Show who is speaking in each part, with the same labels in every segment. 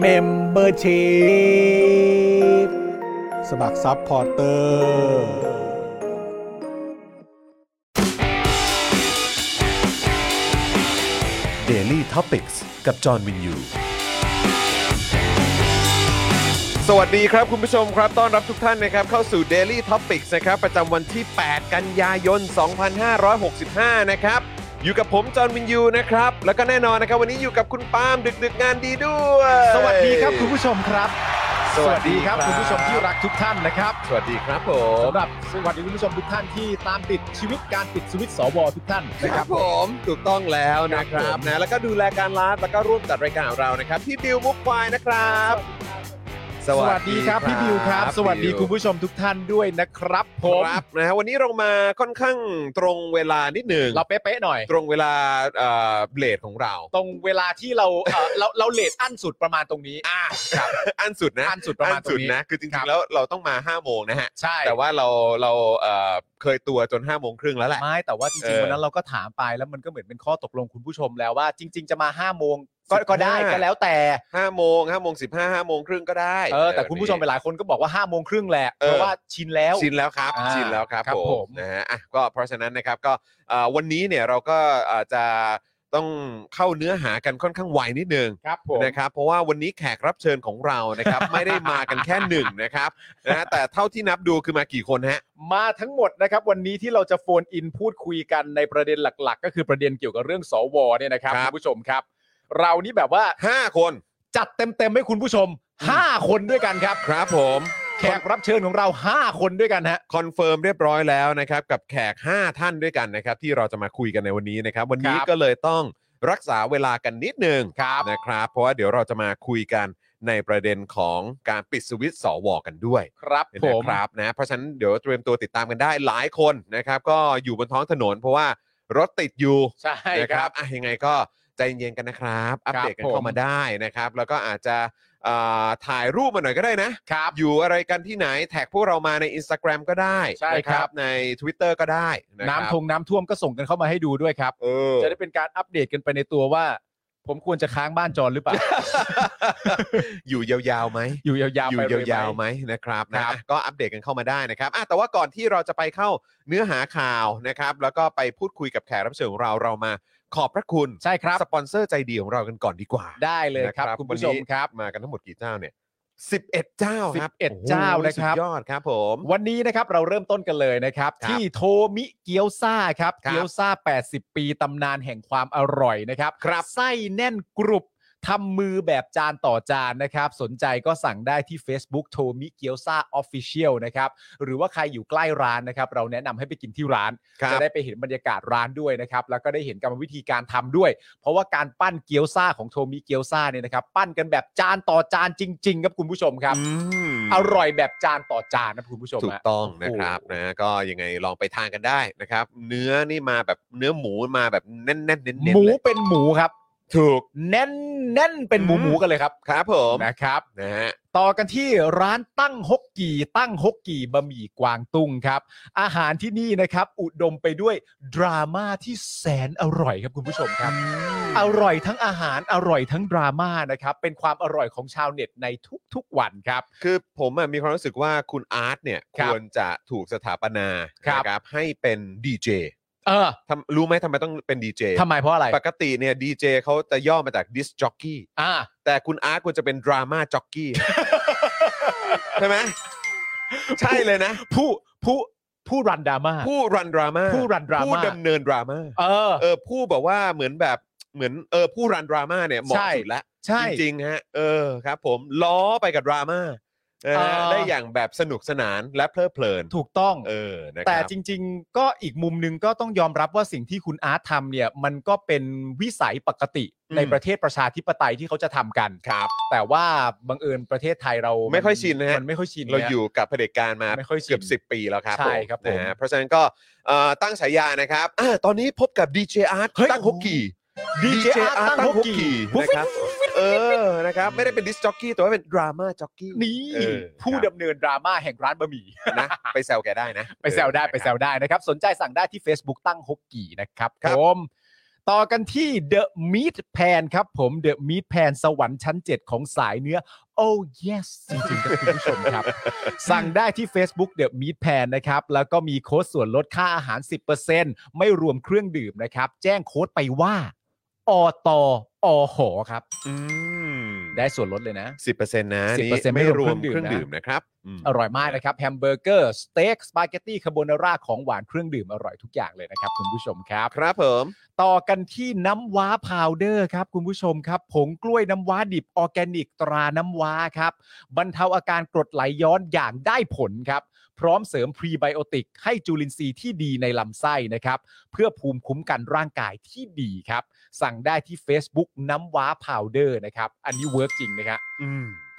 Speaker 1: เมมเบอร์ชีพสมัครซัพพอร์เตอร์
Speaker 2: Daily t o p i c กกับจอห์นวินยู
Speaker 3: สวัสดีครับ คุณผู้ชมครับ ต้อนรับทุกท่านนะครับ เข้าสู่ Daily Topics นะครับ ประจำวันที่ 8 กันยายน 2565 นะครับ อยู่กับผมจอห์นวินยูนะครับ แล้วก็แน่นอนนะครับ วันนี้อยู่กับคุณปาล์มดึกดึกๆงานดีด้วย
Speaker 4: สวัสดีครับคุณผู้ชมครับ
Speaker 3: สวัสดีครับ
Speaker 4: คุณผู้ชมที่รักทุกท่านนะครับ
Speaker 3: สวัสดีครับผ
Speaker 4: สำ
Speaker 3: ม
Speaker 4: หรับสวัสดีคุณผู้ชมทุกท่านที่ตามติดชีวิตการปิดสวิตช์สวทุกท่านนะ
Speaker 3: ค
Speaker 4: ค
Speaker 3: รั
Speaker 4: รั
Speaker 3: บบ ผมถูกต้องแล้วนะครับ
Speaker 4: ผม
Speaker 3: นะแล้วก็ดูแลการไลฟ์แล้วก็ร่วมจัดรายการของเรานะครับพี่บิวมุกควายนะครับ
Speaker 4: สวัสดีครับพี่บิวครับ สวัสดี
Speaker 3: บิ
Speaker 4: คุณผู้ชมทุกท่านด้วยนะครับ
Speaker 3: ค
Speaker 4: ผม
Speaker 3: รับนะฮะวันนี้เรามาค่อนข้างตรงเวลานิดหนึ่ง
Speaker 4: เราเป๊ะๆหน่อย
Speaker 3: ตรงเวลาเอ่อเบลดของเรา
Speaker 4: ตรงเวลาที่เราเอ่อเราเราเลทอั้นสุดประมาณตรงนี้อ่าครับ
Speaker 3: อันสุดนะ
Speaker 4: อั้นสุดประมาณตร
Speaker 3: สุด
Speaker 4: งนี้
Speaker 3: นะคือจ
Speaker 4: ค
Speaker 3: ริ
Speaker 4: รั
Speaker 3: ง
Speaker 4: บ
Speaker 3: ๆแล้วเราต้องมา5้าโมงนะฮะ
Speaker 4: ใช่
Speaker 3: แต่ว่าเราเราเอ่อเคยตัวจน5้าโมงครึ่งแล้วแหละ
Speaker 4: ไม่แต่ว่าจ
Speaker 3: เอ
Speaker 4: ริง
Speaker 3: อ
Speaker 4: ๆวันนั้นเราก็ถามไปแล้วมันก็เหมือนเป็นข้อตกลงคุณผู้ชมแล้วว่า จริง ๆ จะมา5้าโมงก็
Speaker 3: สิบห้า
Speaker 4: ก็ได้ก็แล้วแต่
Speaker 3: ห้าโมงห้าโมงสิบห้าห้าโมงครึ่งก็ได้
Speaker 4: เออแต่คุณผู้ชมไป
Speaker 3: แบบ
Speaker 4: หลายคนก็บอกว่า5้าโมงครึ่งแหละ
Speaker 3: เออ
Speaker 4: เพราะว่าชินแล้ว
Speaker 3: นี้ชินแล้วครับ
Speaker 4: อ่า
Speaker 3: ชินแล้วครับ
Speaker 4: ครับ
Speaker 3: ผ
Speaker 4: ผม ม
Speaker 3: นะฮะอ่ะก็เพราะฉะนั้นนะครับก็เอ่อวันนี้เนี่ยเราก็เอ่อจะต้องเข้าเนื้อหากันค่อนข้างไวนิดนึง
Speaker 4: ครับผม
Speaker 3: นะครับเพราะว่าวันนี้แขกรับเชิญของเรานะครับ ไม่ได้มากันแค่หนึ่งนะครับนะฮะแต่เท่าที่นับดูคือมากี่คนฮะ
Speaker 4: มาทั้งหมดนะครับวันนี้ที่เราจะโฟนอินพูดคุยกันในประเด็นหลัก ๆ ก็คือประเด็นเกี่ยวกับเรื่องสวเนี่ยนะครับ
Speaker 3: ครับ
Speaker 4: คุณผู้ชมครับ เรานี่แบบว่า
Speaker 3: ห้าคน
Speaker 4: จัดเต็มๆให้คุณผู้ชม 5 คนด้วยกันครับ
Speaker 3: ครับผม
Speaker 4: แขกรับเชิญของเรา 5 คนด้วยกันฮะ
Speaker 3: คอนเฟิร์มเรียบร้อยแล้วนะครับ กับแขก 5 ท่านด้วยกันนะครับ ที่เราจะมาคุยกันในวันนี้นะครับ วันนี้
Speaker 4: ครับ
Speaker 3: ก็เลยต้องรักษาเวลากันนิดนึงนะครับ เพราะว่าเดี๋ยวเราจะมาคุยกันในประเด็นของการปิดสวิตช์สวกันด้วย
Speaker 4: ครับผ
Speaker 3: นะ
Speaker 4: ม
Speaker 3: ครับนะเพราะฉะนั้นเดี๋ยวเตรียมตัวติดตามกันได้หลายคนนะครับ ก็อยู่บนท้องถนนเพราะว่ารถติดอยู่
Speaker 4: ใช่
Speaker 3: นะ
Speaker 4: ค
Speaker 3: ค
Speaker 4: รั
Speaker 3: รับ บอ่ะยังไงก็ใจเย็นๆกันนะครับ อัปเดตกัน
Speaker 4: ผม
Speaker 3: เข้ามาได้นะครับ แล้วก็อาจจะเอ่อถ่ายรูปมาหน่อยก็ได้นะ
Speaker 4: ครับ
Speaker 3: อยู่อะไรกันที่ไหนแท็กพวกเรามาใน Instagram ก็ได้
Speaker 4: ใช่
Speaker 3: นะครับ ใน Twitter ก็ได้ะครับ
Speaker 4: น้ำทงน้ำท่วมก็ส่งกันเข้ามาให้ดูด้วยครับ
Speaker 3: เออ
Speaker 4: จะได้เป็นการอัปเดตกันไปในตัวว่า ผมควรจะค้างบ้านจรหรือเปล่า
Speaker 3: อยู่ยาวๆไหม
Speaker 4: อยู่ยาว
Speaker 3: อ
Speaker 4: ๆไป
Speaker 3: ยู่
Speaker 4: เลไหม
Speaker 3: ยาวๆไหมนะครับนะครับ อ่ะก็อัปเดตกันเข้ามาได้นะครับอ่ะแต่ว่าก่อนที่เราจะไปเข้าเนื้อหาข่าวนะครับ แล้วก็ไปพูดคุยกับแขกรับเชิญของเราเรามาขอบพระคุณ
Speaker 4: ใช่ครับ
Speaker 3: สปอนเซอร์ใจดีของเรากันก่อนดีกว่า
Speaker 4: ได้เลยครับ
Speaker 3: นะ
Speaker 4: คุณผู้ชม
Speaker 3: วันนี้
Speaker 4: ครับ
Speaker 3: มากันทั้งหมดกี่เจ้าเนี่ย11 เจ้าครับ
Speaker 4: 11
Speaker 3: โโห
Speaker 4: เจ้านะครับ
Speaker 3: สุดยอดครับผม
Speaker 4: วันนี้นะครับเราเริ่มต้นกันเลยนะครับ
Speaker 3: ครับ
Speaker 4: ที่โทมิเกียวซาครับ
Speaker 3: ครับ
Speaker 4: เกียวซา80 ปีตำนานแห่งความอร่อยนะครับ
Speaker 3: ครับ
Speaker 4: ไส้แน่นกรุบทำมือแบบจานต่อจานนะครับ สนใจก็สั่งได้ที่ Facebook โทมิเกียวซาออฟฟิเชียลนะครับ หรือว่าใครอยู่ใกล้ร้านนะครับ เราแนะนำให้ไปกินที่ร้าน
Speaker 3: ครับ
Speaker 4: จะได้ไปเห็นบรรยากาศร้านด้วยนะครับ แล้วก็ได้เห็นกรรมวิธีการทำด้วย เพราะว่าการปั้นเกียวซาของโทมิเกียวซาเนี่ยนะครับปั้นกันแบบจานต่อจานจริง ๆ ครับคุณผู้ชมครับ
Speaker 3: อืม
Speaker 4: อร่อยแบบจานต่อจานนะคุณผู้ชม
Speaker 3: ถูก
Speaker 4: ฮะ
Speaker 3: ต้องนะครับ
Speaker 4: โอ้โห
Speaker 3: นะก็ยังไงลองไปทานกันได้นะครับ เนื้อนี่มาแบบเนื้อหมูมาแบบแน่นๆเน้นๆ
Speaker 4: หมู
Speaker 3: เลย
Speaker 4: เป็นหมูครับ
Speaker 3: ถูก
Speaker 4: แน่นแน่นเป็นหมู
Speaker 3: อืม
Speaker 4: หมูกันเลยครับ
Speaker 3: ครับผม
Speaker 4: นะครับ
Speaker 3: นะฮะ
Speaker 4: ต่อกันที่ร้านตั้งฮกกีตั้งฮกกีบะหมี่กวางตุ้งครับ อาหารที่นี่นะครับ อุดมไปด้วยดราม่าที่แสนอร่อยครับคุณผู้ชมครับ อร่อยทั้งอาหารอร่อยทั้งดราม่านะครับ เป็นความอร่อยของชาวเน็ตในทุกๆวันครับ
Speaker 3: คือผมอะมีความรู้สึกว่าคุณอาร์ตเนี่ย
Speaker 4: ครับ
Speaker 3: ควรจะถูกสถาปนา
Speaker 4: ครับ
Speaker 3: นะครับให้เป็นดีเจ
Speaker 4: เออ
Speaker 3: ทำรู้ไหมทำไมต้องเป็นดีเจ
Speaker 4: ทำไมเพราะอะไร
Speaker 3: ปกติเนี่ยดีเจเขาจะย่อมาจากดิสจ็อกกี้
Speaker 4: อ่า
Speaker 3: แต่คุณอาร์ตควรจะเป็นดราม่าจ็อกกี้ ใช่ไหมใช่เลยนะ
Speaker 4: ผู้ผู้ผู้รันดราม่า
Speaker 3: ผู้รันดราม่า
Speaker 4: ผู้รันดราม่า
Speaker 3: ผู้ดำเนินดราม่า
Speaker 4: เออ
Speaker 3: เออผู้แบบว่าเหมือนแบบเหมือนเออผู้รันดราม่าเนี่ยเหมาะ
Speaker 4: ใช่
Speaker 3: สุดละ
Speaker 4: ใช่
Speaker 3: จริงๆฮะเออครับ ผมล้อไปกับดราม่าเออ
Speaker 4: เออ
Speaker 3: ได้อย่างแบบสนุกสนานและเพลิดเพลิน
Speaker 4: ถูกต้อง
Speaker 3: เออนะค
Speaker 4: แต่
Speaker 3: รับ
Speaker 4: จริง ๆ ก็อีกมุมหนึงก็ต้องยอมรับว่าสิ่งที่คุณอาร์ตทำเนี่ยมันก็เป็นวิสัยปกติในประเทศประชาธิปไตยที่เขาจะทำกัน
Speaker 3: ครับ
Speaker 4: แต่ว่าบังเอิญประเทศไทยเรา
Speaker 3: ไม่ค่อยชินนะฮะ
Speaker 4: มันไม่ค่อยชิน
Speaker 3: เรา
Speaker 4: นะ
Speaker 3: อยู่กับเผด็จการมา
Speaker 4: ไม่ค่อยชิน
Speaker 3: เกือบ 10 ปีแล้วครับ
Speaker 4: ใช่ครับผม
Speaker 3: นะฮะเพราะฉะนั้นก็เอ่อตั้งฉายานะครับอาตอนนี้พบกับ DJ Art ตั้งฮกกี
Speaker 4: ดีเจ
Speaker 3: DJ
Speaker 4: อาร์
Speaker 3: Art
Speaker 4: ตตั้ง
Speaker 3: ตั้ง
Speaker 4: ฮ
Speaker 3: ฮก
Speaker 4: กกี
Speaker 3: กีนะครับเออนะครับไม่ได้เป็นดิสจ็อกกี้แต่ว่าเป็นดราม่าจ็อกกี้
Speaker 4: นี่
Speaker 3: เออ
Speaker 4: ผู้ดำเนินดราม่าแห่งร้านบะหมี่
Speaker 3: นะไปแซวแกได้นะ
Speaker 4: ไปแซวได้ไปแซวได้นะครับ สนใจสั่งได้ที่ Facebook ตั้งฮกกี่นะครับ
Speaker 3: ครับ
Speaker 4: ผมต่อกันที่ The Meat Pan ครับผม The Meat Pan สวรรค์ชั้น 7 ของสายเนื้อ Oh yes จริงๆครับคุณผู้ชมครับ สั่งได้ที่ Facebook The Meat Pan นะครับ แล้วก็มีโค้ดส่วนลดค่าอาหาร 10%ไม่รวมเครื่องดื่มนะครับ แจ้งโค้ดไปว่าอตอหอครับ
Speaker 3: อืม
Speaker 4: ได้ส่วนลดเลยนะ
Speaker 3: สิบเปอร์เซ็นต์นะ
Speaker 4: 10%
Speaker 3: นี่
Speaker 4: ไม่
Speaker 3: ไม่ร
Speaker 4: ร
Speaker 3: ว
Speaker 4: ว
Speaker 3: ม
Speaker 4: ม
Speaker 3: เค
Speaker 4: เครื่
Speaker 3: รื่อ
Speaker 4: อง งดื่
Speaker 3: ดื่ม
Speaker 4: ม
Speaker 3: นะครับม
Speaker 4: อร่อยมากนะครับแฮมเบอร์เกอร์สเต็กสปาเกตตี้คาโบนาร่าของหวานเครื่องดื่มอร่อยทุกอย่างเลยนะครับคุณผู้ชมครับ
Speaker 3: ครับผม
Speaker 4: ต่อกันที่น้ำว้าพาวเดอร์ครับคุณผู้ชมครับ ผงกล้วยน้ำว้าดิบออร์แกนิกตราน้ำว้าครับ บรรเทาอาการกรดไหลย้อนอย่างได้ผลครับ พร้อมเสริมพรีไบโอติกให้จุลินทรีย์ที่ดีในลำไส้นะครับ เพื่อภูมิคุ้มกันร่างกายที่ดีครับ สั่งได้ที่ Facebook น้ำว้าพาวเดอร์นะครับ อันนี้เวิร์กจริงนะครับ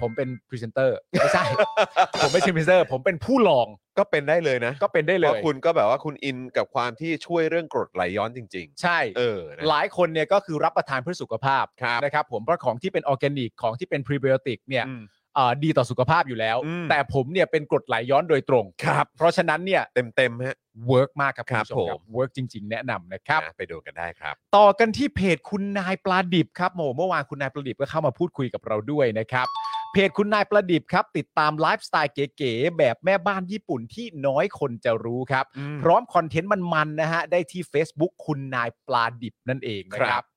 Speaker 4: ผมเป็นพรีเซนเตอร์ไม่ใช่ ผมไม่ใช่พรีเซนเตอร์ ผมเป็นผู้ลอง
Speaker 3: ก็เป็นได้เลยนะ
Speaker 4: ก็เป็นได้
Speaker 3: เพ
Speaker 4: เล
Speaker 3: ราะ
Speaker 4: ย
Speaker 3: คุณก็แบบว่าคุณอินกับความที่ช่วยเรื่องกรดไหลย้อนจริง
Speaker 4: ใช่
Speaker 3: ๆ เออนะ
Speaker 4: หลายคนเนี่ยก็คือรับประทานเพื่อสุขภาพ
Speaker 3: ครับ
Speaker 4: นะครับผมเพราะของที่เป็นออร์แกนิกของที่เป็นพรีไบโอติกเนี่ย
Speaker 3: อืม
Speaker 4: เอ่อดีต่อสุขภาพอยู่แล้ว
Speaker 3: อืม
Speaker 4: แต่ผมเนี่ยเป็นกรดไหลย้อนโดยตรง
Speaker 3: ครับ
Speaker 4: เพราะฉะนั้นเนี่ย
Speaker 3: เต็มเต็มๆฮะ
Speaker 4: เวิร์กมากครับ
Speaker 3: ครับ
Speaker 4: ณผู้
Speaker 3: ผ
Speaker 4: ช
Speaker 3: ม
Speaker 4: เวิร์กจริง ๆ แนะนำนะครับ
Speaker 3: นะไปดูกันได้ครับ
Speaker 4: ต่อกันที่เพจคุณนายปลาดิบครับโมเมื่อวานคุณนายปลาดิบก็เข้ามาพูดคุยกับเราด้วยนะครับ เพจคุณนายประดิบครับ ติดตามไลฟ์สไตล์เก๋ๆแบบแม่บ้านญี่ปุ่นที่น้อยคนจะรู้ครับ พร้อมคอนเทนต์มันๆนะฮะได้ที่ Facebook คุณนายปลาดิบนั่นเองนะค
Speaker 3: ครั
Speaker 4: รับ บ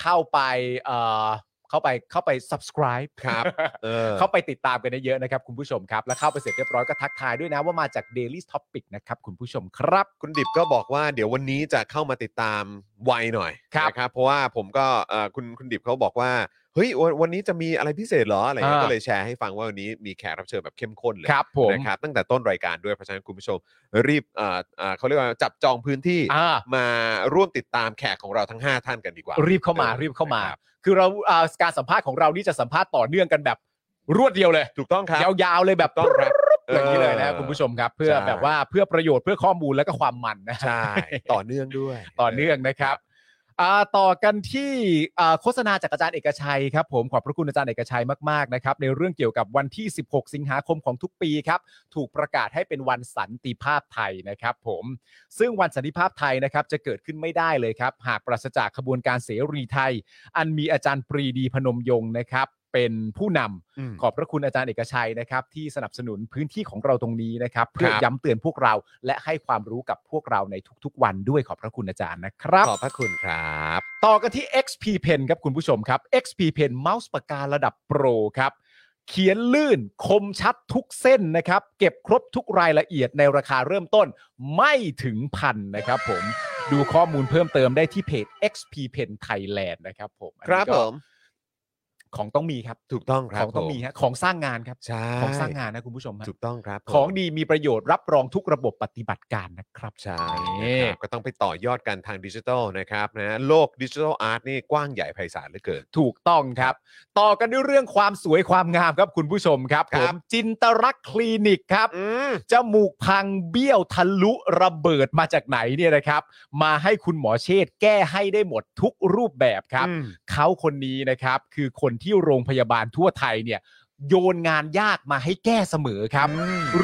Speaker 4: เข้าไปเอ่อเข้าไปเข้าไป subscribe
Speaker 3: ครับ เออ
Speaker 4: เข้าไปติดตามกันเยอะๆนะครับ คุณผู้ชมครับ แล้วเข้าไปเสร็จเรียบร้อยก็ทักทายด้วยนะว่ามาจาก Daily Topic นะครับคุณผู้ชมครับ
Speaker 3: คุณดิบก็บอกว่าเดี๋ยววันนี้จะเข้ามาติดตามไวหน่อย
Speaker 4: ครับ
Speaker 3: นะครับ เพราะว่าผมก็เอ่อคุณคุณดิบเขาบอกว่าเฮ้ยวันวันนี้จะมีอะไรพิเศษเหรออะไรเงี้ย
Speaker 4: อ่า
Speaker 3: ก็เลยแชร์ให้ฟังว่าวันนี้มีแขกรับเชิญแบบเข้มข้นเลย
Speaker 4: ครับผม
Speaker 3: นะครับตั้งแต่ต้นรายการด้วยเพราะฉะนั้นคุณผู้ชมรีบเอ่อเอ่อเขาเรียกว่าจับจองพื้นที่
Speaker 4: อ่า
Speaker 3: มาร่วมติดตามแขกของเราทั้ง 5 ท่านกันดีกว่า
Speaker 4: รีบเข้ามา
Speaker 3: เออ
Speaker 4: รีบเข้ามา
Speaker 3: นะครับ
Speaker 4: คือเราอ่าการสัมภาษณ์ของเรานี่จะสัมภาษณ์ต่อเนื่องกันแบบรวดเดียวเลย
Speaker 3: ถูกต้องครับ
Speaker 4: ยาวๆเลยแบบ
Speaker 3: ถูกต้องครับ
Speaker 4: อย่างนี้เลย
Speaker 3: เอ
Speaker 4: นะ
Speaker 3: อ
Speaker 4: คุณผู้ชมครับ เพื่อ
Speaker 3: ใช่
Speaker 4: แบบว่าเพื่อประโยชน์เพื่อข้อมูลและก็ความมันนะ
Speaker 3: ใช่ ต่อเนื่องด้วย
Speaker 4: ต่อเนื่องนะครับอ่าต่อกันที่อ่าโฆษณาจากอาจารย์เอกชัยครับผมขอบพระคุณอาจารย์เอกชัยมากๆนะครับในเรื่องเกี่ยวกับวันที่ 16 สิงหาคมของทุกปีครับถูกประกาศให้เป็นวันสันติภาพไทยนะครับผมซึ่งวันสันติภาพไทยนะครับจะเกิดขึ้นไม่ได้เลยครับ หากปราศจากขบวนการเสรีไทย อันมีอาจารย์ปรีดีพนมยงค์นะครับเป็นผู้นำ
Speaker 3: อืม
Speaker 4: ขอบพระคุณอาจารย์เอกชัยนะครับ ที่สนับสนุนพื้นที่ของเราตรงนี้นะครับ เพื่อ
Speaker 3: ครับ
Speaker 4: ย้ำเตือนพวกเราและให้ความรู้กับพวกเราในทุกๆ วันด้วยขอบพระคุณอาจารย์นะครับ
Speaker 3: ขอบพระคุณครับ
Speaker 4: ต่อกันที่ XP Pen ครับคุณผู้ชมครับ XP Pen เมาส์ปากการะดับโปรครับ เขียนลื่นคมชัดทุกเส้นนะครับ เก็บครบทุกรายละเอียดในราคาเริ่มต้นไม่ถึงพันนะครับผมดูข้อมูลเพิ่มเติมได้ที่เพจ XP Pen Thailand นะครับผมอัน
Speaker 3: ครั
Speaker 4: นี้
Speaker 3: บ
Speaker 4: ก็
Speaker 3: ผม
Speaker 4: ของต้องมีครับ
Speaker 3: ถูกต้องค
Speaker 4: ข
Speaker 3: รับ
Speaker 4: องต้อง
Speaker 3: ผ
Speaker 4: มีฮะของสร้างงานครับ
Speaker 3: ใช่
Speaker 4: ของสร้างงานนะคุณผู้ชมฮะ
Speaker 3: ถูกต้องครับผม
Speaker 4: ของดีมีประโยชน์รับรองทุกระบบปฏิบัติการนะครับ
Speaker 3: ใช่
Speaker 4: นี่
Speaker 3: นะครับก็ต้องไปต่อยอดกันทางดิจิทัลนะครับนะโลกดิจิทัลอาร์ตนี่กว้างใหญ่ไพศาลเหลือเกิน
Speaker 4: ถูกต้องครับ ต่อกันด้วยเรื่องความสวยความงามครับคุณผู้ชมครับ
Speaker 3: ค
Speaker 4: ผ
Speaker 3: รับ
Speaker 4: มจินตรักษณ์คลินิกครับ
Speaker 3: อืม
Speaker 4: จมูกพังเบี้ยวทะลุระเบิดมาจากไหนเนี่ยนะครับ มาให้คุณหมอเชษฐ์แก้ให้ได้หมดทุกรูปแบบครับ
Speaker 3: อืม
Speaker 4: เขาคนนี้นะครับคือคนที่โรงพยาบาลทั่วไทยเนี่ยโยนงานยากมาให้แก้เสมอครับ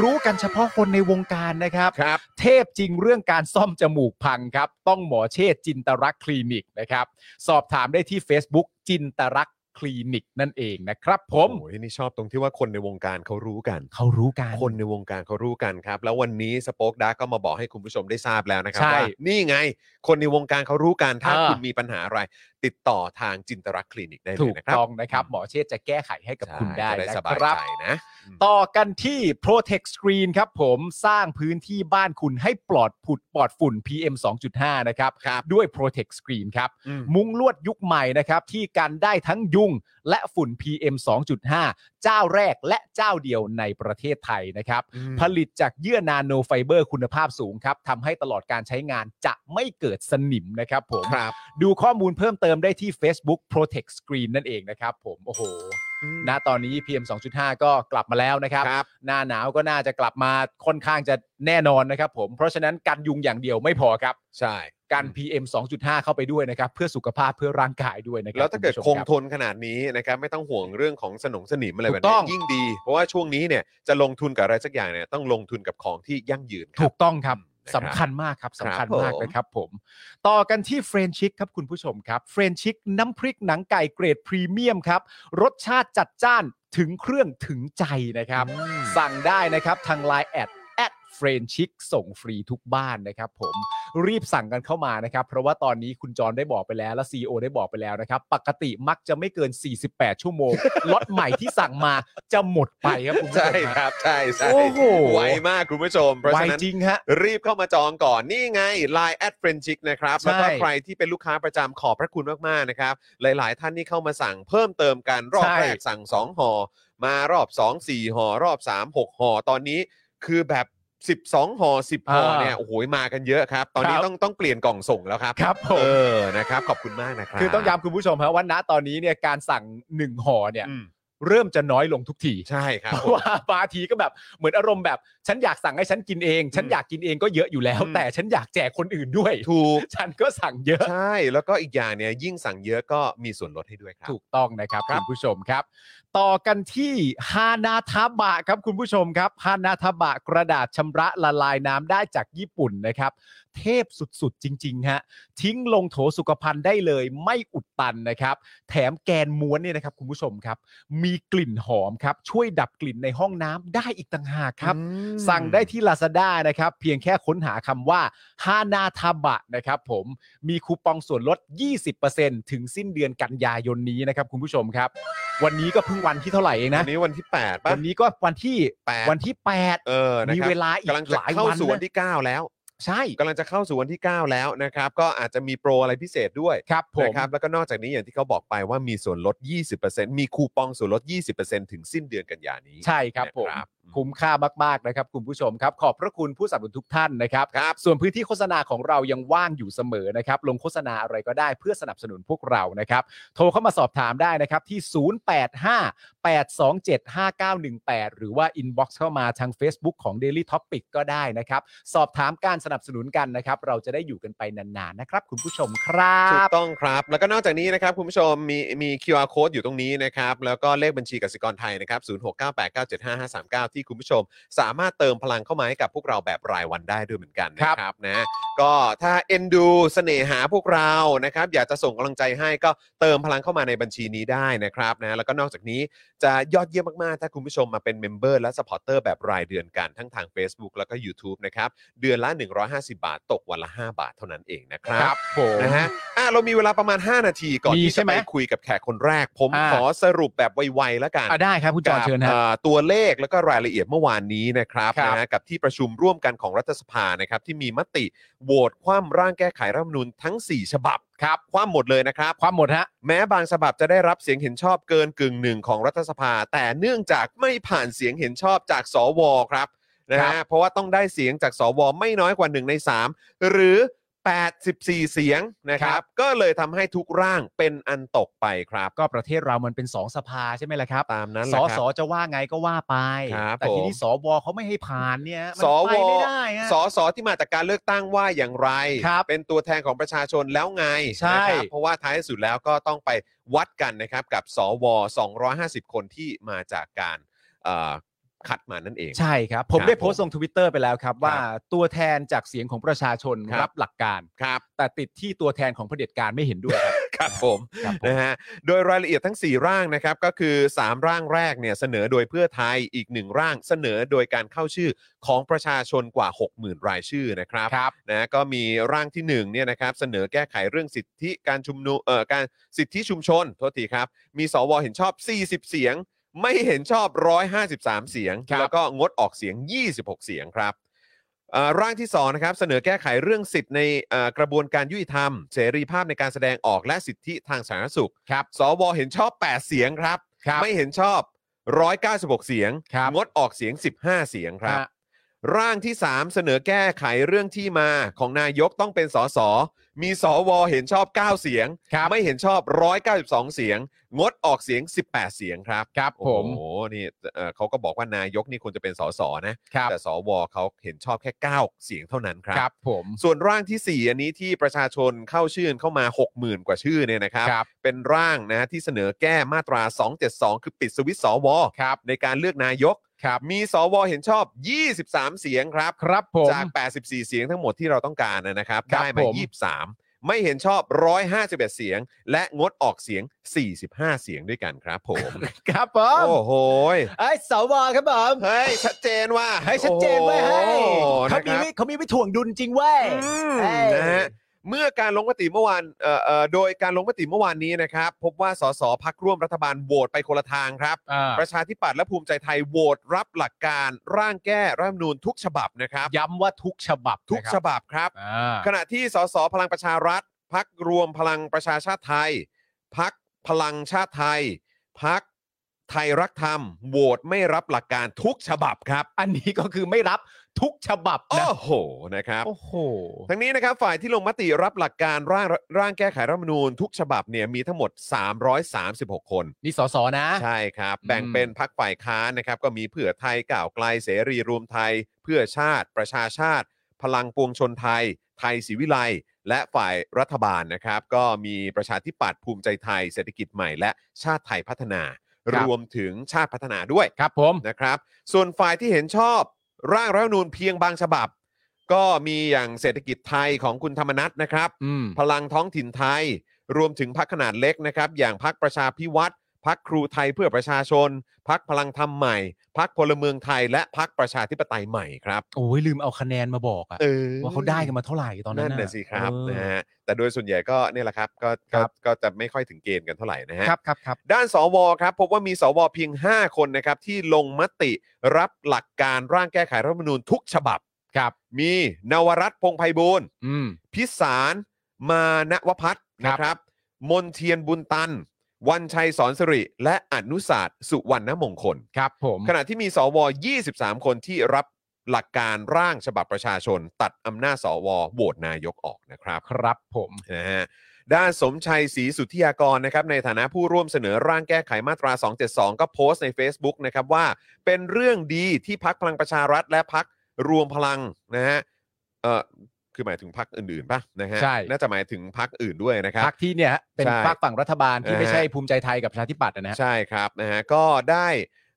Speaker 4: รู้กันเฉพาะคนในวงการนะครับ
Speaker 3: ครับ
Speaker 4: เทพจริงเรื่องการซ่อมจมูกพังครับ ต้องหมอเชษจินตรักษณ์คลินิกนะครับ สอบถามได้ที่ Facebook จินตรักษณ์คลินิกนั่นเองนะครับ ผม
Speaker 3: โอ้ยนี่ชอบตรงที่ว่าคนในวงการเขารู้กัน
Speaker 4: เขารู้กัน
Speaker 3: คนในวงการเขารู้กันครับ แล้ววันนี้สป็อคดาร์กก็มาบอกให้คุณผู้ชมได้ทราบแล้วนะครั
Speaker 4: ใช่
Speaker 3: ว่านี่ไง คนในวงการเขารู้กัน ถ้า
Speaker 4: เออ
Speaker 3: คุณมีปัญหาอะไร ติดต่อทางจินตรักษณ์คลินิกได้เล
Speaker 4: ถู
Speaker 3: ย
Speaker 4: ก
Speaker 3: นะครับ
Speaker 4: ต้องนะครับ หมอเชษจะแก้ไขให้กับคุณได้
Speaker 3: จะได้
Speaker 4: นะ
Speaker 3: สบาย
Speaker 4: ครับ
Speaker 3: ใจนะ
Speaker 4: ต่อกันที่ Protect Screen ครับผมสร้างพื้นที่บ้านคุณให้ปลอดผุดปลอดฝุ่น PM 2.5 นะครับ
Speaker 3: ครับ
Speaker 4: ด้วย Protect Screen ครับ
Speaker 3: อืม
Speaker 4: มุ้งลวดยุคใหม่นะครับ ที่กันได้ทั้งยุงและฝุ่น PM 2.5 เจ้าแรกและเจ้าเดียวในประเทศไทยนะครับ
Speaker 3: อืม
Speaker 4: ผลิตจากเยื่อนาโนไฟเบอร์คุณภาพสูงครับทำให้ตลอดการใช้งานจะไม่เกิดสนิมนะครับผม
Speaker 3: ครับ
Speaker 4: ดูข้อมูลเพิ่มเติมได้ที่ Facebook Protect Screen นั่นเองนะครับผม โอ้โห ณ ตอนนี้ PM 2.5 ก็กลับมาแล้วนะครับ
Speaker 3: ครับ
Speaker 4: หน้าหนาวก็น่าจะกลับมาค่อนข้างจะแน่นอนนะครับผม เพราะฉะนั้นกันยุงอย่างเดียวไม่พอครับ
Speaker 3: ใช่
Speaker 4: การ PM 2.5 เข้าไปด้วยนะครับ เพื่อสุขภาพเพื่อร่างกายด้วยนะครับ
Speaker 3: แล้วถ้าเกิด
Speaker 4: ณผู้
Speaker 3: ค
Speaker 4: ช
Speaker 3: ง
Speaker 4: มรับ
Speaker 3: ทนขนาดนี้นะครับไม่ต้องห่วงเรื่องของสนงสนิมอะไร
Speaker 4: ถู
Speaker 3: แบบ
Speaker 4: กต้
Speaker 3: นี้
Speaker 4: อง
Speaker 3: ยิ่งดี เพราะว่าช่วงนี้เนี่ยจะลงทุนกับอะไรสักอย่างเนี่ยต้องลงทุนกับของที่ยั่งยืนค
Speaker 4: ถู
Speaker 3: รับ
Speaker 4: กต้องครับ
Speaker 3: นะครับ
Speaker 4: สำคัญมากครับสำคัญมาก
Speaker 3: ผม
Speaker 4: นะครับผม ต่อกันที่เฟรนชิกครับคุณผู้ชมครับเฟรนชิกน้ำพริกหนังไก่เกรดพรีเมียมครับ รสชาติจัดจ้านถึงเครื่องถึงใจนะครับ สั่งได้นะครับทาง Line แอดแอดเฟรนชิกส่งฟรีทุกบ้านนะครับผมรีบสั่งกันเข้ามานะครับ เพราะว่าตอนนี้คุณจรได้บอกไปแล้วและ CEO ได้บอกไปแล้วนะครับ ปกติมักจะไม่เกิน 48 ชั่วโมง ล็อตใหม่ที่สั่งมาจะหมดไปครับคุณผู้ชม
Speaker 3: ใช่
Speaker 4: ฮะ
Speaker 3: ครับใช่ใช่
Speaker 4: โอ้โห
Speaker 3: ไวมากคุณผู้ชมเพราะ
Speaker 4: ไว
Speaker 3: ฉะนั้น
Speaker 4: จริงฮะ
Speaker 3: รีบเข้ามาจองก่อนนี่ไง Line แอดเฟรนชิกนะครับ
Speaker 4: ใช่
Speaker 3: แล้วก็ใครที่เป็นลูกค้าประจำขอบพระคุณมาก ๆ นะครับ หลาย ๆ ท่านนี่เข้ามาสั่งเพิ่มเติมกัน รอบ
Speaker 4: ใช่
Speaker 3: แรกสั่ง 2ห่อมารอบ 2 4ห่อรอบ 3 6ห่อตอนนี้คือแบบ 12ห่อ10ห่อเนี่ยโอ้โหมากันเยอะครับ ตอนนี้ต้องต้องเปลี่ยนกล่องส่งแล้วครับ
Speaker 4: ครับผม
Speaker 3: เออนะครับขอบคุณมากนะครับ
Speaker 4: คือต้องย้ำคุณผู้ชมฮะว่าณตอนนี้เนี่ยการสั่งหนึ่งห่อเนี่ย
Speaker 3: อืม
Speaker 4: เริ่มจะน้อยลงทุกที
Speaker 3: ใช่ครับ
Speaker 4: เพ
Speaker 3: ผ
Speaker 4: ราะ
Speaker 3: ม
Speaker 4: ว่าบางทีก็แบบเหมือนอารมณ์แบบฉันอยากสั่งให้ฉันกินเอง ฉัน
Speaker 3: อืม
Speaker 4: อยากกินเองก็เยอะอยู่แล้ว
Speaker 3: อืม
Speaker 4: แต่ฉันอยากแจกคนอื่นด้วย
Speaker 3: ถูก
Speaker 4: ฉันก็สั่งเยอะ
Speaker 3: ใช่แล้วก็อีกอย่างเนี่ยยิ่งสั่งเยอะก็มีส่วนลดให้ด้วยครับ
Speaker 4: ถูกต้องนะครับ
Speaker 3: ครั
Speaker 4: คุ
Speaker 3: บ
Speaker 4: ณผู้ชมครับ ต่อกันที่ฮานาทาบะครับคุณผู้ชมครับฮานาทาบะกระดาษชำระละลายน้ำได้จากญี่ปุ่นนะครับ เทพสุดๆ จริง ๆ ฮะ ทิ้งลงโถสุขภัณฑ์ได้เลยไม่อุดตันนะครับ แถมแกนม้วนเนี่ยนะครับคุณผู้ชมครับ มีกลิ่นหอมครับ ช่วยดับกลิ่นในห้องน้ำได้อีกต่างหากครับ
Speaker 3: อืม
Speaker 4: สั่งได้ที่ Lazada นะครับ เพียงแค่ค้นหาคำว่าฮานาทาบะนะครับผมมีคูปองส่วนลด 20%ถึงสิ้นเดือนกันยายนนี้นะครับคุณผู้ชมครับ วันนี้ก็เพิ่งวันที่เท่าไหร่เองนะ
Speaker 3: วันนี้วันที่ 8ป่ะ
Speaker 4: วันนี้ก็วันที่
Speaker 3: แปด
Speaker 4: วันที่
Speaker 3: เออ
Speaker 4: 8
Speaker 3: นะ
Speaker 4: มี
Speaker 3: ครับ
Speaker 4: เวลาอีก
Speaker 3: กำลังจะ
Speaker 4: หลาย
Speaker 3: เข้า
Speaker 4: วัน
Speaker 3: สู่วัน
Speaker 4: นะ
Speaker 3: ที่ 9 แล้ว
Speaker 4: ใช่
Speaker 3: กำลังจะเข้าสู่วันที่ 9 แล้วนะครับ ก็อาจจะมีโปรอะไรพิเศษด้วย
Speaker 4: ครับผม
Speaker 3: นะครับแล้วก็นอกจากนี้อย่างที่เขาบอกไปว่ามีส่วนลด 20%มีคูปองส่วนลด 20%ถึงสิ้นเดือนกันยานี้
Speaker 4: ใช่ครับผม
Speaker 3: นะครับ
Speaker 4: คุ้มค่ามาก ๆ นะครับ คุณผู้ชมครับ ขอบพระคุณผู้สนับสนุนทุกท่านนะครับ
Speaker 3: ครับ
Speaker 4: ส่วนพื้นที่โฆษณาของเรายังว่างอยู่เสมอนะครับ ลงโฆษณาอะไรก็ได้เพื่อสนับสนุนพวกเรานะครับ โทรเข้ามาสอบถามได้นะครับ ที่ 0858275918 หรือว่า inbox เข้ามาทาง Facebook ของ Daily Topic ก็ได้นะครับ สอบถามการสนับสนุนกันนะครับ เราจะได้อยู่กันไปนาน ๆ นะครับ คุณผู้ชมครั
Speaker 3: ถู
Speaker 4: บ
Speaker 3: กต้องครับ แล้วก็นอกจากนี้นะครับ คุณผู้ชมมีมี QR code อยู่ตรงนี้นะครับ แล้วก็เลขบัญชีกสิกรไทยนะครับ 0698975539 ที่คุณผู้ชม สามารถเติมพลังเข้ามาให้กับพวกเราแบบรายวันได้ด้วยเหมือนกัน
Speaker 4: ครับ
Speaker 3: นะครับนะก็ถ้าเอ็นดูเสน่หาพวกเรานะครับ อยากจะส่งกำลังใจให้ก็เติมพลังเข้ามาในบัญชีนี้ได้นะครับนะแล้วก็นอกจากนี้จะยอดเยี่ยมมาก ๆ ถ้าคุณผู้ชมมาเป็นเมมเบอร์และสปอร์เตอร์แบบรายเดือนกันทั้งทาง Facebook แล้วก็ YouTube นะครับเดือนละ 150 บาท ตกวันละ 5 บาทเท่านั้นเองนะครับ
Speaker 4: ผม
Speaker 3: นะฮะ อ่ะ เรามีเวลาประมาณ 5 นาทีก่อน
Speaker 4: มี
Speaker 3: ที่
Speaker 4: ใช่
Speaker 3: จะ
Speaker 4: ไหม
Speaker 3: ไปคุยกับแขกคนแรก ผม
Speaker 4: อ่า
Speaker 3: ขอสรุปแบบไวๆแล้วกัน
Speaker 4: อ่ะได้ครับคุณจอห์น
Speaker 3: กับ
Speaker 4: เชิญฮะ
Speaker 3: อ่าตัวเลขแล้วก็รายละเอียดเมื่อวานนี้นะครับ
Speaker 4: ครับ
Speaker 3: นะฮะกับที่ประชุมร่วมกันของรัฐสภานะครับ ที่มีมติโหวตคว่ำร่างแก้ไขรัฐธรรมนูญทั้ง 4 ฉบับครับคว่ำหมดเลยนะครับ
Speaker 4: ความหมดฮะ
Speaker 3: แม้บางฉบับจะได้รับเสียงเห็นชอบเกินกึ่งหนึ่งของรัฐสภา แต่เนื่องจากไม่ผ่านเสียงเห็นชอบจากสวครับนะ
Speaker 4: ครั
Speaker 3: ฮะ
Speaker 4: บ
Speaker 3: เพราะว่าต้องได้เสียงจากสวไม่น้อยกว่า 1 ใน 3 หรือ 84 เสียงนะครับ ก็เลยทำให้ทุกร่างเป็นอันตกไปครับ
Speaker 4: ก็ประเทศเรามันเป็นสองสภาใช่ไหมล่ะครับ
Speaker 3: ตามนั้นแห
Speaker 4: ส
Speaker 3: ละ
Speaker 4: อ
Speaker 3: ค
Speaker 4: ส
Speaker 3: รั
Speaker 4: อบ จะว่าไงก็ว่าไป
Speaker 3: ครับ
Speaker 4: แต่ทีนี้
Speaker 3: ผม
Speaker 4: สวเขาไม่ให้ผ่านเนี่ยมัน
Speaker 3: ส
Speaker 4: ไป
Speaker 3: ว
Speaker 4: ไม่ได้ฮะ
Speaker 3: สสที่มาจากการเลือกตั้งว่าอย่างไร
Speaker 4: ครับ
Speaker 3: เป็นตัวแทนของประชาชนแล้วไง
Speaker 4: ใช่
Speaker 3: นะครับเพราะว่าท้ายสุดแล้วก็ต้องไปวัดกันนะครับกับสว 250 คนที่มาจากการเอ่อคัดมานั่นเอง
Speaker 4: ใช่ครับ ผม
Speaker 3: ครับ
Speaker 4: ได้โพสต์ลงทวิตเตอร์ไปแล้วครับ ว่าตัวแทนจากเสียงของประชาชน
Speaker 3: ครับ
Speaker 4: รับหลักการ
Speaker 3: ครับ
Speaker 4: แต่ติดที่ตัวแทนของเผด็จการไม่เห็นด้วยครับ
Speaker 3: ครับผม
Speaker 4: ครับผม
Speaker 3: นะฮะโดยรายละเอียดทั้ง 4 ร่างนะครับก็คือ 3 ร่างแรกเนี่ยเสนอโดยเพื่อไทยอีก 1 ร่างเสนอโดยการเข้าชื่อของประชาชนกว่า 60,000 รายชื่อนะครับ
Speaker 4: ครับ
Speaker 3: นะก็มีร่างที่1เนี่ยนะครับเสนอแก้ไขเรื่องสิทธิการชุมนุมเอ่อการสิทธิชุมชนโทษทีครับ มีสวเห็นชอบ 40 เสียง ไม่เห็นชอบ 153 เสียง
Speaker 4: ครับ
Speaker 3: แล้วก็งดออกเสียง 26 เสียงครับเอ่อร่างที่2นะครับเสนอแก้ไขเรื่องสิทธิ์ในเอ่อกระบวนการยุติธรรม เสรีภาพในการแสดงออกและสิทธิทางสาธารณสุข
Speaker 4: ครับ
Speaker 3: สวเห็นชอบ 8 เสียงครับ
Speaker 4: ครับ
Speaker 3: ไม่เห็นชอบ 196 เสียง
Speaker 4: ครับ
Speaker 3: งดออกเสียง 15 เสียงครับ
Speaker 4: ฮะ
Speaker 3: ร่างที่ 3 เสนอแก้ไขเรื่องที่มาของนายกต้องเป็นสส มีสวเห็นชอบ 9 เสียง
Speaker 4: ครับ
Speaker 3: ไม่เห็นชอบ 192 เสียง งดออกเสียง 18 เสียงครับ
Speaker 4: ครับผม
Speaker 3: โอ้โห นี่เอ่อเขาก็บอกว่านายกนี่ควรจะเป็นสสนะ
Speaker 4: ครับ
Speaker 3: แต่สวเขาเห็นชอบแค่ 9 เสียงเท่านั้นครั
Speaker 4: ครับผม
Speaker 3: ส่วนร่างทีสี่ 4 อันนี้ที่ประชาชนเข้าชื่นเข้ามา 60,000 กว่าชื่อเนี่ยนะครับ
Speaker 4: ครับ
Speaker 3: เป็นร่างนะที่เสนอแก้มาตรา 272 คือปิดสวิตช์สว
Speaker 4: ครับ
Speaker 3: ในการเลือกนายก
Speaker 4: ครับ
Speaker 3: มีสวเห็นชอบ 23 เสียงครับ
Speaker 4: ครับผม
Speaker 3: จาก 84 เสียงทั้งหมดที่เราต้องการนะครับ
Speaker 4: ครับ
Speaker 3: ได้มา
Speaker 4: ผม
Speaker 3: 23 ไม่เห็นชอบ 151 เสียง และงดออกเสียง 45 เสียงด้วยกันครับผม
Speaker 4: ครับผม
Speaker 3: โอ้โหย
Speaker 4: ไอ้สวครับผม
Speaker 3: เฮ้ย ชัดเจนว่า
Speaker 4: ให้ชัดเจนไว้ให้ยเขา
Speaker 3: เขา
Speaker 4: มี
Speaker 3: มี
Speaker 4: วิเขามีวิถ่วงดุลจริงเว้ยเอ้ย
Speaker 3: นะฮะเมื่อการลงมติเมื่อวานเอ่อเอ่อโดยการลงมติเมื่อวานนี้นะครับ พบว่าสสพักร่วมรัฐบาลโหวตไปคนละทางครับ ประชาธิปัตย์และภูมิใจไทยโหวตรับหลักการร่างแก้รัฐธรรมนูญทุกฉบับนะครับ
Speaker 4: ย้ำว่าทุกฉบับ
Speaker 3: ทุกฉบับครับ ขณะที่สสพลังประชารัฐ พักรวมพลังประชาชาติไทย พักพลังชาติไทย พักไทยรักธรรม โหวตไม่รับหลักการทุกฉบับครับ
Speaker 4: อันนี้ก็คือไม่รับทุกฉบับ
Speaker 3: โอ้
Speaker 4: นะ
Speaker 3: โหนะครับ
Speaker 4: โอ้โห
Speaker 3: ทั้งนี้นะครับฝ่ายที่ลงมติรับหลักการร่างร่างแก้ไขรัฐธรรมนูญทุกฉบับเนี่ยมีทั้งหมด 336 คน
Speaker 4: นี่สสนะ
Speaker 3: ใช่ครับ
Speaker 4: อืม
Speaker 3: แบ่งเป็นพักฝ่ายค้านนะครับ ก็มีเพื่อไทยก่าวไกลเสรีรวมไทย เพื่อชาติ ประชาชาติ พลังปวงชนไทย ไทยศรีวิไลย์และฝ่ายรัฐบาลนะครับ ก็มีประชาธิปัตย์ภูมิใจไทย เศรษฐกิจใหม่และชาติไทยพัฒนา รวมถึงชาติพัฒนาด้วย
Speaker 4: ครับผม
Speaker 3: นะครับ ส่วนฝ่ายที่เห็นชอบร่างรัฐธรรมนูญเพียงบางฉบับ ก็มีอย่างเศรษฐกิจไทยของคุณธรรมนัฐนะครับ
Speaker 4: อืม
Speaker 3: พลังท้องถิ่นไทย รวมถึงพักขนาดเล็กนะครับ อย่างพักประชาพิวัตรพักครูไทยเพื่อประชาชน พักพลังธรรมใหม่ พักพลเมืองไทย และพักประชาธิปไตยใหม่ครับ
Speaker 4: โอ้ยลืมเอาคะแนนมาบอกอะว่าเขาได้กันมาเท่าไหร่ตอนนั้น
Speaker 3: นั่นน่ะสิครับ
Speaker 4: เออ
Speaker 3: นะฮะแต่โดยส่วนใหญ่ก็เนี่ยแหละครับก็
Speaker 4: ครั
Speaker 3: ก็
Speaker 4: บ
Speaker 3: ก็จะไม่ค่อยถึงเกณฑ์กันเท่าไหร่นะฮะ
Speaker 4: ครับครับครับ
Speaker 3: ด้านสวครับพบว่ามีสวเพียง 5 คนนะครับที่ลงมติรับหลักการร่างแก้ไขรัฐธรรมนูญทุกฉบับ
Speaker 4: ครับ
Speaker 3: มีนวรัตน์พงษ์ไพบูลย์
Speaker 4: อืม
Speaker 3: พิสารมานวพัฒน์
Speaker 4: ครั
Speaker 3: นะ
Speaker 4: บ
Speaker 3: ครับ มนเทียนบุญตัน วันชัยสอนสิริ และอนุศาสตร์สุวรรณมงคล
Speaker 4: ครับผม
Speaker 3: ขณะที่มีสว 23 คนที่รับหลักการร่างฉบับประชาชน ตัดอำนาจสวโหวตนายกออกนะครับ
Speaker 4: ครับผม
Speaker 3: นะฮะด้านสมชัยศรีสุทธิยากรนะครับในฐานะผู้ร่วมเสนอร่างแก้ไขมาตรา 272 ก็โพสต์ใน Facebook นะครับว่าเป็นเรื่องดีที่พักพลังประชารัฐ และพักรวมพลังนะฮะเออคือหมายถึงพักอื่นๆป่ะนะฮะ
Speaker 4: ใช่
Speaker 3: น่าจะหมายถึงพักอื่นด้วยนะครับ
Speaker 4: พักที่เนี่ยฮะเป็น
Speaker 3: ใช่
Speaker 4: พักฝั่งรัฐบาลที่
Speaker 3: อ่าฮะ
Speaker 4: ไม่ใช่ภูมิใจไทยกับประชาธิปัตย์นะฮะ
Speaker 3: ใช่ครับนะฮะก็ได้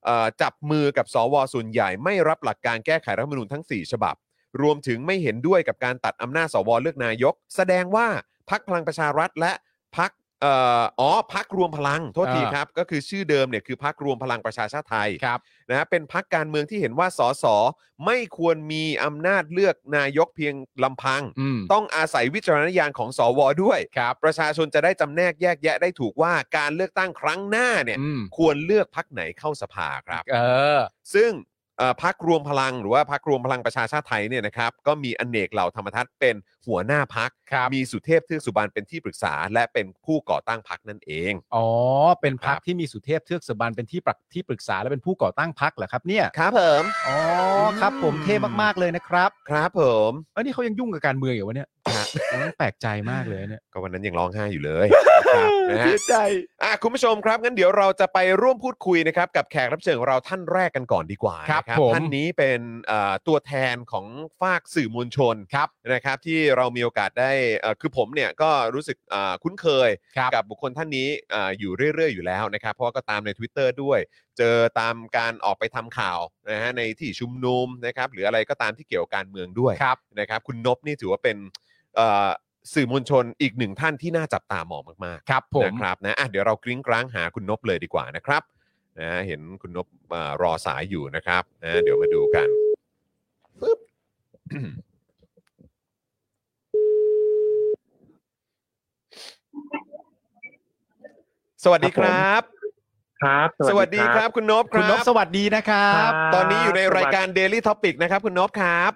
Speaker 3: เอ่อจับมือกับสวส่วนใหญ่ไม่รับหลักการแก้ไขรัฐธรรมนูญทั้ง 4 ฉบับ รวมถึงไม่เห็นด้วยกับการตัดอำนาจสวเลือกนายก แสดงว่าพักพลังประชารัฐและพักอ๋อพักรวมพลังโทษที
Speaker 4: อ่า
Speaker 3: ครับ ก็คือชื่อเดิมเนี่ยคือพักรวมพลังประชาชาติไทย
Speaker 4: ครับ
Speaker 3: นะฮะเป็นพักการเมืองที่เห็นว่าสสไม่ควรมีอำนาจเลือกนายกเพียงลำพัง
Speaker 4: อืม
Speaker 3: ต้องอาศัยวิจารณญาณของสวด้วย
Speaker 4: ครับ
Speaker 3: ประชาชนจะได้จำแนกแยกแยะได้ถูกว่าการเลือกตั้งครั้งหน้าเนี่ย
Speaker 4: อืม
Speaker 3: ควรเลือกพักไหนเข้าสภาครับ
Speaker 4: เออ
Speaker 3: ซึ่งเอ่อพักรวมพลังหรือว่าพักรวมพลังประชาชาติไทยเนี่ยนะครับ ก็มีอเนกเหล่าธรรมทัศน์เป็นหัวหน้าพัก
Speaker 4: ครับ
Speaker 3: มีสุเทพเทือกสุบานเป็นที่ปรึกษา และเป็นผู้ก่อตั้งพักนั่นเอง
Speaker 4: อ๋อ เป็นพัก
Speaker 3: ครับ
Speaker 4: ที่มีสุเทพเทือกสุบานเป็นที่ปรักที่ปรึกษาและเป็นผู้ก่อตั้งพักเหรอครับเนี่ย
Speaker 3: ครับผม
Speaker 4: อ๋อครับผม
Speaker 3: อืม
Speaker 4: เท่มากๆเลยนะครับ
Speaker 3: ครับผม
Speaker 4: เอันนี้เขายังยุ่งกับการเมืองอยู่วะเนี่ยผมแปลกใจมากเลยเนี่ย
Speaker 3: ก็วันนั้นยังร้องไห้อยู่ เลยนะครับนะฮะ
Speaker 4: เสียใจ
Speaker 3: อ่ะคุณผู้ชมครับงั้นเดี๋ยวเราจะไปร่วมพูดคุยนะครับกับแขกรับเชิญของเราท่านแรกกันก่อนดีกว่า
Speaker 4: ครับ
Speaker 3: นะ
Speaker 4: ผม
Speaker 3: ท่านนี้เป็นเอ่อตัวแทนของฝากสื่อมวลชน
Speaker 4: ครับ
Speaker 3: นะครับที่เรามีโอกาสได้เอ่อคือผมเนี่ยก็รู้สึกอ่าคุ้นเคย
Speaker 4: ครับ
Speaker 3: กับบุคคลท่านนี้อ่าอยู่เรื่อย ๆ อยู่แล้วนะครับ เพราะว่าก็ตามใน Twitter ด้วย เจอตามการออกไปทำข่าวนะฮะในที่ชุมนุมนะครับหรืออะไรก็ตามที่เกี่ยวกับการเมืองด้วย
Speaker 4: ครับ
Speaker 3: นะครับคุณนพนี่ถือว่าเป็นเอ่อสื่อมวลชนอีกหนึ่งท่านที่น่าจับตามองมากๆ
Speaker 4: ครับผม
Speaker 3: นะครับนะอ่ะเดี๋ยวเรากริ้งกร้างหาคุณนบเลยดีกว่านะครับนะเห็นคุณนบเอ่อรอสายอยู่นะครับนะเดี๋ยวมาดูกันปึ๊บ สวัสดีครับ
Speaker 5: ครับ
Speaker 3: สวัสดีครับคุณนพค
Speaker 4: คุณน
Speaker 3: รั
Speaker 4: พ
Speaker 3: บ
Speaker 4: สวัสดีนะครับ
Speaker 3: ตอนนี้อยู่ในรายการ Daily Topic นะครับ คุณนพครับ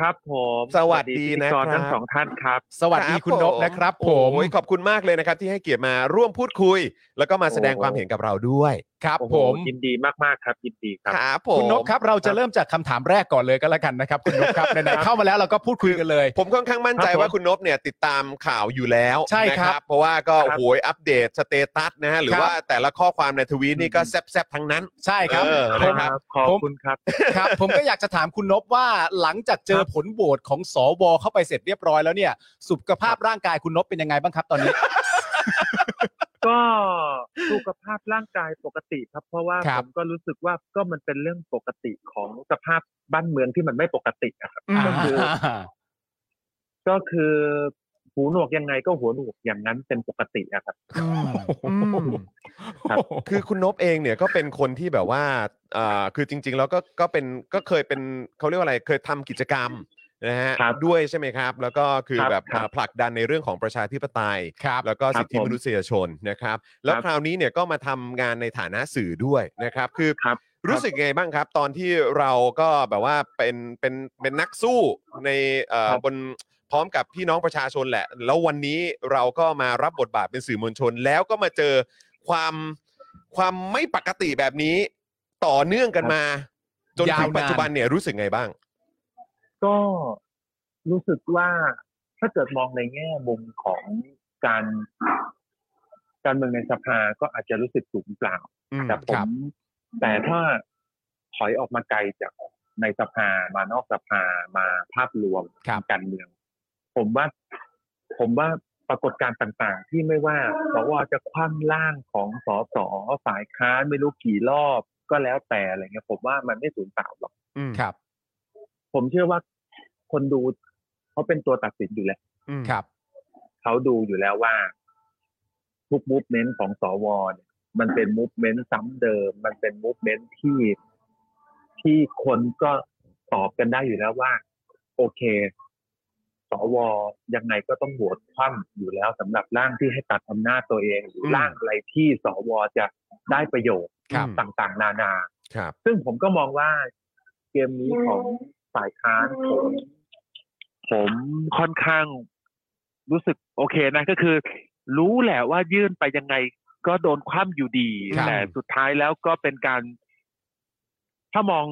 Speaker 5: ครับผม
Speaker 3: สวัสดี
Speaker 5: พิธี
Speaker 3: นะ
Speaker 5: กร
Speaker 3: ครับ
Speaker 5: ทั้งสองท่านครับ
Speaker 4: สวัสดีคุณนพ
Speaker 3: ผม
Speaker 4: นะครับ ผม
Speaker 3: โอ้ยขอบคุณมากเลยนะครับ ที่ให้เกียรติมาร่วมพูดคุย แล้วก็มาแสดง
Speaker 5: โอ้
Speaker 3: ความเห็นกับเราด้วย
Speaker 4: ครับ
Speaker 5: โอ้โห
Speaker 4: ผม
Speaker 5: ยินดีมากๆครับยินดีครับ
Speaker 3: ครับผม
Speaker 4: คุณนพครับเราจะเริ่มจากคำถามแรกก่อนเลยก็แล้วกันนะครับ คุณนพครับไหนๆเข้ามาแล้วเราก็พูดคุยกันเลย
Speaker 3: ผมค่อนข้างมั่นใจ
Speaker 5: ครับผม
Speaker 3: ว่าคุณนพเนี่ยติดตามข่าวอยู่แล้ว
Speaker 4: ใช่
Speaker 3: นะครับ เพราะว่าก็
Speaker 5: ครับ
Speaker 3: โหยอัปเดตสเตตัสนะฮะหรือ
Speaker 4: ครับ
Speaker 3: ว่าแต่ละข้อความในทวีตนี่ก็แซบๆทั้งนั้น
Speaker 4: ใช่ครับ
Speaker 3: เออ
Speaker 4: ผม
Speaker 3: ครับ
Speaker 5: ขอบ
Speaker 4: ผม
Speaker 5: คุณครับ
Speaker 4: ครับ ผมก็อยากจะถามคุณนพว่าหลังจากเจอ
Speaker 5: ครับ
Speaker 4: ผลโหวตของสวเข้าไปเสร็จเรียบร้อยแล้วเนี่ย สุขภาพร่างกายคุณนพเป็นยังไงบ้างครับตอนนี้
Speaker 5: ก็สุขภาพร่างกายปกติครับ เพราะว่า
Speaker 4: ครั
Speaker 5: ผ
Speaker 4: บ
Speaker 5: มก็รู้สึกว่าก็มันเป็นเรื่องปกติของสภาพบ้านเมืองที่มันไม่ปกตินะครับ ก็คือ ก็คือหูหนวกยังไงก็หัวหนวกอย่างนั้นเป็นปกติอะครับ ครับ
Speaker 3: คือคุณนพเองเนี่ยก็เป็นคนที่แบบว่าอ่าคือจริง ๆ แล้วก็ก็เป็นก็เคยเป็นเขาเรียกว่าอะไรเคยทำกิจกรรมนะฮะ
Speaker 5: ครับ
Speaker 3: ด้วยใช่ไหมครับ แล้วก็คือ
Speaker 5: ครับ
Speaker 3: แบบ
Speaker 5: ครับ
Speaker 3: อ่าผลักดันในเรื่องของประชาธิปไตย
Speaker 4: ครับ
Speaker 3: แล้วก็สิทธิ
Speaker 5: ครับผม
Speaker 3: มนุษยชนนะครับ แล้ว
Speaker 5: ครับ
Speaker 3: คราวนี้เนี่ยก็มาทำงานในฐานะสื่อด้วยนะครับ คือ
Speaker 5: ครับ
Speaker 3: รู้สึกไงบ้างครับ ตอนที่เราก็แบบว่าเป็นเป็นเป็นนักสู้ในเอ่อ
Speaker 5: ครับ
Speaker 3: บนพร้อมกับพี่น้องประชาชนแหละ แล้ววันนี้เราก็มารับบทบาทเป็นสื่อมวลชน แล้วก็มาเจอความความไม่ปกติแบบนี้ ต่อเนื่องกัน
Speaker 5: ครับ
Speaker 3: มา จน
Speaker 4: ยาว
Speaker 3: ถึ
Speaker 4: นาง น
Speaker 3: ปัจจุบันเนี่ยรู้สึกไงบ้าง
Speaker 5: ก็รู้สึกว่าถ้าเกิดมองในแง่มุมของการ การเมืองในสภาก็อาจจะรู้สึกสูญเปล่า
Speaker 3: อืม
Speaker 5: แต่ผ
Speaker 4: ครั
Speaker 5: ม
Speaker 4: บ
Speaker 5: แต่ถ้าถอยออกมาไกลจากในสภามานอกสภามาภาพรวม
Speaker 4: ครับ
Speaker 5: การเมือง ผมว่า ผมว่าปรากฏการณ์ต่างๆ ที่ไม่ว่าสวจะคว่ำร่างของสสฝ่ายค้านไม่รู้กี่รอบก็แล้วแต่อะไรเงี้ยผมว่ามันไม่สูญเปล่าหรอก
Speaker 3: อืม
Speaker 4: ครับ
Speaker 5: ผมเชื่อว่าคนดูเขาเป็นตัวตัดสินอยู่แล้ว
Speaker 3: อืม
Speaker 4: ครับ
Speaker 5: เขาดูอยู่แล้วว่า ทุกมูฟเมนต์ของสวเนี่ยมันเป็นมูฟเมนต์ซ้ำเดิม มันเป็นมูฟเมนต์ที่ที่คนก็ตอบกันได้อยู่แล้วว่า โอเค สวยังไงก็ต้องโหวตคว่ำอยู่แล้วสำหรับร่างที่ให้ตัดอำนาจตัวเองหรืออร่างอะไรที่สวจะได้ประโยชน์
Speaker 4: ครับ
Speaker 5: ต่างๆ นานา
Speaker 3: ครับ
Speaker 5: ซึ่งผมก็มองว่าเกมนี้ของฝ่ายค้านผมผมค่อนข้างรู้สึกโอเคนะก็คือ รู้แหละว่ายื่นไปยังไงก็โดนคว่ำอยู่ดี
Speaker 4: ครับ
Speaker 5: แต่สุดท้ายแล้วก็เป็นการ ถ้ามอง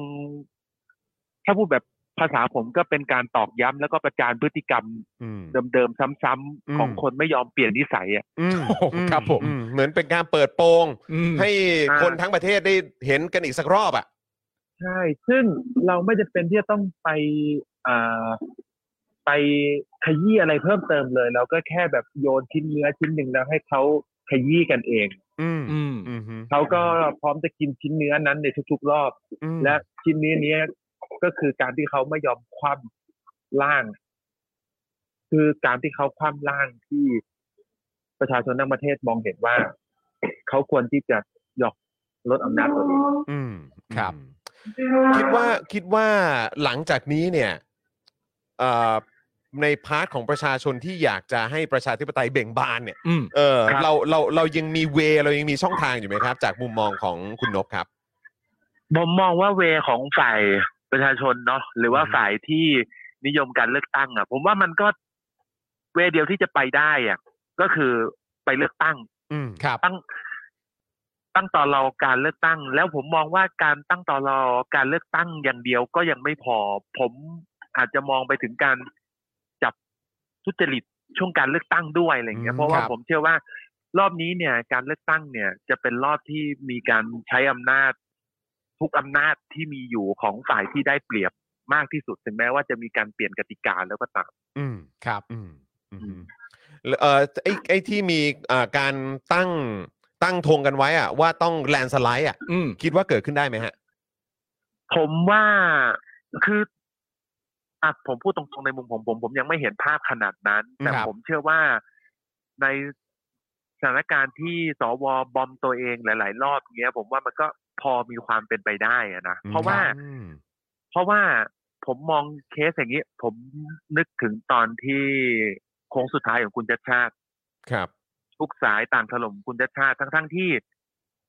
Speaker 5: ถ้าพูดแบบภาษาผมก็เป็นการตอกย้ำแล้วก็ประจานพฤติกรรม
Speaker 3: อืม
Speaker 5: เดิมๆซ้ำ
Speaker 3: อืม
Speaker 5: ๆของคนไม่ยอมเปลี่ยนนิสัยอ่ะ
Speaker 3: อืม
Speaker 4: โอ้โหครับผม
Speaker 3: อืเหมือนเป็นการเปิดโปง
Speaker 4: อืม
Speaker 3: ให้
Speaker 5: อ่า
Speaker 3: คนทั้งประเทศได้เห็นกันอีกสักรอบอ่ะ
Speaker 5: ใช่ ซึ่งเราไม่จำเป็นที่จะต้องไปอ่าไปขยี้อะไรเพิ่มเติมเลย เราก็แค่แบบโยนชิ้นเนื้อชิ้นหนึ่งแล้วให้เขาขยี้กันเอง
Speaker 3: อืม
Speaker 4: อืม
Speaker 3: อืม
Speaker 5: เขาก็พร้อมจะกินชิ้นเนื้อนั้นในทุกๆรอบ
Speaker 3: อืม
Speaker 5: และชิ้นเนื้อเนี้ยก็คือการที่เขาไม่ยอมคว่ำล่าง คือการที่เขาคว่ำล่างที่ประชาชนทั้งประเทศมองเห็นว่า เขาควรที่จะยอมลดอำนาจตัวเอง
Speaker 3: อืม
Speaker 4: ครับ
Speaker 3: คิดว่าคิดว่าหลังจากนี้เนี่ยเอ่อในพาร์ทของประชาชนที่อยากจะให้ประชาธิปไตยเบ่งบานเนี่ย
Speaker 4: อืม
Speaker 3: เออ
Speaker 5: ครับ
Speaker 3: เราเราเรายังมีเวเรายังมีช่องทางอยู่ไหมครับ จากมุมมองของคุณนพครับ
Speaker 5: ผมมองว่าเวของฝ่ายประชาชนเนาะหรือว่า
Speaker 3: อือฮึ
Speaker 5: ฝ่ายที่นิยมการเลือกตั้งอ่ะ ผมว่ามันก็เวเดียวที่จะไปได้อ่ะก็คือไปเลือกตั้ง
Speaker 3: อืม
Speaker 4: ครับ
Speaker 5: ตั้งตั้งต่อรอการเลือกตั้ง แล้วผมมองว่าการตั้งต่อรอการเลือกตั้งอย่างเดียวก็ยังไม่พอ ผมอาจจะมองไปถึงการจับทุจริตช่วงการเลือกตั้งด้วยอะไรอย่างเงี้
Speaker 3: อื
Speaker 5: ย
Speaker 3: ม
Speaker 5: เพราะว่า
Speaker 4: ครับ
Speaker 5: ผมเชื่อว่า รอบนี้เนี่ย การเลือกตั้งเนี่ย จะเป็นรอบที่มีการใช้อำนาจ ทุกอำนาจที่มีอยู่ของฝ่ายที่ได้เปรียบมากที่สุดถึงแม้ว่าจะมีการเปลี่ยนกติกาแล้วก็ตาม
Speaker 3: อืม
Speaker 4: ครับ
Speaker 3: อืมอืมแล้วเออไอไอที่มีเอ่อการตั้งตั้งธงกันไว้อะว่าต้องแลนสไลด์อ่ะ
Speaker 4: อืม
Speaker 3: คิดว่าเกิดขึ้นได้ไหมฮะ
Speaker 5: ผมว่าคืออ่ะผมพูดตรงๆในมุมผมผม ผมยังไม่เห็นภาพขนาดนั้น แต่
Speaker 4: ครับ
Speaker 5: ผมเชื่อว่าในสถานการณ์ที่สวบอมตัวเองหลาย ๆ รอบเงี้ย ผมว่ามันก็พอมีความเป็นไปได้อะนะเพราะว่า
Speaker 3: อืม
Speaker 5: เพราะว่าผมมองเคสอย่างนี้ ผมนึกถึงตอนที่โค้งสุดท้ายของคุณชัดชาติ
Speaker 3: ครับ
Speaker 5: ทุกสายต่างถล่มคุณชัดชาติทั้งๆที่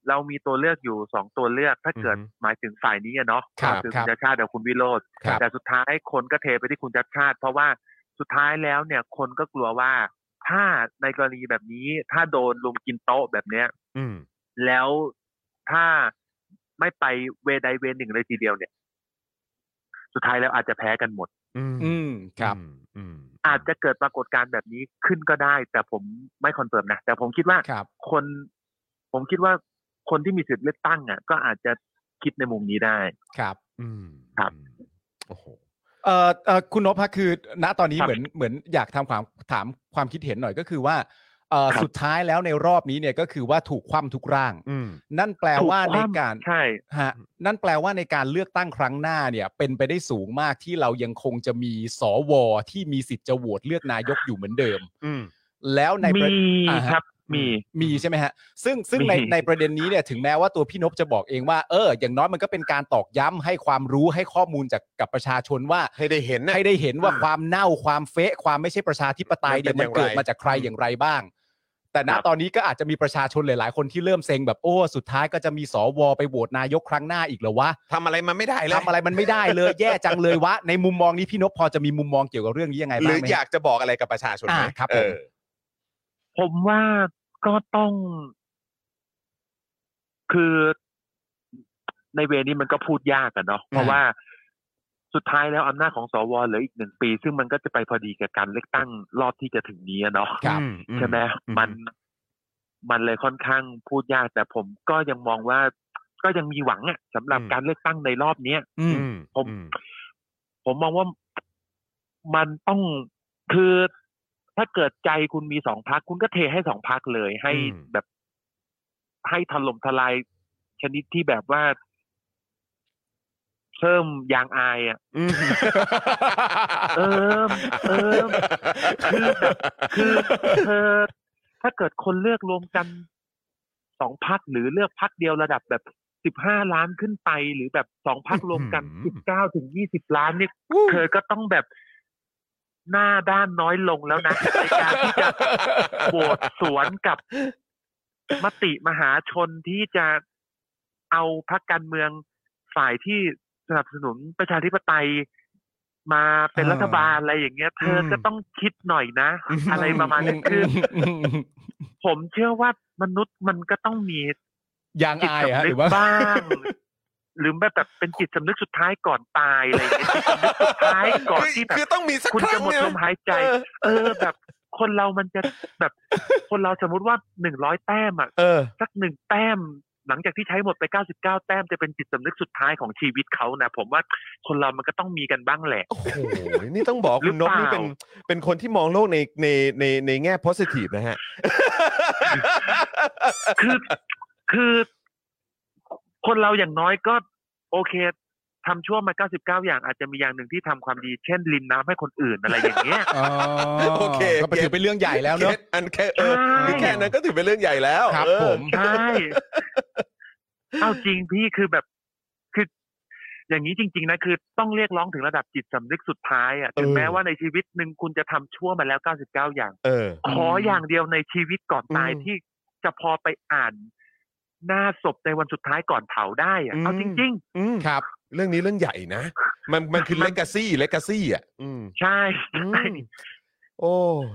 Speaker 5: เรามีตัวเลือกอยู่สองตัวเลือก ถ้าเกิด
Speaker 3: อือฮึ
Speaker 5: หมายถึงฝ่ายนี้อะเนาะ
Speaker 4: ครับ
Speaker 5: อ
Speaker 4: ครั
Speaker 5: คุณ
Speaker 4: บ
Speaker 5: ชาติชาติเดี๋ยวคุณวิโรธ
Speaker 4: ครับ
Speaker 5: แต่สุดท้ายคนก็เทไปที่คุณชาติชาติ เพราะว่าสุดท้ายแล้วเนี่ยคนก็กลัวว่า ถ้าในกรณีแบบนี้ ถ้าโดนลุมกินโต๊ะแบบเนี้ย
Speaker 3: อืม
Speaker 5: แล้วถ้าไม่ไปเวใดเวหนึ่งเลยทีเดียวเนี่ย สุดท้ายแล้วอาจจะแพ้กันหมด
Speaker 3: อืม
Speaker 4: อืมครับ
Speaker 3: อืมอืม
Speaker 5: อาจจะเกิดปรากฏการณ์แบบนี้ขึ้นก็ได้ แต่ผมไม่คอนเฟิร์มนะแต่ผมคิดว่า
Speaker 4: ครับ
Speaker 5: คนผมคิดว่าคนที่มีสิทธิ์เลือกตั้งอ่ะ ก็อาจจะคิดในมุมนี้ได้
Speaker 4: ครับ
Speaker 3: อืม
Speaker 5: ครับ
Speaker 3: โอ้โห
Speaker 4: เอ่อเอ่อคุณนพฮะคือณตอนนี้
Speaker 5: ครับ
Speaker 4: เหมือนเหมือนอยากทำความถามความคิดเห็นหน่อยก็คือว่าเอ่อสุดท้ายแล้วในรอบนี้เนี่ยก็คือว่าถูกคว่ำทุกร่าง
Speaker 3: อืม
Speaker 4: นั่นแปลว่าในการ
Speaker 5: ใช่
Speaker 4: ฮะนั่นแปลว่าในการเลือกตั้งครั้งหน้าเนี่ย เป็นไปได้สูงมากที่เรายังคงจะมีสวที่มีสิทธิ์จะโหวตเลือกนายกอยู่เหมือนเดิม
Speaker 3: อืม
Speaker 4: แล้วในประ
Speaker 5: มี
Speaker 4: อ่าฮะ
Speaker 5: ครับ มี
Speaker 4: มีใช่ไหมฮะ ซึ่งซึ่งใน
Speaker 5: มี
Speaker 4: ในประเด็นนี้เนี่ยถึงแม้ว่าตัวพี่นพจะบอกเองว่าเอออย่างน้อยมันก็เป็นการตอกย้ำให้ความรู้ให้ข้อมูลจากกับประชาชนว่า
Speaker 3: ให้ได้เห็นนะ
Speaker 4: ให้ได้เห็นว่าความเน่าความเฟะความไม่ใช่ประชาธิปไตยเนี่ย
Speaker 3: มั
Speaker 4: มัน
Speaker 3: นเป็น
Speaker 4: เกิ
Speaker 3: อ
Speaker 4: ด
Speaker 3: ย่างไร
Speaker 4: มาจากใครอย่างไรบ้าง แต่ณ
Speaker 5: ครับ
Speaker 4: ตอนนี้ก็อาจจะมีประชาชนหลาย ๆ คนที่เริ่มเซ็งแบบโอ้สุดท้ายก็จะมีสวไปโหวตนายกครั้งหน้าอีกเหรอวะ
Speaker 3: ทำอะไรมันไม่ได้แล้ว
Speaker 4: ทำอะไรมันไม่ได้เลย แย่จังเลยวะ ในมุมมองนี้พี่นพพอจะมีมุมมองเกี่ยวกับเรื่องนี้ยังไง
Speaker 3: ห
Speaker 4: บ้า
Speaker 3: รือ
Speaker 4: งไหม
Speaker 3: อ
Speaker 4: ฮะ
Speaker 3: ยากจะบอกอะไรกับประชาชนไหม
Speaker 4: อ่าครับผม
Speaker 3: เออ
Speaker 5: ผมว่าก็ต้อง คือในเวนี้มันก็พูดยากอะเนาะเพราะว่าสุดท้ายแล้วอำนาจของสวเหลืออีกหนึ่งปี ซึ่งมันก็จะไปพอดีกับการเลือกตั้งรอบที่จะถึงนี้อะเนาะ
Speaker 4: ครับ
Speaker 5: ใช่ไหม
Speaker 3: อืม
Speaker 5: มันมันเลยค่อนข้างพูดยากแต่ผมก็ยังมองว่าก็ยังมีหวังอะสำหรับการเลือกตั้งในรอบเนี้ย
Speaker 4: อื
Speaker 3: อื
Speaker 4: ม
Speaker 3: ม
Speaker 5: ผม
Speaker 3: อื
Speaker 5: ผมมองว่ามันต้องคือถ้าเกิดใจคุณมีสองพักคุณก็เทให้สองพักเลย ให้แบบ ให้ถล่มทลายชนิดที่แบบว่า เพิ่มยางอายอะ
Speaker 3: อืม
Speaker 5: เออเออ คือแบบคือเธอถ้าเกิดคนเลือกรวมกันสองพักหรือเลือกพักเดียวระดับแบบสิบห้าล้านขึ้นไป หรือแบบสองพักรวมกันสิบเก้าถึงยี่สิบล้านเนี่ยเธอก็ต้องแบบหน้าด้านน้อยลงแล้วนะ ในการที่จะโหวตสวนกับมติมหาชนที่จะเอาพักการเมืองฝ่ายที่สนับสนุนประชาธิปไตยมาเป็น
Speaker 4: อ่า
Speaker 5: รัฐบาลอะไรอย่างเงี้ย เธอก็ต้องคิดหน่อยนะ อะไรประมาณนี้คือ
Speaker 4: ม
Speaker 5: ผมเชื่อว่ามนุษย์มันก็ต้องมี
Speaker 4: ยาง
Speaker 5: จิต
Speaker 4: อายฮะ
Speaker 5: สำนึ
Speaker 4: หรื
Speaker 5: ก
Speaker 4: อว่า
Speaker 5: บ้าง หรือแบบแบบเป็นจิตสำนึกสุดท้ายก่อนตายอะไรอย่างเงี้ยจิตสำนึกสุดท้ายก่อนที่แบ
Speaker 3: คือบ ต้องมีสัก
Speaker 5: คุณ
Speaker 3: ครั้
Speaker 5: จะ
Speaker 3: ง
Speaker 5: หมด
Speaker 3: เนี่ย
Speaker 5: ลมหายใจ
Speaker 3: เออ
Speaker 5: เออ แบบคนเรามันจะแบบ คนเราสมมติว่าหนึ่งร้อยแต้มอ่ะ
Speaker 3: เออ
Speaker 5: สักหนึ่งแต้ม หลังจากที่ใช้หมดไปเก้าสิบเก้าแต้มจะเป็นจิตสำนึกสุดท้ายของชีวิตเขานะผมว่าคนเรามันก็ต้องมีกันบ้างแหละ
Speaker 3: โอ้โห นี่ต้องบอกคุณนกนี่เป็น
Speaker 5: หรือเปล่
Speaker 3: เป็นคนที่มองโลกใน ใน ใน ในแง่ positive นะฮะ
Speaker 5: คือคือคนเราอย่างน้อยก็ โอเคทำชั่วมา 99 อย่างอาจจะมีอย่างหนึ่งที่ทำความดี เช่นรินน้ำให้คนอื่นอะไรอย่างเงี้ย
Speaker 4: อ๋อ
Speaker 3: โอเค
Speaker 4: ก็ถือเป็นเรื่องใหญ่แล้วเนอะ
Speaker 3: ก็ต อันแค่เออ
Speaker 5: ใช่
Speaker 3: คือแค่นั้นก็ถือเป็นเรื่องใหญ่แล้ว
Speaker 4: ครับ
Speaker 3: เออ
Speaker 4: ผม
Speaker 5: ใช่ เอาจริงพี่คือแบบคือ อย่างนี้จริง ๆ นะ คือต้องเรียกร้องถึงระดับจิตสำนึกสุดท้ายอ่ะถึงแม้ว่าในชีวิตหนึ่งคุณจะทำชั่วมาแล้ว 99 อย่าง
Speaker 3: เออ
Speaker 5: ขออย่างเดียวในชีวิตก่อนตาย
Speaker 3: อืม
Speaker 5: ที่จะพอไปอ่าน หน้าศพในวันสุดท้ายก่อนเผาได้อ่ะเอา
Speaker 3: อื
Speaker 5: จ
Speaker 3: ม
Speaker 5: ริง
Speaker 3: อืม
Speaker 4: ครับ
Speaker 3: เรื่องนี้เรื่องใหญ่นะ มัน มันคือ
Speaker 5: มัน
Speaker 3: legacy legacy อ่ะ อืม
Speaker 5: ๆ ใช่
Speaker 3: อืมโอ้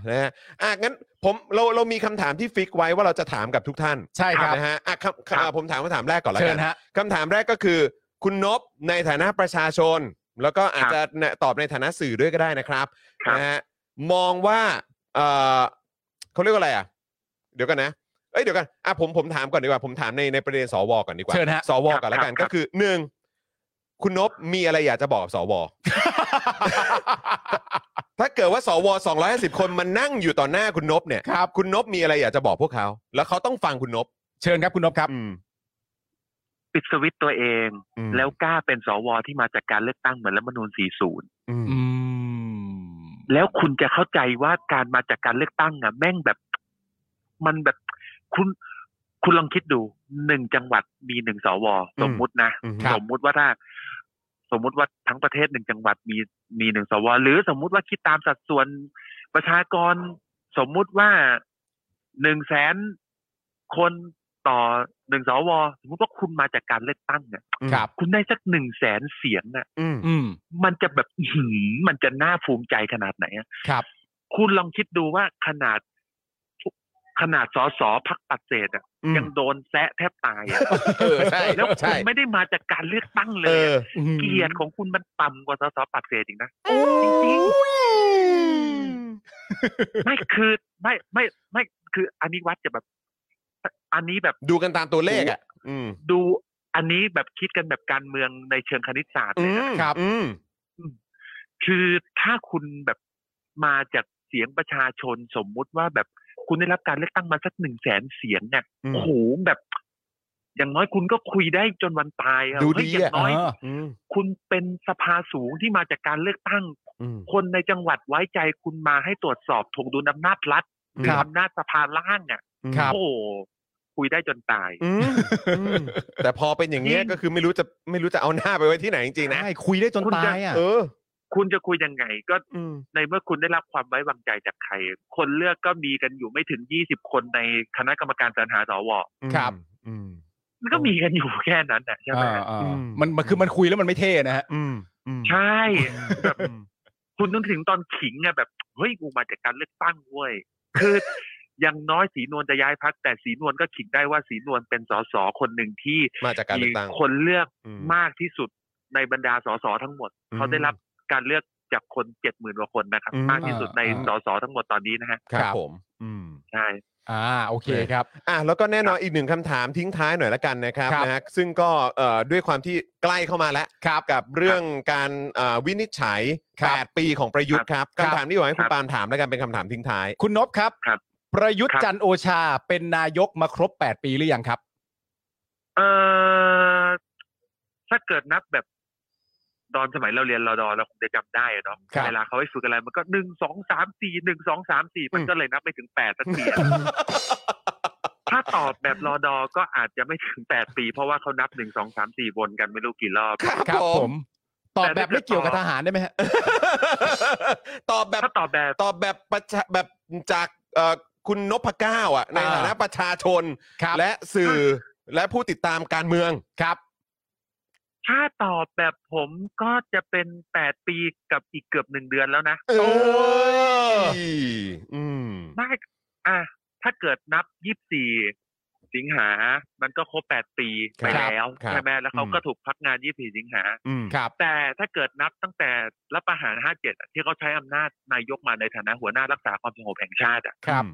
Speaker 3: นะฮะอ่ะงั้นผมเราเรามีคำถามที่ฟิกไว้ว่าเราจะถามกับทุกท่าน
Speaker 4: ใช่ครับ
Speaker 3: นะฮะอ่ะคำ
Speaker 5: ครับ
Speaker 3: อ่ะผมถามคำถามแรกก่อนแล้ว
Speaker 4: เชิ
Speaker 3: กั
Speaker 4: ญ
Speaker 3: น
Speaker 4: ฮะ
Speaker 3: คำถามแรกก็คือ คุณนบในฐานะประชาชน แล้วก็อาจจะตอบในฐานะสื่อด้วยก็ได้นะครับ
Speaker 5: ครับ
Speaker 3: นะฮะมองว่าเอ่อเขาเรียกว่าอะไรอ่ะ เดี๋ยวกันนะเอ้ยเดี๋ยวกันอ่ะผมผมถามก่อนดีกว่าผมถามในในประเด็นสวก่อนดีกว่า
Speaker 4: เชิญฮะ
Speaker 3: สวก่อนละกันก็คือหนึ่งคุณนบมีอะไรอยากจะบอกกับส ว ถ้าเกิดว่าสว250 คนมันนั่งอยู่ต่อหน้าคุณนบเนี่ย
Speaker 4: ครับ
Speaker 3: คุณนบมีอะไรอยากจะบอกพวกเขา แล้วเขาต้องฟังคุณนบ
Speaker 4: เชิญครับคุณนพครับ
Speaker 3: อืม
Speaker 5: ปิดสวิตช์ตัวเอง
Speaker 3: อืม
Speaker 5: แล้วกล้าเป็นสวที่มาจากการเลือกตั้งเหมือนรัฐธรรมนูญ 40
Speaker 3: อืม
Speaker 4: อืม
Speaker 5: แล้วคุณจะเข้าใจว่าการมาจากการเลือกตั้งอ่ะแม่งแบบ มันแบบคุณ คุณลองคิดดูหนึ่งจังหวัดมีหนึ่งสวสมมุตินะ
Speaker 3: อืม
Speaker 4: ครับ
Speaker 5: สมมุติว่าถ้า สมมุติว่าทั้งประเทศหนึ่งจังหวัดมีมีหนึ่งสวหรือสมมุติว่าคิดตามสัดส่วนประชากร สมมุติว่าหนึ่งแสนคน ต่อหนึ่งสวสมมติว่าคุณมาจากการเลือกตั้งเนี่ย
Speaker 4: ครับ
Speaker 5: คุณได้สักหนึ่งแสนเสียงน่ะ
Speaker 3: อืม
Speaker 4: อืม
Speaker 5: มันจะแบบอื้อหือมันจะน่าภูมิใจขนาดไหนอะ
Speaker 4: ครับ
Speaker 5: คุณลองคิดดูว่าขนาด ขนาดสสพักปัดเศษอะ
Speaker 3: อืม
Speaker 5: ยังโดนแซะแทบตายอะ
Speaker 3: เออใช่
Speaker 5: แล้วคุ
Speaker 3: ใช่
Speaker 5: ณไม่ได้มาจากการเลือกตั้งเล
Speaker 3: เอย อ
Speaker 5: อะเกียรติของคุณมันต่ำกว่าสสปัดเศษอีกนะ ไม่คือไม่ไม่ไม่คืออันนี้วัดจะแบบ อันนี้แบบ
Speaker 3: ดูกันตามตัวเลขอ่ะ อืม
Speaker 5: ดูอันนี้แบบคิดกันแบบการเมืองในเชิงคณิตศาสตร์
Speaker 3: อื
Speaker 5: เลยนะ
Speaker 3: ม
Speaker 4: ครับ
Speaker 3: อืม
Speaker 5: คือถ้าคุณแบบมาจากเสียงประชาชนสมมุติว่าแบบคุณได้รับการเลือกตั้งมาสักหนึ่งแสนเสียงเนี่ย
Speaker 3: อืม
Speaker 5: โอ้โหแบบ อย่างน้อยคุณก็คุยได้จนวันตายอะ
Speaker 3: ดู
Speaker 5: เฮ้ย
Speaker 3: ดี
Speaker 5: อย่าง
Speaker 3: อะ
Speaker 5: น้อย
Speaker 4: เออ
Speaker 3: อืม
Speaker 5: คุณเป็นสภาสูงที่มาจากการเลือกตั้ง
Speaker 3: อืม
Speaker 5: คนในจังหวัดไว้ใจคุณมาให้ตรวจสอบถวงดุลอำนาจรัฐหรื
Speaker 4: ค
Speaker 5: อ
Speaker 4: รับ
Speaker 5: อำนาจสภาล่างเนี่ย
Speaker 4: ครับ
Speaker 5: โอ้โหคุยได้จนตาย
Speaker 3: อืมอืมแต่พอเป็นอย่างเงี้ย
Speaker 5: จริง
Speaker 3: ก็คือไม่รู้จะไม่รู้จะเอาหน้าไปไว้ที่ไหนจริงๆนะ
Speaker 4: ได้คุยได้จน
Speaker 5: คุณจะ
Speaker 4: ตายอ่ะ
Speaker 3: เออ
Speaker 5: คุณจะคุยยังไง ก็
Speaker 3: อืม
Speaker 5: ในเมื่อคุณได้รับความไว้วางใจจากใคร คนเลือกก็มีกันอยู่ไม่ถึงยี่สิบคนในคณะกรรมการสรรหาสว
Speaker 4: ครับ
Speaker 3: อืม
Speaker 5: มันก็มีกันอยู่แค่นั้นนะใช่ไหม
Speaker 4: อ่าอ่า
Speaker 3: อืม
Speaker 4: มันมันคือมันคุยแล้วมันไม่เท่นะฮะ
Speaker 3: อืมอืม
Speaker 5: ใช่แบบ
Speaker 3: อืม
Speaker 5: คุณต้องถึงตอนขิงอะแบบเฮ้ยกูมาจากการเลือกตั้งเว้ยคืออย่างน้อยสีนวลจะย้ายพักแต่สีนวลก็ขิงได้ว่าสีนวลเป็นสสคนหนึ่งที่
Speaker 3: มาจากการ
Speaker 5: มี
Speaker 3: เลือกตั้ง
Speaker 5: คนเลือก
Speaker 3: อื
Speaker 5: มากที่สุดในบรรดาสสทั้งหมด
Speaker 3: อืม
Speaker 5: เขาได้รับการเลือกจากคนเจ็ดหมื่นกว่าคนนะครับ
Speaker 3: อืม
Speaker 5: มากที่สุดใน
Speaker 4: อ่า
Speaker 5: สสทั้งหมดตอนนี้นะฮะ
Speaker 3: ครับ
Speaker 4: ครับ
Speaker 3: ผม อืม
Speaker 5: ใช่
Speaker 4: อ่าโอเคครับ
Speaker 3: อ่ะแล้วก็แน่นอนอีกหนึ่งคำถามทิ้งท้ายหน่อยละกันนะครับ
Speaker 4: ครับ
Speaker 3: นะฮะซึ่งก็เอ่อด้วยความที่ใกล้เข้ามาแล้ว
Speaker 4: ครับ
Speaker 3: กับเรื่องการเอ่อวินิจฉัย
Speaker 4: ครับ
Speaker 3: 8 ปีของประยุทธ์ครับ
Speaker 4: ครับ
Speaker 3: คำถามที่อยากให้
Speaker 5: ค
Speaker 3: คุณ
Speaker 5: รับ
Speaker 3: ปาล์มถามแล้วกันเป็นคำถามทิ้งท้าย
Speaker 4: คุณนพครับ
Speaker 5: ครับ
Speaker 4: ประยุทธ์
Speaker 5: ครับ
Speaker 4: จันทร์โอชาเป็นนายกมาครบ 8 ปีหรือยังครับ
Speaker 5: เออถ้าเกิดนับแบบตอนสมัยเราเรียนรอดอเราคงจะจำได้อะเนาะ
Speaker 4: ครับ
Speaker 5: เวลาเขาให้ฝึกอะไรมันก็หนึ่งสองสามสี่หนึ่งสองสามสี่มันก็เลยนับไปถึงแปดสัก ทีอะถ้าตอบแบบรอดอก็อาจจะไม่ถึงแปดปี เพราะว่าเขานับหนึ่งสองสามสี่วนกันไม่รู้กี่รอบ
Speaker 4: ครับผม ตอบ
Speaker 5: แต่
Speaker 4: แบบ
Speaker 5: ถ้าเกิด
Speaker 4: ไม่เกี่ยวกับทหารได้ไหมฮะ
Speaker 3: ตอบแบบ
Speaker 5: ถ้าตอบแบบ
Speaker 3: ตอบแบบประชาแบบจากเอ่อคุณนพเก้าอ่ะใน
Speaker 4: อ่า
Speaker 3: ฐานะประชาชน
Speaker 4: ครับ
Speaker 3: และสื่อและผู้ติดตามการเมือง
Speaker 4: ครับ
Speaker 5: ถ้าตอบแบบผมก็จะเป็นแปดปีกับอีกเกือบหนึ่งเดือนแล้วนะ
Speaker 3: เออ
Speaker 4: อ
Speaker 3: อืม
Speaker 5: ไม่อ่ะถ้าเกิดนับยี่สี่สิงหา มันก็ครบแปดปีไป
Speaker 3: ครับ
Speaker 5: แล้ว
Speaker 3: ครับ
Speaker 5: ใช่ไหมแล้วเขา
Speaker 3: อืม
Speaker 5: ก็ถูกพักงานยี่สี่สิงหา
Speaker 3: อืม
Speaker 4: ครับ
Speaker 5: แต่ถ้าเกิดนับตั้งแต่รัฐประหารห้าเจ็ดที่เขาใช้อำนาจนายกมาในฐานะหัวหน้ารักษาความสงบแห่งชาติอ่ะ
Speaker 4: ครับ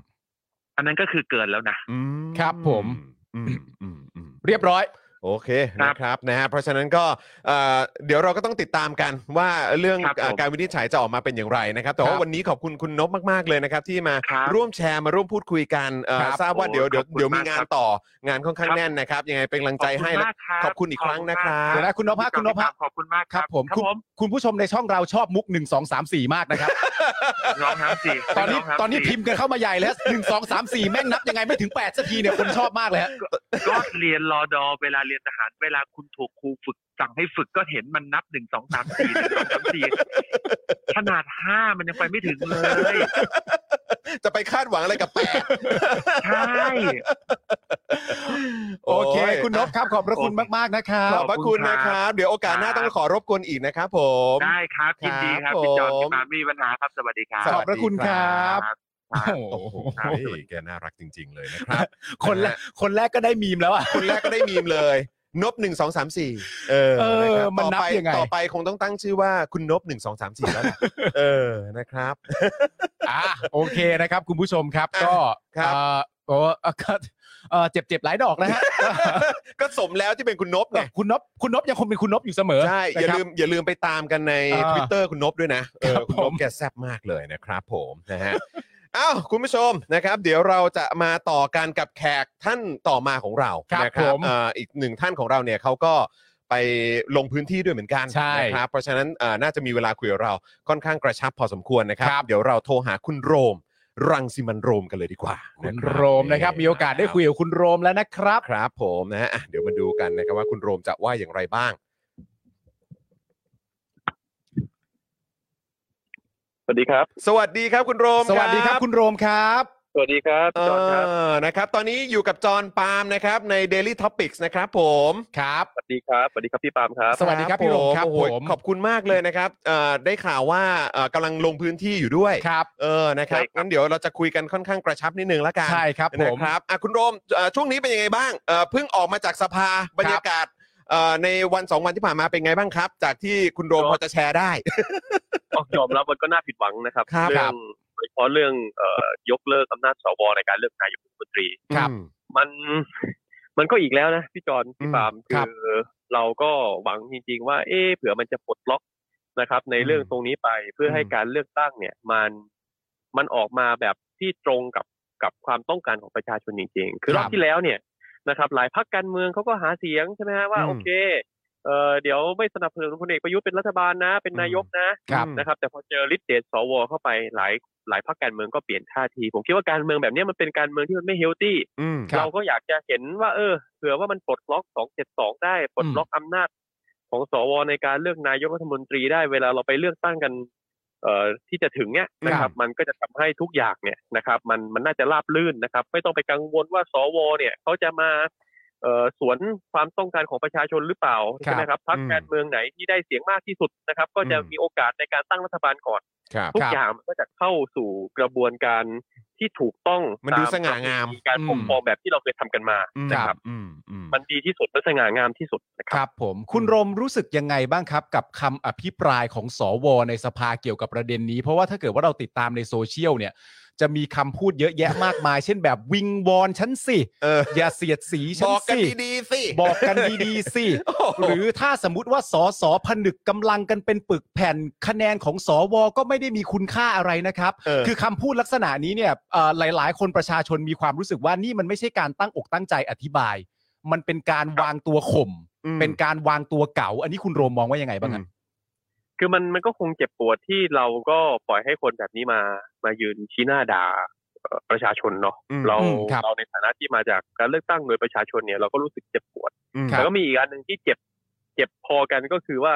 Speaker 5: อันนั้นก็คือเกินแล้ว นะ
Speaker 3: อืม
Speaker 4: ครับผม
Speaker 3: อืมอืมอืม
Speaker 4: เรียบร้อย
Speaker 3: โอเค
Speaker 5: ครั
Speaker 3: นะ
Speaker 5: บ
Speaker 3: ครับนะฮะเพราะฉะนั้นก็เอ่อเดี๋ยวเราก็ต้องติดตามกันว่าเรื่อง
Speaker 5: ครับผม
Speaker 3: เอ่อการวินิจฉัยจะออกมาเป็นอย่างไรนะครับ แต่ว่า
Speaker 4: ครับ
Speaker 3: วันนี้ขอบคุณคุณนบมากๆเลยนะครับ ที่มา
Speaker 5: ครับ
Speaker 3: ร่วมแชร์มาร่วมพูดคุยกันเอ่อ
Speaker 4: ครับ
Speaker 3: ทราบว่า
Speaker 5: โอ้
Speaker 3: เดี๋ยวเดี๋ยว
Speaker 5: ขอบคุณ
Speaker 3: เดี๋ยวมี
Speaker 5: มากค
Speaker 3: งา
Speaker 5: น รับ
Speaker 3: ต่องานค่อนข้าง
Speaker 5: ครับ
Speaker 3: แน่นนะครับ ยังไงเป็นกำลังใจให้และ
Speaker 5: มากรั
Speaker 3: ขอบคุณอีกครั้งนะ
Speaker 5: ขอ
Speaker 3: ครับ
Speaker 5: ณมาก
Speaker 4: เดี๋ยวนะคุณนพฮะคุณนพฮะ
Speaker 5: ขอบคุณมาก
Speaker 4: ครับผม
Speaker 5: ครับ
Speaker 4: คุณ
Speaker 5: ผม
Speaker 4: คุณผู้ชมในช่องเราชอบมุก 1 2 3 4 มากนะครับ
Speaker 5: น้องทั้งสี่
Speaker 4: ตอนนี้
Speaker 5: งทั้ง
Speaker 4: ตอนนี้
Speaker 5: สี่
Speaker 4: พิมพ์กันเข้ามาใหญ่แล้วหนึ่งสองสามสี่แม่งนับยังไงไม่ถึงแปดสักทีเนี่ยคนชอบมากเลยฮะ
Speaker 5: ก็เรียนรอดอเวลาเรียนทหารเวลาคุณถูกครูฝึกสั่งให้ฝึกก็เห็นมันนับหนึ่งสองสามสี่หนึ่งสองสามสี่ขนาดห้ามันยังไปไม่ถึงเลย
Speaker 3: จะไปคาดหวังอะไรกับแปด
Speaker 5: ใช่
Speaker 4: โอเค คุณนพครับขอบพระคุณมากๆนะครับ
Speaker 3: ขอบพระคุณนะครับ เดี๋ยวโอกาสหน้า
Speaker 5: ครับ
Speaker 3: ต้องขอรบกวนอีกนะครับผม
Speaker 5: ได้ครับยินดีครับ
Speaker 3: ครับ
Speaker 5: พี่จอห์น
Speaker 3: ผม
Speaker 5: พี่มามีปัญหาครับสวัสดีครับ
Speaker 4: ขอบพระคุณครับ
Speaker 5: ครับ
Speaker 4: โอ้โห
Speaker 3: เฮ้ยแกน่ารักจริง ๆ เลยนะครับ
Speaker 4: คนแรกคนแรกก็ได้มีมแล้วอ่ะ
Speaker 3: คนแรกก็ได้มีมเลย นบหนึ่งสองสามสี่เออ
Speaker 4: เออ
Speaker 3: นะครับ
Speaker 4: มัน
Speaker 3: ต่อ
Speaker 4: นับ
Speaker 3: ป
Speaker 4: ยังไง
Speaker 3: ต่อไปคงต้องตั้งชื่อว่าคุณนบหนึ่งสองสามสี่แล้วล่ะ เออนะครับ
Speaker 4: อ่ะโอเคนะครับ คุณผู้ชมครับก็
Speaker 3: ครับ
Speaker 4: เอ่อโอ้ เอ่อก็เอ่อเจ็บเจ็บหลายดอกนะฮะ
Speaker 3: ก็สมแล้วที่เป็นคุณนบไง
Speaker 4: คุณนพคุณนพยังคงเป็นคุณนพอยู่เสมอ
Speaker 3: ใช่ อย่า
Speaker 4: นะครับ
Speaker 3: ลืมอย่าลืมไปตามกันใน
Speaker 4: อ่า
Speaker 3: Twitter คุณนบด้วยนะเออ
Speaker 4: ครับ
Speaker 3: คุณน
Speaker 4: ผ
Speaker 3: บ
Speaker 4: ม
Speaker 3: แกแซ่บมากเลยนะครับผมนะ ฮะ อ้าวคุณผู้ชมนะครับ เดี๋ยวเราจะมาต่อกันกับแขกท่านต่อมาของเรา
Speaker 4: ครับ
Speaker 3: นะ
Speaker 4: ผม
Speaker 3: เอ่ออีกหนึ่งท่านของเราเนี่ยเขาก็ไปลงพื้นที่ด้วยเหมือนกัน
Speaker 4: ใช่
Speaker 3: นะครับเพราะฉะนั้นเอ่อน่าจะมีเวลาคุยกับเราค่อนข้างกระชับพอสมควรนะครับ
Speaker 4: ครับ
Speaker 3: เดี๋ยวเราโทรหาคุณโรม รังสิมันโรมกันเลยดีกว่า
Speaker 4: คุณ
Speaker 3: นะบ
Speaker 4: โรมนะครับ มีโอกาสได้คุยกับคุณโรมแล้วนะครับ
Speaker 3: ครับผมนะฮะอ่ะเดี๋ยวมาดูกันนะครับว่าคุณโรมจะว่าอย่างไรบ้าง
Speaker 5: สวัสดีครับ
Speaker 3: สวัสดีครับคุณโรม
Speaker 4: สวัสดีครับคุณโรมครับ
Speaker 6: วัสดีครับ
Speaker 3: เอ
Speaker 6: จอห์นครับ
Speaker 3: อนะครับ ตอนนี้อยู่กับจอห์นปาล์มนะครับใน Daily Topics นะครับผม
Speaker 4: ครับ
Speaker 6: สวัสดีครับสวัสดีครับพี่ปาล์มครับ
Speaker 4: สวัสดีครับพี่หล
Speaker 3: ผ
Speaker 4: ง
Speaker 3: ม
Speaker 4: ครับ
Speaker 3: โอ้โห
Speaker 4: ผม
Speaker 3: ขอบคุณมากเลยนะครับเอ่อได้ข่าวว่าเอ่อกำลังลงพื้นที่อยู่ด้วย
Speaker 4: ครับ
Speaker 3: เออนะครับ
Speaker 6: ใช่ครับ
Speaker 3: งั้นเดี๋ยวเราจะคุยกันค่อนข้างกระชับนิดนึงละกัน
Speaker 4: ใช่ครับผ
Speaker 3: นะ
Speaker 4: ม
Speaker 3: ครับอ่ะคุณโรมเอ่อช่วงนี้เป็นยังไงบ้างเอ่อเพิ่งออกมาจากสภาบรรยากาศเอ่อในวันสองวันที่ผ่านมาเป็นไงบ้างครับ จากที่คุณโรมพอจะแชร์ได้
Speaker 6: ต้องยอมรับมันก็น่าผิดหวังนะครับ
Speaker 3: ครับ
Speaker 6: เรื่
Speaker 3: ครั
Speaker 6: อง
Speaker 3: บ
Speaker 6: โดยเฉพาะเรื่องเอ่อยกเลิกอำนาจสวในการเลือกนายกรัฐมนตรี
Speaker 4: ครับ
Speaker 3: อืม
Speaker 6: มันมันก็อีกแล้วนะพี่จอนพี่
Speaker 3: อืม
Speaker 6: ปาล์ม
Speaker 4: ครับ
Speaker 6: คือเราก็หวังจริงๆ ว่า เอ๊ะเผื่อมันจะปลดล็อกนะครับ ในเรื่องตรงนี้ไปเพื่อให้การเลือกตั้งเนี่ย มันมันออกมาแบบที่ตรงกับกับความต้องการของประชาชนจริงๆ คือรอบที่แล้วเนี่ยนะครับ หลายพรรคการเมืองเขาก็หาเสียงใช่ไหมฮะว่า
Speaker 3: อืม
Speaker 6: โอเคเออเดี๋ยวไม่สนับสนุนพลเอกประยุทธ์เป็นรัฐบาลนะ เป็นนายกนะ
Speaker 4: ครับ
Speaker 6: นะครับแต่พอเจอฤทธิ์เดชสวเข้าไปหลายหลายพรรคการเมืองก็เปลี่ยนท่าที ผมคิดว่าการเมืองแบบเนี้ยมันเป็นการเมืองที่มันไม่เฮลตี้
Speaker 3: อืม
Speaker 4: ครับ
Speaker 6: เราก็อยากจะเห็นว่า เออเผื่อว่ามันปลดล็อก 272 ได้ปลดล็อกอำนาจของสวในการเลือกนายกรัฐมนตรีได้เวลาเราไปเลือกตั้งกัน เอ่อที่จะถึงเนี้ยนะค
Speaker 4: ครั
Speaker 6: รับ
Speaker 4: บ
Speaker 6: มันก็จะทำให้ทุกอย่างเนี่ยนะครับ มันมันน่าจะราบลื่นนะครับ ไม่ต้องไปกังวลว่าสวเนี่ยเขาจะมาเอ่อสวนความต้องการของประชาชนหรือเปล่าใช่ไหมครับพรรค
Speaker 3: อืม
Speaker 6: การเมืองไหนที่ได้เสียงมากที่สุดนะครับ ก็จะ
Speaker 3: อืม
Speaker 6: มีโอกาสในการตั้งรัฐบาลก่อน
Speaker 3: ครับ
Speaker 6: ทุ
Speaker 4: ค
Speaker 6: ก
Speaker 4: รับ
Speaker 6: อย่างมันก็จะเข้าสู่กระบวนการที่ถูกต้อง
Speaker 3: มันดู
Speaker 6: ต
Speaker 3: สง่างาม
Speaker 6: ประเพณีการปกครองแบบที่เราเคยทำกันมา
Speaker 3: อืม
Speaker 6: นะครับ
Speaker 3: อืมอืม
Speaker 6: มันดีที่สุดและสง่างามที่สุดนะค
Speaker 4: ครับ รับผมคุณรมรู้สึกยังไงบ้างครับ กับคำอภิปรายของสวในสภาเกี่ยวกับประเด็นนี้ เพราะว่าถ้าเกิดว่าเราติดตามในโซเชียลเนี่ย จะมีคำพูดเยอะแยะมากมาย เช่นแบบวิงวอนฉันสิ
Speaker 3: เออ
Speaker 4: อย่าเสียดสี
Speaker 3: บ
Speaker 4: ฉัน
Speaker 3: อกกัน
Speaker 4: สิ
Speaker 3: ดีๆสิ
Speaker 4: บอกกันดีๆสิ
Speaker 3: โอ้โห
Speaker 4: หรือถ้าสมมติว่าสอสอผนึกกำลังกันเป็นปึกแผ่นคะแนนของสวก็ไม่ได้มีคุณค่าอะไรนะครับ
Speaker 3: เออ
Speaker 4: คือคำพูดลักษณะนี้เนี่ยเอ่อหลาย ๆ คนประชาชนมีความรู้สึกว่านี่มันไม่ใช่การตั้งอกตั้งใจอธิบาย มันเป็นการวางตัวข่ม
Speaker 3: อืม
Speaker 4: เป็นการวางตัวเก่า อันนี้คุณโรมมองว่ายังไงบ้างครับ
Speaker 6: คือมันมันก็คงเจ็บปวดที่เราก็ปล่อยให้คนแบบนี้มามายืนชี้หน้าด่าเอ่อประชาชนเนาะ
Speaker 3: อืม
Speaker 6: เรา
Speaker 4: อืมครับ
Speaker 6: เราในฐานะที่มาจากการเลือกตั้งโดยประชาชนเนี่ยเราก็รู้สึกเจ็บปวด
Speaker 3: อืม
Speaker 6: แต่ก็มีอีกอันหนึ่งที่เจ็บเจ็บพอกันก็คือว่า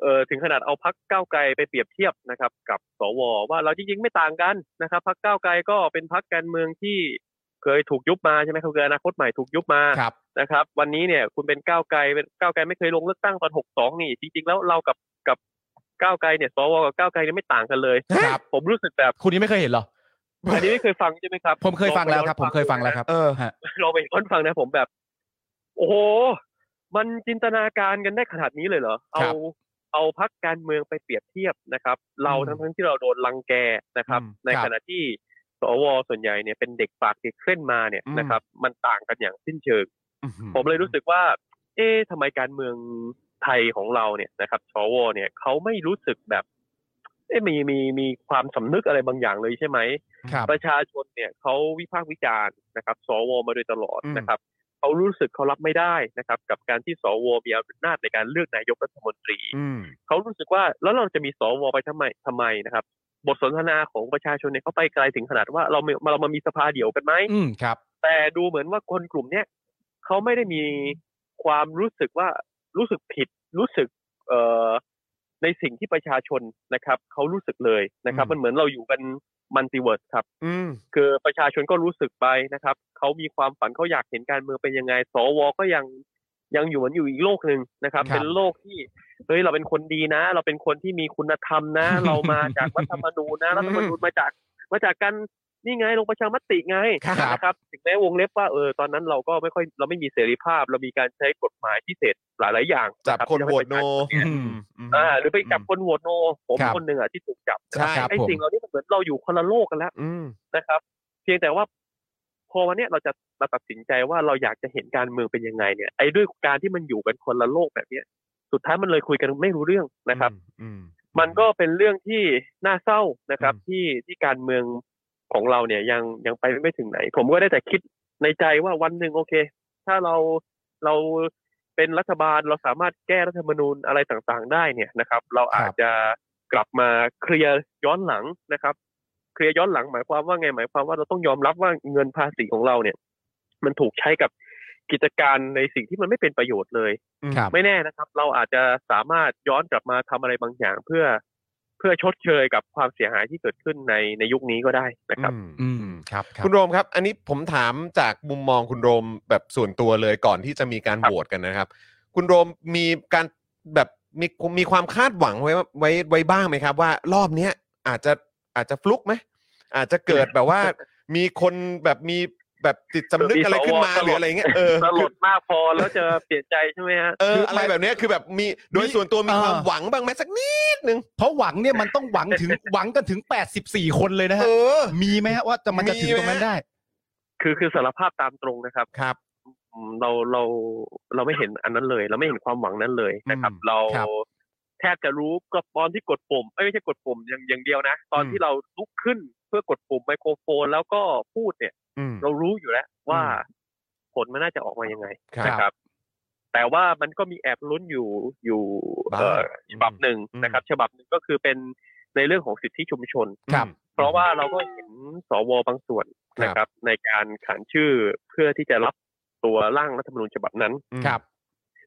Speaker 6: เออถึงขนาดเอาพักก้าวไกลไปเปรียบเทียบนะครับ กับสวว่าเราจริงๆไม่ต่างกันนะครับพักก้าวไกลก็เป็นพักการเมืองที่เคยถูกยุบมาใช่ไหมคืออนาคตใหม่ถูกยุบมา
Speaker 4: ครับ
Speaker 6: นะครับวันนี้เนี่ยคุณเป็นก้าวไกลเป็นก้าวไกลไม่เคยลงเลือกตั้งตอน 62 นี่ จริงๆ แล้วเรากับกับก้าวไกลเนี่ยสวกับก้าวไกลเนี่ยไม่ต่างกันเลย
Speaker 4: ครับ
Speaker 6: ผมรู้สึกแบบ
Speaker 4: คุณนี้ไม่เคยเห็นเหรอ
Speaker 6: อันนี้ไม่เคยฟังใช่ไหมครับ
Speaker 4: ผมเคยฟังแล้วครับ ผมเคยฟังแล้วครับ เออฮะ
Speaker 6: เราไปย้อนฟังนะผมแบบ โอ้โห มันจินตนาการกันได้ขนาดนี้เลยเหรอ
Speaker 4: ค
Speaker 6: เอา
Speaker 4: รับ
Speaker 6: เอาพักการเมืองไปเปรียบเทียบนะครับ เราทั้งทั้งๆที่เราโดนรังแกนะครับ
Speaker 3: อืม
Speaker 6: ใน
Speaker 4: ครับ
Speaker 6: ขณะที่สวส่วนใหญ่เนี่ยเป็นเด็กปากเด็กเคล่นมาเนี่ย
Speaker 3: อืม
Speaker 6: นะครับ มันต่างกันอย่างสิ้นเชิง
Speaker 3: อื
Speaker 6: ผมเลยรู้สึกว่า เอ๊ะทำไมการเมืองไทยของเราเนี่ยนะครับสวเนี่ยเขาไม่รู้สึกแบบ เอ๊ะมีมีมีความสำนึกอะไรบางอย่างเลยใช่ไหม
Speaker 4: ครับ
Speaker 6: ประชาชนเนี่ยเขาวิพากษ์วิจารณ์นะครับ สวมาโดยตลอด
Speaker 3: อืม
Speaker 6: นะครับเขารู้สึกเขารับไม่ได้นะครับ กับการที่สวมีอำนาจในการเลือกนายกรัฐมนตรี
Speaker 3: อืม
Speaker 6: เขารู้สึกว่าแล้วเราจะมีสวไปทำไมทำไมนะครับ บทสนทนาของประชาชนเนี่ยเขาไปไกลถึงขนาดว่าเรามาเรามามีสภาเดี่ยวกันไหม
Speaker 4: อืมครับ
Speaker 6: แต่ดูเหมือนว่าคนกลุ่มเนี้ยเขาไม่ได้มีความรู้สึกว่ารู้สึกผิดรู้สึกเอ่อในสิ่งที่ประชาชนนะครับเขารู้สึกเลยนะครับ
Speaker 3: อืม
Speaker 6: มันเหมือนเราอยู่กันมัลติเวิร์สครับ
Speaker 3: อืม
Speaker 6: คือประชาชนก็รู้สึกไปนะครับเขามีความฝันเขาอยากเห็นการเมืองเป็นยังไง สวก็ยังยังอยู่เหมือนอยู่อีกโลกหนึ่งนะครับ
Speaker 4: ครับ
Speaker 6: เป็นโลกที่เฮ้ยเราเป็นคนดีนะ เราเป็นคนที่มีคุณธรรม นะ เรามาจากรัฐธรรมนูญนะรัฐธรรมนูญมาจากมาจากการนี่ไงลงประชามติไง
Speaker 4: ครับ
Speaker 6: นะครับถึงแม้วงเล็บว่าเออตอนนั้นเราก็ไม่ค่อยเราไม่มีเสรีภาพ เรามีการใช้กฎหมายพิเศษหลายๆอย่าง
Speaker 3: จับ
Speaker 6: ะรับ
Speaker 3: คน
Speaker 6: ที่
Speaker 3: โหวตโน
Speaker 6: ทำให้ประชาช
Speaker 4: อืม
Speaker 6: อ่าหรือไปจับคนโหวตโนผม
Speaker 4: ครับ
Speaker 6: คนหนึ่งอ่ะที่ถูกจับนะ
Speaker 4: ใช่ครับ
Speaker 6: ไอ้
Speaker 4: ผม
Speaker 6: สิ่งเหล่านี้มันเหมือนเราอยู่คนละโลกกันแล้ว
Speaker 3: อืม
Speaker 6: นะครับเพียงแต่ว่าพอวันเนี้ยเราจะมาตัดสินใจว่าเราอยากจะเห็นการเมืองเป็นยังไงเนี่ยไอ้ด้วยการที่มันอยู่กันคนละโลกแบบเนี้ยสุดท้ายมันเลยคุยกันไม่รู้เรื่องนะครับ มันก็เป็นเรื่องที่น่าเศร้านะครับ ที่ที่การเมืองของเราเนี่ยยังยังไปไม่ถึงไหน ผมก็ได้แต่คิดในใจว่าวันหนึ่งโอเค ถ้าเราเราเป็นรัฐบาลเราสามารถแก้รัฐธรรมนูญอะไรต่างๆ ได้เนี่ยนะครับ เราอาจจะกลับมาเคลียร์ย้อนหลังนะครับ เคลียร์ย้อนหลังหมายความว่าไงหมายความว่าเราต้องยอมรับว่าเงินภาษีของเราเนี่ย มันถูกใช้กับกิจการในสิ่งที่มันไม่เป็นประโยชน์เลย
Speaker 4: ครับ
Speaker 6: ไม่แน่นะครับ เราอาจจะสามารถย้อนกลับมาทำอะไรบางอย่างเพื่อ พื่อชดเชยกับความเสียหายที่เกิดขึ้นในในยุคนี้ก็ได้นะครับ
Speaker 3: อืม
Speaker 4: อืมครับครับ
Speaker 3: คุณโรมครับ อันนี้ผมถามจากมุมมองคุณโรมแบบส่วนตัวเลยก่อนที่จะมีการโหวตกันนะครับ คุณโรมมีการแบบมีมีความคาดหวังไว้ไว้ไว้บ้างไหมครับ ว่ารอบเนี้ยอาจจะอาจจะฟลุกไหมอาจจะเกิดแบบ ว่า มีคนแบบมีแบบจิตสำนึกอะไรขึ้นมา
Speaker 6: มีสว
Speaker 3: หรืออะไรเงี้ยเออ
Speaker 6: สล
Speaker 3: คือ
Speaker 6: ดมากพอแล้วจะเปลี่ยนใจใช่ไหมฮะ
Speaker 3: เอออะไรแบบเนี้ยคือแบบมีโดยส่วนตัวมีความหวังบ้างไหมสักนิดนึง
Speaker 4: เพราะหวังเนี่ยมันต้องหวังถึง หวังกันถึง 84 คนเลยนะฮะ
Speaker 3: เออ
Speaker 4: มีไหมฮะว่าจะมันจะถึงตรงนั้นได้
Speaker 6: คือคือสารภาพตามตรงนะครับ
Speaker 3: ครับ
Speaker 6: อืมเราเราเราไม่เห็นอันนั้นเลย เราไม่เห็นความหวังนั้นเลยนะครับ
Speaker 3: อืม
Speaker 6: เรา
Speaker 3: ครับ
Speaker 6: แทบจะรู้ก็ตอนที่กดปุ่มเอ้ยไม่ใช่กดปุ่มอย่างอย่างเดียวนะ ตอน
Speaker 3: อืม
Speaker 6: ที่เราลุกขึ้นเพื่อกดปุ่มไมโครโฟน แล้วก็พูดเนี่ย
Speaker 3: อืม
Speaker 6: เรารู้อยู่แล้วว่า
Speaker 3: อืม
Speaker 6: ผลมันน่าจะออกมายังไง
Speaker 3: ครั
Speaker 6: นะ
Speaker 3: บ
Speaker 6: ครับ แต่ว่ามันก็มีแอบลุ้นอยู่อยู่
Speaker 3: บ้าง
Speaker 6: เอ่อฉบับหนึ่ง
Speaker 3: อืม
Speaker 6: นะครับ ฉบับหนึ่งก็คือเป็นในเรื่องของสิทธิชุมชน
Speaker 4: ครับ
Speaker 6: เพราะว่าเราก็เห็นสวบางส่วนนะครับ ในการขานชื่อเพื่อที่จะรับตัวร่างรัฐธรรมนูญฉบับนั้น
Speaker 3: อืม
Speaker 4: ครับ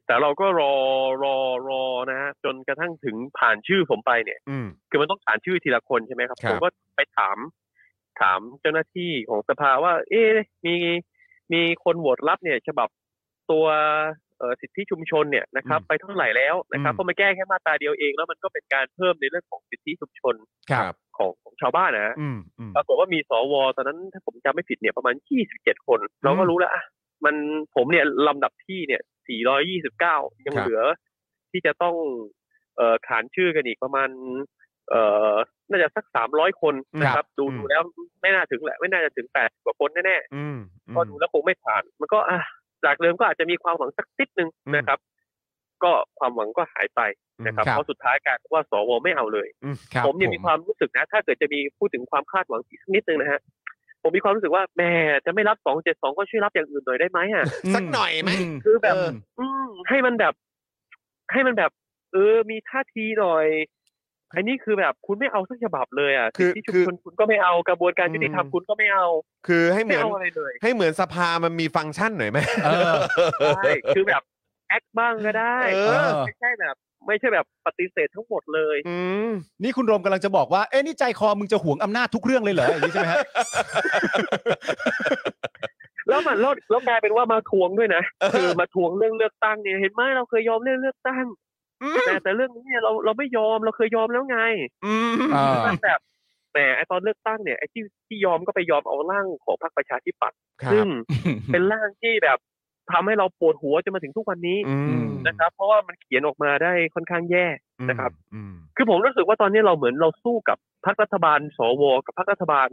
Speaker 6: แต่เราก็รอรอรอนะฮะจนกระทั่งถึงผ่านชื่อผมไปเนี่ย
Speaker 3: อืม
Speaker 6: คือมันต้องขานชื่อทีละคนใช่ไหมครับ
Speaker 3: ครั
Speaker 6: ผม
Speaker 3: บ
Speaker 6: ก็ไปถาม ถามเจ้าหน้าที่ของสภาว่า เอ๊ะมีมีคนโหวตรับเนี่ย ฉบับตัวเอ่อสิทธิชุมชนเนี่ยนะครับ ไปเท่าไหร่แล้วนะครับเพราะมันแก้แค่มาตราเดียวเอง แล้วมันก็เป็นการเพิ่มในเรื่องของสิทธิชุมชน
Speaker 4: ครับ
Speaker 6: ของของชาวบ้านนะฮะ
Speaker 3: อืมอืม
Speaker 6: ปรากฏว่ามีสวตอนนั้นถ้าผมจำไม่ผิดเนี่ยประมาณ 27 คน เราก็รู้แล้วอ่ะมันผมเนี่ยลำดับที่เนี่ย 429 ยัง
Speaker 3: ครับ
Speaker 6: เหลือ ที่จะต้องเอ่อขานชื่อกันอีกประมาณ เอ่อน่าจะสัก 300 คนนะครับ ดูดูแล้วไม่น่าถึงแหละ ไม่น่าจะถึง 80 กว่าคนแน่
Speaker 3: อืม
Speaker 6: ๆ
Speaker 3: อืม
Speaker 6: ก็ดูแล้วคงไม่ผ่าน มันก็อ่ะจากเดิมก็อาจจะมีความหวังสักนิดนึง
Speaker 3: อืม
Speaker 6: นะครับ ก็ความหวังก็หายไปนะครับ
Speaker 4: ครับ
Speaker 6: เพราะสุดท้ายกลายเป็นว่าสวไม่เอาเลย
Speaker 4: ครับ
Speaker 6: ผมยังมีความรู้สึกนะ ถ้าเกิดจะมีพูดถึงความคาดหวังอีกสักนิดนึงนะฮะ ผมมีความรู้สึกว่าแหม่จะไม่รับสองเจ็ดสองก็ช่วยรับอย่างอื่นหน่อยได้ไหมอ่ะ
Speaker 3: สักหน่อยไหม
Speaker 6: คือแบบ
Speaker 4: เ
Speaker 6: อืมให้มันแบบ ให้มันแบบ เออ มีท่าทีหน่อยอันนี้คือแบบคุณไม่เอาสักฉบับเลยอ่ะ
Speaker 3: คือ
Speaker 6: ที่ชุม
Speaker 3: คือ
Speaker 6: ชนคุณก็ไม่เอากระบวนการยุติธรรม
Speaker 3: อืม
Speaker 6: คุณก็ไม่เอา
Speaker 3: คือให้เห
Speaker 6: ไม่
Speaker 3: มือน
Speaker 6: เอาอะไรเลย
Speaker 3: ให้เหมือนสภามันมีฟังก์ชันหน่อยไหม
Speaker 4: เออ
Speaker 6: ใช่คือแบบแอคบ้างก็ได้
Speaker 3: เอ
Speaker 4: อ
Speaker 6: ไม่ใช่แบบ ไม่ใช่แบบปฏิเสธทั้งหมดเลย
Speaker 3: อืม
Speaker 4: นี่คุณโรมกำลังจะบอกว่า เอ้นี่ใจคอมึงจะหวงอำนาจทุกเรื่องเลยเหรออย่างนี้ใช่ไหมฮะ
Speaker 6: แล้วมันแล้วแล้วกลายเป็นว่ามาทวงด้วยนะ คือมาทวงเรื่องเลือกตั้งเนี่ยเห็นไหมเราเคยยอมเรื่องเลือกตั้งแต่แต่เรื่องนี้เนี่ยเราเราไม่ยอมเราเคยยอมแล้วไง
Speaker 3: อืม
Speaker 4: อ่า
Speaker 6: มันแบบแหมไอตอนเลือกตั้งเนี่ยไอที่ที่ยอมก็ไปยอมเอาร่างของพรรคประชาธิปัตย์
Speaker 3: ครับ
Speaker 6: ซึ่งเป็นร่างที่แบบทำให้เราปวดหัวจนมาถึงทุกวันนี้
Speaker 3: อืม
Speaker 6: นะครับ เพราะว่ามันเขียนออกมาได้ค่อนข้างแย่ นะครับ
Speaker 3: อืม
Speaker 6: คือผมรู้สึกว่าตอนนี้เราเหมือนเราสู้กับพรรครัฐบาล สว กับพรรครัฐบาล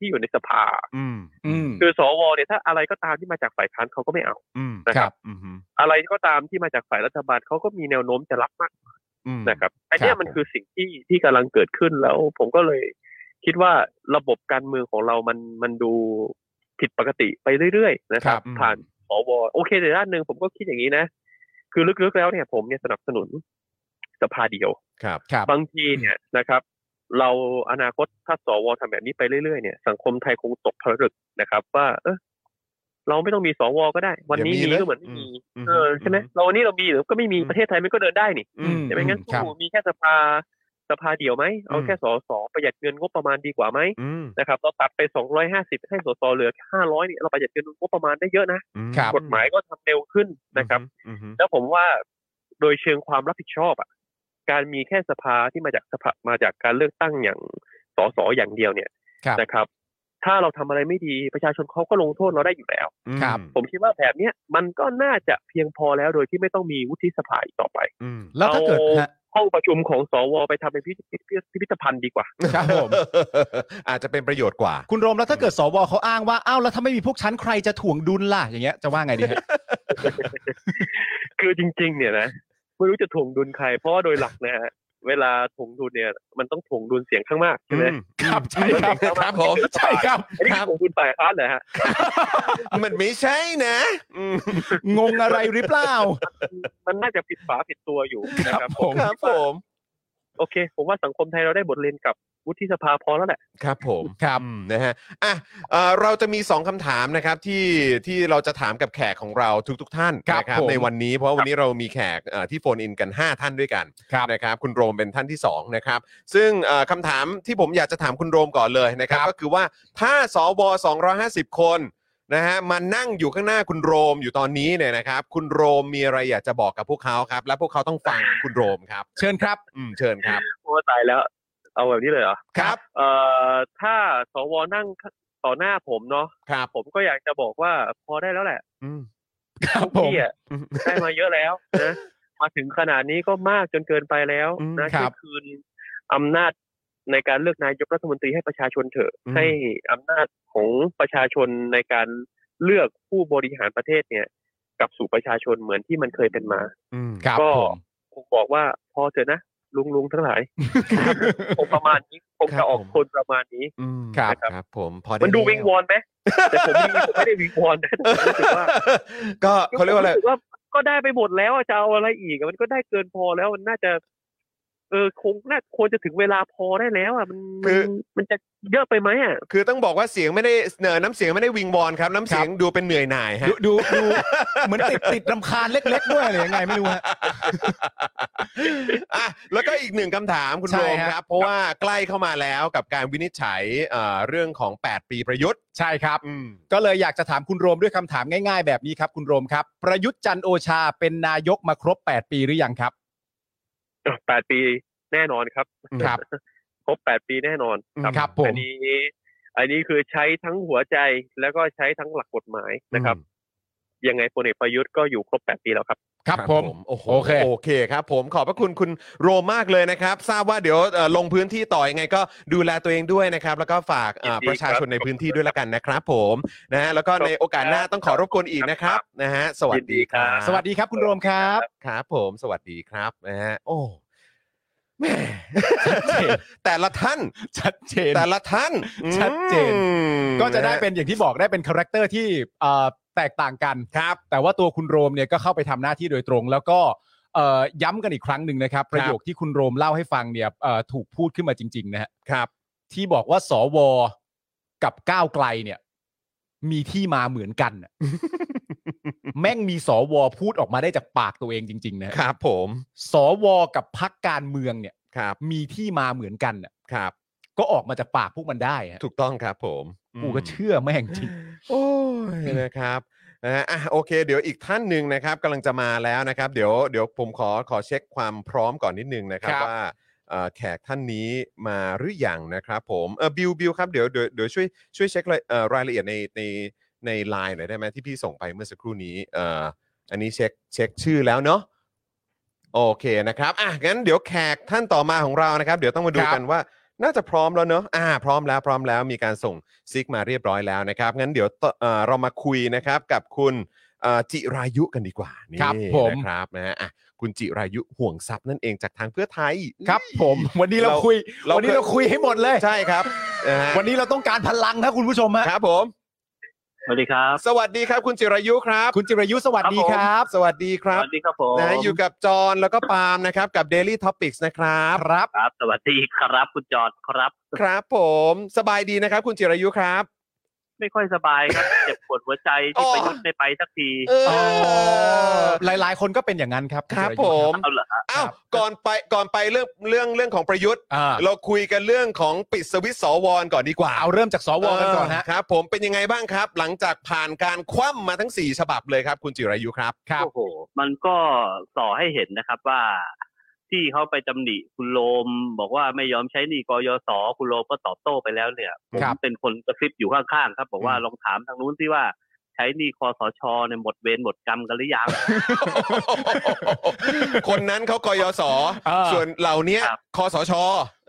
Speaker 6: ที่อยู่ในสภา
Speaker 3: อืม
Speaker 4: อืม
Speaker 6: คือสวเนี่ยถ้าอะไรก็ตามที่มาจากฝ่ายค้านเขาก็ไม่เอา
Speaker 3: อืม
Speaker 6: นะครับ
Speaker 3: อืม
Speaker 6: อะไรก็ตามที่มาจากฝ่ายรัฐบาลเขาก็มีแนวโน้มจะรับมาก
Speaker 3: อืม
Speaker 6: นะครับอันเนี้
Speaker 4: ครั
Speaker 6: ย
Speaker 4: บ
Speaker 6: มันคือสิ่งที่ที่กำลังเกิดขึ้นแล้ว ผมก็เลยคิดว่าระบบการเมืองของเรามันมันดูผิดปกติไปเรื่อยๆนะครับ
Speaker 3: ครับ
Speaker 6: ผ่านสวโอเคแต่ด้านหนึ่งผมก็คิดอย่างนี้นะ คือลึกๆแล้วเนี่ยผมเนี่ยสนับสนุนสภาเดียว
Speaker 3: ครับ
Speaker 4: ครับ
Speaker 6: บางทีเนี่ยนะครับ เราอนาคตถ้าสวทำแบบนี้ไปเรื่อยๆเนี่ยสังคมไทยคงตกผลึกนะครับ ว่า เออเราไม่ต้องมีสวก็ได้ วันนี้มีก็เหมือนไม่มี เออใช่ไหมเราวันนี้เรามีหรือก็ไม่มีประเทศไทยมันก็เดินได้นี่
Speaker 3: อืม
Speaker 6: ใช่ไหมงั้น
Speaker 4: ครับ
Speaker 6: สู้มีแค่สภาสภาเดียวไหมเอา
Speaker 3: อืม
Speaker 6: แค่สอสอประหยัดเงินงบประมาณดีกว่าไหม
Speaker 3: อืม
Speaker 6: นะครับ เราตัดไป 250 ให้สสเหลือ500เนี่ยเราประหยัดเงินงบประมาณได้เยอะนะ
Speaker 3: อืม
Speaker 4: ครับ
Speaker 6: กฎหมายก็ทำเร็วขึ้นนะครับ
Speaker 3: อืม
Speaker 6: แล้วผมว่าโดยเชิงความรับผิดชอบอ่ะการมีแค่สภาที่มาจากสภามาจากการเลือกตั้งอย่างสสอย่างเดียวเนี่ย
Speaker 4: ครับ
Speaker 6: นะครับ ถ้าเราทำอะไรไม่ดีประชาชนเขาก็ลงโทษเราได้อยู่แล้ว
Speaker 3: อืม
Speaker 4: ครับ
Speaker 6: ผมคิดว่าแบบเนี้ยมันก็น่าจะเพียงพอแล้วโดยที่ไม่ต้องมีวุฒิสภาอีกต่อไป
Speaker 3: อืม
Speaker 4: แล้วถ้าเกิดฮะ
Speaker 6: ห้องประชุมของสวไปทำเป็นพิพิธพิพิธพิพิธภัณฑ์ดีกว่า
Speaker 4: ครับผม
Speaker 3: อาจจะเป็นประโยชน์กว่า
Speaker 4: คุณโรมแล้วถ้าเกิดสวเขาอ้างว่าอ้าวแล้วถ้าไม่มีพวกฉันใครจะถ่วงดุลล่ะอย่างเงี้ยจะว่าไงดีฮะ
Speaker 6: คือจริง ๆ เนี่ยนะไม่รู้จะถ่วงดุลใคร เพราะว่าโดยหลักนะฮะเวลาถ่วงดุลเนี่ยมันต้องถ่วงดุลเสียงข้างมากใช่ไหม
Speaker 3: อืม
Speaker 4: ครับใช่ครับ
Speaker 3: ครับผม
Speaker 4: ใช่ครับ
Speaker 6: อันนี้คือถ่วงดุลฝ่ายค้านเหรอฮะ
Speaker 3: มันไม่ใช่นะอืม
Speaker 4: งงอะไรหรือเปล่า
Speaker 6: มันน่าจะผิดฝาผิดตัวอยู่นะครับ
Speaker 4: ผม
Speaker 3: ครับผม
Speaker 6: โอเค ผมว่าสังคมไทยเราได้บทเรียนกลับ
Speaker 7: วุฒิสภาพอแล้วแหละ
Speaker 3: ครับผม
Speaker 4: ครับ
Speaker 3: อืมนะฮะอ่ะเอ่อเราจะมี 2คำถามนะครับที่ที่เราจะถามกับแขกของเราทุกๆทท่าน
Speaker 4: ครับ
Speaker 3: นะครับ
Speaker 4: ผม
Speaker 3: ในวันนี้เพราะวันนี้เรามีแขกเอ่อที่โฟนอินกัน 5 ท่านด้วยกัน
Speaker 4: ครับ
Speaker 3: นะครับคุณโรมเป็นท่านที่สองนะครับซึ่งเอ่อคำถามที่ผมอยากจะถามคุณโรมก่อนเลยนะครับก็คือว่าถ้าสว250 คนนะฮะมานั่งอยู่ข้างหน้าคุณโรมอยู่ตอนนี้เนี่ยนะครับคุณโรมมีอะไรอยากจะบอกกับพวกเขาครับ และพวกเขาต้องฟังคุณโรมครับ
Speaker 4: เชิญครับ
Speaker 3: อืมเชิญครับ
Speaker 7: โอ้ตายแล้ว เอาแบบนี้เลยเหรอ
Speaker 3: ครับ
Speaker 7: เอ่อถ้าสวนั่งต่อหน้าผมเนาะ
Speaker 3: ครับ
Speaker 7: ผมก็อยากจะบอกว่าพอได้แล้วแหละ
Speaker 3: อืม
Speaker 4: ครับผม
Speaker 7: พี่อะ
Speaker 3: อืม
Speaker 7: ได้มาเยอะแล้วนะมาถึงขนาดนี้ก็มากจนเกินไปแล้ว
Speaker 3: อืม
Speaker 7: นะครับ ช่วยคืนอำนาจในการเลือกนายกรัฐมนตรีให้ประชาชนเถอะ
Speaker 3: อืม
Speaker 7: ให้อำนาจของประชาชนในการเลือกผู้บริหารประเทศเนี่ยกลับสู่ประชาชนเหมือนที่มันเคยเป็นมา
Speaker 3: อืม
Speaker 4: ครับ
Speaker 7: ก็
Speaker 4: ผม
Speaker 7: คงบอกว่าพอเถอะนะลุงลุงๆทั้งหลาย คงประมาณนี้คง
Speaker 3: ครั
Speaker 7: จะ
Speaker 3: บ
Speaker 7: ออก
Speaker 3: ผม
Speaker 7: คนประมาณนี้
Speaker 3: อืม
Speaker 4: ครับ
Speaker 3: ครับ ผมพอไ
Speaker 7: มันดู
Speaker 3: แล้
Speaker 7: วิงวอนไหมแต่ผมไม่ผมไม่ได้วิงวอนนะผมรู้สึกว่า
Speaker 3: ก็เขาเรียกว่าอะไร
Speaker 7: ผมสึกว่าก็ได้ไปหมดแล้วอะจะเอาอะไรอีกอะมันก็ได้เกินพอแล้วมันน่าจะ เออคงน่าควรจะถึงเวลาพอได้แล้วอ่ะมันมันมันจะเยอะไปไหมอ่ะ
Speaker 3: คือต้องบอกว่าเสียงไม่ได้เอ่อน้ำเสียงไม่ได้วิงวอนครับ น้ำเสียงดูเป็นเหนื่อยหน่ายฮะ
Speaker 4: ดูดูดูเหมือนติดติดรำคาญเล็ก ๆ ด้วยหรือยังไงไม่รู้ฮะ
Speaker 3: อ่ะแล้วก็อีกหนึ่งคำถามคุณ
Speaker 4: ใช่
Speaker 3: โร
Speaker 4: ฮะ
Speaker 3: มครับ เพราะว่าใกล้เข้ามาแล้วกับการวินิจฉัยเอ่อเรื่องของ 8 ปีประยุทธ์
Speaker 4: ใช่ครับ
Speaker 3: อืม
Speaker 4: ก็เลยอยากจะถามคุณโรมด้วยคำถามง่าย ๆ แบบนี้ครับ คุณโรมครับ ประยุทธ์จันทร์โอชาเป็นนายกมาครบ 8 ปีหรือยังครับ
Speaker 7: แปดปีแน่นอนครับ
Speaker 4: ครับ
Speaker 7: ครบแปดปีแน่นอนครับ
Speaker 4: ครับผม
Speaker 7: อันนี้ อันนี้คือใช้ทั้งหัวใจแล้วก็ใช้ทั้งหลักกฎหมายนะครับ ยังไงพลเอกประยุทธ์ก็อยู่ครบแปดปีแล้วครับ
Speaker 4: ครับผม
Speaker 3: โอ้โห
Speaker 4: โอเค
Speaker 3: โอเคครับผมขอบพระคุณคุณโรมมากเลยนะครับ ทราบว่าเดี๋ยวเอ่อลงพื้นที่ต่อยังไงก็ดูแลตัวเองด้วยนะครับ แล้วก็ฝากเอ่อ
Speaker 7: ยินดี
Speaker 3: ประชาช
Speaker 7: ค
Speaker 3: น
Speaker 7: รับ
Speaker 3: ในพื้นที่ด้วยละกันนะครับผมนะฮะแล้วก็ในโอกาสหน้าต้องขอรบกวนอีกนะครับนะฮะสวัสดีครับ
Speaker 7: ยินดี
Speaker 4: สวัสดีครับคุณโรมครับ
Speaker 3: ครับ ผมสวัสดีครับนะฮะโอ้แหม่
Speaker 4: ชัดเจน
Speaker 3: แต่ละท่าน
Speaker 4: ชัดเจน
Speaker 3: แต่ละท่าน
Speaker 4: ชัดเจน
Speaker 3: อืม
Speaker 4: ก็จะได้เป็นอย่างที่บอกได้เป็นคาแรคเตอร์ที่เอ่อแตกต่างกัน
Speaker 3: ครับ
Speaker 4: แต่ว่าตัวคุณโรมเนี่ยก็เข้าไปทำหน้าที่โดยตรง แล้วก็เอ่อย้ำกันอีกครั้งหนึ่งนะครับ ประโยคที่คุณโรมเล่าให้ฟังเนี่ยเอ่อถูกพูดขึ้นมาจริง ๆ นะฮะ
Speaker 3: ครับ
Speaker 4: ที่บอกว่าสวกับก้าวไกลเนี่ย มีที่มาเหมือนกัน น่ะ แม่งมีสวพูดออกมาได้จากปากตัวเองจริง ๆ นะฮะ
Speaker 3: ครับผม
Speaker 4: สวกับพักการเมืองเนี่ย
Speaker 3: ครับ
Speaker 4: มีที่มาเหมือนกันน่ะ
Speaker 3: ครับ
Speaker 4: ก็ออกมาจากปากพวกมันได้ฮะ
Speaker 3: ถูกต้องครับผมอืม
Speaker 4: กูก็เชื่อแม่งจริง
Speaker 3: โอ้ยนะครับนะฮะอ่ะโอเค เดี๋ยวอีกท่านหนึ่งนะครับกำลังจะมาแล้วนะครับ เดี๋ยวเดี๋ยวผมขอขอเช็คความพร้อมก่อนนิดนึงนะครับ
Speaker 4: ครับ
Speaker 3: ว่าเอ่อแขกท่านนี้มาหรือยังนะครับผมเออบิวบิวครับเดี๋ยวเดี๋ยวเดี๋ยวช่วยช่วยเช็ครายเอ่อรายละเอียดในในในไลน์หน่อยได้ไหมที่พี่ส่งไปเมื่อสักครู่นี้เอ่ออันนี้เช็คเช็คชื่อแล้วเนาะโอเคนะครับอ่ะงั้นเดี๋ยวแขกท่านต่อมาของเรานะครับ เดี๋ยวต้องมาดูกันว่า น่าจะพร้อมแล้วเนอะอ่า พร้อมแล้วพร้อมแล้วมีการส่งซิกมาเรียบร้อยแล้วนะครับ งั้นเดี๋ยวต่อเอ่อเรามาคุยนะครับกับคุณเอ่อจิรายุกันดีกว่า นี่
Speaker 4: ครับผม
Speaker 3: นะครับนะฮะอ่ะคุณจิรายุห่วงทรัพย์นั่นเองจากทางเพื่อไทย
Speaker 4: ครับ ผมวันนี้เรา
Speaker 3: เรา
Speaker 4: คุย
Speaker 3: เรา
Speaker 4: วันนี้
Speaker 3: เคย
Speaker 4: เราคุยให้หมดเลย
Speaker 3: ใช่ครับนะฮะ
Speaker 4: วันนี้เราต้องการพลังครับคุณผู้ชมฮะ
Speaker 3: ครับผม
Speaker 7: สวัสดีครับ
Speaker 3: สวัสดีครับคุณจิรายุครับ
Speaker 4: คุณจิรายุสวัสดีครับ
Speaker 3: สวัสดีครับ
Speaker 7: สวัสดีครับผม
Speaker 3: นะฮะอยู่กับจอห์นแล้วก็ปาล์มนะครับกับ Daily Topics นะครับ
Speaker 4: ครับ
Speaker 7: ครับ สวัสดีครับคุณจอดครับ
Speaker 3: ครับผมสบายดีนะครับ คุณจิรายุครับ
Speaker 7: ไม่ค่อยสบายครับ เจ็บปวดหัวใจที่
Speaker 3: อ๋อ
Speaker 7: ประยุทธ์ไม่ไปสักที
Speaker 3: เออ
Speaker 4: หลายๆ คนก็เป็นอย่างนั้นครับ
Speaker 3: ครับ
Speaker 4: ณจิายุ
Speaker 3: ผม
Speaker 7: เอาเหรอฮะ
Speaker 3: อ้าวก่อนไปก่อนไปเรื่องเรื่องเรื่องของประยุทธ์
Speaker 4: อ่า
Speaker 3: เราคุยกันเรื่องของปิดสวิตช์สวรก่อนดีกว่า
Speaker 4: เอาเริ่มจากสวกันก่อนฮะ
Speaker 3: เครับ ผมเป็นยังไงบ้างครับ หลังจากผ่านการคว่ำมาทั้ง 4 ฉบับเลยครับ คุณจิรายุครับ
Speaker 4: ครับ
Speaker 7: โอ้โห มันก็ส่อให้เห็นนะครับว่า ที่เขาไปตำหนิคุณโลม บอกว่าไม่ยอมใช้หนี่กยศคุณโลมก็ตอบโต้ไปแล้วเนี่ยผม
Speaker 4: ครับ
Speaker 7: เป็นคนกระซิบอยู่ข้างๆครับ บอกว่าลองถามทางนู้นที่ว่าใช้หนี่คอสชเนี่ยหมดเวรหมดกรรมกันหรือยัง
Speaker 3: คนนั้นเขากยศ
Speaker 4: เออ
Speaker 3: ส่วนเหล่าเนี้ย
Speaker 7: ครับ
Speaker 3: คอสช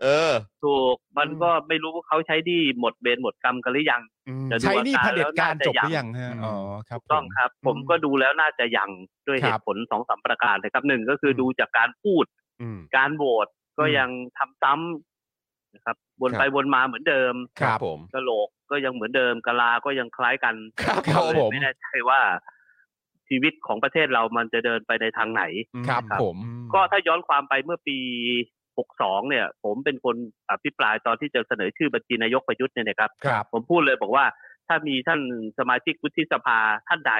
Speaker 3: เออ
Speaker 7: ถูกมันก็ไม่รู้ว่าเขาใช้หนี่หมดเวรหมดกรรมกันหรือยัง จะดู
Speaker 4: ใช้หนี่
Speaker 7: อา
Speaker 4: เผ
Speaker 7: การ
Speaker 4: ด็จการ
Speaker 7: แล้วน่าจะ
Speaker 4: จบหรือยังฮะ
Speaker 3: ยัง
Speaker 4: อ๋อครับ
Speaker 7: ต้อง
Speaker 4: ผม
Speaker 7: ครับ ผมก็ดูแล้วน่าจะยังด้วย
Speaker 4: ค
Speaker 7: เห
Speaker 4: รับ
Speaker 7: ตุผลสองสามประการนะครับหนึ่งก็คืออ
Speaker 3: ม
Speaker 7: ดูจากการพูด
Speaker 3: อืม
Speaker 7: การโหวตก็
Speaker 3: อืม
Speaker 7: ยังทำซ้ำนะครับ วน
Speaker 3: ครับ
Speaker 7: ไปวนมาเหมือนเดิม
Speaker 3: ครับผม
Speaker 7: กระโหลกก็ยังเหมือนเดิมกะลาก็ยังคล้ายกัน
Speaker 4: ครับ
Speaker 7: ก็เลย
Speaker 4: ผม
Speaker 7: ไม่แน่ใจว่าชีวิตของประเทศเรามันจะเดินไปในทางไหน
Speaker 4: ครับผม
Speaker 7: ก็ถ้าย้อนความไปเมื่อปี 62 เนี่ย ผมเป็นคนอภิปรายตอนที่จะเสนอชื่อบัญชีนายกประยุทธ์เนี่ยนะครับ
Speaker 4: ครับ
Speaker 7: ผมพูดเลยบอกว่า ถ้ามีท่านสมาชิกวุฒิสภาท่านใด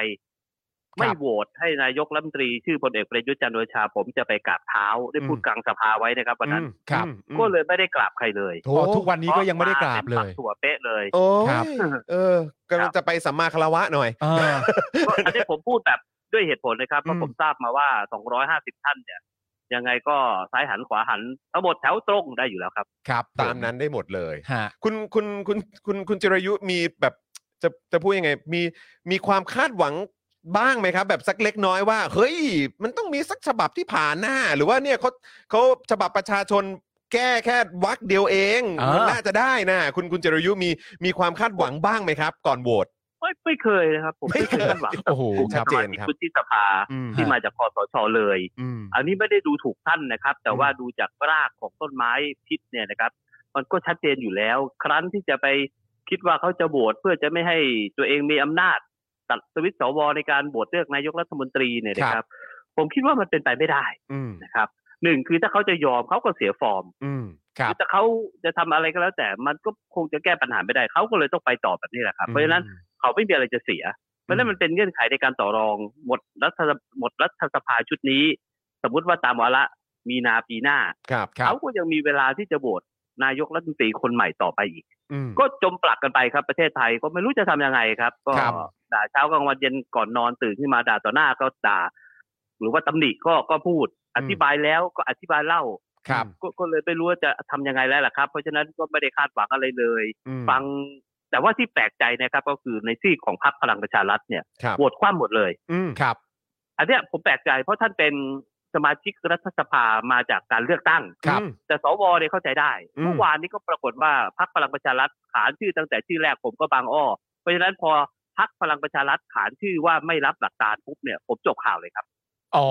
Speaker 7: ไม่โหวตให้นายกรัฐมนตรีชื่อพลเอกประยุทธ์จันทร์โอชา ผมจะไปกราบเท้าได้พูดกลางสภาไว้นะครับวันนั้น
Speaker 4: ครับ
Speaker 7: ก็เลยไม่ได้กราบใครเลย
Speaker 4: โถทุกวันนี้ก็ยังไม่ได้กราบเล
Speaker 7: พะมป็น
Speaker 4: ย
Speaker 7: ฝักถั่วเป๊ะเลย
Speaker 3: โอ้ย
Speaker 4: ครับ
Speaker 3: เออกำลังจะไปสัมมาคารวะหน่อย
Speaker 4: อ่า
Speaker 7: ก็ อันนี้ผมพูดแบบด้วยเหตุผลนะครับเพ
Speaker 4: อื
Speaker 7: ราะ
Speaker 4: ม
Speaker 7: ผมทราบมาว่า 250 ท่านเนี่ย ยังไงก็ซ้ายหันขวาหันทั้งหมดแถวตรงได้อยู่แล้วครับ
Speaker 4: ครับผ
Speaker 3: ตามนั้นได้หมดเลย
Speaker 4: ฮะ
Speaker 3: คุณคุณคุณคุณคุณจิรายุมีแบบจะจะพูดยังไง มีมีความคาดหวังบ้างไหมครับ แบบสักเล็กน้อยว่า เฮ้ย มันต้องมีสักฉบับที่ผ่านหน้า หรือว่าเนี่ยเขาเขาฉบับประชาชนแก้แค่วักเดียวเอง
Speaker 4: อ่ามั
Speaker 3: นน่าจะได้นะ คุณคุณจิรายุมีมีความคาดหวังบ้างไหมครับ ก่อนโหวต
Speaker 7: ไม่ไม่เคยนะครับ ผมไม่เคย
Speaker 3: ไม่เคย
Speaker 7: คาดหวัง
Speaker 4: โอ้โห
Speaker 7: ผม
Speaker 4: ค
Speaker 7: ส
Speaker 4: รับ
Speaker 3: ชัดเจ
Speaker 7: มาน ชิก
Speaker 3: ครับ
Speaker 7: วุฒิสภา
Speaker 3: อืม
Speaker 7: ที่มาจากคอสชเลย
Speaker 3: อืม
Speaker 7: อันนี้ไม่ได้ดูถูกท่านนะครับ แต่ว่าดูจากรากของต้นไม้พิษเนี่ยนะครับ มันก็ชัดเจนอยู่แล้ว ครั้นที่จะไปคิดว่าเขาจะโหวตเพื่อจะไม่ให้ตัวเองมีอำนาจ ตัดสวิตช์สวในการโหวตเลือกนายกรัฐมนตรีเนี่ยนะครับ ผมคิดว่ามันเป็นไปไม่ได้
Speaker 3: อืม
Speaker 7: นะครับหนึ่งคือถ้าเขาจะยอมเขาก็เสียฟอร์ม
Speaker 3: อืม
Speaker 4: ครับ
Speaker 7: ถ้าเขาจะทำอะไรก็แล้วแต่มันก็คงจะแก้ปัญหาไม่ได้เขาก็เลยต้องไปต่อแบบนี้แหละครับเพราะฉะนั้นเขาไม่มีอะไรจะเสีย เพราะฉะนั้นมันเป็นเงื่อนไขในการต่อรองหมดรัฐหมดรัฐสภาชุดนี้ สมมติว่าตามวาระมีนาปีหน้า
Speaker 3: ครับ
Speaker 4: ครับ
Speaker 7: เขาก็ยังมีเวลาที่จะโหวตนายกรัฐมนตรีคนใหม่ต่อไปอีก
Speaker 3: อืม
Speaker 7: ก็จมปลักกันไปครับประเทศไทยก็ไม่รู้จะทำยังไงครับ ก็
Speaker 4: ครับ
Speaker 7: ด่าเช้ากลางวันเย็นก่อนนอนตื่นขึ้นมาด่าต่อหน้าก็ด่า หรือว่าตำหนิก็ก็พูด อธิบายแล้วก็อธิบายเล่า
Speaker 4: ครับ
Speaker 7: ก็ก็เลยไม่รู้ว่าจะทำยังไงแล้วล่ะครับ เพราะฉะนั้นก็ไม่ได้คาดหวังอะไรเลย
Speaker 3: อืม
Speaker 7: ฟัง แต่ว่าที่แปลกใจนะครับ ก็คือในซีกของพรรคพลังประชารัฐเนี่ย
Speaker 3: ครับ
Speaker 7: โหวตคว่ำหมดเลย
Speaker 3: อืม
Speaker 4: ครับ
Speaker 7: อันเนี้ยผมแปลกใจ เพราะท่านเป็นสมาชิกรัฐสภามาจากการเลือกตั้ง
Speaker 4: ครับ
Speaker 3: อืม
Speaker 7: แต่สวเนี่ยเข้าใจได้
Speaker 3: อืม
Speaker 7: เมื่อวานนี้ก็ปรากฏว่าพักพลังประชารัฐขานชื่อตั้งแต่ชื่อแรกผมก็บางอ้อ เพราะฉะนั้นพอพักพลังประชารัฐขานชื่อว่าไม่รับหลักการปุ๊บเนี่ยผมจบข่าวเลยครับ
Speaker 4: อ๋อ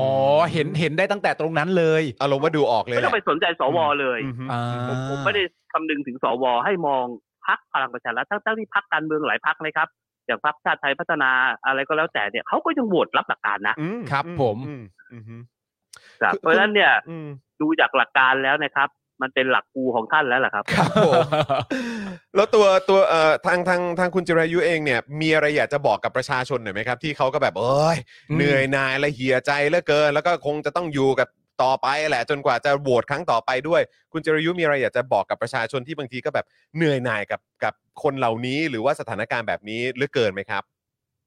Speaker 4: เห็นเห็นได้ตั้งแต่ตรงนั้นเลย
Speaker 3: อารมณ์ว่าดูออกเลย
Speaker 7: ไม่
Speaker 3: แห
Speaker 7: ต้อ
Speaker 3: ละ
Speaker 7: งไปสนใจสวเลย
Speaker 3: อืมฮึ
Speaker 4: อ่า
Speaker 7: ผมผมไม่ได้คำนึงถึงสวให้มองพักพลังประชารัฐทั้งทั้งที่พักการเมืองหลายพักนะครับ อย่างพักชาติไทยพัฒนาอะไรก็แล้วแต่เนี่ยเขาก็ยังโหวตรับหลักการนะ
Speaker 3: อืม
Speaker 4: ครับ
Speaker 3: อื
Speaker 4: ผม
Speaker 3: อือืมฮึ
Speaker 7: ครับ
Speaker 3: คือ
Speaker 7: เพราะฉะนั้นเนี่ย
Speaker 3: อืม
Speaker 7: ดูจากหลักการแล้วนะครับ มันเป็นหลักกูของท่านแล้วล่ะครับ
Speaker 3: ครับผม แล้วตัวตัวเอ่อทางทางทางคุณจิรายุเองเนี่ย มีอะไรอยากจะบอกกับประชาชนหน่อยไหมครับ ที่เขาก็แบบเอ้ยเหนื่อยหนายและเหี่ยใจเหลือเกิน แล้วก็คงจะต้องอยู่กับต่อไปแหละ จนกว่าจะโหวตครั้งต่อไปด้วย คุณจิรายุมีอะไรอยากจะบอกกับประชาชนที่บางทีก็แบบเหนื่อยหน่ายกับกับคนเหล่านี้ หรือว่าสถานการณ์แบบนี้เหลือเกินไหมครับ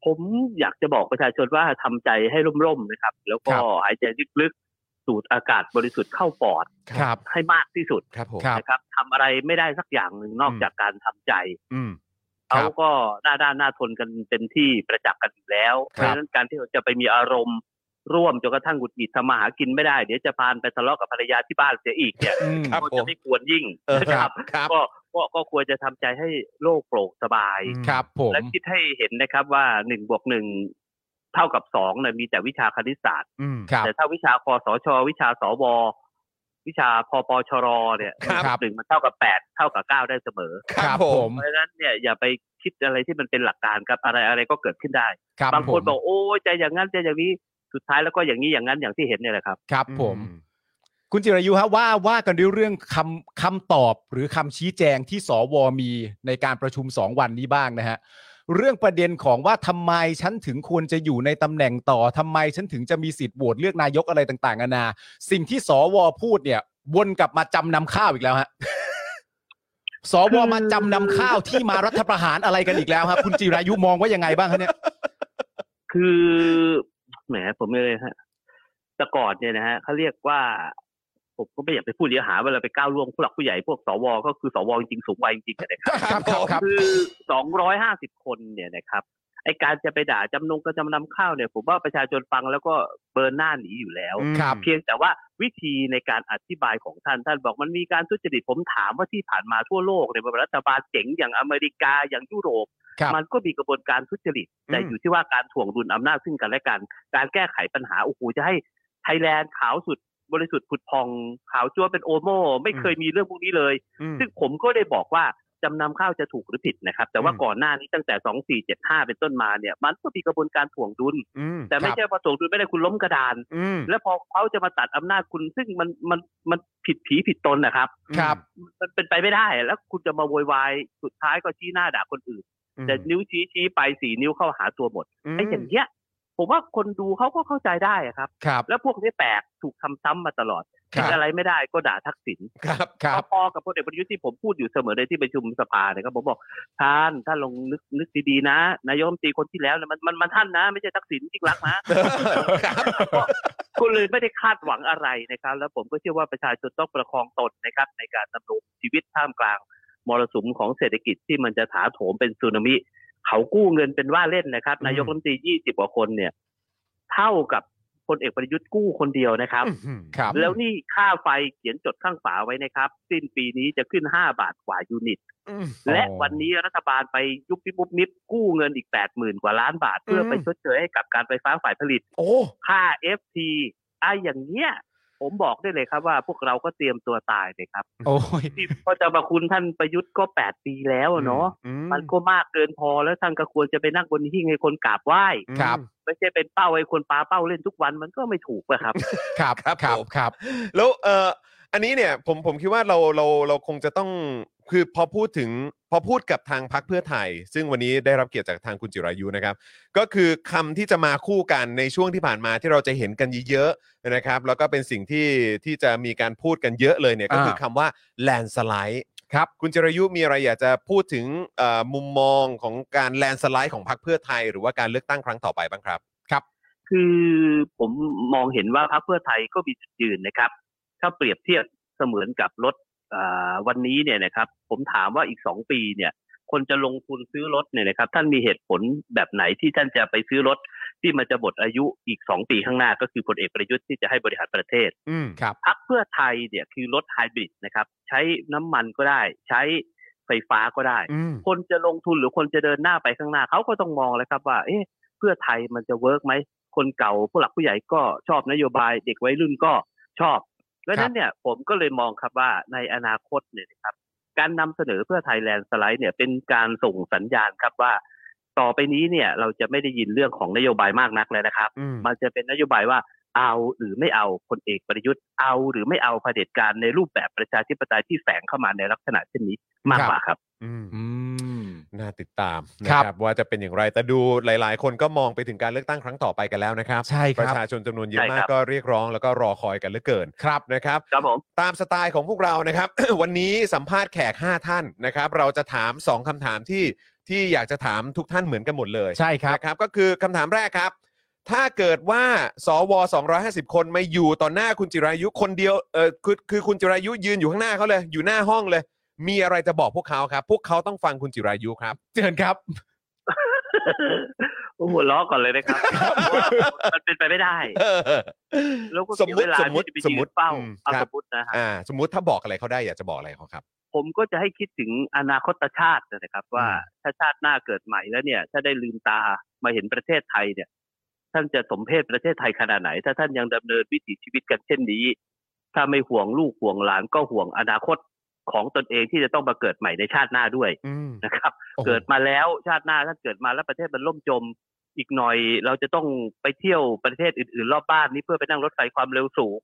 Speaker 7: ผมอยากจะบอกประชาชนว่าทำใจให้ร่มๆนะครับ แล้วก็
Speaker 4: ครับ
Speaker 7: หายใจลึกๆ สูดอากาศบริสุทธิ์เข้าปอด
Speaker 4: ครับ
Speaker 7: ให้มากที่สุด
Speaker 3: ครับผม
Speaker 4: ครับ
Speaker 7: นะครับทำอะไรไม่ได้สักอย่างหนึ่งนอก
Speaker 3: อืม
Speaker 7: จากการทำใจ
Speaker 3: อืม
Speaker 7: เขาก็หน้าด้านหน้าทนกันเป็นที่ประจักษ์กันอยู่แล้ว เพ
Speaker 4: ครับ
Speaker 7: ราะฉะนั้นการที่เราจะไปมีอารมณ์ร่วมจนกระทั่งหงุดหงิดทำมาหากินไม่ได้ เดี๋ยวจะพานไปทะเลาะกับภรรยาที่บ้านเสียอีกเนี่ย
Speaker 4: อืม
Speaker 3: ครับ
Speaker 7: ก็
Speaker 3: ผ
Speaker 7: จะ
Speaker 3: ม
Speaker 7: ไม่ควรยิ่ง
Speaker 3: เออ
Speaker 7: นะครับ
Speaker 3: ครับ
Speaker 7: ก็ก็ก็ควรจะทำใจให้โล่งโปร่งสบาย
Speaker 4: ครับผม
Speaker 7: และคิดให้เห็นนะครับว่าหนึ่งบวกหนึ่งเท่ากับสองเนี่ยมีแต่วิชาคณิตศาสตร์
Speaker 3: อืม
Speaker 4: ครับ
Speaker 7: แต่ถ้าวิชาคอสช วิชาสววิชาพปชรเนี่ย
Speaker 4: ครับ
Speaker 7: หนึ่งมันเท่ากับแปดเท่ากับเก้าได้เสมอ
Speaker 4: ครับผม
Speaker 7: เพราะฉะนั้นเนี่ยอย่าไปคิดอะไรที่มันเป็นหลักการครับอะไรอะไรก็เกิดขึ้นได้
Speaker 4: ครับ
Speaker 7: บาง
Speaker 4: ผ
Speaker 7: คน
Speaker 4: ม
Speaker 7: บอกโอ้ยใจอย่างนั้นใจอย่างนี้สุดท้ายแล้วก็อย่างนี้อย่างนั้นอย่างที่เห็นเนี่ยแหละครับ
Speaker 4: ครับผม คุณจิรายุฮะว่าว่ากันด้วยเรื่องคำคำตอบหรือคำชี้แจงที่สวมีในการประชุม 2 วันนี้บ้างนะฮะ เรื่องประเด็นของว่าทำไมฉันถึงควรจะอยู่ในตำแหน่งต่อทำไมฉันถึงจะมีสิทธิ์โหวตเลือกนายกอะไรต่างๆนานาสิ่งที่สวพูดเนี่ย วนกลับมาจำนำข้าวอีกแล้วฮะ สวมาจำนำข้าวที่มารัฐประหารอะไรกันอีกแล้วครับคุณจิรายุมองว่ายังไงบ้างคะเนี่ย
Speaker 7: คือแหมผมเลยฮะแต่ก่อนเนี่ยนะฮะเขาเรียกว่า ผมก็ไม่อยากไปพูดเดี๋ยวหาเวลาไปก้าวล่วงผู้หลักผู้ใหญ่พวกสวก็คือสวจริงๆสูงวัยจริงๆนะครับ
Speaker 4: ครับครับครับ
Speaker 7: คือสองร้อยห้าสิบคนเนี่ยนะครับไอการจะไปด่าจำนงก็จำนำข้าวเนี่ย ผมว่าประชาชนฟังแล้วก็เบิร์นหน้าหนีอยู่แล้ว
Speaker 4: ครับ
Speaker 7: เพียงแต่ว่าวิธีในการอธิบายของท่านท่านบอกมันมีการทุจริตผมถามว่าที่ผ่านมาทั่วโลกเนี่ยรัฐบาลเจ๋งอย่างอเมริกาอย่างยุโรป
Speaker 4: ครับ
Speaker 7: มันก็มีกระบวนการทุจริตแต่อยู่ที่ว่าการถ่วงดุลอำนาจซึ่งกันและกัน การแก้ไขปัญหาโอ้โหจะให้ไทยแลนด์ขาวสุดบริสุทธิ์ผุดพองขาวจั๊วเป็นโอโม ไม่เคยมีเรื่องพวกนี้เลย ซึ่งผมก็ได้บอกว่า จำนำข้าวจะถูกหรือผิดนะครับ แต่ว่า
Speaker 3: อืม
Speaker 7: ก่อนหน้านี้ตั้งแต่สองสี่เจ็ดห้าเป็นต้นมาเนี่ยมันก็มีกระบวนการถ่วงดุล
Speaker 3: อืม
Speaker 7: แต่ไม่ใช่พอถ่วงดุลไม่ได้คุณล้มกระดาน
Speaker 3: อืม
Speaker 7: แล้วพอเขาจะมาตัดอำนาจคุณซึ่งมันมันมันผิดผีผิดตนนะครับ
Speaker 4: ครับ
Speaker 7: มันเป็นไปไม่ได้แล้วคุณจะมาโวยวายสุดท้ายก็ชี้หน้าด่าคนอื่น แต่นิ้วชี้ชี้ไปสี่นิ้วเข้าหาตัวหมดไอ้อย่างเงี้ยผมว่าคนดูเขาก็เข้าใจได้อะครับ
Speaker 4: ครับ
Speaker 7: แล้วพวกนี้แปลกถูกทำซ้ำมาตลอด
Speaker 4: ครับ
Speaker 7: คิดอะไรไม่ได้ก็ด่าทักษิณ
Speaker 4: ครับครับ
Speaker 7: พอๆกับพลเอกประยุทธ์ที่ผมพูดอยู่เสมอในที่ประชุมสภาเนี่ยครับผมบอกท่านท่านลองนึกนึกดีๆนะ นายกรัฐมนตรีคนที่แล้วเนี่ยมันมันมันท่านนะ ไม่ใช่ทักษิณยิ่งรักษณ์นะ
Speaker 3: ครับ
Speaker 7: ก็เลยไม่ได้คาดหวังอะไรนะครับ แล้วผมก็เชื่อว่าประชาชนต้องประคองตนนะครับ ในการดำรงชีวิตท่ามกลางมรสุมของเศรษฐกิจที่มันจะถาโถมเป็นสึนามิ เขากู้เงินเป็นว่าเล่นนะครับ นายกรัฐมนตรียี่สิบกว่าคนเนี่ย เท่ากับพลเอกประยุทธ์กู้คนเดียวนะครับ
Speaker 3: อืม
Speaker 4: ครับ
Speaker 7: แล้วนี่ค่าไฟเขียนจดข้างฝาไว้นะครับ สิ้นปีนี้จะขึ้น 5 บาทกว่ายูนิต
Speaker 3: อืม
Speaker 7: และวันนี้รัฐบาลไปยุบปิบปุ๊บนิบกู้เงินอีก 8 0,000 กว่าล้านบาท เพื่อไป
Speaker 3: อืม
Speaker 7: ชดเชยให้กับการไฟฟ้าฝ่ายผลิต
Speaker 3: โอ้
Speaker 7: ค่า FT ไอ้อย่างเงี้ย ผมบอกได้เลยครับว่าพวกเราก็เตรียมตัวตายเลยครับ
Speaker 4: โอ้ย
Speaker 7: ที่พอจะมาคุณท่านประยุทธ์ก็แปดปีแล้วอะเนาะ
Speaker 3: อื
Speaker 7: มันก็มากเกินพอแล้วท่านก็ควรจะไปนั่งบนหิ้งให้คนกราบไหว้
Speaker 4: ครับ
Speaker 7: ไม่ใช่เป็นเป้าให้คนปาเป้าเล่นทุกวันมันก็ไม่ถูก อะครับ
Speaker 4: ครับครับครับ
Speaker 3: แล้วเอ่ออันนี้เนี่ยผมผมคิดว่าเราเราเราคงจะต้องคือพอพูดถึงพอพูดกับทางพักเพื่อไทย ซึ่งวันนี้ได้รับเกียรติจากทางคุณจิรายุนะครับ ก็คือคำที่จะมาคู่กันในช่วงที่ผ่านมาที่เราจะเห็นกันเยอะๆนะครับ แล้วก็เป็นสิ่งที่ที่จะมีการพูดกันเยอะเลยเนี่ยก็คือ
Speaker 4: อ่า
Speaker 3: คำว่าแลนสไลด์
Speaker 4: ครับ
Speaker 3: คุณจรายุมีอะไรอยากจะพูดถึงเอ่อมุมมองของการแลนด์สไลด์ของพรรคเพื่อไทย หรือว่าการเลือกตั้งครั้งต่อไปบ้างครับ
Speaker 7: คือผมมองเห็นว่าพรรคเพื่อไทยก็มีจุดยืนนะครับ ถ้าเปรียบเทียบเสมือนกับรถอ่าวันนี้เนี่ยนะครับ ผมถามว่าอีกสองปีเนี่ย คนจะลงทุนซื้อรถเนี่ยนะครับ ท่านมีเหตุผลแบบไหนที่ท่านจะไปซื้อรถที่มันจะหมดอายุอีกสองปีข้างหน้า ก็คือพลเอกประยุทธ์ที่จะให้บริหารประเทศ
Speaker 3: อืม
Speaker 4: ครับ
Speaker 7: พักเพื่อไทยเนี่ยคือรถไฮบริดนะครับ ใช้น้ำมันก็ได้ ใช้ไฟฟ้าก็ได้
Speaker 3: อืม
Speaker 7: คนจะลงทุนหรือคนจะเดินหน้าไปข้างหน้าเขาก็ต้องมองแล้วครับว่า เอ๊ะเพื่อไทยมันจะเวิร์กไหมคนเก่าผู้หลักผู้ใหญ่ก็ชอบนโยบาย เด็กวัยรุ่นก็ชอบดังนั้นเนี่ยผมก็เลยมองครับว่าในอนาคตเนี่ยนะครับ การนำเสนอเพื่อไทยแลนด์สไลด์เนี่ยเป็นการส่งสัญญาณครับว่า ต่อไปนี้เนี่ยเราจะไม่ได้ยินเรื่องของนโยบายมากนักแล้วนะครับ
Speaker 3: อืม
Speaker 7: มันจะเป็นนโยบายว่าเอาหรือไม่เอาพลเอกประยุทธ์เอาหรือไม่เอาเผด็จการในรูปแบบประชาธิปไตยที่แฝงเข้ามาในลักษณะเช่นนี้มากกว่าครับ
Speaker 3: อืม
Speaker 4: อืม
Speaker 3: น่าติดตามนะครับ ครับ ว่าจะเป็นอย่างไร แต่ดูหลาย ๆ คนก็มองไปถึงการเลือกตั้งครั้งต่อไปกันแล้วนะครับ
Speaker 4: ใช่
Speaker 3: ป
Speaker 4: ครั
Speaker 3: ระ
Speaker 4: บ
Speaker 3: ชาชนจำนวนเยอะ
Speaker 7: ใช่
Speaker 3: มา
Speaker 7: ค
Speaker 3: ก
Speaker 7: รับ
Speaker 3: ก็เรียกร้องแล้วก็รอคอยกันเหลือเกิน
Speaker 4: ครับ
Speaker 3: นะครับ
Speaker 7: ครับผม
Speaker 3: ตามสไตล์ของพวกเรานะครับ วันนี้สัมภาษณ์แขก 5 ท่านนะครับ เราจะถาม 2คำถามที่ที่อยากจะถามทุกท่านเหมือนกันหมดเลย
Speaker 4: ใช่ครับ
Speaker 3: นะครับ ก็คือคำถามแรกครับ ถ้าเกิดว่าสว 250 คนมาอยู่ต่อหน้าคุณจิรายุคนเดียวเออคือคือคุณจิรายุยืนอยู่ข้างหน้าเขาเลย อยู่หน้าห้องเลย มีอะไรจะบอกพวกเขาครับ พวกเขาต้องฟังคุณจิรายุครับ
Speaker 4: เชิญครับ
Speaker 7: โอ้โหหัวล้อก่อนเลยนะครับ เพราะว่ามันเป็นไปไม่ได้ แล้วก็
Speaker 3: ส
Speaker 7: เสี
Speaker 3: ม
Speaker 7: ย
Speaker 3: มุ
Speaker 7: เว
Speaker 3: ติ
Speaker 7: ลา
Speaker 3: สมมุติ
Speaker 7: ที่จะไป
Speaker 3: สม
Speaker 7: ยื
Speaker 3: มุติ
Speaker 7: นเป้า
Speaker 3: อืม
Speaker 7: เอา
Speaker 3: ค
Speaker 7: ส
Speaker 3: รับ
Speaker 7: มมตินะฮะ
Speaker 3: อ่า สมมุติถ้าบอกอะไรเขาได้อยากจะบอกอะไรเขาครับ
Speaker 7: ผมก็จะให้คิดถึงอนาคตชาตินะครับ ว่าถ้าชาติหน้าเกิดใหม่แล้วเนี่ย ถ้าได้ลืมตามาเห็นประเทศไทยเนี่ย ท่านจะสมเพศประเทศไทยขนาดไหน ถ้าท่านยังดำเนินวิถีชีวิตกันเช่นนี้ ถ้าไม่ห่วงลูกห่วงหลานก็ห่วงอนาคตของตนเองที่จะต้องมาเกิดใหม่ในชาติหน้าด้วย
Speaker 3: อืม
Speaker 7: นะครับ
Speaker 4: โอ้โห
Speaker 7: เกิดมาแล้วชาติหน้าถ้าเกิดมาแล้วประเทศมันล่มจม อีกหน่อยเราจะต้องไปเที่ยวประเทศอื่น ๆ รอบบ้านนี้เพื่อไปนั่งรถไฟความเร็วสูง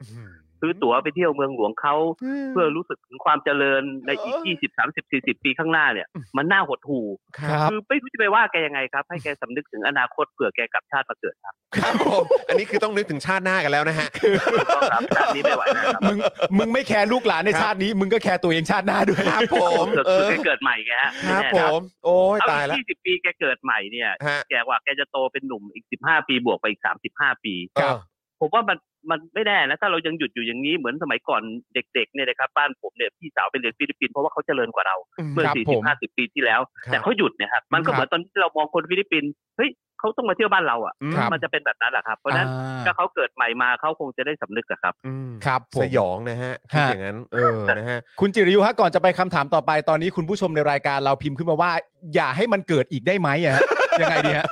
Speaker 7: ซื้อตั๋วไปเที่ยวเมืองหลวงเขาเพื่อรู้สึกถึงความเจริญในอีก
Speaker 3: เออ
Speaker 7: ยี่สิบสามสิบสี่สิบปีข้างหน้าเนี่ย มันน่าหดหู่
Speaker 4: ครับ
Speaker 7: คือไม่รู้จะไปว่าแกยังไงครับ ให้แกสำนึกถึงอนาคตเผื่อแกกลับชาติมาเกิดครับ
Speaker 3: ครับผมอันนี้คือต้องนึกถึงชาติหน้ากันแล้วนะฮะ
Speaker 7: ถูกต้องครับชาตินี้ไม่ไหวนะครับ
Speaker 4: มึง มึงไม่แคร์ลูกหลานใน
Speaker 3: ครับ
Speaker 4: ชาตินี้ มึงก็แคร์ตัวเองชาติหน้าด้วย
Speaker 3: ครับผม
Speaker 7: เกิด
Speaker 3: เอ
Speaker 7: คือ
Speaker 3: อ
Speaker 7: แกเกิดใหม่แกฮะ
Speaker 3: ครับ
Speaker 7: แน่
Speaker 3: ผ
Speaker 7: นะ
Speaker 3: ม โอ้ย
Speaker 7: เอา
Speaker 3: ตาย
Speaker 7: อี
Speaker 3: แล้
Speaker 7: ก
Speaker 3: ว
Speaker 7: ยี่สิบปีแกเกิดใหม่เนี่ย
Speaker 3: ฮะ
Speaker 7: แกกว่าแกจะโตเป็นหนุ่มอีกสิบห้าปีบวกไปอีกสามสิบห้าปี
Speaker 3: เออ
Speaker 7: ผมว่ามันมันไม่แน่นะถ้าเรายังหยุดอยู่อย่างนี้เหมือนสมัยก่อนเด็กๆเนี่ยนะครับบ้านผมเนี่ยพี่สาวไปเรียนฟิลิปปินส์เพราะว่าเขาเจริญกว่าเราเมื่อ
Speaker 4: ครับ
Speaker 7: สี่
Speaker 4: ผ
Speaker 7: สิ
Speaker 4: ม
Speaker 7: บห้าสิบปีที่แล้ว
Speaker 3: ครับ
Speaker 7: แต่เขาหยุดเนยครับมันก็
Speaker 4: ครับ
Speaker 7: เหมือนตอนที่เรามองคนฟิลิปปินส์เฮ้ยเขาต้องมาเที่ยวบ้านเราอ่ะ
Speaker 4: ครับ
Speaker 7: มันจะเป็นแบบนั้นแหละครับเพราะฉะนั้น
Speaker 4: อ่า
Speaker 7: ถ้าเขาเกิดใหม่มาเขาคงจะได้สำนึกอะครับ
Speaker 3: อืม
Speaker 4: ครับผ
Speaker 3: ส
Speaker 4: ม
Speaker 3: ยองนะฮะคิด
Speaker 4: ฮะ
Speaker 3: อย่างนั้น เออนะฮะ
Speaker 4: คุณจิริยุฮะก่อนจะไปคำถามต่อไปตอนนี้คุณผู้ชมในรายการเราพิมพ์ขึ้นมาว่า อย่าให้มันเกิดอีกได้ไหมอะฮะ ยังไงดี ฮะ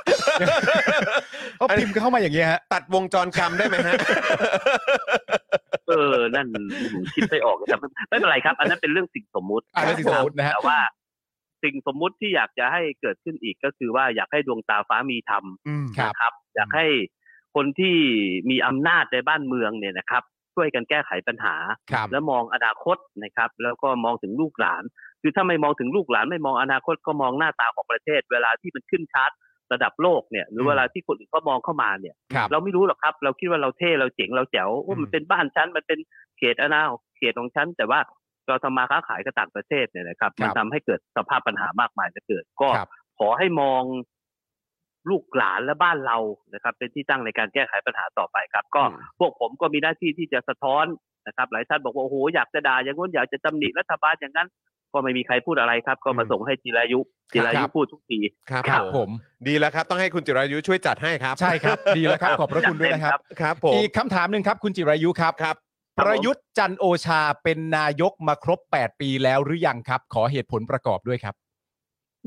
Speaker 4: ก็พิมพ์เข้ามาอย่างเงี้ยฮะ
Speaker 3: ตัดวงจรกรรมได้ไหมฮะ
Speaker 7: เออนั่นคิดไม่ออกแต่ไม่เป็นไรครับ อันนั้นเป็นเรื่องสิ่งสมมุติ
Speaker 4: อ่าเรื่องสิ่งสมมุตินะฮะ
Speaker 7: แต่ว่า สิ่งสมมุติที่อยากจะให้เกิดขึ้นอีกก็คือว่าอยากให้ดวงตาฟ้ามีธรรม
Speaker 4: อืมครับ
Speaker 7: นะครับอยากให้คนที่มีอำนาจในบ้านเมืองเนี่ยนะครับ ช่วยกันแก้ไขปัญหา
Speaker 4: ครับ
Speaker 7: และมองอนาคตนะครับ แล้วก็มองถึงลูกหลาน คือถ้าไม่มองถึงลูกหลานไม่มองอนาคตก็มองหน้าตาของประเทศ เวลาที่มันขึ้นชาร์ตระดับโลกเนี่ยหรือเวลาที่คนอื่นเขามองเข้ามาเนี่ย
Speaker 4: ครับ
Speaker 7: เราไม่รู้หรอกครับ เราคิดว่าเราเท่เราเจ๋งเราแจ๋วว่ามั
Speaker 4: อื
Speaker 7: น
Speaker 4: ม
Speaker 7: เป็นบ้านฉันมันเป็นเขตอาณาเขตของฉันแต่ว่าเราทำมาค้าขายกับต่างประเทศเนี่ยนะครับ มันทำให้เกิดสภาพปัญหามากมายจะเกิดก็
Speaker 4: ครับ
Speaker 7: ขอให้มองลูกหลานและบ้านเรานะครับ เป็นที่ตั้งในการแก้ไขปัญหาต่อไปครับ ก็
Speaker 3: อืม
Speaker 7: พวกผมก็มีหน้าที่ที่จะสะท้อนนะครับ หลายท่านบอกว่าโอ้โหอยากจะด่าอย่างนู้นอยากจะตำหนิรัฐบาลอย่างนั้น ก็ไม่มีใครพูดอะไรครับ ก็มา
Speaker 4: อืม
Speaker 7: ส่งให้จิรายุจิรายุ
Speaker 4: ครับ
Speaker 7: พูดทุกที
Speaker 3: ครับ
Speaker 4: ครับ
Speaker 3: ผ
Speaker 4: ผม ม
Speaker 3: ดีแล้วครับ ต้องให้คุณจิรายุช่วยจัดให้ครับ
Speaker 4: ใช่ครับ ดีแล้วครับ ขอบพระคุณด้วยนะครับ
Speaker 3: ครับผม
Speaker 4: อีกคำถามหนึ่งครับ คุณจิรายุครับ
Speaker 3: ครับ
Speaker 4: ประยุทธ์จันทร์โอชาเป็นนายกมาครบ 8 ปีแล้วหรือยังครับ ขอเหตุผลประกอบด้วยครับ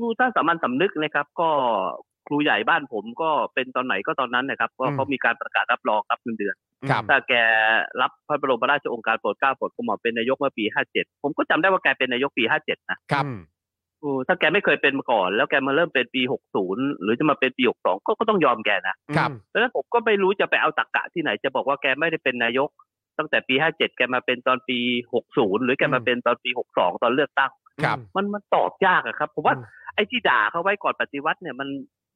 Speaker 7: ดูถ้าสามัญสำนึกนะครับ ก็ครูใหญ่บ้านผมก็เป็นตอนไหนก็ตอนนั้นนะครับ ก็
Speaker 3: อืม
Speaker 7: เขามีการประกาศรับรองรับเงินเดือน
Speaker 4: ครับ
Speaker 7: ถ้าแกรับพระบรมราชโองการโปรดเกล้าโปรดกระหม่อมเป็นนายกเมื่อปี 57 ผมก็จำได้ว่าแกเป็นนายกปี 57 นะครับ
Speaker 3: อืม
Speaker 7: อืมถ้าแกไม่เคยเป็นมาก่อน แล้วแกมาเริ่มเป็นปี 60 หรือจะมาเป็นปี 62 ก็ก็ต้องยอมแกนะครับ ดังนั้นผมก็ไม่รู้จะไปเอาตรกกะที่ไหนจะบอกว่าแกไม่ได้เป็นนายก ตั้งแต่ปี 57 แกมาเป็นตอนปี 60 หรือแกมาเป็นตอนปี 62 ตอนเลือกตั้ง
Speaker 4: ครับ
Speaker 7: มันมันตอบยากอะครับ ผมว่าไอ้ที่ด่าเขาไว้ก่อนปฏิวัติเนี่ยมัน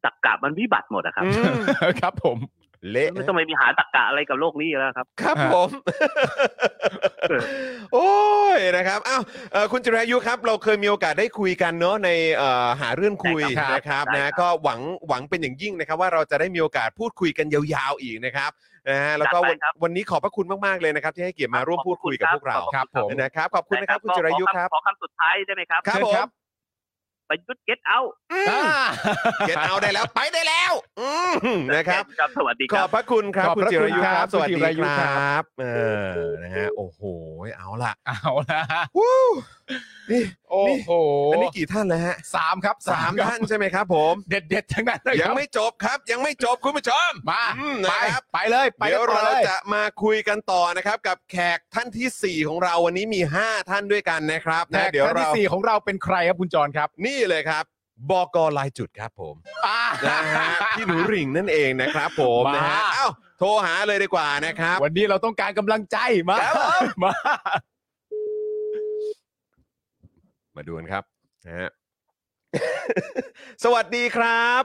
Speaker 7: ตรกกะมันวิบัติหมดอะครับ
Speaker 3: อืม
Speaker 4: ครับผม
Speaker 3: เละ
Speaker 7: ไม่ต้องไปมีหาตรกกะอะไรกับโลกนี้แล้วครับ
Speaker 3: ครับผม โอ้ยนะครับอ้าวเอ่อคุณจิรายุครับ เราเคยมีโอกาสได้คุยกันเนาะในเอ่อหาเรื่องคุย
Speaker 7: ใช่ครับ
Speaker 3: นะครับ
Speaker 7: ใช่ครั
Speaker 3: นะ
Speaker 7: บ
Speaker 3: ก็หวังหวังเป็นอย่างยิ่งนะครับ ว่าเราจะได้มีโอกาสพูดคุยกันยาวๆอีกนะครับนะฮะแล้วก็วันวันนี้ขอบพระคุณมากๆเลยนะครับ ที่ให้เกียรติมาร่วมพูดคุยกับพวกเรา
Speaker 4: ครับผม
Speaker 3: นะครับขอบคุณนะครับคุณจิรายุครับ
Speaker 7: ขอคำสุดท้ายได้ไหมครับ
Speaker 3: ครับ
Speaker 4: เชิญครับ
Speaker 7: ประยุทธ์เก็ตเอา
Speaker 4: อ่า
Speaker 3: เก็ตเอาได้แล้วไปได้แล้วอืมนะครับ
Speaker 7: ครับ สวัสดี
Speaker 3: ข
Speaker 7: ค
Speaker 3: อ
Speaker 7: รั
Speaker 3: บบ พระคุณครับ
Speaker 4: ขอบ
Speaker 3: คุณ
Speaker 4: พระ
Speaker 3: จิรายุ
Speaker 4: คุณ
Speaker 3: ค
Speaker 4: ครั
Speaker 3: รั
Speaker 4: บบ
Speaker 3: สวัสดี
Speaker 4: คุณจิรายุ
Speaker 3: ค
Speaker 4: ค
Speaker 3: ร
Speaker 4: รับ
Speaker 3: ับเออนะฮะโอ้โหเอาล่ะ
Speaker 4: เอาละ
Speaker 3: วู้นี่
Speaker 4: โอ้โห
Speaker 3: อันนี้กี่ท่านแล้วฮะ
Speaker 4: สามครับ
Speaker 3: สาม
Speaker 4: ครับ
Speaker 3: ท่านใช่ไหมครับผม
Speaker 4: เด็ดๆทั้งนั้นเลย
Speaker 3: ยัง
Speaker 4: ครับ
Speaker 3: ไม่จบครับ ยังไม่จบคุณผู้ชม
Speaker 4: มา
Speaker 3: อืม
Speaker 4: ไป
Speaker 3: นะครับ
Speaker 4: ไปเลยไป
Speaker 3: เดี๋ยว
Speaker 4: กันต่อ
Speaker 3: เรา
Speaker 4: ล
Speaker 3: จะมาคุยกันต่อนะครับ กับแขกท่านที่สี่ของเราวันนี้มีห้าท่านด้วยกันนะครับ
Speaker 4: แข
Speaker 3: นะ
Speaker 4: ก
Speaker 3: เดี๋ยว
Speaker 4: ท่านที่
Speaker 3: เรา
Speaker 4: สี่ของเราเป็นใครครับคุณจรครับ
Speaker 3: นี่เลยครับบอกลายจุดครับ ผม
Speaker 4: อ่า
Speaker 3: นะฮะพี่หนูหริ่งนั่นเองนะครับผม
Speaker 4: มา
Speaker 3: นะฮะเอ้าโทรหาเลยดีกว่านะครับ
Speaker 4: วันนี้เราต้องการกำลังใจมา
Speaker 3: ครับผม
Speaker 4: มา
Speaker 3: มาดูกันครับนะฮะ สวัสดีครับ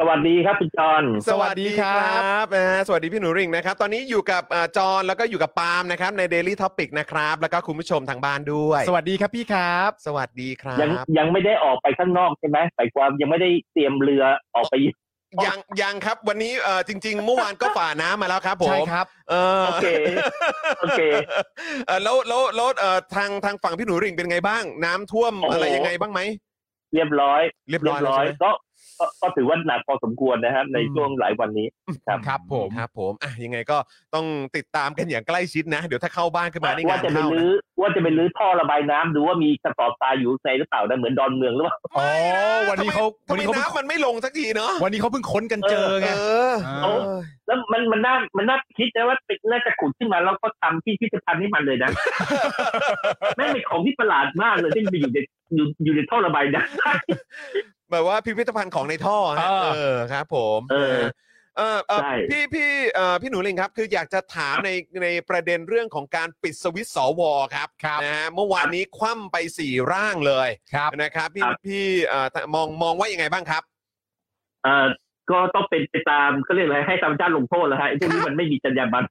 Speaker 8: สวัสดีครับคุณจอน
Speaker 3: สวัสดีครับนะฮะสวัสดีพี่หนูริ่งนะครับ ตอนนี้อยู่กับเอ่อจอห์นแล้วก็อยู่กับปาล์มนะครับใน Daily Topic นะครับ แล้วก็คุณผู้ชมทางบ้านด้วย
Speaker 4: สวัสดีครับพี่ครับ
Speaker 3: สวัสดีครั
Speaker 8: ยัง
Speaker 3: บ
Speaker 8: ยังไม่ได้ออกไปข้างนอกใช่ไหมหมายความยังไม่ได้เตรียมเรือออกไป
Speaker 3: ยังยังครับวันนี้เอ่อจริง ๆ เมื่อวานก็ฝ่าน้ำมาแล้วครับผ
Speaker 4: ใช่
Speaker 3: ม
Speaker 4: ครับ
Speaker 3: เออ
Speaker 8: โอเคโอเค
Speaker 3: เอ่อแล้วแล้วแล้วเอ่อทางทางฝั่งพี่หนูริ่งเป็นไงบ้าง น้ำท่วม
Speaker 8: โอ้โห
Speaker 3: อะไรยังไงบ้างไหม
Speaker 8: เรียบร้อย
Speaker 3: เรียบร้อยแล้วใช่ไหม
Speaker 8: ก็ก็ก็ถือว่าหนักพอสมควรนะครับ ใน
Speaker 3: อืม
Speaker 8: ช่วงหลายวันนี้ ครับ
Speaker 4: ครับผม
Speaker 3: ครับผมอ่ะยังไงก็ต้องติดตามกันอย่างใกล้ชิดนะ เดี๋ยวถ้าเข้าบ้านขึ้นมา
Speaker 8: ว่าง
Speaker 3: นี่าน
Speaker 8: จะไป
Speaker 3: เข้านะ
Speaker 8: ลื้อว่าจะไปลื้อท่อระบายน้ำดูว่ามีกระสอบทรายอยู่ในหรือเปล่านะเหมือนดอนเมืองหรือเปล่า
Speaker 4: อ๋อวันนี้เขา
Speaker 3: ทำไม
Speaker 4: วันนี้เขาเพิ่ง
Speaker 3: น้ำมันไม่ลงสักทีเนาะ
Speaker 4: วันนี้เขาเพิ่งค้นกันเจอไง
Speaker 3: เออ
Speaker 4: เอ
Speaker 8: อ แล้วมันมันน่ามันน่าคิดนะว่าเป็นน่าจะขุดขึ้นมาแล้วก็ทำที่พิพิธภัณฑ์ให้มันเลย นะแม่งเป็นของที่ประหลาดมากเลยที่มันไปอยู่ในอยู่อยู่ในท่อระบายน้ำ
Speaker 3: แบบว่าพิพิธภัณฑ์ของในท่อฮะ
Speaker 4: เออ
Speaker 3: เออครับ ผม
Speaker 8: เออ
Speaker 3: เออเออ
Speaker 8: ใช่
Speaker 3: พี่พี่เอ่อพี่หนูลิงครับ คืออยากจะถามในในประเด็นเรื่องของการปิดสวิตช์สวครับ
Speaker 4: ครับ
Speaker 3: นะฮะเมื่อวานนี้คว่ำไปสี่ร่างเลย
Speaker 4: ครับ
Speaker 3: นะครับพี่
Speaker 8: ครับ
Speaker 3: พี่เอ่อมองมองว่ายังไงบ้างครับ
Speaker 8: เอ่อก็ต้องเป็นไปตามเขาเรียกอะไรให้ธรรมชาติลงโทษแล้วฮะไอ้พวกนี้มันไม่มีจรรยาบรรณ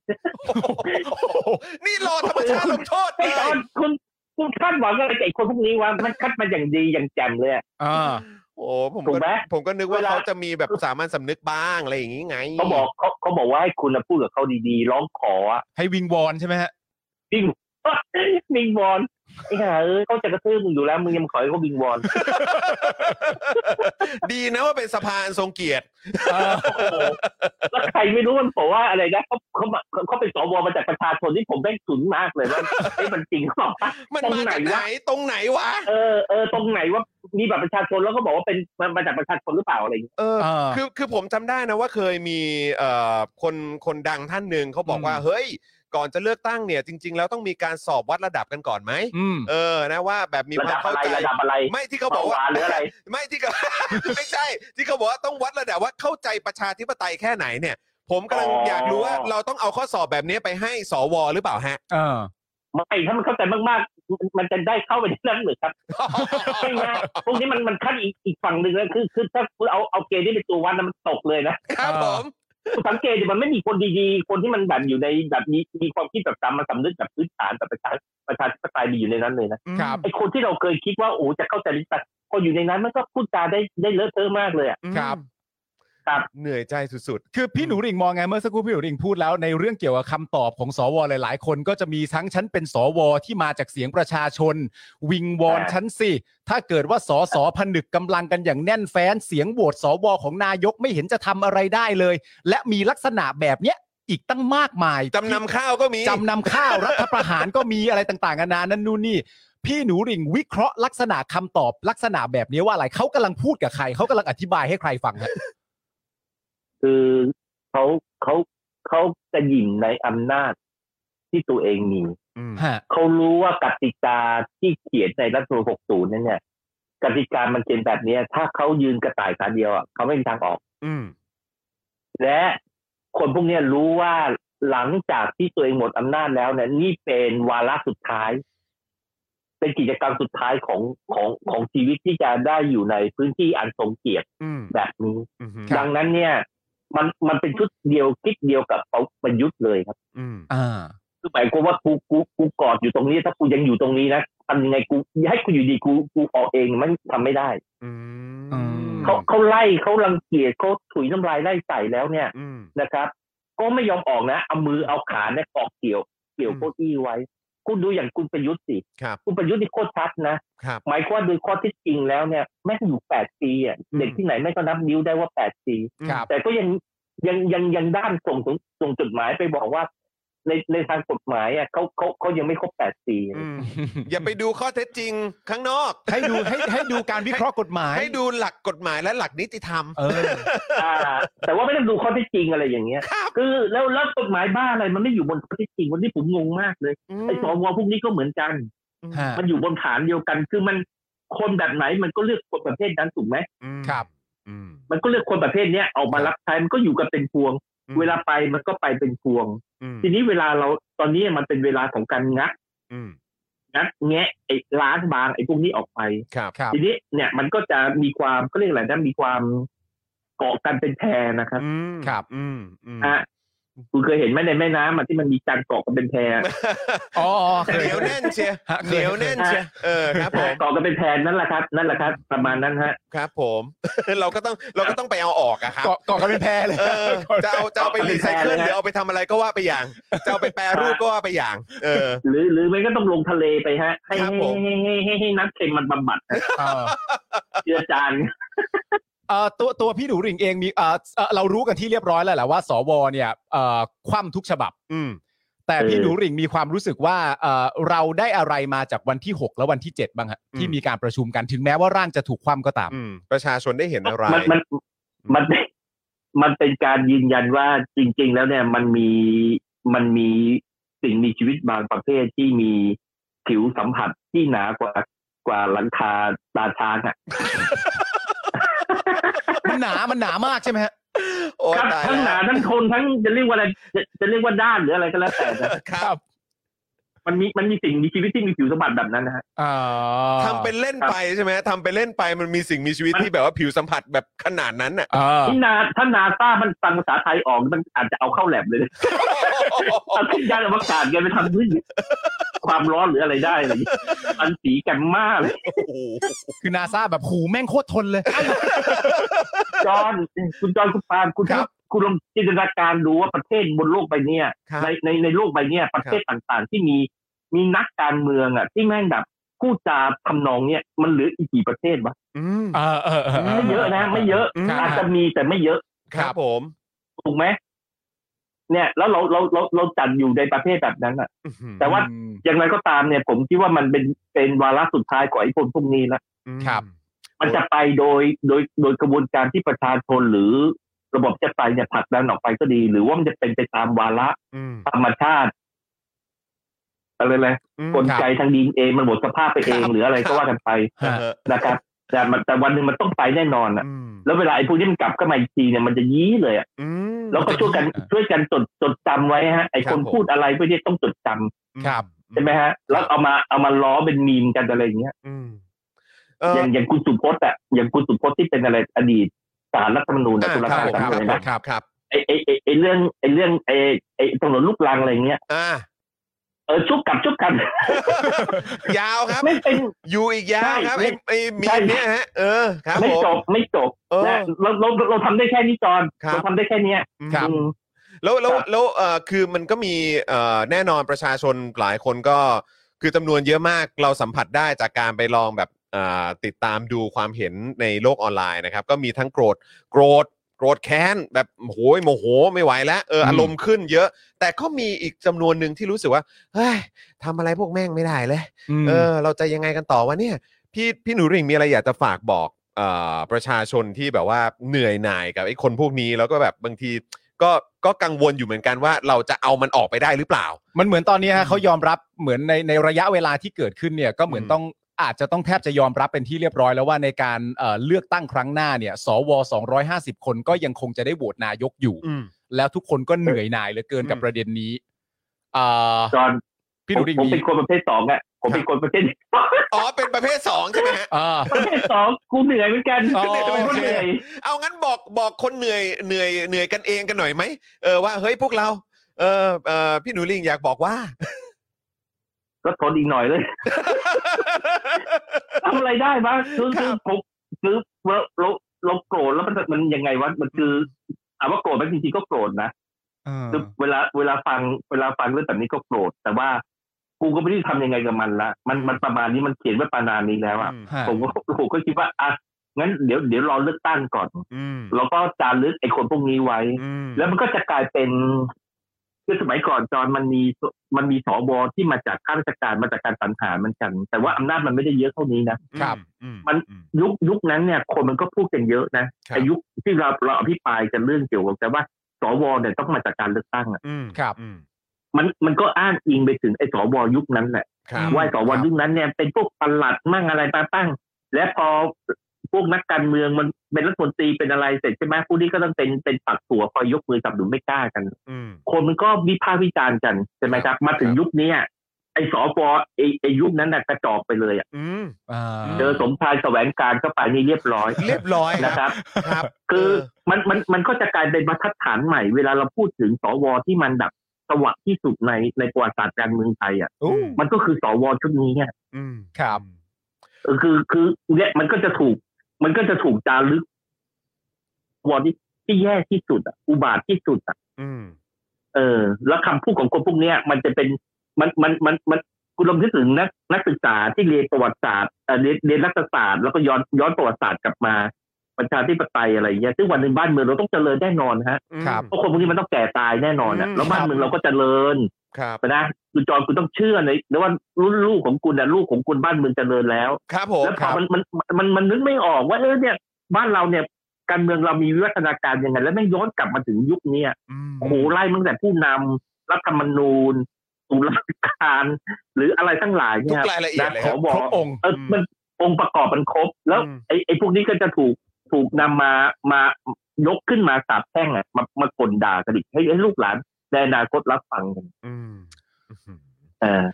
Speaker 3: นี่รอธรรมชาติลงโทษเล
Speaker 8: ไอ้ตอยนคุณคุณคาดหวังอะไรกับไอ้คนพวกนี้วะมันคัดมาอย่างดีอย่างแจ่มเลยอะ
Speaker 4: อ่า
Speaker 3: โอ้ผม
Speaker 8: ถู
Speaker 3: ก็
Speaker 8: กไหม
Speaker 3: ผมก็นึกว่า
Speaker 8: เวลา
Speaker 3: เขาจะมีแบบสามัญสำนึกบ้างอะไรอย่างนี้ไง
Speaker 8: เขาบอกเขาเขาบอกว่าให้คุณน่ะพูดกับเขาดีๆ ร้องขออะ
Speaker 4: ให้วิงวอนใช่ไหมฮะ
Speaker 8: วิ่ง วิงวอนไอ้ห่าเอ้ยเขาจะกระทืบมึงอยู่แล้วมึงยังมาขอให้เขาวิงวอน
Speaker 3: ดีนะว่าเป็นสะพานทรงเกียรติ
Speaker 4: เออ
Speaker 8: แล้วใครไม่รู้มันบอกว่าอะไรนะเขาเขามาเขาเป็นสวมาจากประชาชนที่ผมแม่งสุนมาก เลยว่าไอ้ยมันจริงหรอเปล่า
Speaker 3: มัน
Speaker 8: ตรง
Speaker 3: มา
Speaker 8: ไหน
Speaker 3: จาก
Speaker 8: วะ
Speaker 3: ไหนตรงไหนวะ
Speaker 8: เออเออตรงไหนว่ามีบัตรประชาชนแล้วก็บอกว่าเป็นมันมาจากประชาชนหรือเปล่าอะไรอย่างเงี้ย
Speaker 3: เออ
Speaker 4: เออ
Speaker 3: คือคือผมจำได้นะว่าเคยมีเอ่อคนคนดังท่านหนึ่งเขาบอกว่า
Speaker 4: อืม
Speaker 3: เฮ้ย ก่อนจะเลือกตั้งเนี่ยจริง ๆ แล้วต้องมีการสอบวัดระดับกันก่อนไหม
Speaker 4: อืม
Speaker 3: เออนะว่าแบบมี
Speaker 8: ระดับอะ
Speaker 3: ความเข้า
Speaker 8: ไร
Speaker 3: ใจ
Speaker 8: ระดับอะไร
Speaker 3: ไม่ที่เขาบอกว่า
Speaker 8: เบหนหรืออะไร
Speaker 3: ไม่ที่เขา ไม่ใช่ ที่เขาบอกว่าต้องวัดระดับว่าเข้าใจประชาธิปไตยแค่ไหนเนี่ย ผมกำลัง
Speaker 8: อ๋อ
Speaker 3: อ
Speaker 8: อ
Speaker 3: ยากรู้ว่าเราต้องเอาข้อสอบแบบนี้ไปให้สวหรือเปล่าฮะ
Speaker 4: เออ
Speaker 8: ไม่ถ้ามันเข้าใจมากๆ มันจะได้เข้าไปในเรื่องหรือครับ ใช่ไหมพวกนี้มันมันขั้นอีกอีกฝั่งหนึ่งแล้วคือคือถ้าคุณเอาเอาเกณฑ์ที่เป็นตัววัดนะมันตกเลยนะครับ
Speaker 3: ผม
Speaker 8: คุณสังเกตดิมันไม่มีคนดีๆ คนที่มันแบบอยู่ในแบบมีมีความคิดแบบสามัญสำนึกแบบพื้นฐานแบบประชาประชาธิปไตยมีอยู่ในนั้นเลยนะครับ ไอคนที่เราเคยคิดว่าโอ้จะเข้าใจลิตัพออยู่ในนั้นมันก็พูดจาได้ได้เลอะเทอะมากเลยอะ
Speaker 4: ครับ
Speaker 8: ครับ
Speaker 3: เหนื่อยใจสุด
Speaker 4: คือพี่หนูหริ่งมองไงเมื่อสักครู่พี่หนูหริ่งพูดแล้วในเรื่องเกี่ยวกับคำตอบของสวหลาย ๆ คนก็จะมีทั้งฉันเป็นสวที่มาจากเสียงประชาชน วิงวอน
Speaker 8: อ่า
Speaker 4: ฉันสิ ถ้าเกิดว่าสสผนึกกำลังกันอย่างแน่นแฟ้นเสียงโหวตสวของนายกไม่เห็นจะทำอะไรได้เลย และมีลักษณะแบบเนี้ยอีกตั้งมากมาย
Speaker 3: ๆจำนำข้าวก็มี
Speaker 4: จำนำข้าว รัฐประหารก็มีอะไรต่างๆนานานั่นนู่นนี่ พี่หนูหริ่งวิเคราะห์ลักษณะคำตอบลักษณะแบบนี้ว่าอะไรเขากำลังพูดกับใครเขากำลังอธิบายให้ใครฟังฮะ
Speaker 8: คือเขาเขาเขาจะหยิ่งในอำนาจที่ตัวเองมี
Speaker 4: ฮะ
Speaker 8: เขารู้ว่ากติกาที่เขียนในรัฐธรรมนูญ60นั่นเนี่ยกติกามันเขียนแบบเนี้ย ถ้าเขายืนกระต่ายขาเดียวอ่ะเขาไม่มีทางออก
Speaker 3: อืม
Speaker 8: และคนพวกเนี้ยรู้ว่าหลังจากที่ตัวเองหมดอำนาจแล้วเนี่ยนี่เป็นวาระสุดท้าย เป็นกิจกรรมสุดท้ายของของของชีวิตที่จะได้อยู่ในพื้นที่อันทรงเกียรติ
Speaker 3: อืม
Speaker 8: แบบนี้
Speaker 3: อืม
Speaker 8: ดังนั้นเนี่ย มันมันเป็นชุดเดียวคิดเดียวกับประยุทธ์เลยครับ
Speaker 3: อืม
Speaker 4: อ่า
Speaker 8: คือหมายความว่ากูกูกูกอดอยู่ตรงนี้ ถ้ากูยังอยู่ตรงนี้นะทำยังไงกูให้กูอยู่ดีกูกูออกเองมันทำไม่ได้
Speaker 3: อื
Speaker 4: อื
Speaker 3: ม
Speaker 4: ม
Speaker 8: เขาเขาไล่เขารังเกียจเขาถุยน้ำลายไล่ใส่แล้วเนี่ย
Speaker 3: อืม
Speaker 8: นะครับ ก็ไม่ยอมออกนะเอามือเอาขาเนี่ยเกาะเกี่ยว เกี่ยว
Speaker 3: อืม
Speaker 8: เก้าอี้ไว้ คุณดูอย่างคุณประยุทธ์สิ
Speaker 3: ครับ
Speaker 8: ณประยุทธ์นี่โคตรชัดนะครับ หมายความว่าโดยข้อเที่จริงแล้วเนี่ยแม่งอยู่แปดปีอ่ะ
Speaker 3: อืม
Speaker 8: เด็กที่ไหนแม่งก็นับนิ้วได้ว่าแปดปี
Speaker 4: ครับ
Speaker 8: แต่ก็ยังยังยังยังด้านส่งถึงส่งจดหมายไปบอกว่า ในในทางกฎหมายอ่ะเขาเขาเขายังไม่ครบแปดปี
Speaker 3: อืม อย่าไปดูข้อเท็จจริงข้างนอก
Speaker 4: ให้ดูให้ให้ดูการวิเคราะห์กฎหมาย
Speaker 3: ให้ดูหลักกฎหมายและหลักนิติธรรม
Speaker 4: เอ อ
Speaker 8: อ่า แต่ว่าไม่ต้องดูข้อเท็จจริงอะไรอย่างเงี้ย
Speaker 3: ครับ
Speaker 8: คือแล้วแล้วกฎหมายบ้าอะไรมันไม่อยู่บนข้อเท็จจริงวันนี้ผมงงมากเลย
Speaker 3: อืม
Speaker 8: ไอ้สวพวกนี้ก็เหมือนกัน
Speaker 4: ฮะ
Speaker 8: มันอยู่บนฐานเดียวกัน คือมันคนแบบไหนมันก็เลือกคนประเภทนั้นถูกไหม
Speaker 3: อืม
Speaker 4: ครับ
Speaker 3: อืม
Speaker 8: มันก็เลือกคนประเภทเนี้ยออกมารับใช้มันก็อยู่กันเป็นพวง
Speaker 3: อืม
Speaker 8: เวลาไปมันก็ไปเป็นพวง
Speaker 3: อืม
Speaker 8: ทีนี้เวลาเราตอนนี้มันเป็นเวลาของการงัด
Speaker 3: อืม
Speaker 8: งัดแงะไอ้ล้างบางไอ้พวกนี้ออกไป
Speaker 3: ครับ
Speaker 4: ครับ
Speaker 8: ทีนี้เนี่ยมันก็จะมีความก็เรียกอะไรนะมีความเกาะกันเป็นแพรนะครับ
Speaker 3: อืม
Speaker 4: ครับ
Speaker 3: อืมอืม
Speaker 8: อ่ะคุณเคยเห็นไหมในแม่น้ำอะที่มันมีจานเกาะกันเป็นแพร
Speaker 4: อ๋อเค
Speaker 3: เห
Speaker 4: ย
Speaker 3: นียวแน่นเชียร์
Speaker 4: ฮะเคย
Speaker 3: เหนียวแน่นเชียร์เออครับผม
Speaker 8: เกาะกันเป็นแพรนั่นแหละครับ นั่นแหละครับ ประมาณนั้นฮะ
Speaker 3: ครับผม เราก็ต้องเราก็ต้องไปเอาออกอะครับ
Speaker 4: เกาะเกาะกันเป็นแพรเลย
Speaker 3: เออจะเอาจะเอาไปรีไซเคิลหรือเอาไปทำอะไรก็ว่าไปอย่าง จะเอาไปแปรรูปก็ว่าไปอย่าง เออ
Speaker 8: หรือหรือไม่ก็ต้องลงทะเลไปฮะ ให้
Speaker 3: ครับ
Speaker 8: ให้
Speaker 3: ผม
Speaker 8: ให้ให้ให้ให้น้ำเค็มมันบำบัดนะ
Speaker 4: เออ
Speaker 8: เจือจาน
Speaker 4: เอ่อตัวตัวพี่หนูหริ่งเองมีเอ่อเอ่อเรารู้กันที่เรียบร้อยแล้วแหละว่าสวเนี่ยเอ่อคว่ำทุกฉบับ
Speaker 3: อืม
Speaker 4: แต่พี่หนูหริ่งมีความรู้สึกว่าเอ่อเราได้อะไรมาจากวันที่ 6 และวันที่ 7 บ้างฮะ
Speaker 3: อืม
Speaker 4: ที่มีการประชุมกันถึงแม้ว่าร่างจะถูกคว่ำก็ตาม
Speaker 3: อืมประชาชนได้เห็นอะไร
Speaker 8: มันมันมันมันมันเป็นการยืนยันว่าจริง ๆ แล้วเนี่ยมันมีมันมีสิ่งมีชีวิตบางประเภทที่มีผิวสัมผัสที่หนากว่ากว่าหลังคาตาช้างอะ
Speaker 4: มันหนา มันหนามากใช่ไหมฮะ
Speaker 3: โอ้
Speaker 8: ครับ
Speaker 3: ตาย
Speaker 8: ทั้งหนา
Speaker 3: แล้ว
Speaker 8: ทั้งทนทั้งจะเรียกว่าอะไรจะจะเรียกว่าด้านหรืออะไรก็แล้วแต่นะครับ มันมีมันมีสิ่งมีชีวิตที่มีผิวสมบัติแบบนั้นนะฮะ
Speaker 4: อ๋อ
Speaker 3: ทำเป็นเล่นไปใช่ไหมทำเป็นเล่นไปมันมีสิ่งมีชีวิตที่แบบว่าผิวสัมผัสแบบขนาดนั้นน่ะ
Speaker 4: อ่า
Speaker 8: ที่นาถ้านาซามันฟังภาษาไทยออกมันอาจจะเอาเข้าแลบเลยนะเอาทุกยานอวกาศแกไปทำด้วยความร้อนหรืออะไรได้อะไรอย่างนี้มันสีกันมากเลย
Speaker 3: โอ้โห
Speaker 4: คือนาซาแบบหูแม่งโคตรทนเลย
Speaker 8: จอห์นคุณจอห์นคุณปาล์มคุณ
Speaker 4: ครับ
Speaker 8: คุณลองจินตนาการดูว่าประเทศบนโลกใบเนี้ย
Speaker 3: ครับ
Speaker 8: ในในในโลกใบเนี้ยประเทศต่างๆ ที่มีมีนักการเมืองอ่ะ ที่แม่งแบบพูดจาทำนองเนี้ยมันเหลืออีกกี่ประเทศวะ
Speaker 3: อืม
Speaker 4: เออเออเออ
Speaker 8: ไม่เยอะนะ ไม่เยอะ
Speaker 3: อืม
Speaker 8: อาจจะมีแต่ไม่เยอะ
Speaker 3: ครับผม
Speaker 8: ถูกไหมเนี่ยแล้วเราเราเราเราจัดอยู่ในประเภทแบบนั้นอ่ะ แต่ว่า
Speaker 4: อืม
Speaker 8: อย่างไรก็ตามเนี่ย ผมคิดว่ามันเป็นเป็นวาระสุดท้ายของไอ้คนพวกนี้ละ
Speaker 3: อืม
Speaker 4: ครับ
Speaker 8: มันจะไปโดยโดยโดยกระบวนการที่ประชาชนหรือ ระบบจะไปเนี่ยผลักดันออกไปก็ดี หรือว่ามันจะเป็นไปตามวาระ
Speaker 3: อืม
Speaker 8: ธรรมชาติ อะไรนะ
Speaker 3: อืม
Speaker 8: กลไกทางดีเอมันหมดสภาพไปเอง
Speaker 4: ครับ
Speaker 8: หรืออะไรก็ว่ากันไป
Speaker 3: ฮะ
Speaker 8: นะครับแต่มันแต่วันหนึ่งมันต้องไปแน่นอนอะ
Speaker 3: อืม
Speaker 8: แล้วเวลาไอ้พวกนี้มันกลับเข้ามาอีกทีเนี่ยมันจะยี้เลยอะ
Speaker 3: อืม
Speaker 8: แล้วก็ช่วยกัน
Speaker 4: อ่า
Speaker 8: ช่วยกันจดจดจำไว้ฮะไอ้
Speaker 4: ครั
Speaker 8: ค
Speaker 4: บ
Speaker 8: น
Speaker 4: ผม
Speaker 8: พูดอะไรพวกนี้ต้องจดจำ
Speaker 4: ครับ
Speaker 8: ใช่ไหมฮะแล้วเอามาเอามาล้อเป็นมีมกันอะไรอย่างเงี้ย
Speaker 3: อืมเออ
Speaker 8: อย่างอย่างคุณสุพจน์อะอย่างคุณสุพจน์ที่เป็นอะไรอดีตสารรัฐธรรมนูญอะ
Speaker 3: อ่า
Speaker 8: ตุลาการสารรัฐธรรมนูญ
Speaker 4: ครั
Speaker 8: นะ
Speaker 4: บ
Speaker 3: ครับ
Speaker 8: ไอ้ไอ้ไอ้ไอ้เรื่องไอ้เรื่องไอ้ไอ้ถนนลูกรังอะไรเงี้ย
Speaker 3: อ่า
Speaker 8: เออชุบกลับชุบกลับ
Speaker 3: ยาวครับ
Speaker 8: ไม่เป็น
Speaker 3: อยู่อีกยาวครับ
Speaker 8: ใช่
Speaker 3: ไอ้ไอ้มี
Speaker 8: ใช่
Speaker 3: มเนี่ยฮะ เออ ครับ
Speaker 8: ไม่
Speaker 3: ผม
Speaker 8: จบไม่จบ
Speaker 3: เออ
Speaker 8: นะเราเราเราทำได้แค่นี้จอน
Speaker 3: ครับ
Speaker 8: เราทำได้แค่เนี้ย
Speaker 3: อืม
Speaker 4: ครับ
Speaker 8: อืม
Speaker 3: แล้วแล้ว
Speaker 8: ครับ
Speaker 3: แล้วเอ่อคือมันก็มีเอ่อแน่นอนประชาชนหลายคนก็คือจำนวนเยอะมากเราสัมผัสได้จากการไปลองแบบเอ่อติดตามดูความเห็นในโลกออนไลน์นะครับ ก็มีทั้งโกรธโกรธโกรธแค้นแบบโหยโมโหไม่ไหวแล้วเอออารมณ์ขึ้นเยอะ แต่ก็มีอีกจำนวนหนึ่งที่รู้สึกว่าเฮ้ยทำอะไรพวกแม่งไม่ได้เลย เออเราจะยังไงกันต่อวะเนี่ยพี่พี่หนูริ่งมีอะไรอยากจะฝากบอกเอ่อประชาชนที่แบบว่าเหนื่อยหน่ายกับไอ้คนพวกนี้แล้วก็แบบบางทีก็ก็กังวลอยู่เหมือนกันว่าเราจะเอามันออกไปได้หรือเปล่า
Speaker 4: มันเหมือนตอนนี้ฮะเขายอมรับเหมือนในในระยะเวลาที่เกิดขึ้นเนี่ยก็เหมือน
Speaker 3: อืม
Speaker 4: ต้องอาจจะต้องแทบจะยอมรับเป็นที่เรียบร้อยแล้วว่าในการเอ่อเลือกตั้งครั้งหน้าเนี่ยสว 250 คนก็ยังคงจะได้โหวตนายกอยู่
Speaker 3: อืม
Speaker 4: แล้วทุกคนก็เหนื่อยหน่ายเหลือเกินกับประเด็นนี้เอ่อ
Speaker 8: จอน
Speaker 4: พี่หนูดิ่ง
Speaker 8: ผม
Speaker 4: มี
Speaker 8: เป็นคนประเภทสองอะผมเป็นคนประเภท
Speaker 3: อ๋อเป็นประเภทสองใช่ไหมฮะ
Speaker 4: อ่า
Speaker 8: ประเภทสองกูเหนื่อยเหมือนกัน
Speaker 4: อ๋อ
Speaker 8: กูเหนื่อย
Speaker 3: เอางั้นบอกบอกคนเหนื่อยเหนื่อยเหนื่อยกันเองกันหน่อยไหมเออว่าเฮ้ยพวกเราเออเออพี่หนูริ่งอยากบอกว่า
Speaker 8: ก็ทนอีกหน่อย เลย ทำอะไรได้บ้างคือ
Speaker 3: ครั
Speaker 8: คือบ ผมคือเราเราเราโกรธแล้วมันมันยังไงวะมันคือถามว่าโกรธไหมจริงๆก็โกรธนะคือเวลาเวลาฟังเวลาฟังเรื่องแบบนี้ก็โกรธแต่ว่ากูก็ไม่ได้ทำยังไงกับมันละมันมันประมาณนี้มันเขียนไว้ประมาณนี้แล้วอะ
Speaker 4: ฮะ
Speaker 8: ผมก็ผมก็คิดว่าอ่ะงั้นเดี๋ยวเดี๋ยวรอเลือกตั้งก่อน
Speaker 3: อืม
Speaker 8: แล้วก็จารึกไอ้คนพวกนี้ไว้
Speaker 3: อืม
Speaker 8: แล้วมันก็จะกลายเป็นคือสมัยก่อนจอนมันมีมันมีสวที่มาจากข้าราชการมาจากการสรรหาเหมันกัน แต่ว่าอำนาจมันไม่ได้เยอะเท่านี้นะ
Speaker 4: ครับ
Speaker 3: อื
Speaker 8: มัน
Speaker 3: อื
Speaker 8: ยุคยุคนั้นเนี่ย คนมันก็พูดกันเยอะนะครับ ไอายุคที่เราเราอภิปรายกันเรื่องเกี่ยวกับแต่ว่าสวเนี่ยต้องมาจากการเลือกตั้งอะ
Speaker 3: อืม
Speaker 4: ครับ
Speaker 3: อืม
Speaker 8: มันมันก็อ้างอิงไปถึงไอ้สวยุคนั้นแหละ
Speaker 3: ครับ
Speaker 8: ว่าไอ้สวยุคนั้นเนี่ยเป็นพวกประหลัดมั่งอะไรบ้างบ้างและพอพวกนักการเมืองมันเป็นรัฐมนตรีเป็นอะไรเสร็จใช่ไหมผู้นี้ก็ต้องเป็นเป็นปักตัวคอยยกมือจับหนุนไม่กล้ากัน
Speaker 3: อืม
Speaker 8: คนมันก็วิพากษ์วิจารณ์กันใช่ไหมครับ มาถึง
Speaker 3: ครับ
Speaker 8: ยุคเนี้ยไอ้สวไอ้ไอ้ยุคนั้นน่ะกระจอกไปเลยอะ
Speaker 3: อืม
Speaker 4: อ่า
Speaker 8: เจอสมชายแสวงการก็ไปนี่เรียบร้อย
Speaker 3: เรียบร้อย
Speaker 8: นะค
Speaker 3: ครั
Speaker 8: รั
Speaker 3: บ
Speaker 8: บ
Speaker 3: ครับ
Speaker 8: คือ
Speaker 3: เ
Speaker 8: มันมันมันก็จะกลายเป็นบรรทัดฐานใหม่เวลาเราพูดถึงสวที่มันดับสวัสดที่สุดในในประวัติศาสตร์การเมืองไทยอ่ะ
Speaker 4: อู้
Speaker 8: มันก็คือสวชุดนี้เนี่ย
Speaker 3: อืม
Speaker 4: ครับ
Speaker 8: เออคือคือเนี่ยมันก็จะถูก มันก็จะถูกจารึกวอที่ที่แย่ที่สุดอะอุบาทที่สุดอะ
Speaker 3: อืม
Speaker 8: เออแล้วคำพูดของคนพวกเนี้ย มันจะเป็นมันมันมันมันคุณลองคิดถึงนักนักศึกษาที่เรียนประวัติศาสตร์เอ่อเรียนเรียนรัฐศาสตร์แล้วก็ย้อนย้อนประวัติศาสตร์กลับมาประชาธิปไตยอะไรเงี้ยซึ่งวันหนึ่งบ้านเมืองเราต้องเจริญแน่นอนฮะ
Speaker 4: ครับ
Speaker 8: เพราะคนพวกนี้มันต้องแก่ตายแน่นอน
Speaker 3: อื
Speaker 8: อะ
Speaker 3: ม
Speaker 8: แล้วบ้านเมืองเราก็เจริญ
Speaker 3: ครับ
Speaker 8: นะคุณจอนคุณต้องเชื่อในนะว่ารุ่นลูกของคุณนะลูกของคุณบ้านเมืองเจริญแล้ว
Speaker 3: ครับผม
Speaker 8: แล้วพ
Speaker 3: ค
Speaker 8: อ
Speaker 3: รับ
Speaker 8: มันมันมันมันมันนึกไม่ออกว่าเออเนี่ย บ้านเราเนี่ยการเมืองเรามีวิวัฒนาการยังไงแล้วแม่งย้อนกลับมาถึงยุคเนี้ย โอ้โหไล่ตั้งแต่ผู้นำรัฐธรรมนูญตุลาการ หรืออะไรทั้งหลาย
Speaker 3: ทุก
Speaker 8: เนี่ย
Speaker 3: รายละเอียด
Speaker 8: นะ
Speaker 3: เลย
Speaker 8: ข
Speaker 3: ค
Speaker 8: อ
Speaker 3: รับ
Speaker 8: บอ
Speaker 4: ค
Speaker 8: ก
Speaker 4: รบองค์
Speaker 8: เออมันองค์ประกอบมันครบ แล้ว
Speaker 3: อืม
Speaker 8: ไอ้ไอ้พวกนี้ก็จะถูกถูกนำมามายกขึ้นมาสาบแช่งอ่ะมามากลด่ากันอีกให้ให้ลูกหลานในอนาคตรับฟังกัน
Speaker 3: อืมอืม
Speaker 8: เออ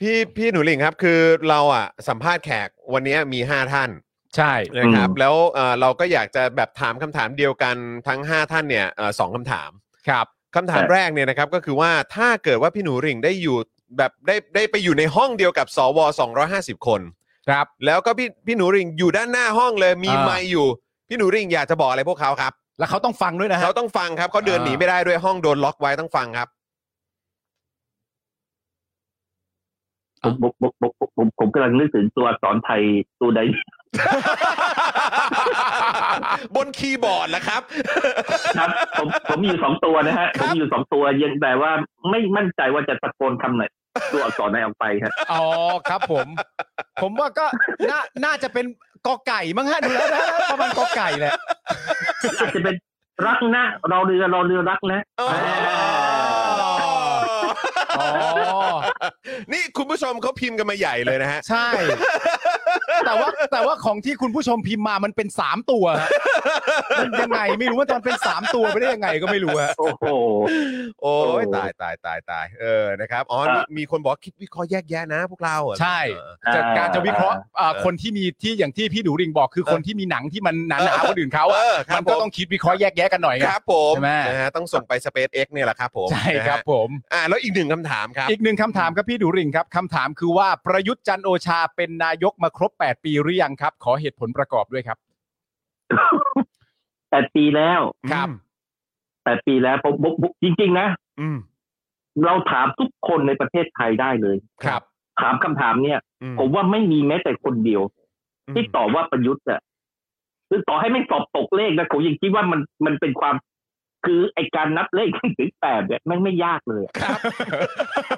Speaker 3: พี่พี่หนูหลิงครับคือเราอ่ะสัมภาษณ์แขกวันนี้มี 5 ท่าน
Speaker 4: ใช่
Speaker 3: นะครับ
Speaker 8: อืม
Speaker 3: แล้วเอ่อเราก็อยากจะแบบถามคำถามเดียวกันทั้ง 5 ท่านเนี่ยเอ่อสองคำถาม
Speaker 4: ครับ
Speaker 3: คำถามแรกเนี่ยนะครับก็คือว่าถ้าเกิดว่าพี่หนูหลิงได้อยู่แบบได้ได้ไปอยู่ในห้องเดียวกับสว250 คน
Speaker 4: ครับ
Speaker 3: แล้วก็พี่พี่หนูหลิงอยู่ด้านหน้าห้องเลยมี
Speaker 4: อ่า
Speaker 3: ไมค์อยู่ พี่หนูหลิงอยากจะบอกอะไรพวกเขาครับ
Speaker 4: แล้วเขาต้องฟังด้วยนะฮะ
Speaker 3: เขาต้องฟังครับเขาเดิน
Speaker 4: อ่า
Speaker 3: หนีไม่ได้ด้วยห้องโดนล็อกไว้ต้องฟังค รับ
Speaker 8: ผมผมผมผมผมผมกำลังนึกถึงตัวสอนไทยตัวใด
Speaker 3: บนคีย์บอร์ดนะครับ
Speaker 8: ครับผมผมมีอยู่สองตัวนะฮะ
Speaker 3: ค
Speaker 8: ผ
Speaker 3: รับ
Speaker 8: มมีอยู่สองตัวยังแต่ว่าไม่มั่นใจว่าจะตะโกนคำไหนตัวอักษรไหนออกไปฮะ
Speaker 4: อ๋อครับผม ผมว่าก็ น่าน่าจะเป็นกอไก่มั้งฮะดูแล้วนะประมาณกอไก่แหละ
Speaker 8: อาจจะเป็นรักนะรอเรือรอเรือรักนะ
Speaker 3: อ๋อ
Speaker 4: อ๋อ
Speaker 3: นี่คุณผู้ชมเขาพิมพ์กันมาใหญ่เลยนะฮะ
Speaker 4: ใช่ แต่ว่าแต่ว่าของที่คุณผู้ชมพิมพ์มามันเป็นสามตัวฮะมันยังไงไม่รู้ว่าตอนเป็นสามตัวไปได้ยังไงก็ไม่รู้ฮะ
Speaker 8: โอ้โห
Speaker 3: โอ้ย
Speaker 8: โอ้
Speaker 3: ตายตายตายตายเออนะครับอ๋อ
Speaker 8: อ่ะ
Speaker 3: มีมีคนบอกว่าคิดวิเคราะห์แยกแยะนะพวกเราอ่ะ
Speaker 4: ใช่
Speaker 3: เออ
Speaker 4: จากการจะวิเคราะห์อ่า
Speaker 3: เออ
Speaker 4: คนที่มีที่อย่างที่พี่ดูริงบอกคือคนที่มีหนังที่มันห
Speaker 3: เอ
Speaker 4: นา
Speaker 3: อ
Speaker 4: ๆกว่าอื่นเขาอะ
Speaker 3: เออครั
Speaker 4: มั
Speaker 3: บ
Speaker 4: น
Speaker 3: ผ
Speaker 4: ก็
Speaker 3: ม
Speaker 4: ต้องคิดวิเคราะห์แยกแยะกันหน่อย
Speaker 3: ค
Speaker 4: ค
Speaker 3: รั
Speaker 4: รับ
Speaker 3: บผม
Speaker 4: ใช่ไหม
Speaker 3: นะฮะต้องส่งไป Space X เนี่ยแหละครับผม
Speaker 4: ใช่ครั
Speaker 3: นะ
Speaker 4: บ
Speaker 3: ฮะ
Speaker 4: ผม
Speaker 3: อ่าแล้วอีกหนึ่งคำถามครับ
Speaker 4: อีกหนึ่งคำถามครับพี่ดูริงครับคำถามคือว่าประยุทธ์จันทร์โอชาเป็นนายกมาครบ 8 ปีหรือยังครับ ขอเหตุผลประกอบด้วยครับ
Speaker 8: แปดปีแล้ว
Speaker 4: ครับ
Speaker 8: แปดปีแล้วผมผมผมจริง ๆ นะ
Speaker 2: อืม
Speaker 8: เราถามทุกคนในประเทศไทยได้เลย
Speaker 4: ครับ
Speaker 8: ถามคำถามเนี่ย
Speaker 2: อืม
Speaker 8: ผมว่าไม่มีแม้แต่คนเดียว ที่ตอบว่าประยุทธ์อะคือต่อให้ไม่สอบตกเลขนะผมยังคิดว่ามันมันเป็นความ คือไอการนับเลข ถึงแปดเนี่ยแม่งไม่ยากเลยอะ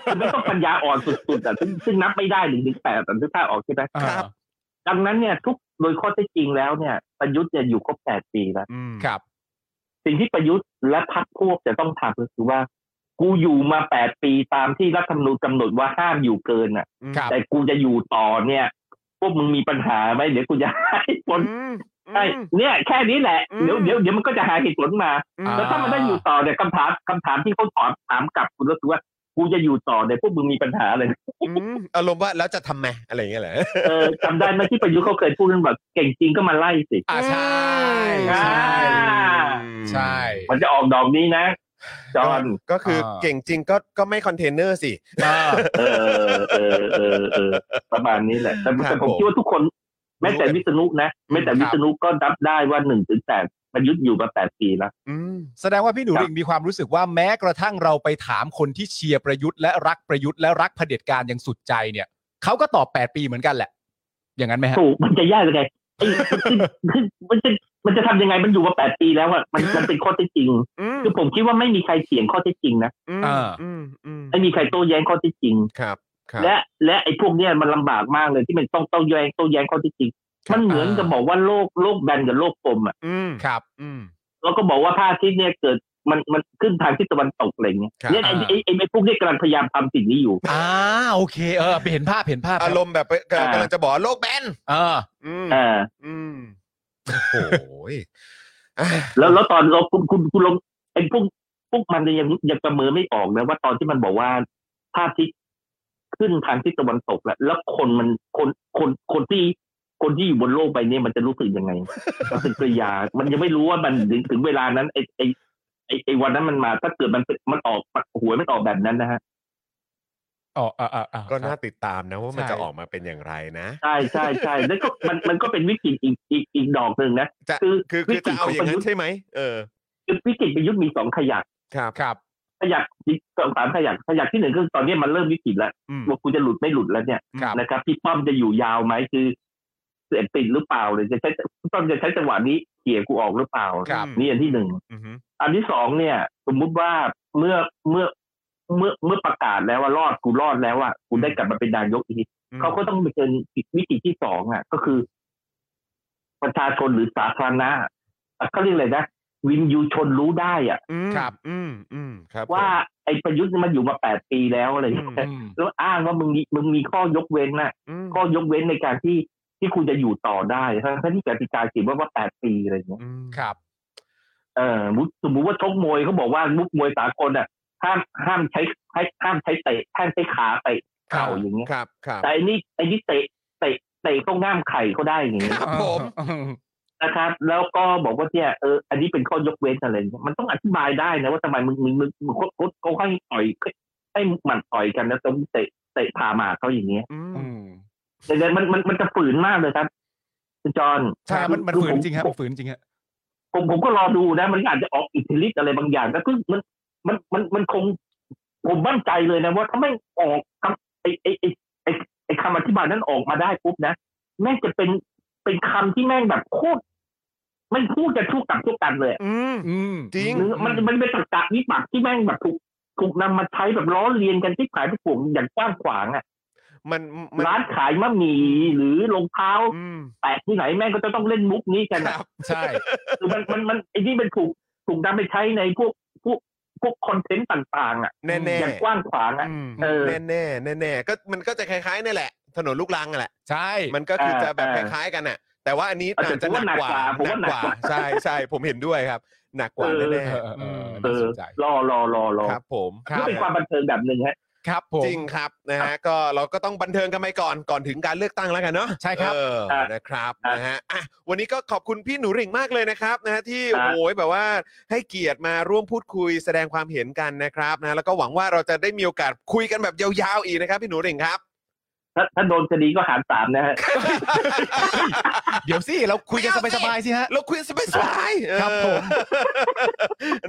Speaker 8: คือไม่ต้องปัญญาอ่อนสุดๆอะซึ่งซึ่งนับไม่ได้หนึ่งถึงแปดแต่ถ้าพออกใช่ไหม
Speaker 4: ครับ
Speaker 8: ดังนั้นเนี่ย ทุกโดยข้อเท็จจริงแล้วเนี่ยประยุทธ์เนี่ยอยู่ครบแปดปีแล้ว
Speaker 2: อืม
Speaker 4: ครับ
Speaker 8: สิ่งที่ประยุทธ์และพรรคพวกจะต้องทำก็คือว่า กูอยู่มาแปดปีตามที่รัฐธรรมนูญกำหนดว่าห้ามอยู่เกินอ่ะ
Speaker 4: ครับ
Speaker 8: แต่กูจะอยู่ต่อเนี่ย พวกมึงมีปัญหาไหมเดี๋ยวกูจะ ให้ผลไอ้เนี่ยแค่นี้แหละ
Speaker 2: อืม
Speaker 8: เดี๋ยวเดี๋ยวเดี๋ยวมันก็จะหาเหตุผลมา
Speaker 4: อ่า
Speaker 8: แล้วถ้ามันได้อยู่ต่อเนี่ยคำถามคำถามที่เขาถามถามกลับคุณก็คือว่ากูจะอยู่ต่อเนี่ยพวกมึงมีปัญหาอะไร
Speaker 3: อืมอารมณ์ว่าแล้วจะทำไหมอะไรอย่างเงี้ยเหรอ
Speaker 8: เออจำได้ไหมที่ประยุทธ์เขาเคยพูดกันแบบเก่งจริงก็มาไล่สิ
Speaker 4: อ่าใช่
Speaker 8: อ่า
Speaker 4: ใช่ใช่
Speaker 8: มันจะออกดอกนี้นะจอห์น
Speaker 3: ก็คือ
Speaker 4: อ่า
Speaker 3: เก่งจริงก็ก็ไม่คอนเทนเนอร์สิ
Speaker 4: อ่า
Speaker 8: เออเออเออเออประมาณนี้แหละแต่
Speaker 3: ครั
Speaker 8: แต่
Speaker 3: บ
Speaker 8: ผม
Speaker 3: ผม
Speaker 8: คิดว่าทุกคน แม้แต่วิษณุนะแม้แต่วิษณุก็รับได้ว่าหนึ่งถึงแปดประยุทธ์อยู่มาแปดปีแล้ว
Speaker 3: อืม
Speaker 4: แสดงว่าพี่หนู
Speaker 8: ครับ
Speaker 4: ริงมีความรู้สึกว่าแม้กระทั่งเราไปถามคนที่เชียร์ประยุทธ์และรักประยุทธ์และรักเผด็จการอย่างสุดใจเนี่ยเขาก็ตอบ 8 ปีเหมือนกันแหละ อย่างนั้นไหมฮะ
Speaker 8: ถูกมันจะยากยังไงไอ้มันมันจะมันจะทำยังไงมันอยู่มาแปดปีแล้วอะมันมันเป็นข้อเท็จจริง
Speaker 2: อืม
Speaker 8: คือผมคิดว่าไม่มีใครเถียงข้อเท็จจริงนะ
Speaker 2: อืม
Speaker 4: อ่า
Speaker 2: อืมอืม
Speaker 8: ไม่มีใครโต้แย้งข้อเท็จจริง
Speaker 3: ครับครับ
Speaker 8: และและไอ้พวกเนี้ยมันลำบากมากเลยที่มันต้องโต้แย้งโต้แย้งข้อเท็จจริง มันเหมือนกับบอกว่าโลกโลกแบนกับโลกกลมอะ
Speaker 2: อืม
Speaker 4: ครับ
Speaker 2: อืม
Speaker 8: แล้วก็บอกว่าพระอาทิตย์เนี่ยเกิดมันมันขึ้นทางทิศตะวันตกอะไรเงี้ย
Speaker 3: ครับ
Speaker 8: เนี่ยไอ้ไอ้ไอ้ไอ้พวกเนี้ยกำลังพยายามทำสิ่งนี้อยู่
Speaker 4: อ่าโอเคเออไปเห็นภาพเห็นภาพ
Speaker 3: อารมณ์แบบไปกำลัง
Speaker 8: อ่า
Speaker 3: กำลังจะบอกว่าโลกแบน
Speaker 4: เออ
Speaker 2: อืม
Speaker 8: อ่า
Speaker 2: อืม
Speaker 3: โอ้ยอ่ะ
Speaker 8: แล้วแล้วตอนเราคุณคุณคุณลงไอ้พวกพวกมันเนี่ยยังยังประเมินไม่ออกนะว่าตอนที่มันบอกว่าภาพที่ขึ้นทางทิศตะวันตกแล้วแล้วคนมันคนคนคนที่คนที่อยู่บนโลกใบนี้มันจะรู้สึกยังไงปฏิกิริยา มันยังไม่รู้ว่ามันถึงถึงเวลานั้นไอ้ไอ้ไอ้ไอ้วันนั้นมันมาถ้าเกิดมันเป็นมันออกหวยมันออกแบบนั้นนะฮะ
Speaker 4: อ๋ออ่าอ่าอ่า
Speaker 3: ก็น่าติดตามนะว่ามัน
Speaker 4: ใช่
Speaker 3: จะออกมาเป็นอย่างไรนะ
Speaker 8: ใช่ใช่ใช่แล้วก็มันมันก็เป็นวิกฤตอีกอีกอีกดอกหนึ่งนะ
Speaker 3: จะ
Speaker 8: คือ
Speaker 3: คือ
Speaker 8: วิ
Speaker 3: คือก จะ
Speaker 8: ฤต
Speaker 3: เอา
Speaker 8: ของ
Speaker 3: อ
Speaker 8: ป
Speaker 3: ย่าง
Speaker 8: ระ
Speaker 3: นั้
Speaker 8: ยุ
Speaker 3: น
Speaker 8: ทธ์
Speaker 3: ใช่ไหมเออ
Speaker 8: คือวิกฤตประยุทธ์มีสองขยัก
Speaker 3: ครับ
Speaker 4: ครับ
Speaker 8: ขยักที่สองสามขยักขยักที่หนึ่งคือตอนนี้มันเริ่มวิกฤตแล้ว
Speaker 2: อืม
Speaker 8: ว่ากูจะหลุดไม่หลุดแล้วเนี่ย
Speaker 4: ครับ
Speaker 8: นะครับพี่ป้อมจะอยู่ยาวไหมคือเสียติดหรือเปล่าหรือจะใช้พี่ป้อมจะใช้จังหวะนี้เขี่ยกูออกหรือเปล่า
Speaker 4: ครับ
Speaker 8: นี่อันที่หนึ่ง
Speaker 2: อืม
Speaker 8: อันที่สองเนี่ย สมมุติว่าเมื่อเมื่อเมื่อเมื่อประกาศแล้วว่ารอดกูรอดแล้วอ่ะกูได้กลับมาเป็นนายกอีกทีเขาก็ต้องไปเจอวิกฤตที่สองอ่ะ ก็คือ ประชาชนหรือสาธารณะอ่ะเขาเรียกอะไรนะวินยูชนรู้ได้อ่ะ
Speaker 2: อืม
Speaker 4: ครับ
Speaker 2: อืมอืม
Speaker 3: ครับ
Speaker 8: ว่า
Speaker 3: ผม
Speaker 8: ไอ้ประยุทธ์เนี่ยมันอยู่มาแปดปีแล้วอะไรอย่างเงี้ย
Speaker 4: อืม
Speaker 8: แล้วอ้างว่ามึงมีมึงมีข้อยกเว้นน่ะ
Speaker 2: อืม
Speaker 8: ข้อยกเว้นในการที่ที่คุณจะอยู่ต่อได้ทั้งที่กติกาเขียนไว่าว่าแปดปีอะไรอย่างเงี้ย
Speaker 2: อืม
Speaker 4: ครับ
Speaker 8: เออสมมุติสมมุติว่าชกมวยเขาบอกว่ามุกมวยสากลอ่ะห้ามห้ามใช้ให้ห้ามใช้เตะห้ามใช้ขาเตะเข่าอย่างเงี้ย
Speaker 3: ครับครับ
Speaker 8: แต่ไอ้นี่ไอ้นี่เตะเตะเตะก็ง่ามไข่เขาได้อย่างเงี้ย
Speaker 3: ครับผม
Speaker 8: นะครับ แล้วก็บอกว่าเนี่ยเอออันนี้เป็นข้อยกเว้นอะไรอย่างเงี้ยมันต้องอธิบายได้นะว่าทำไมมึงมึงมึงมึงเขาเขาเขาให้ต่อยให้หมัดต่อยกันแล้วต้องเตะเตะผ่าหมากเขาอย่างเงี้ย
Speaker 2: อืม
Speaker 4: อืม
Speaker 8: แต่แต่มันมันมันจะฝืนมากเลยครับคุณจอห์น
Speaker 4: ใช่มันมัน
Speaker 8: คือ
Speaker 4: ฝืน
Speaker 8: ผ
Speaker 4: จริงฮะ
Speaker 8: ผ
Speaker 4: มัน
Speaker 8: ม
Speaker 4: ฝืนจริงฮะ
Speaker 8: ผมผมก็รอดูนะ มันอาจจะออกอิทธิฤทธิ์อะไรบางอย่างแล้วคือมันมันมันมันคง ผมมั่นใจเลยนะ ว่าถ้าไม่ออกคำไอไอไอไอไอคำอธิบายนั้นออกมาได้ปุ๊บนะแม่งจะเป็นเป็นคำที่แม่งแบบโคตรไม่พูดกันทุกกับทุกกันเลยอะ
Speaker 2: อืม
Speaker 4: อืม
Speaker 2: จริง
Speaker 8: หรือมันมันเป็นตรรกะวิปากษ์ที่แม่งแบบถูกถูกนำมาใช้แบบล้อเลียนกันที่ขายไปผงอย่างกว้างขวางอ่ะ
Speaker 3: มันมัน
Speaker 8: ร้านขายมะหมี่หรือรองเท้า
Speaker 2: อืม
Speaker 8: แตะที่ไหนแม่งก็จะต้องเล่นมุกนี้กัน
Speaker 3: ค
Speaker 8: อะ
Speaker 3: รับ
Speaker 4: ใช่
Speaker 8: คือมันมันมันไอ้นี่มันถูกถูกนำไปใช้ในพวกพวก พวกคอนเทนต์ต่างๆอ่ะ
Speaker 3: แน่ๆ
Speaker 8: อย่างกว้างขวางอ่ะ เออ
Speaker 3: แน่แน่แน่แน่ๆก็มันก็จะคล้ายๆนี่แหละ ถนนลูกรังนั่นแหละ
Speaker 4: ใช่
Speaker 3: มันก็คือจะแบบค
Speaker 8: อ่า
Speaker 3: ล้ายๆกันน่ะ แต่ว่าอันนี้
Speaker 8: แต่
Speaker 3: อาจจะหนักกว่า
Speaker 8: ผม
Speaker 3: หนั
Speaker 8: ว่าก หนั
Speaker 3: ก
Speaker 8: ก
Speaker 3: ว่า
Speaker 8: กว่า
Speaker 3: ใช่ใช่ผมเห็นด้วยครับ หนักกว่าแน่
Speaker 4: เออเออเออ
Speaker 8: เอ
Speaker 4: น่าส
Speaker 8: อน
Speaker 4: ใจ
Speaker 8: รอรอรอรอ
Speaker 3: ๆครับผม
Speaker 4: ครั
Speaker 8: ก็เป็นความบันเทิงแบบหนึ่งฮะ
Speaker 4: ครับผม
Speaker 3: จริงครับนะฮะก็เราก็ต้องบันเทิงกันไปก่อนก่อนถึงการเลือกตั้งแล้วกันเนาะ
Speaker 4: ใช่ครับ
Speaker 3: เออ
Speaker 8: อ่ะ
Speaker 3: นะครับ
Speaker 8: อ่ะ
Speaker 3: นะฮะอ่ะวันนี้ก็ขอบคุณพี่หนูหริ่งมากเลยนะครับนะฮะที่
Speaker 8: อ่ะ
Speaker 3: โอ้ยแบบว่าให้เกียรติมาร่วมพูดคุยแสดงความเห็นกันนะครับนะแล้วก็หวังว่าเราจะได้มีโอกาสคุยกันแบบยาวๆอีกนะครับ พี่หนูหริ่งครับ
Speaker 8: ถ้าถ้าโดนคดีก็หารสามนะฮะ
Speaker 4: เดี๋ยวสิ เราคุยกันสบายๆสิฮะ
Speaker 3: เราคุยสบายสบายๆเออ
Speaker 4: ครับผม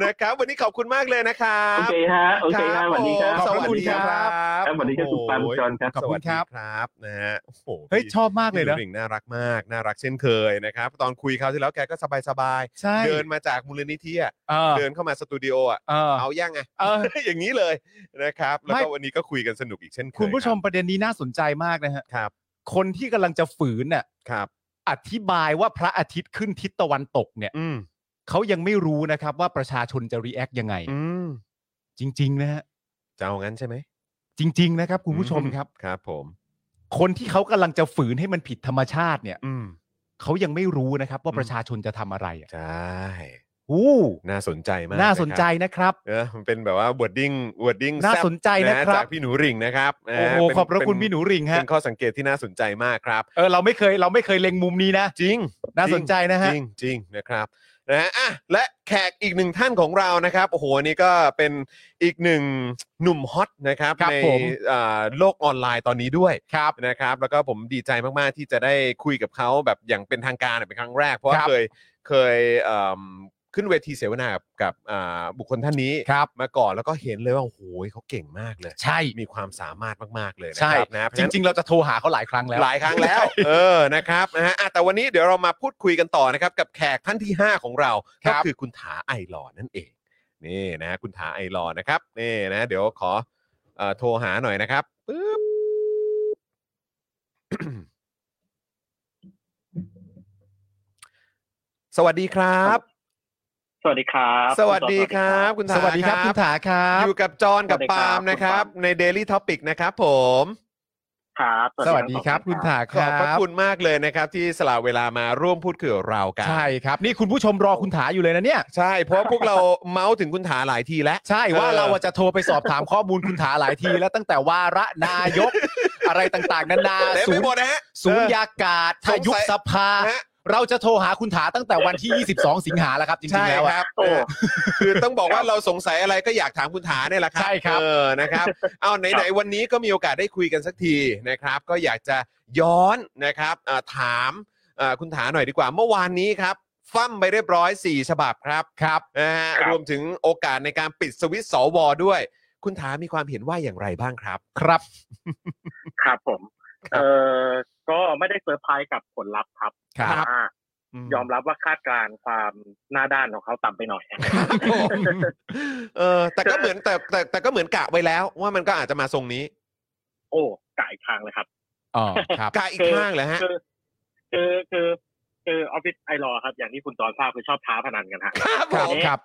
Speaker 3: นะครับ วันนี้ขอบคุณมากเลยนะครั
Speaker 8: โอบ เคฮะ โอเคฮะสวัสดีครับ
Speaker 3: ผม
Speaker 4: ข
Speaker 3: ส
Speaker 4: อบ
Speaker 3: วัส
Speaker 4: คุณ
Speaker 3: ดี
Speaker 4: ค
Speaker 3: ค
Speaker 4: รั
Speaker 3: รับ
Speaker 8: ครับสวัสดีครับคุณปาล์มคุณจรครับ
Speaker 4: ขอบคุณครับ
Speaker 3: สวัสดีครับนะฮะโอ้โห
Speaker 4: เฮ้ย
Speaker 3: พี่
Speaker 4: ชอบมากเลยนะ
Speaker 3: พี่หงน่ารักมาก น่ารักเช่นเคยนะครับ ตอนคุยคราวที่แล้วแกก็สบายสบายๆ
Speaker 4: ใช่
Speaker 3: เดินมาจากมูลนิธิอะ
Speaker 4: เออ
Speaker 3: เดินเข้ามาสตูดิโออะ
Speaker 4: เออ
Speaker 3: เอาย่างไง
Speaker 4: เออ
Speaker 3: อย่างนี้เลยนะครับ แล้วก็
Speaker 4: ไม่
Speaker 3: วันนี้ก็คุยกันสนุกอีกเช่นเคย
Speaker 4: คุณผู้ชมประเด็นนี้น่าสนใจมากนะฮะ
Speaker 3: ครับ
Speaker 4: คนที่กำลังจะฝืนน่ะ
Speaker 3: ครับ
Speaker 4: อธิบายว่าพระอาทิตย์ขึ้นทิศตะวันตกเนี่ย
Speaker 3: อืม
Speaker 4: เขายังไม่รู้นะครับว่าประชาชนจะรีแอคยังไง
Speaker 3: อืม
Speaker 4: จริง ๆ นะฮะ
Speaker 3: จะเอางั้นใช่ไหม
Speaker 4: จริง ๆ นะครับ คุณผู้ชมครับ
Speaker 3: ครับ ผม
Speaker 4: คนที่เขากำลังจะฝืนให้มันผิดธรรมชาติเนี่ย
Speaker 3: อืม
Speaker 4: เขายังไม่รู้นะครับว่าประชาชนจะทำอะไรอ่ะ
Speaker 3: ใช่
Speaker 4: อู้
Speaker 3: น่าสนใจมากะค
Speaker 4: น่า
Speaker 3: รับ
Speaker 4: สนใจนะครับ
Speaker 3: เออมันเป็นแบบว่า wording wording
Speaker 4: น่า
Speaker 3: แซ่บ
Speaker 4: สนใจนะครั
Speaker 3: จา
Speaker 4: บ
Speaker 3: กพี่หนูหริ่งนะครับ
Speaker 4: โอ้โห
Speaker 3: เเป็น
Speaker 4: ขอบพระคุณ
Speaker 3: เป็
Speaker 4: พี่หนูหริงฮะ
Speaker 3: เป็นข้อสังเกตที่น่าสนใจมากครับ
Speaker 4: เออเราไม่เคยเราไม่เคยเล็งมุมนี้นะ
Speaker 3: จริง
Speaker 4: น่าสนใจนะฮะ
Speaker 3: จริงจริงนะครับนะฮะอ่ะและแขกอีกหนึ่งท่านของเรานะครับโอ้โหอันนี่ก็เป็นอีกหนึ่งหนุ่มฮอตนะครับ
Speaker 4: ครับ
Speaker 3: ใน
Speaker 4: ผม
Speaker 3: อ่าโลกออนไลน์ตอนนี้ด้วย
Speaker 4: ครับ
Speaker 3: นะครับแล้วก็ผมดีใจมาก ๆ ที่จะได้คุยกับเขาแบบอย่างเป็นทางการเป็นครั้งแรก เพราะ
Speaker 4: ค
Speaker 3: ว่า
Speaker 4: รับ
Speaker 3: เคยเคยเอิ่มขึ้นเวทีเสวนากับกับอ่าบุคคลท่านนี้
Speaker 4: ครับ
Speaker 3: มาก่อนแล้วก็เห็นเลยว่าโอ้โหเขาเก่งมากเลย
Speaker 4: ใช่
Speaker 3: มีความสามารถมาก ๆ เลยนะ
Speaker 4: ใช่
Speaker 3: ครับนะ
Speaker 4: จริง ๆ เราจะโทรหาเขาหลายครั้งแล้ว
Speaker 3: หลายครั้งแล้ว เออนะครับนะฮะอ่ะแต่วันนี้เดี๋ยวเรามาพูดคุยกันต่อนะครับ กับแขกท่านที่ 5 ของเรา
Speaker 4: ครั
Speaker 3: ก็
Speaker 4: บ
Speaker 3: คือคุณถาไอรอนนั่นเอง นี่นะฮะคุณถาไอรอนนะครับนี่นะ เดี๋ยวขอเอ่อโทรหาหน่อยนะครับปึ๊บ สวัสดีครับ
Speaker 9: สวัสดีครับ
Speaker 3: สวัสดีครับ คุณถา
Speaker 4: สวัสดีครับ
Speaker 3: รับ
Speaker 4: คุณถาครับ
Speaker 3: อยู่กับจอห์นกับปาล์มนะครับ ใน Daily Topic นะครับผม
Speaker 9: ครับ
Speaker 4: สวัสดีครับ คุณถา
Speaker 3: ข
Speaker 4: ค
Speaker 3: อบ
Speaker 4: รั
Speaker 3: พระ
Speaker 4: บ
Speaker 3: คุณมากเลยนะครับ ที่สละเวลามาร่วมพูดคุยกับเรากัน
Speaker 4: ใช่ครับ นี่คุณผู้ชมรอคุณถาอยู่เลยนะเนี่ย
Speaker 3: ใช่เพราะพวก เราเมาส์ถึงคุณถาหลายทีแล้ว
Speaker 4: ใช่ว่า
Speaker 3: เออ
Speaker 4: เราอะจะโทรไปสอบถามข้อมูลคุณถาหลายที แล้วตั้งแต่วาระนาย ก อะไรต่างๆนานา
Speaker 3: เต็ม
Speaker 4: ศู
Speaker 3: ไป
Speaker 4: นย์
Speaker 3: หมดนะฮะ
Speaker 4: ศูนย์ยากาศทายุ
Speaker 3: สง
Speaker 4: บ
Speaker 3: สัย
Speaker 4: สภา
Speaker 3: นะฮะ
Speaker 4: เราจะโทรหาคุณถาตั้งแต่วันที่ 22 สิงหาแล้วครับ จริ
Speaker 3: ใช่
Speaker 4: งๆแล้ว
Speaker 3: ค
Speaker 4: อะ
Speaker 3: รับ
Speaker 9: โอ้
Speaker 3: นะฮะคือต้องบอกว่าเราสงสัยอะไรก็อยากถามคุณถาเนี่ยแหละครั
Speaker 4: ใช่ครับ
Speaker 3: เออนะครับเอาไหนๆวันนี้ก็มีโอกาสได้คุยกันสักทีนะครับ ก็อยากจะย้อนนะครับเอ่อถามเอ่อคุณถาหน่อยดีกว่า เมื่อวานนี้ครับฟั่มไปเรียบร้อย 4 ฉบับครับ
Speaker 4: ครับ
Speaker 3: นะฮะ
Speaker 9: ครับ
Speaker 3: รวมถึงโอกาสในการปิดสวิตช์สวด้วย คุณถามีความเห็นว่าอย่างไรบ้างครับ
Speaker 4: ครับ
Speaker 9: ครับผม เออก็ไม่ได้เซอร์ไพรส์กับผลลัพธ์ครับ
Speaker 4: ครั
Speaker 9: แต่
Speaker 4: บ
Speaker 9: ว่ายอมรับว่าคาดการณ์ความหน้าด้านของเขาต่ำไปหน่อย
Speaker 3: เออแต่ก็เหมือนแต่แต่แต่ก็เหมือนกะไว้แล้วว่ามันก็อาจจะมาทรงนี้
Speaker 9: โอ้กะอีกทางเลยครับ
Speaker 4: อ๋อครับ
Speaker 3: กะอีกข้างเหรอฮะ
Speaker 9: คือคือคือคือออฟฟิศไอรอครับ อย่างที่คุณจอนทราบคือชอบท้าพนันกันฮะ
Speaker 3: ครับผ
Speaker 4: ครับ
Speaker 3: ม
Speaker 4: ครับ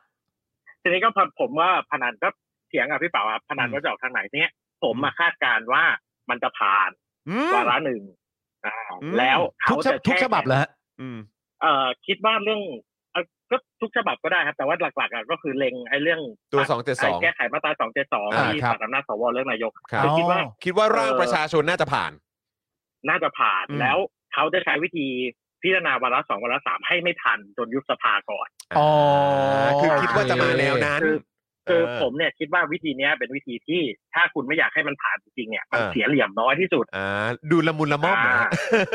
Speaker 9: ทีนี้ก็พอผมว่าพนันก็เถียงกับพี่เป๋าครับพนันว่าจะออกทางไหนเนี่ยผมมาคาดการณ์ว่ามันจะผ่าน
Speaker 3: อืม
Speaker 9: วาระหนึ่งอ่า
Speaker 3: อืม
Speaker 9: แล้ว
Speaker 4: ทุ
Speaker 9: เขา
Speaker 4: กฉ
Speaker 9: จะ
Speaker 4: บับทุกฉบับเหรอฮะ
Speaker 3: อืม
Speaker 9: เอ่อคิดว่าเรื่องเอ่อก็ทุกฉบับก็ได้ครับ แต่ว่าหลักๆอ่ะก็คือเล็งไอ้เรื่อง
Speaker 3: ตัวสองเจ็ดสอง
Speaker 9: ไแก้ไขมาตราสองเจ็ดสอง
Speaker 4: อ่า
Speaker 9: ที่
Speaker 4: ครับ
Speaker 9: ตัดอำนาจสวเรื่องนายก
Speaker 3: ครับ
Speaker 9: คือคิดว่า
Speaker 4: อ๋อ
Speaker 3: คิดว่าร่างประชาชนน่าจะผ่าน
Speaker 9: น่าจะผ่าน
Speaker 3: อืม
Speaker 9: แล้วเขาจะใช้วิธีพิจารณาวาระสองวาระสามให้ไม่ทันจนยุบสภาก่อน
Speaker 4: อ๋อ
Speaker 3: อ่าคือคิดว่าจะมาแนวนั้น
Speaker 9: คือ คือ
Speaker 3: เ
Speaker 9: ผมเนี่ยคิดว่าวิธีเนี้ยเป็นวิธีที่ถ้าคุณไม่อยากให้มันผ่านจริงๆเนี่ยมัน
Speaker 3: อ่า
Speaker 9: เสียเหลี่ยมน้อยที่สุด
Speaker 3: อ่าดูละมุนละม่อมเหรอ
Speaker 9: อ่
Speaker 3: ฮะ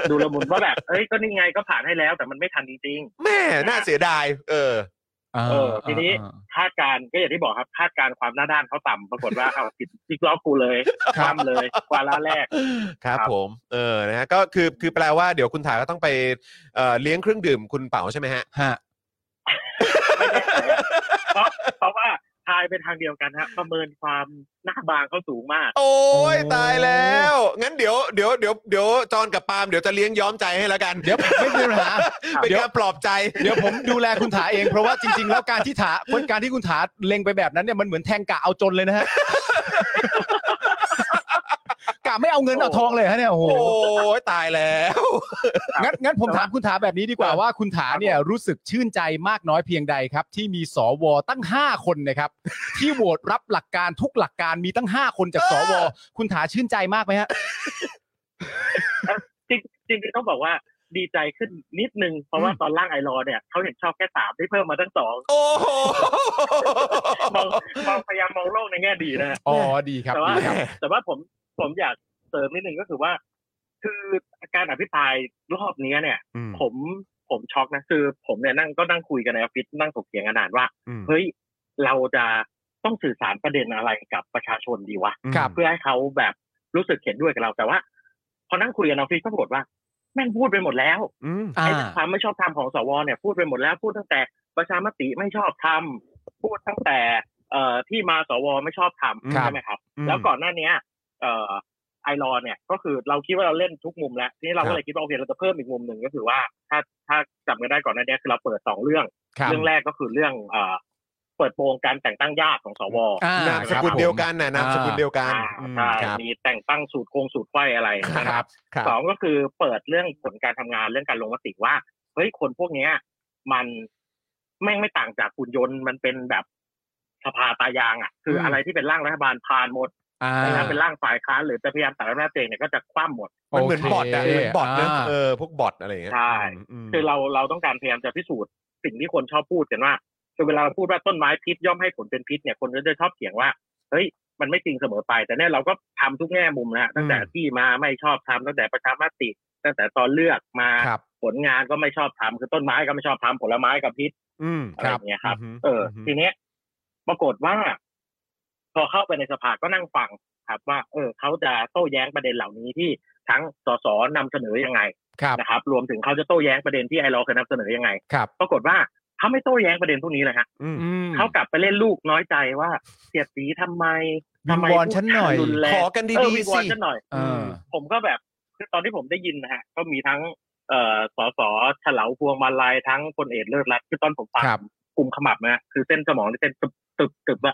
Speaker 9: า ดูละมุนว่าแบบเอ้ยก็นี่ไงก็ผ่านให้แล้วแต่มันไม่ทันจริง
Speaker 3: แม่น่าเสียดาย เออ
Speaker 4: เอ
Speaker 9: เออทีนี้ ๆคาดการณ์ก็อย่างที่บอกครับคาดการณ์ความหน้าด้านเขาต่ำปรากฏว่า เอาติดซิกล้อกูเลยคว่ำเลยวาระแรก
Speaker 3: ครับ
Speaker 9: ครับ
Speaker 3: ผมเออนะฮะก็คือคือแปลว่าเดี๋ยวคุณถาก็ต้องไปเอ่อเลี้ยงเครื่องดื่มคุณเป๋าใช่ไหมฮะ
Speaker 4: ฮะ
Speaker 9: เพราะเพราะว่าท ายไปทางเดียวกันฮะ ประเมินความหน้าบางเขาสูงมาก
Speaker 3: โอ้ยตายแล้ว งั้นเดี๋ยวเดี๋ยวเดี๋ยวเดี๋ยวจอนกับปาล์มเดี๋ยวจะเลี้ยงย้อมใจให้แล้วกัน
Speaker 4: เดี๋ยวไม่มีปัญหา
Speaker 3: เป็น
Speaker 4: เดี๋ยว
Speaker 3: การปลอบใจ
Speaker 4: เดี๋ยวผมดูแลคุณถาเองเพราะว่าจริง ๆ แล้วการที่ถาคนการที่คุณถาเล็งไปแบบนั้นเนี่ยมันเหมือนแทงกะเอาจนเลยนะฮะ กะไม่เอาเงินเอาทองเลยฮะเนี่ยโอ้โห
Speaker 3: โอ้ยตายแล้ว
Speaker 4: งั้นงั้นผมถามคุณถาแบบนี้ดีกว่าว่าคุณถาเนี่ยรู้สึกชื่นใจมากน้อยเพียงใดครับ ที่มีสวตั้ง 5 คนนะครับ ที่โหวตรับหลักการทุกหลักการมีตั้ง 5 คนจากสวคุณถาชื่นใจมากไหมฮะ
Speaker 9: จริงจริงๆต้องบอกว่าดีใจขึ้นนิดนึง เพราะว่าตอนล่างไอรอว์เนี่ยเขาเห็นชอบแค่สามได้เพิ่มมาทั้งสอง
Speaker 3: โอ้โห
Speaker 9: มองมองพยายามมองโลกในแง่ดีนะฮะ
Speaker 4: อ๋อดีครับ
Speaker 9: แต่ว่า
Speaker 4: ดีครับ
Speaker 9: แต่ว่าผมผมอยากเสริมนิดนึงก็คือว่า คือการอภิปรายรอบนี้เนี่ย ผมผมช็อกนะคือผมเนี่ยนั่งก็นั่งคุยกันในออฟฟิศนั่งถกเถียงกันนานว่า เฮ้ยเราจะต้องสื่อสารประเด็นอะไรกับประชาชนดีวะ
Speaker 4: ครับ
Speaker 9: เพื่อให้เขาแบบรู้สึกเห็นด้วยกับเราแต่ว่า พอนั่งคุยกันในออฟฟิศก็ปรากฏว่าแม่งพูดไปหมดแล้ว
Speaker 4: อ่า
Speaker 9: ไอ้ความไม่ชอบธรรมของสวเนี่ยพูดไปหมดแล้วพูดตั้งแต่ประชามติไม่ชอบธรรมพูดตั้งแต่เอ่อที่มาสวไม่ชอบธรรม
Speaker 3: ครับ
Speaker 9: ใช่ไหมครับ แล้วก่อนหน้าเนี้ยเอ่อไอรอว์เนี่ยก็คือเราคิดว่าเราเล่นทุกมุมแล้วทีนี้เรา
Speaker 3: ครั
Speaker 9: ก็
Speaker 3: บ
Speaker 9: เลยคิดว่าโอเคเราจะเพิ่มอีกมุมหนึ่งก็คือว่าถ้าถ้าจำกันได้ก่อนหน้าเนี้ยคือเราเปิดสองเรื่อง
Speaker 4: ครับ
Speaker 9: เรื่องแรกก็คือเรื่องเอ่อเปิดโปงการแต่งตั้งญาติของสว
Speaker 4: อ่
Speaker 3: นามส
Speaker 4: ครับ
Speaker 3: กุลเดียว
Speaker 4: ผม
Speaker 3: กันน่ะนามสกุลเดียวกัน
Speaker 9: อ่าใช่
Speaker 4: ครับ
Speaker 9: มีแต่งตั้งสูตรโกงสูตรไฟอะไรนะค
Speaker 4: ครั
Speaker 9: รับ
Speaker 4: บ
Speaker 3: ครับ
Speaker 9: สองก็คือเปิดเรื่องผลการทำงานเรื่องการลงมติว่าเฮ้ยคนพวกเนี้ย มันแม่งไม่ต่างจากหุ่นยนต์มันเป็นแบบสภาตายางอ่ะ คืออ
Speaker 4: ม
Speaker 9: อะไรที่เป็นร่างรัฐบาลผ่านหมด
Speaker 4: อ่า
Speaker 9: แต่ถ้าเป็นร่างฝ่ายค้านหรือจะพยายามตัดอำนาจตัวเองเนี่ยก็จะคว่ำหมด
Speaker 3: มันเหมือนบอทอะ
Speaker 4: โค
Speaker 3: เหมือนบอทนะ
Speaker 4: า
Speaker 3: เออพวกบอทอะไรอย่างเงี้ย
Speaker 9: ใช่
Speaker 3: อืม
Speaker 9: คือเราเราต้องการพยายามจะพิสูจน์สิ่งที่คนชอบพูดกันว่าคือเวลาเราพูดว่าต้นไม้พิษย่อมให้ผลเป็นพิษเนี่ยคนก็จะชอบเถียงว่าเฮ้ยมันไม่จริงเสมอไป แต่เนี่ยเราก็ทำทุกแง่มุมนะฮะตั้งแต่ที่มาไม่ชอบทำตั้งแต่ประชามติ ตั้งแต่ตอนเลือกมา
Speaker 4: ครับ
Speaker 9: ผลงานก็ไม่ชอบทำคือต้นไม้ก็ไม่ชอบทำผลไม้กับพิษ
Speaker 3: อืม
Speaker 9: อะไรอย่างเงี้ยครับ
Speaker 3: อืม
Speaker 9: เอออ
Speaker 3: ม
Speaker 9: ทีเนี้ยปรากฏว่า พอเข้าไปในสภาก็นั่งฟังครับ ว่า เออเขาจะโต้แย้งประเด็นเหล่านี้ที่ทั้งสสนำเสนอยังไง
Speaker 4: ครับ
Speaker 9: นะครับ รวมถึงเขาจะโต้แย้งประเด็นที่ไอรอว์เคยนำเสนอยังไง
Speaker 4: ครับ
Speaker 9: ปรากฏว่าเขาไม่โต้แย้งประเด็นพวกนี้เลยฮะ
Speaker 3: อืม
Speaker 4: อืม
Speaker 9: เขากลับไปเล่นลูกน้อยใจว่าเสียดสีทำไมทำไม
Speaker 4: วิงวอนฉันหน่อย
Speaker 9: รุแร
Speaker 3: ข
Speaker 9: ง
Speaker 3: อกัน
Speaker 9: เออ
Speaker 3: ดี
Speaker 9: วิง
Speaker 3: ๆ
Speaker 9: วอน
Speaker 3: สิ
Speaker 9: ฉันหน่อย
Speaker 4: เออ
Speaker 9: ผมก็แบบคือตอนที่ผมได้ยินนะฮะ ก็มีทั้งเอ่อสสเฉลาพวงมาลัยทั้งพลเอกเลิศรัตน์คือตอนผมฟัง
Speaker 4: ครับ
Speaker 9: กลุ่มขมับนะคือเส้นสมองนี่เส้นตึบตึบตึบว่า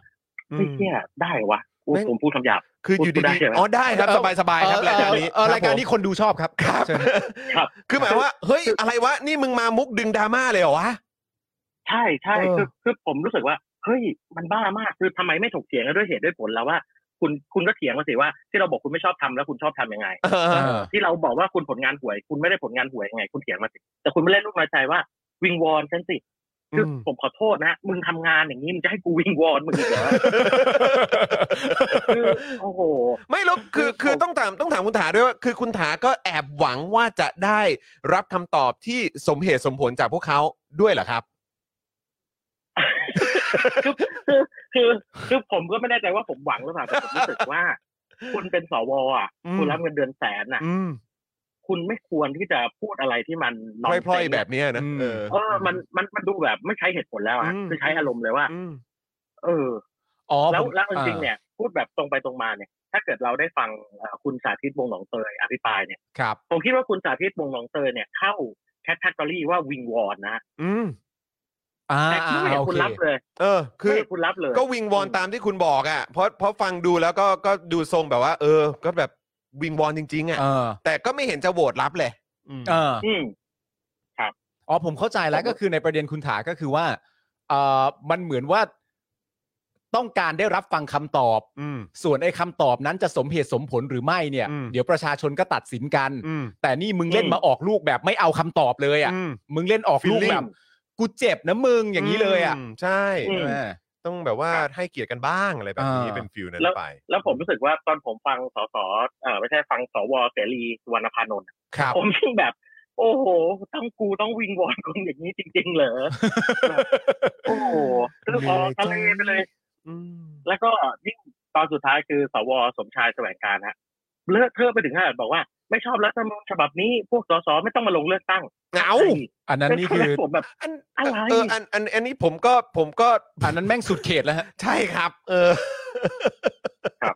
Speaker 9: เฮ้ยเชี่ยได้วะกู
Speaker 3: แม่ง
Speaker 9: ผมพูดคำหยาบ
Speaker 3: คืออยู่
Speaker 9: พู
Speaker 3: ดี
Speaker 9: ดได้ใช่ไหม
Speaker 3: ๆอ๋อได้ครับ สบายสบายๆครับรายการนี้
Speaker 4: เออเออรายการนี้
Speaker 3: คบ
Speaker 4: คนดูชอบครับ
Speaker 3: ผม
Speaker 4: เชิญ
Speaker 9: ครับ
Speaker 3: คือหมายว่าเฮ้ยอะไรวะ นี่มึงมามุกดึงดราม่าเลยเหรอวะ
Speaker 9: ใช่ใช่
Speaker 4: เออ
Speaker 9: คือคือผมรู้สึกว่าเฮ้ยมันบ้ามากคือทำไมไม่ถกเถียงกันด้วยเหตุด้วยผลแล้วว่า คุณคุณก็เถียงมาสิว่า ที่เราบอกคุณไม่ชอบทำแล้วคุณชอบทำยังไง
Speaker 3: เออ
Speaker 4: เออ
Speaker 9: ที่เราบอกว่าคุณผลงานห่วย คุณไม่ได้ผลงานห่วยยังไง คุณเถียงมาสิแต่คุณไม่เล่นลูกน้อยใจว่าวิงวอนฉันสิคืออ
Speaker 3: ม
Speaker 9: ผมขอโทษนะ มึงทำงานอย่างนี้มึงจะให้กูวิงวอนมึงอีกเหรอ คือโอ้โห
Speaker 3: ไม่แล้วคือคือต้องถามต้องถามคุณถาด้วยว่าคือคุณถาก็แอบหวังว่าจะได้รับคำตอบที่สมเหตุสมผลจากพวกเขาด้วยเหรอครับ
Speaker 9: คือคือคือคือผมก็ไม่แน่ใจว่าผมหวังหรือเปล่าแต่ผมรู้สึกว่า คุณเป็นสวอ่ะ
Speaker 3: อืม
Speaker 9: คุณรับเงินเดือนแสนอ่ะ
Speaker 3: อืม
Speaker 9: คุณไม่ควรที่จะพูดอะไรที่มันนน
Speaker 3: พล่อยๆแบบเนี้ยนะ
Speaker 4: อืม
Speaker 3: เออ
Speaker 9: เออมันมันมันดูแบบไม่ใช้เหตุผลแล้วอ่ะ
Speaker 3: อืม
Speaker 9: คือใช้อารมณ์เลยว่า
Speaker 3: อืม
Speaker 9: เออ
Speaker 4: อ๋อ
Speaker 9: แล้ว
Speaker 4: ผม
Speaker 9: แล้วจริงๆ
Speaker 4: อ่า
Speaker 9: เนี่ยพูดแบบตรงไปตรงมาเนี่ย ถ้าเกิดเราได้ฟังเอ่อคุณสาธิตวงศ์หนองเตยอภิปรายเนี่ย
Speaker 4: ครับ
Speaker 9: ผมคิดว่าคุณสาธิตวงศ์หนองเตยเนี่ยเข้าแคตตากรีว่าวิงวอนนะฮะ
Speaker 3: อืม
Speaker 4: อ่า
Speaker 9: แต่ไม่เห็น
Speaker 4: โอ
Speaker 9: คุณ
Speaker 4: เครับ
Speaker 9: เลย
Speaker 3: เออ คื
Speaker 9: ไม่
Speaker 3: อ
Speaker 9: เห็นคุณรับเลย
Speaker 3: ก็วิงวอนตามที่คุณบอกอ่ะเพราะเพราะฟังดูแล้วก็ก็ดูทรงแบบว่า เออ ก็แบบวิงวอนจริง ๆอ่ะ
Speaker 4: เออ
Speaker 3: แต่ก็ไม่เห็นจะโหวตรับเลยม
Speaker 4: เออ
Speaker 9: อืม
Speaker 4: อ๋อผมเข้าใจแล้วก็คือในประเด็นคุณถาก็คือว่าเออมันเหมือนว่าต้องการได้รับฟังคำตอบ
Speaker 3: อืม
Speaker 4: ส่วนไอ้คำตอบนั้นจะสมเหตุสมผลหรือไม่เนี่ย
Speaker 3: อืม
Speaker 4: เดี๋ยวประชาชนก็ตัดสินกัน
Speaker 3: อืม
Speaker 4: แต่นี่มึงเล่น
Speaker 9: อืม
Speaker 4: มาออกลูกแบบไม่เอาคำตอบเลยอ่ะ
Speaker 3: อืม
Speaker 4: มึงเล่นออกลูก
Speaker 3: Feeling
Speaker 4: แบบกูเจ็บนะมึงอย่างนี้เลยอ่ะ
Speaker 3: มใช่
Speaker 9: อืม
Speaker 4: เออ
Speaker 3: ต้องแบบว่าให้เกียรติกันบ้างอะไรแบบนี้
Speaker 4: อ่า
Speaker 3: เป็นฟิลนั้นไป
Speaker 9: แล้วผมรู้สึกว่าตอนผมฟังสสเอ่อไม่ใช่ฟังสวเสรีสุวรรณพานนท์อะ
Speaker 4: ครับ
Speaker 9: ผม ยิ่งแบบ โอ้โหต้องกูต้องวิงวอนคนอย่างนี้จริง ๆ เหรอแบบโอ้โหคือออกทะเลไปเลย
Speaker 3: อืม
Speaker 9: แล้วก็ยิ่งตอนสุดท้ายคือสวสมชายแสวงการฮะเลิกเทอะไปถึงขนาดบอกว่า ไม่ชอบรัฐธรรมนูญฉบับนี้พวกสสไม่ต้องมาลงเลือกตั้ง
Speaker 3: เอ้า
Speaker 4: อันนั้นนี่คือ
Speaker 9: ผมแบบ
Speaker 3: อัน
Speaker 9: อะไร
Speaker 3: เอออันอันอันนี้ผมก็ผมก็
Speaker 4: อันนั้นแม่งสุดเขตแล้วฮะ
Speaker 3: ใช่ครับ เออ
Speaker 9: ครับ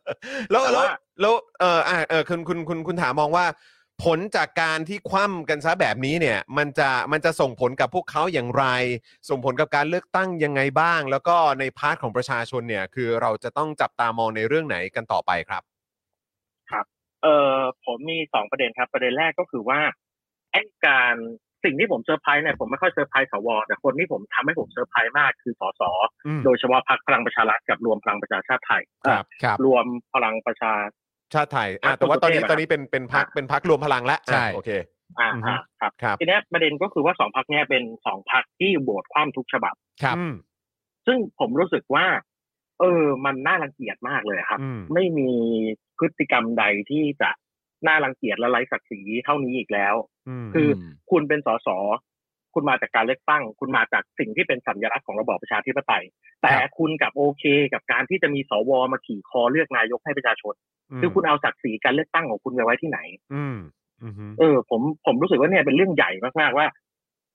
Speaker 3: แล้ว
Speaker 9: แต่
Speaker 3: แล้ว
Speaker 9: ว่า
Speaker 3: แล้วเอออ่ะเออคุณคุณคุณคุณถามมองว่า ผลจากการที่คว่ำกันซะแบบนี้เนี่ย มันจะมันจะส่งผลกับพวกเขาอย่างไร ส่งผลกับการเลือกตั้งยังไงบ้าง แล้วก็ในพาร์ทของประชาชนเนี่ย คือเราจะต้องจับตามองในเรื่องไหนกันต่อไปครับ
Speaker 9: เออผมมีสองประเด็นครับ ประเด็นแรกก็คือว่าไอ้การสิ่งที่ผมเซอร์ไพรส์เนี่ยผมไม่ค่อยเซอร์ไพรส์สวแต่คนที่ผมทำให้ผมเซอร์ไพรส์มากคือสส
Speaker 3: อืม
Speaker 9: โดยเฉพาะพรรคพลังประชารัฐกับรวมพลังประชาชาติไทย
Speaker 4: ครับ
Speaker 9: รวมพลังประชา
Speaker 3: ชาติไทยอ่ะแต่ว่าตอนนี้
Speaker 9: พรรค
Speaker 3: ต
Speaker 9: กรุงเทพอะ
Speaker 3: อนนี้เป็นเป็นพักเป็นพักรวมพลังแล้วอ่ะ
Speaker 4: ใช่
Speaker 3: โอเค
Speaker 9: อ่า
Speaker 3: อือฮึ
Speaker 9: อ่าครับ
Speaker 3: ครับ
Speaker 9: ทีเนี้ยประเด็นก็คือว่าสองพักเนี้ยเป็นสองพักที่โหวตคว่ำทุกฉบับ
Speaker 4: ครับ
Speaker 3: อืม
Speaker 9: ซึ่งผมรู้สึกว่า เออ มันน่ารังเกียจมากเลยครับ
Speaker 3: อืม
Speaker 9: ไม่มีพฤติกรรมใดที่จะน่ารังเกียจและไร้ศักดิ์ศรีเท่านี้อีกแล้ว
Speaker 3: อืม
Speaker 9: คือคุณเป็นสสคุณมาจากการเลือกตั้ง คุณมาจากสิ่งที่เป็นสัญลักษณ์ของระบอบประชาธิปไตย แต่คุณกลับโอเคกับการที่จะมีสวมาขี่คอเลือกนายกให้ประชาชน คือคุณเอาศักดิ์ศรีการเลือกตั้งของคุณไปไว้ที่ไหน
Speaker 3: อืมอืมอืม
Speaker 9: เออผมผมรู้สึกว่าเนี่ยเป็นเรื่องใหญ่มากๆว่า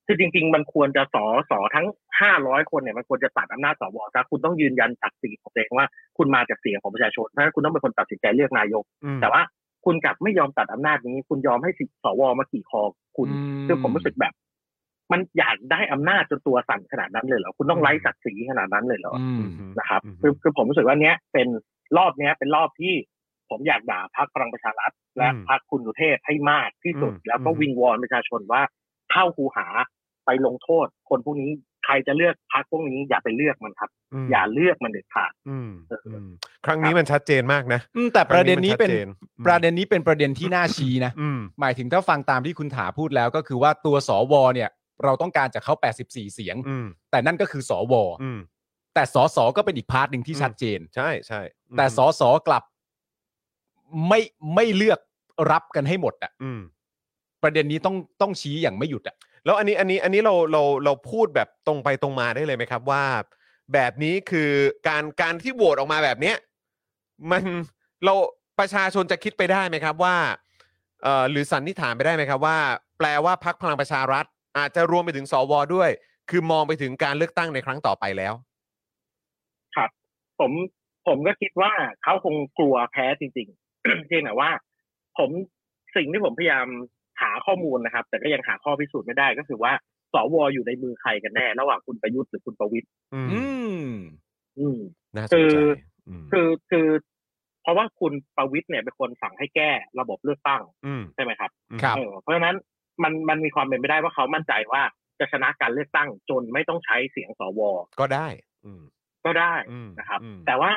Speaker 9: คือจริง ๆ มันควรจะสอสอทั้งห้าร้อยคนเนี่ยมันควรจะตัดอำนาจสวซะคุณต้องยืนยันศักดิ์ศรีของตัวเองว่าคุณมาจากเสียงของประชาชนเพราะฉะนั้นคุณต้องเป็นคนตัดสินใจเลือกนายก
Speaker 3: อืม
Speaker 9: แต่ว่าคุณกลับไม่ยอมตัดอำนาจนี้ คุณยอมให้สิสวมาขี่คอคุณ
Speaker 4: อืม
Speaker 9: คือผมรู้สึกแบบ มันอยากได้อำนาจจนตัวสั่นขนาดนั้นเลยเหรอคุณต้องไร้ศักดิ์ศรีขนาดนั้นเลยเหรอ
Speaker 4: อืม
Speaker 3: อืม
Speaker 9: นะครับ
Speaker 3: อืม
Speaker 9: คือคือผมรู้สึกว่าเนี้ยเป็นรอบเนี้ยเป็นรอบที่ผมอยากด่าพรรคพลังประชารัฐและพรรคคุณสุเทพให้มากที่สุด
Speaker 3: อืม
Speaker 9: แล้วก็
Speaker 3: อืม
Speaker 9: วิงวอนประชาชนว่าเข้าคูหาไปลงโทษ คนพวกนี้ใครจะเลือกพรรคพวกนี้อย่าไปเลือกมันครับ
Speaker 3: ม
Speaker 9: อย่าเลือกมันเด็ดขาด
Speaker 3: อืมอืมครั้งนี้มันชัดเจนมากนะ
Speaker 4: อืมแต่ประเด็นนี้เป็น
Speaker 3: ครั้งมัชัจ
Speaker 4: ประเด็นนี้เป็นประเด็นที่น่าชี้นะ
Speaker 3: อืม
Speaker 4: หมายถึงถ้าฟังตามที่คุณถาพูดแล้วก็คือว่าตัวสวเนี่ย เราต้องการจากเขา 84 เสียง
Speaker 3: อืม
Speaker 4: แต่นั่นก็คือสว
Speaker 3: อืม
Speaker 4: แต่สสก็เป็นอีกพาร์ทหนึ่งที่ชัดเจน
Speaker 3: ใช่ใช่อืม
Speaker 4: แต่สสกลับไม่ไม่เลือกรับกันให้หมดอะ
Speaker 3: อืม
Speaker 4: ประเด็นนี้ต้องต้องชี้อย่างไม่หยุดอะ
Speaker 3: แล้วอันนี้อันนี้อันนี้เราเราเราพูดแบบตรงไปตรงมาได้เลยไหมครับว่า แบบนี้คือการการที่โหวตออกมาแบบเนี้ยมันเราประชาชนจะคิดไปได้ไหมครับว่าเอ่อหรือสันนิษฐานไปได้ไหมครับว่า แปลว่าพักพลังประชารัฐ อาจจะรวมไปถึงสวด้วย คือมองไปถึงการเลือกตั้งในครั้งต่อไปแล้ว
Speaker 9: ผมผมก็คิดว่าเขาคงกลัวแพ้จริงๆ เพียงแต่ว่า ผมสิ่งที่ผมพยายามหาข้อมูลนะครับ แต่ก็ยังหาข้อพิสูจน์ไม่ได้ก็คือว่าสวอยู่ในมือใครกันแน่ ระหว่างคุณประยุทธ์หรือคุณประวิตย
Speaker 3: อืม
Speaker 4: อืม
Speaker 9: อืม
Speaker 3: น่าสน
Speaker 9: คื
Speaker 3: ใจ
Speaker 9: อ
Speaker 3: ม
Speaker 9: คือคือ เพราะว่าคุณประวิตยเนี่ยเป็นคนสั่งให้แก้ระบบเลือกตั้ง
Speaker 3: ม
Speaker 9: ใช่ไหมครับ
Speaker 4: ครับ
Speaker 9: เออเพราะฉะนั้นมันมันมีความเป็นไปได้ว่าเขามั่นใจว่าจะชนะการเลือกตั้งจนไม่ต้องใช้เสียงสว
Speaker 3: ก็ได้ อืม
Speaker 9: ก็ได้
Speaker 3: อืม
Speaker 9: นะครับ
Speaker 3: อืม
Speaker 9: แต่ว่า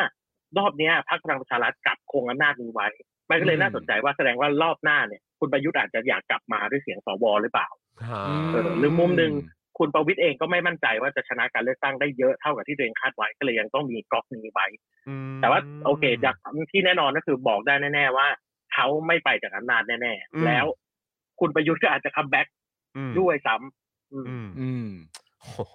Speaker 9: รอบเนี้ยพรรคพลังประชารัฐกลับคงอำนาจนี้ไว้ มันก็เลย
Speaker 4: อืม
Speaker 9: น่าสนใจว่าแสดงว่ารอบหน้าเนี่ย คุณประยุทธ์อาจจะอยากกลับมาด้วยเสียงสวหรือเปล่า
Speaker 3: ฮะ
Speaker 9: เออหรือมุมหนึ่ง คุณประวิตยเองก็ไม่มั่นใจว่าจะชนะการเลือกตั้งได้เยอะเท่ากับที่ตัวเองคาดไว้ก็เลยยังต้องมีก๊อกนี้ไว้
Speaker 3: อืม
Speaker 9: แต่ว่าโอเคจากที่แน่นอนก็คือบอกได้แน่ๆว่าเขาไม่ไปจากอำนาจแน่
Speaker 3: อืม
Speaker 9: ๆ แล้ว คุณประยุทธ์ก็อาจจะคัมแบ็ก
Speaker 3: อืม
Speaker 9: ด้วยซ้ำอืม
Speaker 3: อืม
Speaker 4: อืม
Speaker 3: โอ้โห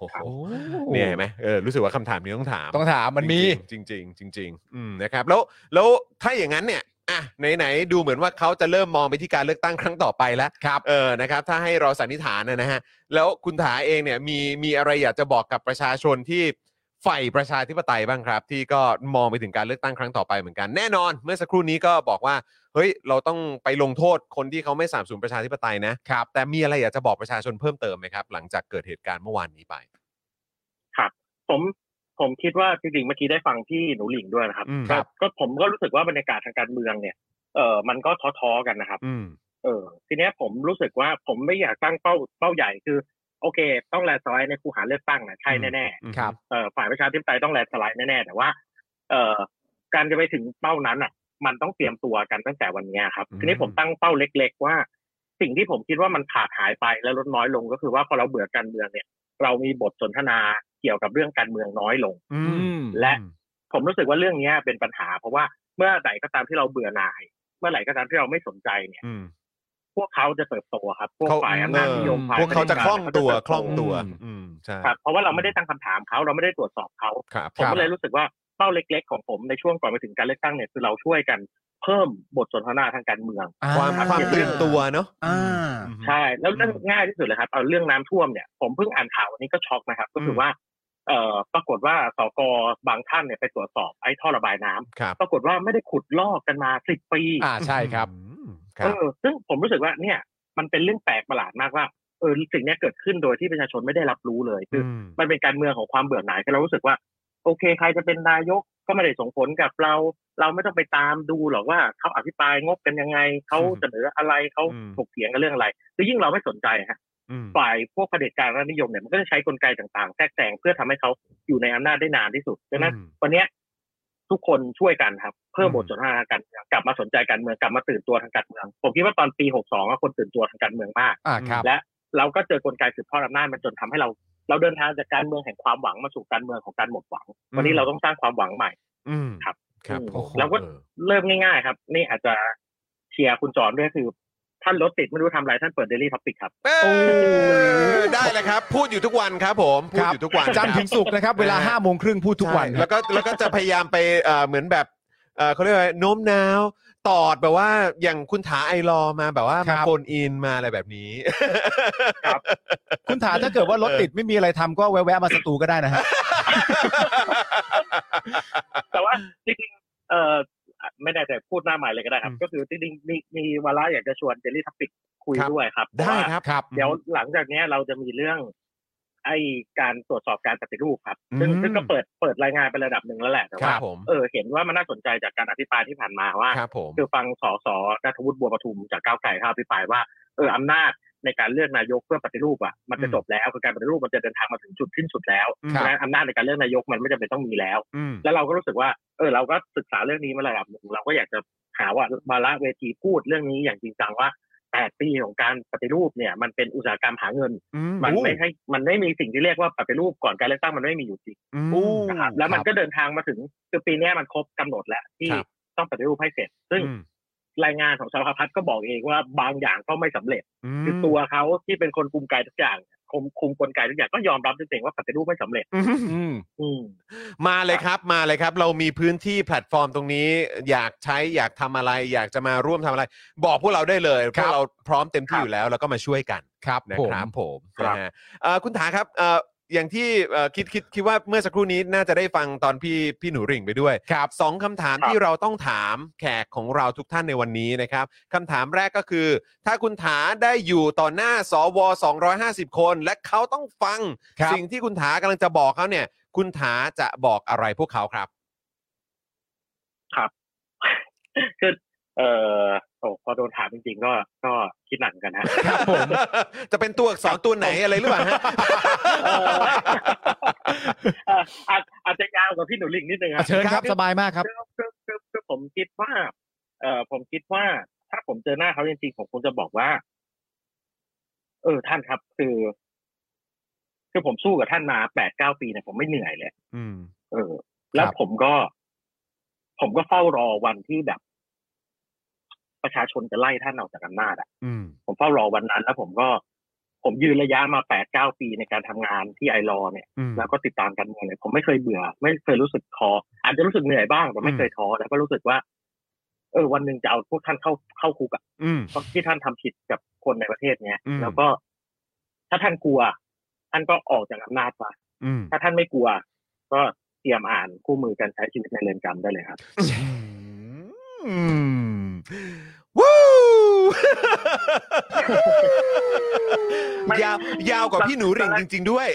Speaker 3: เนี่ยเห็นไหมเออรู้สึกว่าคำถามนี้ต้องถาม
Speaker 4: ต้องถามมันมี
Speaker 3: จริงๆจริงๆจริงๆอืมนะครับแล้วแล้วถ้าอย่างนั้นเนี่ยอ่ะไหนๆดูเหมือนว่าเขาจะเริ่มมองไปที่การเลือกตั้งครั้งต่อไปแล้วครับเออนะครับ ถ้าให้เราสันนิษฐานนะฮะแล้วคุณถาเองเนี่ยมีมีอะไรอยากจะบอกกับประชาชนที่ใฝ่ประชาธิปไตยบ้างครับ ที่ก็มองไปถึงการเลือกตั้งครั้งต่อไปเหมือนกันแน่นอน เมื่อสักครู่นี้ก็บอกว่าเฮ้ยเราต้องไปลงโทษคนที่เขาไม่สามสูนประชาธิปไตยนะครับแต่มีอะไรอยากจะบอกประชาชนเพิ่มเติมไหมครับ หลังจากเกิดเหตุการณ์เมื่อวานนี้ไป
Speaker 9: ผมผมคิดว่าจริงๆเมื่อกี้ได้ฟังพี่หนูหลิงด้วยนะครับ
Speaker 3: อืม
Speaker 9: ก็
Speaker 3: ครับ
Speaker 9: ก็ผมก็รู้สึกว่าบรรยากาศทางการเมืองเนี่ยเออมันก็ท้อๆกันนะครับ
Speaker 3: อืม
Speaker 9: เออ ทีเนี้ยผมรู้สึกว่าผมไม่อยากตั้งเป้าเป้าใหญ่คือ โอเค ต้องแลนด์สไลด์ในคูหาเลือกตั้งนะใช่แน่
Speaker 3: อืม
Speaker 4: ครับ
Speaker 9: ๆเออฝ่ายประชาธิปไตยต้องแลนด์สไลด์แน่ๆแต่ว่า เออการจะไปถึงเป้านั้นอ่ะ มันต้องเตรียมตัวกันตั้งแต่วันเนี้ยครับ
Speaker 3: อืม
Speaker 9: ทีนี้ผมตั้งเป้าเล็ก ๆ ว่า สิ่งที่ผมคิดว่ามันขาดหายไปและลดน้อยลงก็คือว่าพอเราเบื่อการเมืองเนี่ย เรามีบทสนทนาเกี่ยวกับเรื่องการเมืองน้อยลง
Speaker 3: อื
Speaker 4: อื
Speaker 3: ม
Speaker 4: ม
Speaker 9: และผมรู้สึกว่าเรื่องเนี้ยเป็นปัญหา เพราะว่าเมื่อไหร่ก็ตามที่เราเบื่อหน่าย เมื่อไหร่ก็ตามที่เราไม่สนใจเนี่ย
Speaker 3: อืม
Speaker 9: พวกเขาจะเติบโตครับ พวก
Speaker 3: เขา
Speaker 9: ฝ่ายอำ
Speaker 3: เอ
Speaker 9: นาจ
Speaker 3: อ
Speaker 9: นิยมฝ่ย
Speaker 3: พวกเขาจะคล่องตัว
Speaker 9: เติบโ
Speaker 3: คล่องตัว
Speaker 4: อืม
Speaker 3: อืมใช่
Speaker 9: ครับเพราะว่าเราไม่ได้ตั้งคำถามเขาเราไม่ได้ตรวจสอบเขา
Speaker 3: ครับ
Speaker 9: ผมก็เลยรู้สึกว่า เป้าเล็ก ๆ ของผมในช่วงก่อนไปถึงการเลือกตั้งเนี่ยคือเราช่วยกันเพิ่มบทสนทนาทางการเมือง
Speaker 3: ความ
Speaker 9: อ่า
Speaker 3: ความตื่นตัวเนาะ
Speaker 4: อ่า
Speaker 9: ใช่ แล้วเรื่องง่ายที่สุดเลยครับเอาเรื่องน้ำท่วมเนี่ยผมเพิ่งอ่านข่าววันนี้ก็ช็อกนะครับ ก็คือว่าเอ่อปรากฏว่าสกบางท่านเนี่ยไปตรวจสอบไอ้ท่อระบายน้ำ
Speaker 3: ครับ
Speaker 9: ปรากฏว่าไม่ได้ขุดลอกกันมาสิบปี
Speaker 4: อ่าใช่ครับ
Speaker 3: อืมค
Speaker 9: เอ
Speaker 3: รับ
Speaker 9: อซึ่งผมรู้สึกว่าเนี่ยมันเป็นเรื่องแปลกประหลาดมากว่าเออสิ่งเนี้ยเกิดขึ้นโดยที่ประชาชนไม่ได้รับรู้เลยคืออ มันเป็นการเมืองของความเบื่อหน่ายคือเรารู้สึกว่า โอเค ใครจะเป็นนายกก็ไม่ได้ส่งผลกับเรา เราไม่ต้องไปตามดูหรอกว่าเขาอภิปรายงบกันยังไงเขาเสนออะไรเขา
Speaker 3: อืม
Speaker 9: ถกเถียงกันเรื่องอะไรคือยิ่งเราไม่สนใจฮะ
Speaker 3: อืม
Speaker 9: ฝ่ายพวกเผด็จการรัฐนิยมเนี่ยมันก็จะใช้กลไกต่างๆแทรกแซงเพื่อทำให้เขาอยู่ในอำนาจได้นานที่สุดดังนั้น
Speaker 3: อืม
Speaker 9: วันเนี้ยทุกคนช่วยกันครับ เพิ่ม
Speaker 3: อืม
Speaker 9: บทสนทนาทางการเมืองกลับมาสนใจการเมืองกลับมาตื่นตัวทางการเมือง ผมคิดว่าตอนปี 62อะคนตื่นตัวทางการเมืองมาก
Speaker 4: อ่าครับ
Speaker 9: และเราก็เจอกลไกสืบทอดอำนาจมันจนทำให้เรา เราเดินทางจากการเมืองแห่งความหวังมาสู่การเมืองของการหมดหวัง วันนี้เราต้องสร้างความหวังใหม่
Speaker 3: อืม
Speaker 9: ครับ
Speaker 3: ครับ
Speaker 9: โอ้โหแล้วก็ เริ่มง่ายๆครับ นี่อาจจะเชียร์คุณจอนด้วยคือ ท่านรถติดไม่รู้ทำอะไรท่านเปิดเดลี่ท็อปิกครับ
Speaker 3: เออได้เลยครับ พูดอยู่ทุกวันครับผม พูดอยู่ทุกวัน
Speaker 4: จันทร์ถึงศุกร์นะครับ เวลา5้าโมงครึ่งพูดทุกวัน
Speaker 3: ใช่
Speaker 4: ครั
Speaker 3: แล้
Speaker 4: บ
Speaker 3: วก็แล้วก็จะ พยายามไปเอ่อเหมือนแบบเอ่อเขาเรียกว่าโน้มน้าวตอดแบบว่าอย่างคุณถาไอรอว์มาแบบว่า
Speaker 4: ครั
Speaker 3: มา
Speaker 4: บ
Speaker 3: โฟนอินมาอะไรแบบนี้
Speaker 4: คุณถาถ้าเกิดว่ารถติดไม่มีอะไรทำก็แวะๆมาสตูก็ได้นะฮะ
Speaker 9: แต่ว่าจริงๆเอ่อไม่ได้แต่พูดหน้าใหม่เลยก็ได้ครับ ก็คือจริงๆมีมีวาระอยากจะชวนเดลี่ท็อปิกคุย
Speaker 3: ครับ
Speaker 9: ด้วยครับ
Speaker 3: ได้
Speaker 9: เพาะว่า
Speaker 3: ครับ
Speaker 9: เดี๋ยวหลังจากเนี้ยเราจะมีเรื่อง ไอการตรวจสอบการปฏิรูปครับซึ่ง
Speaker 3: อืม
Speaker 9: ซึ่งก็เปิดเปิดรายงานไประดับหนึ่งแล้วแหละแต่
Speaker 3: ครั
Speaker 9: ว่า
Speaker 3: บผม
Speaker 9: เออเห็นว่ามันน่าสนใจจากการอภิปรายที่ผ่านมาว่า
Speaker 3: ครับผม
Speaker 9: คือฟังสสนัทวุฒิบัวประทุมจากก้าวไกลเขาอภิปรายว่าเอออำนาจในการเลือกนายกเพื่อปฏิรูปอ่ะมันจะ
Speaker 3: อืม
Speaker 9: จบแล้วคือการปฏิรูปมันจะเดินทางมาถึงจุดสิ้นสุดแล้ว
Speaker 3: ค
Speaker 9: เพ
Speaker 3: รับ
Speaker 9: ราะฉะนั้นอำนาจในการเลือกนายกมันไม่จำเป็นต้องมีแล้ว
Speaker 3: อืม
Speaker 9: แล้วเราก็รู้สึกว่าเออเราก็ศึกษาเรื่องนี้มาระดับหนึ่งเราก็อยากจะหาว่ามาละเวทีพูดเรื่องนี้อย่างจริงจังว่าแปดปีของการปฏิรูปเนี่ยมันเป็นอุตสาหกรรมหาเงิน มันไม่ใช่มันไม่มีสิ่งที่เรียกว่าปฏิรูปก่อนการเลือกตั้งมันไม่มีอยู่จริง นะครับแล้วมันก็เดินทางมาถึงคือปีเนี้ยมันครบกำหนดแล้วที่
Speaker 3: ครับ
Speaker 9: ต้องปฏิรูปให้เสร็จ ซึ่ง
Speaker 3: อืม
Speaker 9: รายงานของสภาพัฒน์ก็บอกเองว่าบางอย่างก็ไม่สำเร็จ คือตัวเขาที่เป็นคนคุมกายทุกอย่างคุมคุมกลไกทุกอย่างก็ยอมรับจริงๆว่าปฏิรูปไม่สำเร็จ
Speaker 3: อืม
Speaker 4: อืม
Speaker 9: อืม
Speaker 3: มาเลยครับมาเลยครับ เรามีพื้นที่แพลตฟอร์มตรงนี้ อยากใช้อยากทำอะไร อยากจะมาร่วมทำอะไร บอกพวกเราได้เลยพ
Speaker 4: ค
Speaker 3: ว
Speaker 4: รับ
Speaker 3: กเราพร้อมเต็มที่อยู่แล้ว แล้วก็มาช่วยกัน
Speaker 4: ครับ
Speaker 3: นะค
Speaker 4: ผม
Speaker 3: รับผม
Speaker 9: ครับ
Speaker 3: นะฮะเอ่อคุณถาครับเอ่ออย่างที่เอ่อคิดคิดคิดว่าเมื่อสักครู่นี้น่าจะได้ฟังตอนพี่พี่หนูหริ่งไปด้วยครับสองคำถามที่เราต้องถามแขกของเราทุกท่านในวันนี้นะครับคำถามแรกก็คือ ถ้าคุณถาได้อยู่ต่อหน้าสว250 คน และเขาต้องฟัง
Speaker 4: ครับ
Speaker 3: สิ่งที่คุณถากำลังจะบอกเขาเนี่ย คุณถาจะบอกอะไรพวกเขาครับ
Speaker 9: คือเออโอ้พอโดนถามจริงๆ ก็ก็คิดหนักเหมือนกันฮะ
Speaker 4: ครับผม
Speaker 3: จะเป็นตัวอักษรตัวไหนอะไรหรือเปล่าฮะ
Speaker 9: เออเอ่ออาจอาจจะยาวกว่าพี่หนูหลิงนิดนึงครับ
Speaker 4: เชิญครับสบายมากครับ
Speaker 9: คือคือคือคือผมคิดว่า เอ่อผมคิดว่า ถ้าผมเจอหน้าเขาจริงๆผมคงจะบอกว่า เออท่านครับ คือคือผมสู้กับท่านมาแปดเก้าปีเนี่ยผมไม่เหนื่อยเลย
Speaker 3: อืม
Speaker 9: เออ แล้ว
Speaker 4: ครับ
Speaker 9: ผมก็ ผมก็เฝ้ารอวันที่แบบ ประชาชนจะไล่ท่านออกจากอำนาจอะ
Speaker 3: อืม
Speaker 9: ผมเฝ้ารอวันนั้น แล้วผมก็ ผมยืนระยะมาแปดเก้าปีในการทำงานที่ไอรอว์เนี่ย
Speaker 3: อืม
Speaker 9: แล้วก็ติดตามการเมืองเนี่ยผมไม่เคยเบื่อ ไม่เคยรู้สึกท้ออาจจะรู้สึกเหนื่อยบ้างแต่ไม่เคยท้อแล้วก็รู้สึกว่า เออ วันหนึ่งจะเอาพวกท่านเข้าเข้าคุกอะ
Speaker 3: อืม
Speaker 9: เพราะที่ท่านทำผิดกับคนในประเทศเนี้ย
Speaker 3: อืม
Speaker 9: แล้วก็ ถ้าท่านกลัว ท่านก็ออกจากอำนาจมา
Speaker 3: อืม
Speaker 9: ถ้าท่านไม่กลัว ก็เตรียมอ่านคู่มือการใช้ชีวิตในเรือนจำได้เลยครับ
Speaker 3: อืม วู้
Speaker 9: ไม่
Speaker 3: ยาวยาวกว่าพี่หนูหริ่งจริง ๆ ด้วย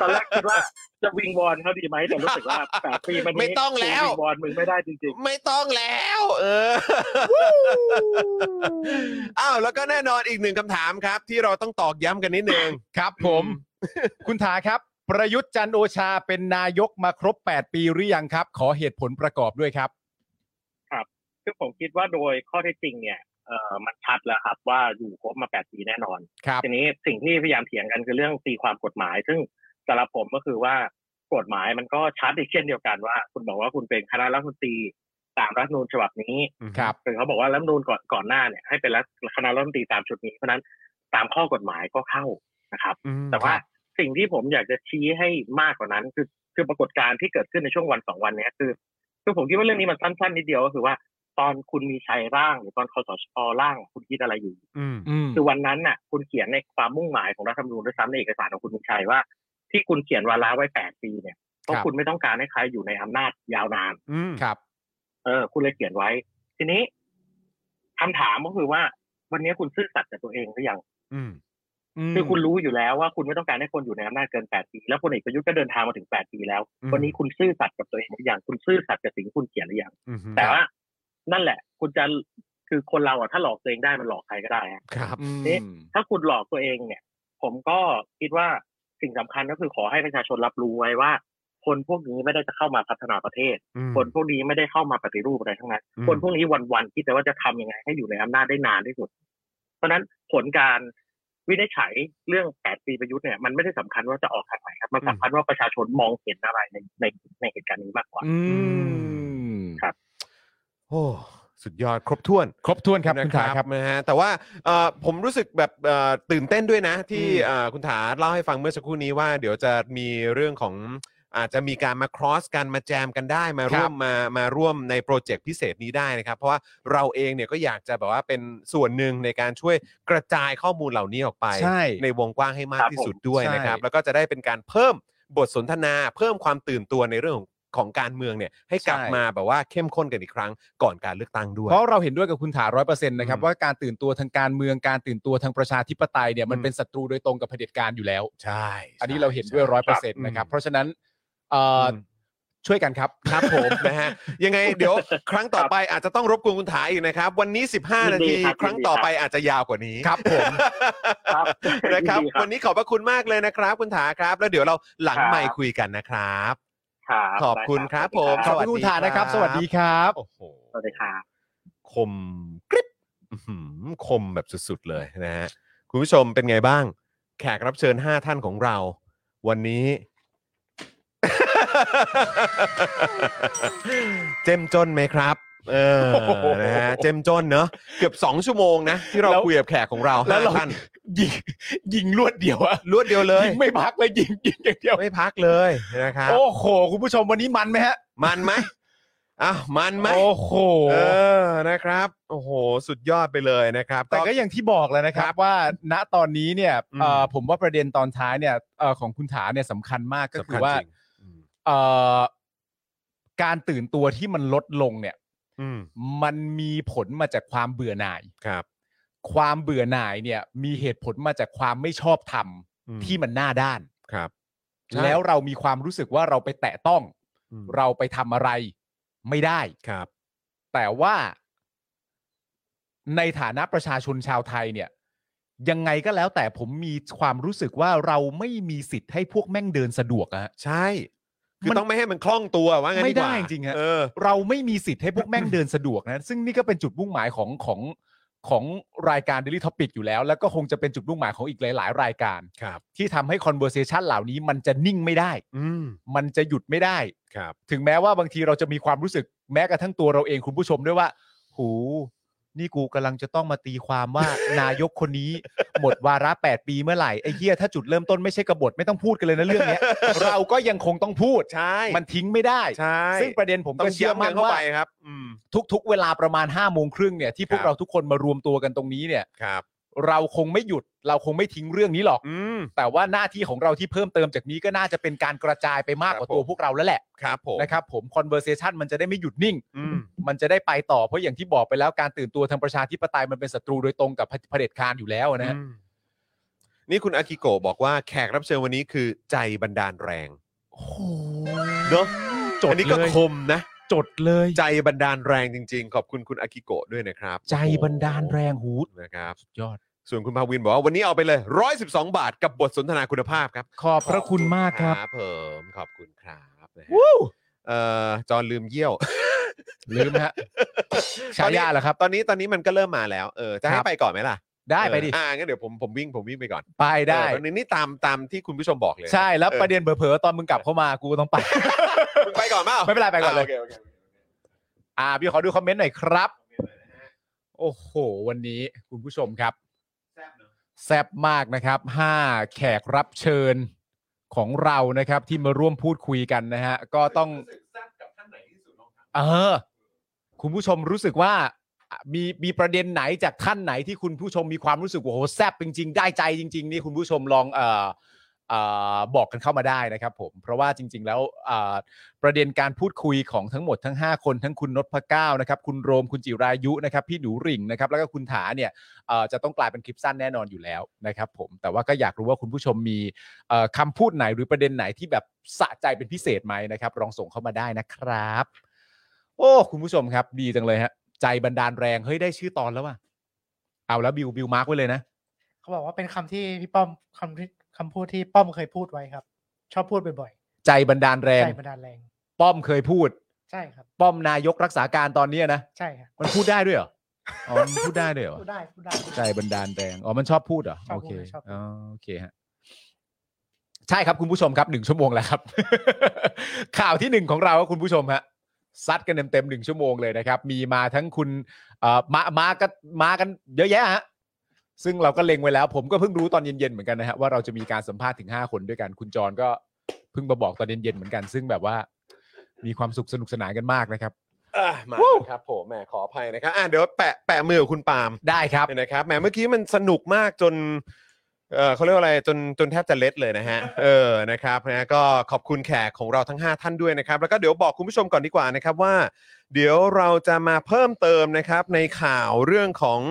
Speaker 9: ตอนแรกคิดว่าจะวิงวอนเขาดีไหมแต่รู้สึกว่าแปดปีมันนี้
Speaker 3: ไม่ต้องแล้ว
Speaker 9: กูวิงวอนมึงไม่ได้จริง
Speaker 3: ไม่ต้องแล้ว เออ อ้าว แล้วก็แน่นอนอีกหนึ่งคำถามครับ ที่เราต้องตอกย้ำกันนิดนึง
Speaker 4: ครับผม คุณถาครับ ประยุทธ์จันทร์โอชาเป็นนายกมาครบ 8 ปีหรือยังครับ ขอเหตุผลประกอบด้วยครับ
Speaker 9: คือผมคิดว่าโดยข้อเท็จจริงเนี่ยเออมันชัดแล้วครับว่าอยู่ครบมาแปดปีแน่นอน
Speaker 4: ครับ
Speaker 9: ทีนี้สิ่งที่พยายามเถียงกันคือเรื่องตีความกฎหมาย ซึ่งสำหรับผมก็คือว่ากฎหมายมันก็ชัดอีกเช่นเดียวกันว่า คุณบอกว่าคุณเป็นคณะรัฐมนตรีตามรัฐธรรมนูญฉบับนี้
Speaker 4: ครับ
Speaker 9: หรือเขาบอกว่ารัฐธรรมนูญก่อนก่อนหน้าเนี่ยให้เป็นรัฐคณะรัฐมนตรีตามชุดนี้เพราะฉะนั้นตามข้อกฎหมายก็เข้านะครับ แต่ว่าสิ่งที่ผมอยากจะชี้ให้มากกว่านั้นคือ คือปรากฏการณ์ที่เกิดขึ้นในช่วงวันสองวันเนี้ยคือคือผมคิดว่าเรื่องนี้มันสั้นๆนิดเดียวก็คือว่า ตอนคุณมีชัยร่างหรือตอนคอสชร่างคุณคิดอะไรอยู่
Speaker 3: อืม
Speaker 4: อืม
Speaker 9: คือวันนั้นน่ะ คุณเขียนในความมุ่งหมายของรัฐธรรมนูญด้วยซ้ำในเอกสารของคุณมีชัยว่า ที่คุณเขียนวาระไว้แปดปีเนี่ยเพราะคุณไม่ต้องการให้ใครอยู่ในอำนาจยาวนาน
Speaker 3: อืม
Speaker 4: ครับ
Speaker 9: เออคุณเลยเขียนไว้ ทีนี้คำถามก็คือว่า วันนี้คุณซื่อสัตย์กับตัวเองหรือยัง
Speaker 3: อืม
Speaker 4: ม
Speaker 9: คือคุณรู้อยู่แล้วว่าคุณไม่ต้องการให้คนอยู่ในอำนาจเกินแปดปี แล้วพลเอกประยุทธ์ก็เดินทางมาถึงแปดปีแล้ว
Speaker 3: อืม
Speaker 9: วันนี้คุณซื่อสัตย์กับตัวเองหรือยังคุณซื่อสัตย์กับสิ่งที่คุณเขียนหรือยัง
Speaker 3: อืม
Speaker 9: แต่ว่านั่นแหละ คุณจะคือคนเราอ่ะถ้าหลอกตัวเองได้มันหลอกใครก็ได้ฮะ
Speaker 3: ครับ
Speaker 4: อืม
Speaker 9: เอ๊ะ ถ้าคุณหลอกตัวเองเนี่ย ผมก็คิดว่าสิ่งสำคัญก็คือขอให้ประชาชนรับรู้ไว้ว่า คนพวกนี้ไม่ได้จะเข้ามาพัฒนาประเทศ
Speaker 3: อืม
Speaker 9: คนพวกนี้ไม่ได้เข้ามาปฏิรูปอะไรทั้งนั้น
Speaker 3: อืม
Speaker 9: คนพวกนี้วันๆคิดแต่ว่าจะทำยังไงให้อยู่ในอำนาจได้นานที่สุด เพราะฉะนั้นผลการวินิจฉัยเรื่อง 8 ปีประยุทธ์เนี่ยมันไม่ได้สำคัญว่าจะออกทางไหนครับมันสำคัญว่าประชาชนมองเห็นอะไรในในในเหตุการณ์นี้มากกว่า
Speaker 4: อืม
Speaker 9: ครับ
Speaker 3: โอ้สุดยอดครบถ้วน
Speaker 4: ครบถ้วนครับคุณ
Speaker 3: นะ
Speaker 4: ถาครับ
Speaker 3: นะฮะแต่ว่าเอ่อผมรู้สึกแบบเอ่อตื่นเต้นด้วยนะ ที่
Speaker 4: อืม
Speaker 3: เอ่อคุณถาเล่าให้ฟังเมื่อสักครู่นี้ว่า เดี๋ยวจะมีเรื่องของอาจจะมีการมา cross กันมาแจมกันได้มา
Speaker 4: ครั
Speaker 3: ร่ว
Speaker 4: บ
Speaker 3: มมามาร่วมในโปรเจกต์พิเศษนี้ได้นะครับ เพราะว่าเราเองเนี่ยก็อยากจะแบบว่าเป็นส่วนหนึ่งในการช่วยกระจายข้อมูลเหล่านี้ออกไป
Speaker 4: ใช่
Speaker 3: ในวงกว้างให้มาก
Speaker 9: ครับ
Speaker 3: ที่
Speaker 9: ผม
Speaker 3: สุดด้วยนะครับ
Speaker 4: ใช่
Speaker 3: แล้วก็จะได้เป็นการเพิ่มบทสนทนา เพิ่มความตื่นตัวในเรื่องของของการเมืองเนี่ยให้กลับ
Speaker 4: ใช่
Speaker 3: มาแบบว่าเข้มข้นกันอีกครั้งก่อนการเลือกตั้งด้วย
Speaker 4: เพราะเราเห็นด้วยกับคุณถาร้อยเปอร์เซ็นต์นะครับ
Speaker 3: อืม
Speaker 4: ว่าการตื่นตัวทางการเมืองการตื่นตัวทางประชาธิปไตยเนี่ยมัน
Speaker 3: อืม
Speaker 4: เป็นศัตรูโดยตรงกับเผด็จการอยู่แล้ว
Speaker 3: ใช่
Speaker 4: อันนี้
Speaker 3: ใช่
Speaker 4: เราเห็นด้วย
Speaker 3: ใช่
Speaker 4: ร้อยเปอร์เซ็นต์นะครับ
Speaker 3: อืม
Speaker 4: เพราะฉะนั้นเอ่ออช่วยกันครับ
Speaker 3: ครับผม นะฮะยังไงเดี๋ ยวครั้งต่อไปอาจจะต้องรบกวนคุณถาอีกนะครับ วันนี้ 15
Speaker 9: ยิ
Speaker 3: นาน
Speaker 9: ดี
Speaker 3: ที
Speaker 9: ครับ
Speaker 3: ครั้งต่อไปอาจจะยาวกว่านี้
Speaker 4: ครับผม
Speaker 9: ครับ
Speaker 3: นะครับ
Speaker 9: ยินดีครับ
Speaker 3: วันนี้ขอบพระคุณมากเลยนะครับ คุณถาครับ แล้วเดี๋ยวเราหลังไมค์คุยกันนะครับ
Speaker 9: ครับ
Speaker 3: ขอบคุณครับผม
Speaker 4: ขอบคุณคุณถานะครับ สวัสดีครับ
Speaker 3: โอ้โห
Speaker 9: สวัสดีครับ
Speaker 3: คมกริบอื้อหือคมแบบสุดๆเลยนะฮะคุณผู้ชมเป็นไงบ้าง แขกรับเชิญ 5 ท่านของเรา วันนี้ เจ้มจนไหมครับ เออนะฮะเจ้มจนเนอะเกือบ 2 ชั่วโมงนะ ที่เรา
Speaker 4: แล้ว
Speaker 3: คุยกับแขกของเรา
Speaker 4: แล้วเรา
Speaker 3: ห้าท่าน
Speaker 4: ยิงยิงลวดเดียวอะ
Speaker 3: รวดเดียวเลย
Speaker 4: ยิงไม่พักเลยยิงยิงอย่างเดียว
Speaker 3: ไม่พักเลยนะครับ
Speaker 4: โอ้โห คุณผู้ชมวันนี้มันไหมฮะ
Speaker 3: มันไหมอ้าวมันไหม
Speaker 4: โอ้โห
Speaker 3: เออนะครับ โอ้โห สุดยอดไปเลยนะครับ
Speaker 4: แต่ก็อย่างที่บอกแล้วนะครับ ว่าณตอนนี้เนี่ย
Speaker 3: อืม
Speaker 4: เอ่อผมว่าประเด็นตอนท้ายเนี่ยเอ่อของคุณถาเนี่ยสำคัญมากก็คือ
Speaker 3: สำญ
Speaker 4: ว่า
Speaker 3: จริงอืม
Speaker 4: เอ่อการตื่นตัวที่มันลดลงเนี่ย
Speaker 3: อืม
Speaker 4: มันมีผลมาจากความเบื่อหน่าย
Speaker 3: ครับ
Speaker 4: ความเบื่อหน่ายเนี่ยมีเหตุผลมาจากความไม่ชอบธรรม
Speaker 3: อืม
Speaker 4: ที่มันหน้าด้าน
Speaker 3: ครับใช่
Speaker 4: แล้วเรามีความรู้สึกว่าเราไปแตะต้อง
Speaker 3: อืม
Speaker 4: เราไปทำอะไรไม่ได้
Speaker 3: ครับ
Speaker 4: แต่ว่าในฐานะประชาชนชาวไทยเนี่ย ยังไงก็แล้วแต่ผมมีความรู้สึกว่าเราไม่มีสิทธิ์ให้พวกแม่งเดินสะดวกอะฮะ
Speaker 3: ใช่ คือ
Speaker 4: มัน
Speaker 3: ต้องไม่ให้มันคล่องตัวว่างั้น
Speaker 4: ไม่
Speaker 3: กว่า
Speaker 4: ได้จริงๆฮะ
Speaker 3: เออ
Speaker 4: เราไม่มีสิทธิ์ให้พวกแม่งเดินสะดวกนะ ซึ่งนี่ก็เป็นจุดมุ่งหมายของของของรายการ Daily Topic อยู่แล้ว แล้วก็คงจะเป็นจุดมุ่งหมายของอีกหลาย ๆ รายการ
Speaker 3: ครับ
Speaker 4: ที่ทำให้ conversation เหล่านี้มันจะนิ่งไม่ได้
Speaker 3: อืม
Speaker 4: มันจะหยุดไม่ได้
Speaker 3: ครับ
Speaker 4: ถึงแม้ว่าบางทีเราจะมีความรู้สึกแม้กระทั่งตัวเราเองคุณผู้ชมด้วยว่า หู นี่กูกำลังจะต้องมาตีความว่า นายกคนนี้ หมดวาระ 8 ปีเมื่อไหร่ไอ้เหี้ยถ้าจุดเริ่มต้นไม่ใช่กบฏไม่ต้องพูดกันเลยนะเรื่องเนี้ย เราก็ยังคงต้องพูด
Speaker 3: ใช่
Speaker 4: มันทิ้งไม่ได้
Speaker 3: ใช่
Speaker 4: ซึ่งประเด็นผม
Speaker 3: ต้อ
Speaker 4: ก็
Speaker 3: งเชื่
Speaker 4: เชื่
Speaker 3: อ
Speaker 4: อ
Speaker 3: ม
Speaker 4: มั่
Speaker 3: กัน
Speaker 4: น
Speaker 3: เข้า
Speaker 4: ว่า
Speaker 3: ไปครับ อืม
Speaker 4: ทุกๆ เวลาประมาณ5้าโมงครึ่งเนี่ยที่พว
Speaker 3: ครับ
Speaker 4: กเราทุกคนมารวมตัวกันตรงนี้เนี่ย
Speaker 3: ครับ
Speaker 4: เราคงไม่หยุด เราคงไม่ทิ้งเรื่องนี้หรอก
Speaker 3: อืม
Speaker 4: แต่ว่าหน้าที่ของเราที่เพิ่มเติมจากนี้ก็น่าจะเป็นการกระจายไปมากกว่า
Speaker 3: ครับผม
Speaker 4: ตัวพวกเราแล้วแหละ
Speaker 3: ครับผม
Speaker 4: นะครับผม conversation มันจะได้ไม่หยุดนิ่ง
Speaker 3: อืม
Speaker 4: มันจะได้ไปต่อเพราะอย่างที่บอกไปแล้วการตื่นตัวทางประชาธิปไตยมันเป็นศัตรูโดยตรงกับเผเผด็จการอยู่แล้วนะฮะ
Speaker 3: อืมนี่คุณอากิโกะบอกว่าแขกรับเชิญวันนี้คือใจบันดาลแรง
Speaker 4: โอ้โห
Speaker 3: เนอะ
Speaker 4: จด
Speaker 3: อันนี้ก็
Speaker 4: เลย
Speaker 3: คมนะ
Speaker 4: จดเลย
Speaker 3: ใจบันดาลแรงจริง ๆ ขอบคุณคุณอากิโกะด้วยนะครับ
Speaker 4: ใจบันดาลแรงหู
Speaker 3: นะครับ
Speaker 4: สุดยอด
Speaker 3: ส่วนคุณภาวินบอกว่าวันนี้เอาไปเลย 112 บาทกับบทสนทนาคุณภาพครับ
Speaker 4: ขอบพระคุณมากครับ
Speaker 3: เพิ่มขอบคุณครับนะฮะ
Speaker 4: วู้
Speaker 3: เอ่อจอห์นลืมเยี่ยว
Speaker 4: ลืมฮะ ฉายาเหรอครับ
Speaker 3: ตอนนี้ตอนนี้มันก็เริ่มมาแล้วเออจะให้
Speaker 4: ครับ
Speaker 3: ไปก่อนไหมล่ะ
Speaker 4: ได้ไปดิ
Speaker 3: เอออ่างั้นเดี๋ยวผมผมวิ่งผมวิ่งไปก่อน
Speaker 4: ไปได้
Speaker 3: เออตอนนี้นี่ตามตามที่คุณผู้ชมบอกเลย
Speaker 4: ใช่แล้ว
Speaker 3: ออ
Speaker 4: ประเด็นเผลอๆตอนมึงกลับเข้ามากูก็ต้องไป
Speaker 3: มึงไปก่อนเปล่า
Speaker 4: ไม่เป็นไรไปก่อนเลย
Speaker 3: าโคโค
Speaker 4: อ่าพี่ขอดูคอมเมนต์หน่อยครับ โอ้โห วันนี้คุณผู้ชมครับ แซบมากนะครับ 5 แขกรับเชิญ ของเรานะครับที่มาร่วมพูดคุยกันนะฮะ ก็ต้องเออ คุณผู้ชมรู้สึกว่าอ่ะมีมีประเด็นไหนจากท่านไหนที่คุณผู้ชมมีความรู้สึกว่าโหแซบจริง ๆ ได้ใจจริง ๆ นี่คุณผู้ชมลองเออเออบอกกันเข้ามาได้นะครับ ผม เพราะว่าจริง ๆ แล้วเอ่อ ประเด็นการพูดคุยของทั้งหมดทั้ง 5 คนทั้งคุณนพเก้านะครับคุณโรมคุณจิรายุนะครับพี่หนูหริ่งนะครับแล้วก็คุณถาเนี่ยเอ่อจะต้องกลายเป็นคลิปสั้นแน่นอนอยู่แล้วนะครับผมแต่ว่าก็อยากรู้ว่าคุณผู้ชมมีเอ่อคำพูดไหนหรือประเด็นไหนที่แบบสะใจเป็นพิเศษไหมนะครับลองส่งเข้ามาได้นะครับ โอ้คุณผู้ชมครับ ดีจังเลยฮะใจบันดาลแรงเฮ้ยได้ชื่อตอนแล้วว่ะเอาแล้วบิวบิวมาร์กไว้เลยนะ
Speaker 10: เขาบอกว่าเป็นคำที่พี่ป้อมคำที่คำพูดที่ป้อมเคยพูดไว้ครับ ชอบพูดบ่อย
Speaker 4: ใจบันดาลแร
Speaker 10: ๆ
Speaker 4: ง
Speaker 10: ใจบันดาลแรง
Speaker 4: ป้อมเคยพูด
Speaker 10: ใช่ครับ
Speaker 4: ป้อมนายกรักษาการตอนเนี้ยนะ
Speaker 10: ใช่ครับ
Speaker 4: มันพูดได้ด้วยเหรออ๋อมันพูดได้ด้วยเหรอ
Speaker 10: พูดได้พูดได้
Speaker 4: ใจบันดาลแรงอ๋อ มันชอบพูดเหรอ
Speaker 10: ชอ
Speaker 4: โอบ
Speaker 10: พู
Speaker 4: เค
Speaker 10: ดชอบพูด
Speaker 4: อ๋อโอเคฮะ ใช่ครับคุณผู้ชมครับหนึ่งชั่วโมงแล้วครับ ข่าวที่หนึ่งของเราครับคุณผู้ชมฮะซัดกันเต็มๆหนึ่งชั่วโมงเลยนะครับ มีมาทั้งคุณเอ่อมามากันมากันเยอะแยะฮะซึ่งเราก็เล็งไว้แล้ว ผมก็เพิ่งรู้ตอนเย็นๆเหมือนกันนะฮะว่าเราจะมีการสัมภาษณ์ถึง 5 คนด้วยกันคุณจรก็เพิ่งมาบอกตอนเย็นๆเหมือนกัน ซึ่งแบบว่า มีความสุขสนุกสนานกันมากนะครับ
Speaker 3: อ่ะมา
Speaker 4: วู้
Speaker 3: แล้วครับผมแหมขออภัยนะครับอ่ะเดี๋ยวแปะแปะมือกับคุณปาล์ม
Speaker 4: ได้ครับ
Speaker 3: นะครับแหมเมื่อกี้มันสนุกมากจนเออเขาเรียกว่าอะไรจนจนแทบจะเล็ดเลยนะ ฮะ เออนะครับนะก็ขอบคุณแขกของเราทั้ง 5 ท่านด้วยนะครับ แล้วก็เดี๋ยวบอกคุณผู้ชมก่อนดีกว่านะครับว่า เดี๋ยวเราจะมาเพิ่มเติมนะครับในข่าวเรื่องของ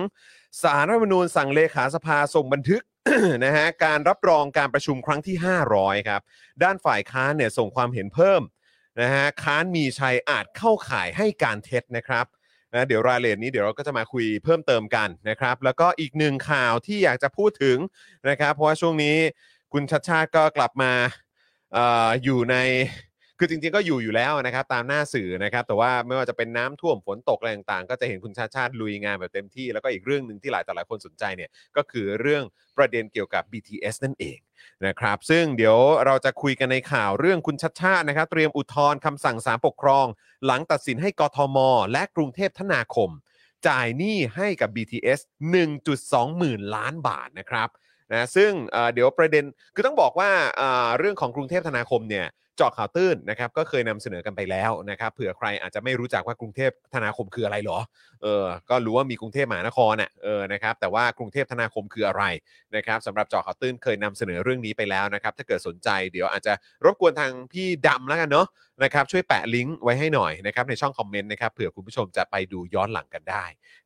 Speaker 3: สารรัฐธรรมนูญสั่งเลขาสภาส่งบันทึก นะฮะการรับรองการประชุมครั้งที่ 500 ครับ ด้านฝ่ายค้านเนี่ยส่งความเห็นเพิ่มนะฮะค้านมีชัยอาจเข้าข่ายให้การเท็จนะครับนะเดี๋ยวรายละเอียดนี้เดี๋ยวเราก็จะมาคุยเพิ่มเติมกันนะครับ แล้วก็อีกหนึ่งข่าวที่อยากจะพูดถึงนะครับ เพราะว่าช่วงนี้คุณชัดชาติก็กลับมาเอออยู่ในคือจริงๆก็อยู่อยู่แล้วนะครับ ตามหน้าสื่อนะครับ แต่ว่าไม่ว่าจะเป็นน้ำท่วมฝนตกอะไรต่างๆ ก็จะเห็นคุณชาติชาติลุยงานแบบเต็มที่แล้วก็อีกเรื่องหนึ่งที่หลายต่อหลายคนสนใจเนี่ยก็คือเรื่องประเด็นเกี่ยวกับ BTS นั่นเอง นะครับซึ่งเดี๋ยวเราจะคุยกันในข่าวเรื่องคุณชัดชาตินะครับ เตรียมอุทธรณ์คำสั่งศาลปกครอง หลังตัดสินให้กทม และกรุงเทพธนาคม จ่ายหนี้ให้กับ BTS 1.2 หมื่นล้านบาทนะครับนะซึ่งเอ่อเดี๋ยวประเด็นคือต้องบอกว่าเอ่อเรื่องของกรุงเทพธนาคมเนี่ยเจาะข่าวตื้นนะครับก็เคยนำเสนอกันไปแล้วนะครับเผื่อใครอาจจะไม่รู้จักว่ากรุงเทพธนาคมคืออะไรเหรอเออก็รู้ว่ามีกรุงเทพมหานครน่ะเออนะครับแต่ว่ากรุงเทพธนาคมคืออะไร นะครับสำหรับเจอข่าวตื้นเคยนำเสนอเรื่องนี้ไปแล้วนะครับ ถ้าเกิดสนใจเดี๋ยวอาจจะรบกวนทางพี่ดำแล้วกันเนาะนะครับ ช่วยแปะลิงก์ไว้ให้หน่อยนะครับ ในช่องคอมเมนต์นะครับเผื่อคุณผู้ชมจะไปดูย้อนหลังกันได้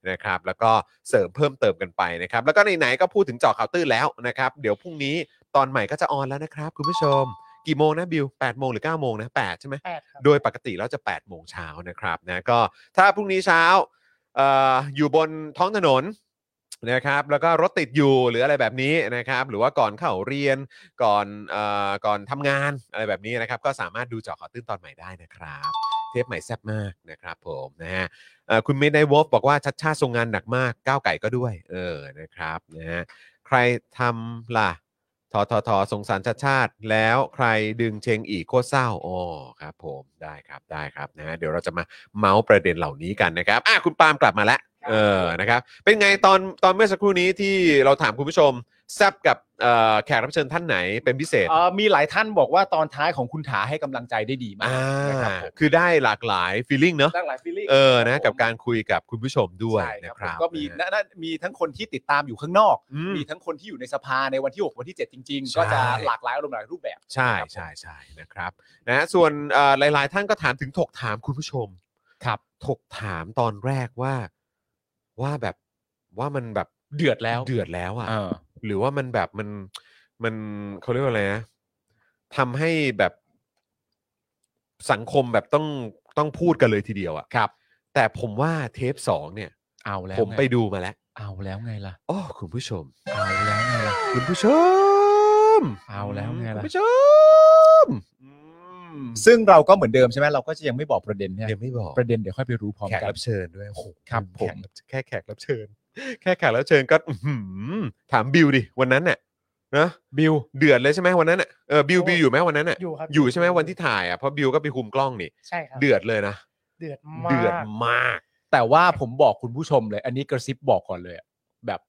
Speaker 3: นะครับ แล้วก็เสริมเพิ่มเติมกันไปนะครับ แล้วก็ไหนๆก็พูดถึงเจอข่าวตื้นแล้วนะครับ เดี๋ยวพรุ่งนี้ตอนใหม่ก็จะออนแล้วนะครับ คุณผู้ชม กี่โมงนะบิว8โมงหรือ9โมงนะ8ใช่ไหม
Speaker 10: แปดครับ
Speaker 3: โดยปกติแล้วจะ 8 โมงเช้านะครับนะก็ถ้าพรุ่งนี้เช้าเอ่ออยู่บนท้องถนนนะครับแล้วก็รถติดอยู่หรืออะไรแบบนี้นะครับหรือว่าก่อนเข้าเรียนก่อนเอ่อก่อนทำงานอะไรแบบนี้นะครับก็สามารถดูเจอข่าวตื้นตอนใหม่ได้นะครับ เทปใหม่แซ่บมากนะครับผมนะฮะเอ่อคุณเมดไนวอฟบอกว่าชัดชาติทรงงานหนักมากก้าวไก่ก็ด้วยเออนะครับนะฮะใครทำล่ะ ทอทอทอสงสารชาติชาติ แล้วใครดึงเชงอีกโคตรเศร้าอ๋อครับผมได้ครับได้ครับนะฮะเดี๋ยวเราจะมาเมาส์ประเด็นเหล่านี้กันนะครับอ่ะคุณปาล์มกลับมาแล้วเออนะครับเป็นไงตอนตอนเมื่อสักครู่นี้ที่เราถามคุณผู้ชมแซบกับเอ่อแขกรับเชิญท่านไหนเป็นพิเศษ
Speaker 4: เอ่อมีหลายท่านบอกว่าตอนท้ายของคุณถาให้กำลังใจได้ดีมา
Speaker 3: อ่าก
Speaker 4: นะครับผม
Speaker 3: คือได้หลากหลายฟีลลิ่งเนอะ
Speaker 4: ตั้งหลายฟีลลิ่ง
Speaker 3: เออนะ
Speaker 4: ค
Speaker 3: กับ
Speaker 4: ผม
Speaker 3: การคุยกับคุณผู้ชมด้วย
Speaker 4: ใช่
Speaker 3: นะค
Speaker 4: ผม
Speaker 3: รับ
Speaker 4: ก็มี
Speaker 3: นะฮะ
Speaker 4: นะนะมีทั้งคนที่ติดตามอยู่ข้างนอก
Speaker 3: อืม
Speaker 4: มีทั้งคนที่อยู่ในสภาในวันที่ 6 วันที่ 7 จริง
Speaker 3: ใช่
Speaker 4: ๆ ก็จะหลากหลายอารมณ์หลายรูปแบบ
Speaker 3: ใช่ใช่ใช่นะครับนะฮะส่วนเอ่อหลาย ๆ ท่านก็ถามถึงถกถามคุณผู้ชม
Speaker 4: ครับ
Speaker 3: ถกถามตอนแรกว่าว่าแบบว่ามันแบบ
Speaker 4: เดือดแล้ว
Speaker 3: เดือดแล้ว
Speaker 4: เอ
Speaker 3: อะ่ะ
Speaker 4: อ
Speaker 3: หรือว่ามันแบบมันมันเขาเรียกว่าอะไรนะทำให้แบบสังคมแบบต้องต้องพูดกันเลยทีเดียวอะ่ะ
Speaker 4: ครับ
Speaker 3: แต่ผมว่าเทปสองเนี่ย
Speaker 4: เอาแล้ว
Speaker 3: ผม
Speaker 4: ง
Speaker 3: ไปดูมาแล้ว
Speaker 4: เอาแล้วไงล่ะ
Speaker 3: อ้อคุณผู้ชม
Speaker 4: เอาแล้วไงล่ะ
Speaker 3: คุณผู้ชม
Speaker 4: เอาแล้วไง
Speaker 3: คุ
Speaker 4: ล่ะ
Speaker 3: ณผู้ชมอืม
Speaker 4: ซึ่งเราก็เหมือนเดิมใช่ไหมเราก็จะยังไม่บอกประเด็นเนี่ย
Speaker 3: ยังไม่บอก
Speaker 4: ประเด็นเดี๋ยวค่อยไปรู้พร้อม
Speaker 3: แขก
Speaker 4: กัน
Speaker 3: รับเชิญด้วยโอ้โห
Speaker 4: ครับผม
Speaker 3: แค่แขกรับเชิญ แค่แขกรับเชิญก็อื้อหือถามบิวดิวันนั้นน่ะนะ
Speaker 4: บิว
Speaker 3: เดือดเลยใช่ไหมวันนั้นน่ะเออบิวบิวอยู่ไหมวันนั้นน่ะ
Speaker 10: อยู่ครับ
Speaker 3: อยู่ใช่ไหมวันที่ถ่ายอ่ะเพราะบิวก็ไปคุมกล้องนี่
Speaker 10: ใช่ครับ
Speaker 3: เดือดเลยนะ
Speaker 10: เดือดมาก
Speaker 3: เดือดมาก
Speaker 4: แต่ว่าผมบอกคุณผู้ชมเลย อันนี้กระซิบบอกก่อนเลยอะแบบ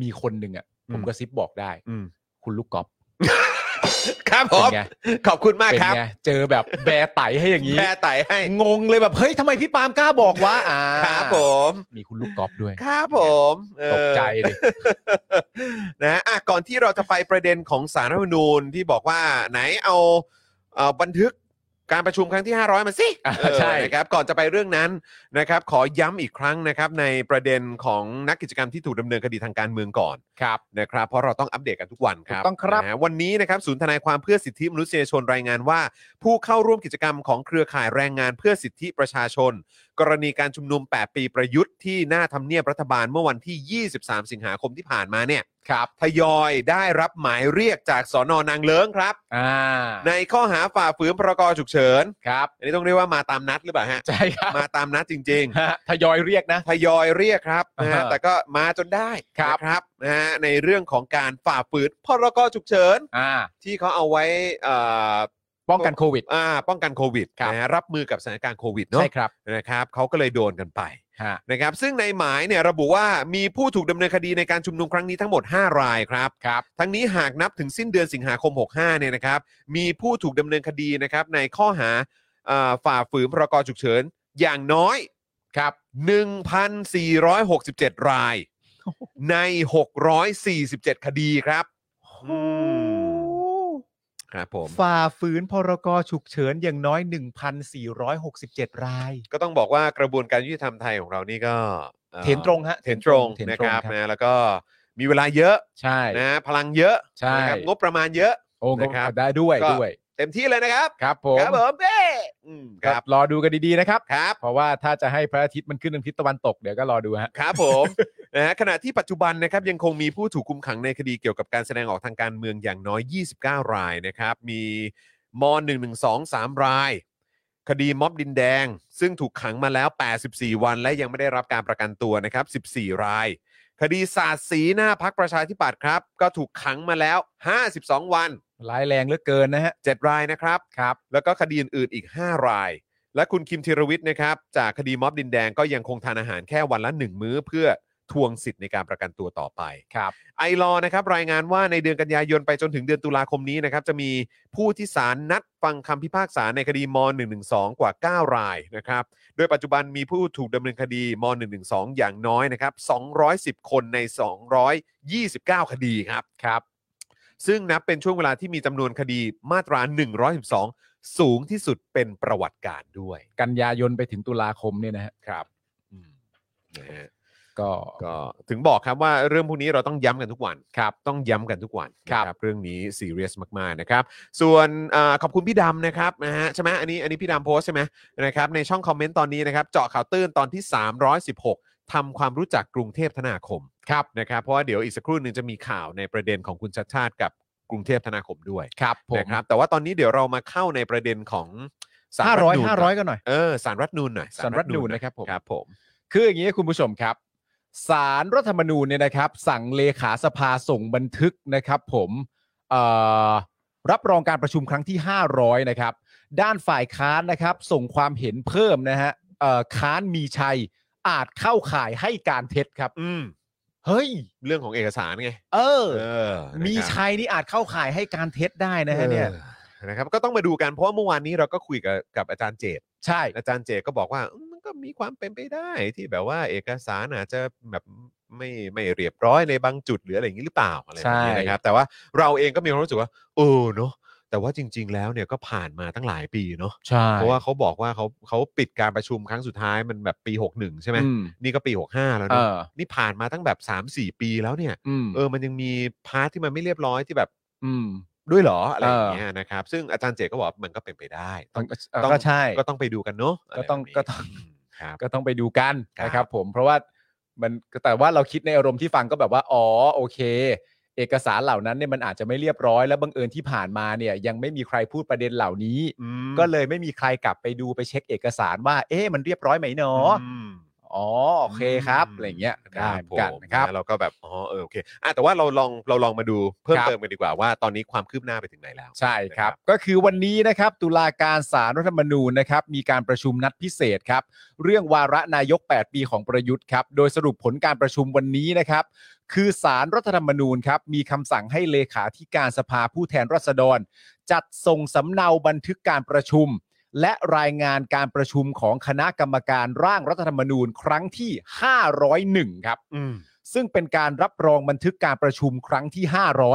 Speaker 4: มีคนหนึ่งอ่ะผมกระซิบบอกได้
Speaker 3: อืม
Speaker 4: คุณลูกกอล์ฟ
Speaker 3: ครับผ
Speaker 4: เป็
Speaker 3: ม
Speaker 4: นไง
Speaker 3: ขอบคุณมาก
Speaker 4: เป็น
Speaker 3: ครับ
Speaker 4: ไงเจอแบบแบร์ไตให้อย่างนี้
Speaker 3: แพ้ไต่ให้
Speaker 4: งงเลยแบบเฮ้ยทำไมพี่ปาล์มกล้าบอกวะอ่า
Speaker 3: ครับผม
Speaker 4: มีคุณลูกกอล์ฟด้วย
Speaker 3: ครับผมเออ
Speaker 4: ตกใจเลย
Speaker 3: นะอ่ะก่อนที่เราจะไปประเด็นของสารรัฐธรรมนูญที่บอกว่าไหนเอาเอ่อบันทึกการประชุมครั้งที่ 500 มาสิ
Speaker 4: อ่า
Speaker 3: เออ
Speaker 4: ใช่
Speaker 3: นะครับก่อนจะไปเรื่องนั้นนะครับ ขอย้ำอีกครั้งนะครับ ในประเด็นของนักกิจกรรมที่ถูกดำเนินคดีทางการเมืองก่อน
Speaker 4: ครับ
Speaker 3: นะครับ เพราะเราต้องอัปเดตกันทุกวันครับ
Speaker 4: ถูกต้องครับ
Speaker 3: นะฮะวันนี้นะครับศูนย์ทนายความเพื่อสิทธิมนุษยชนรายงานว่า ผู้เข้าร่วมกิจกรรมของเครือข่ายแรงงานเพื่อสิทธิประชาชน กรณีการชุมนุม 8 ปีประยุทธ์ที่หน้าทำเนียบรัฐบาลเมื่อวันที่ 23 สิงหาคมที่ผ่านมาเนี่ย
Speaker 4: ครับ
Speaker 3: ทยอยได้รับหมายเรียกจากสอนอนางเลิ้งครับ
Speaker 4: อ่า
Speaker 3: ในข้อหาฝ่าฝืนพรกฉุกเฉิน
Speaker 4: ครับ
Speaker 3: อันนี้ต้องเรียกว่ามาตามนัดหรือเปล่าฮะ
Speaker 4: ใช่ครับ
Speaker 3: มาตามนัดจริง
Speaker 4: ฮะทยอยเรียกนะ
Speaker 3: ๆ ทยอยเรียกครับนะฮะ
Speaker 4: อ่าฮะ
Speaker 3: แต่ก็มาจนได้
Speaker 4: ครับ
Speaker 3: นะครับนะฮะในเรื่องของการฝ่าฝืนพรกฉุกเฉิน
Speaker 4: อ่า
Speaker 3: ที่เขาเอาไว้เอ่อ
Speaker 4: ป้องกันโควิด
Speaker 3: อ่าป้องกันโควิด
Speaker 4: ครับ
Speaker 3: นะฮะรับมือกับสถานการณ์โควิดเนาะ
Speaker 4: ใช่ครับ
Speaker 3: นะครับเขาก็เลยโดนกันไป
Speaker 4: ฮะ
Speaker 3: นะครับ ซึ่งในหมายเนี่ยระบุว่ามีผู้ถูกดำเนินคดีในการชุมนุมครั้งนี้ทั้งหมด 5 รายครับ
Speaker 4: ครับ
Speaker 3: ทั้งนี้หากนับถึงสิ้นเดือนสิงหาคม 65 เนี่ยนะครับ มีผู้ถูกดำเนินคดีนะครับในข้อหาเอ่อฝ่าฝืนพรกฉุกเฉินอย่างน้อยครับ 1,467 ราย ใน 647 คดีครับอืมครับผม
Speaker 4: ฝ่าฝืนพรกฉุกเฉินอย่างน้อย 1,467 ราย
Speaker 3: ก็ต้องบอกว่ากระบวนการยุติธรรมไทยของเรานี่ก็อ่อ
Speaker 4: เห็นตรงฮะ
Speaker 3: เห็นตรง
Speaker 4: เห็น
Speaker 3: นะ
Speaker 4: ต
Speaker 3: ค
Speaker 4: รง
Speaker 3: รับ
Speaker 4: ครับ
Speaker 3: นะแล้วก็มีเวลาเยอะ
Speaker 4: ใช่
Speaker 3: นะพลังเยอะ
Speaker 4: ใช่
Speaker 3: นะครับงบประมาณเยอะ
Speaker 4: โอ้ก็
Speaker 3: นะครับ
Speaker 4: ได้ด้วย
Speaker 3: ก็
Speaker 4: ด้วย
Speaker 3: เต็มที่เลยนะครับ
Speaker 4: ครับผม
Speaker 3: ครับผมเอ้อืมค
Speaker 4: ครั
Speaker 3: รั
Speaker 4: บบ รอดูกันดีๆนะครับ
Speaker 3: ครับ
Speaker 4: เพราะว่าถ้าจะให้พระอาทิตย์มันขึ้นทางทิศตะวันตกเดี๋ยวก็รอดูฮะ
Speaker 3: ครับผม นะฮะขณะที่ปัจจุบันนะครับยังคงมีผู้ถูกคุมขังในคดีเกี่ยวกับการแสดงออกทางการเมืองอย่างน้อย 29 รายนะครับ มีม .112 3ราย คดีม็อบดินแดง ซึ่งถูกขังมาแล้ว 84 วัน และยังไม่ได้รับการประกันตัวนะครับ 14 ราย คดีสาดสีหน้าพักประชาธิปัตย์ครับ ก็ถูกขังมาแล้ว 52 วัน
Speaker 4: ร้ายแรงเหลือเกินนะฮะ
Speaker 3: 7 รายนะครับ
Speaker 4: ครับ
Speaker 3: แล้วก็คดีอื่นๆอีก 5 ราย และคุณคิมธีรวิทย์นะครับ จากคดีม็อบดินแดงก็ยังคงทานอาหารแค่วันละ 1 มื้อเพื่อทวงสิทธิ์ในการประกันตัวต่อไป
Speaker 4: ครับ
Speaker 3: ไอรอว์นะครับรายงานว่าในเดือนกันยายนไปจนถึงเดือนตุลาคมนี้นะครับ จะมีผู้ที่ศาลนัดฟังคำพิพากษาในคดีม .112 กว่า 9 รายนะครับ โดยปัจจุบันมีผู้ถูกดำเนินคดีม .112 อย่างน้อยนะครับ 210 คนใน 229 คดีครับ
Speaker 4: ครับ
Speaker 3: ซึ่งนับเป็นช่วงเวลาที่มีจำนวนคดีมาตรา 112 สูงที่สุดเป็นประวัติการณ์ด้วย
Speaker 4: กันยายนไปถึงตุลาคมเนี่ยนะฮะ
Speaker 3: ครับนะฮะ
Speaker 4: ก็
Speaker 3: ก็ถึงบอกครับว่าเรื่องพวกนี้เราต้องย้ำกันทุกวัน
Speaker 4: ครับ
Speaker 3: ต้องย้ำกันทุกวัน
Speaker 4: ครับ
Speaker 3: นะเรื่องนี้ซีเรียสมาก ๆ นะครับ ส่วนอาขอบคุณพี่ดำนะครับนะฮะใช่ไหมอันนี้อันนี้พี่ดำโพสต์ใช่ไหมนะครับในช่องคอมเมนต์ตอนนี้นะครับ เจาะข่าวตื้นตอนที่ 316ทำความรู้จักกรุงเทพธนาคมครับนะครับเพราะว่าเดี๋ยวอีกสักครู่หนึ่งจะมีข่าวในประเด็นของคุณชัดชาติกับกรุงเทพธนาคมด้วย
Speaker 4: ครับผม
Speaker 3: นะครับแต่ว่าตอนนี้เดี๋ยวเรามาเข้าในประเด็นของสาร
Speaker 4: ห้า
Speaker 3: ฐ
Speaker 4: ร้อย
Speaker 3: ธมนูญ
Speaker 4: ห้าร้อยกันหน่อย
Speaker 3: เออสารรัฐธรรมนูนหน่อย
Speaker 4: สารรัฐธรรมนูญนะครับผม
Speaker 3: ครับผม
Speaker 4: คืออย่างนี้คุณผู้ชมครับสารรัฐธรรมนูญเนี่ยนะครับ สั่งเลขาสภาส่งบันทึกนะครับ ผมเอ่อรับรองการประชุมครั้งที่ 500 นะครับ ด้านฝ่ายค้านนะครับ ส่งความเห็นเพิ่มนะฮะเอ่อค้านมีชัยอาจเข้าข่ายให้การเท็จครับ
Speaker 3: อืม
Speaker 4: เฮ้ย
Speaker 3: เรื่องของเอกสารไง
Speaker 4: เออ
Speaker 3: เออ
Speaker 4: มี
Speaker 3: นะครับ
Speaker 4: ชัยนี่อาจเข้าข่ายให้การเท็จได้นะฮะเนี่ย
Speaker 3: ออนะครับก็ต้องมาดูกันเพราะว่าเมื่อวานนี้เราก็คุยกับกับอาจารย์เจต
Speaker 4: ใช่
Speaker 3: อาจารย์เจตก็บอกว่าอืมมันก็มีความเป็นไปได้ที่แบบว่าเอกสารอาจจะแบบไม่ไม่เรียบร้อยในบางจุดหรืออะไรอย่างนี้หรือเปล่าอะไรแบบนี้นะครับ แต่ว่าเราเองก็มีความรู้สึกว่าเออเนาะแต่ว่าจริง ๆ แล้วเนี่ยก็ผ่านมาตั้งหลายปีเนาะ
Speaker 4: ใช่
Speaker 3: เพราะว่าเขาบอกว่าเขาเขาปิดการประชุมครั้งสุดท้ายมันแบบปี 61 ใช่ไหม
Speaker 4: อืม
Speaker 3: นี่ก็ปี 65 แล้ว
Speaker 4: เอ
Speaker 3: เนอะ
Speaker 4: อ
Speaker 3: นี่ผ่านมาตั้งแบบ 3 4 ปีแล้วเนี่ย
Speaker 4: อืม
Speaker 3: เออมันยังมีพาร์ทที่มันไม่เรียบร้อยที่แบบ
Speaker 4: อืม
Speaker 3: ด้วยเหรออะไรอ
Speaker 4: เออ
Speaker 3: ย่างเงี้ยนะครับซึ่งอาจารย์เจก็บอกว่ามันก็เป็นไปได้ต้อง
Speaker 4: เออก็ใช่
Speaker 3: ก็ต้องไปดูกันเนาะะไร
Speaker 4: ก็ต้อง
Speaker 3: แบบนี้
Speaker 4: ก็ต้อง
Speaker 3: มครับ
Speaker 4: ก็ต้องไปดูกัน
Speaker 3: ครับ
Speaker 4: นะครับผมเพราะว่ามันแต่ว่าเราคิดในอารมณ์ที่ฟังก็แบบว่า อ๋อโอเค เอกสารเหล่านั้นเนี่ยมันอาจจะไม่เรียบร้อยและบังเอิญที่ผ่านมาเนี่ย ยังไม่มีใครพูดประเด็นเหล่านี้
Speaker 3: อืม
Speaker 4: ก็เลยไม่มีใครกลับไปดูไปเช็คเอกสารว่า เอ๊ะมันเรียบร้อยไหมเนาะ
Speaker 3: อืม
Speaker 4: อ๋อโอเคครับอะไรอย่างเงี้ยได้เหมือนกันนะครับ
Speaker 3: แล้วเราก็แบบอ๋อเออโอเคอ่ะแต่ว่าเราลองเราลองมาดูเพิ่ม
Speaker 4: ครับ
Speaker 3: เติมกันดีกว่าว่าตอนนี้ความคืบหน้าไปถึงไหนแล้ว
Speaker 4: ใช่ครับ ก็คือวันนี้นะครับตุลาการสารรัฐธรรมนูญนะครับมีการประชุมนัดพิเศษครับ เรื่องวาระนายก 8 ปีของประยุทธ์ครับ โดยสรุปผลการประชุมวันนี้นะครับ คือสารรัฐธรรมนูญครับ มีคำสั่งให้เลขาธิการสภาผู้แทนราษฎร จัดส่งสำเนาบันทึกการประชุม และรายงานการประชุมของคณะกรรมการร่างรัฐธรรมนูญครั้งที่ 501 ครับ ซึ่งเป็นการรับรองบันทึกการประชุมครั้งที่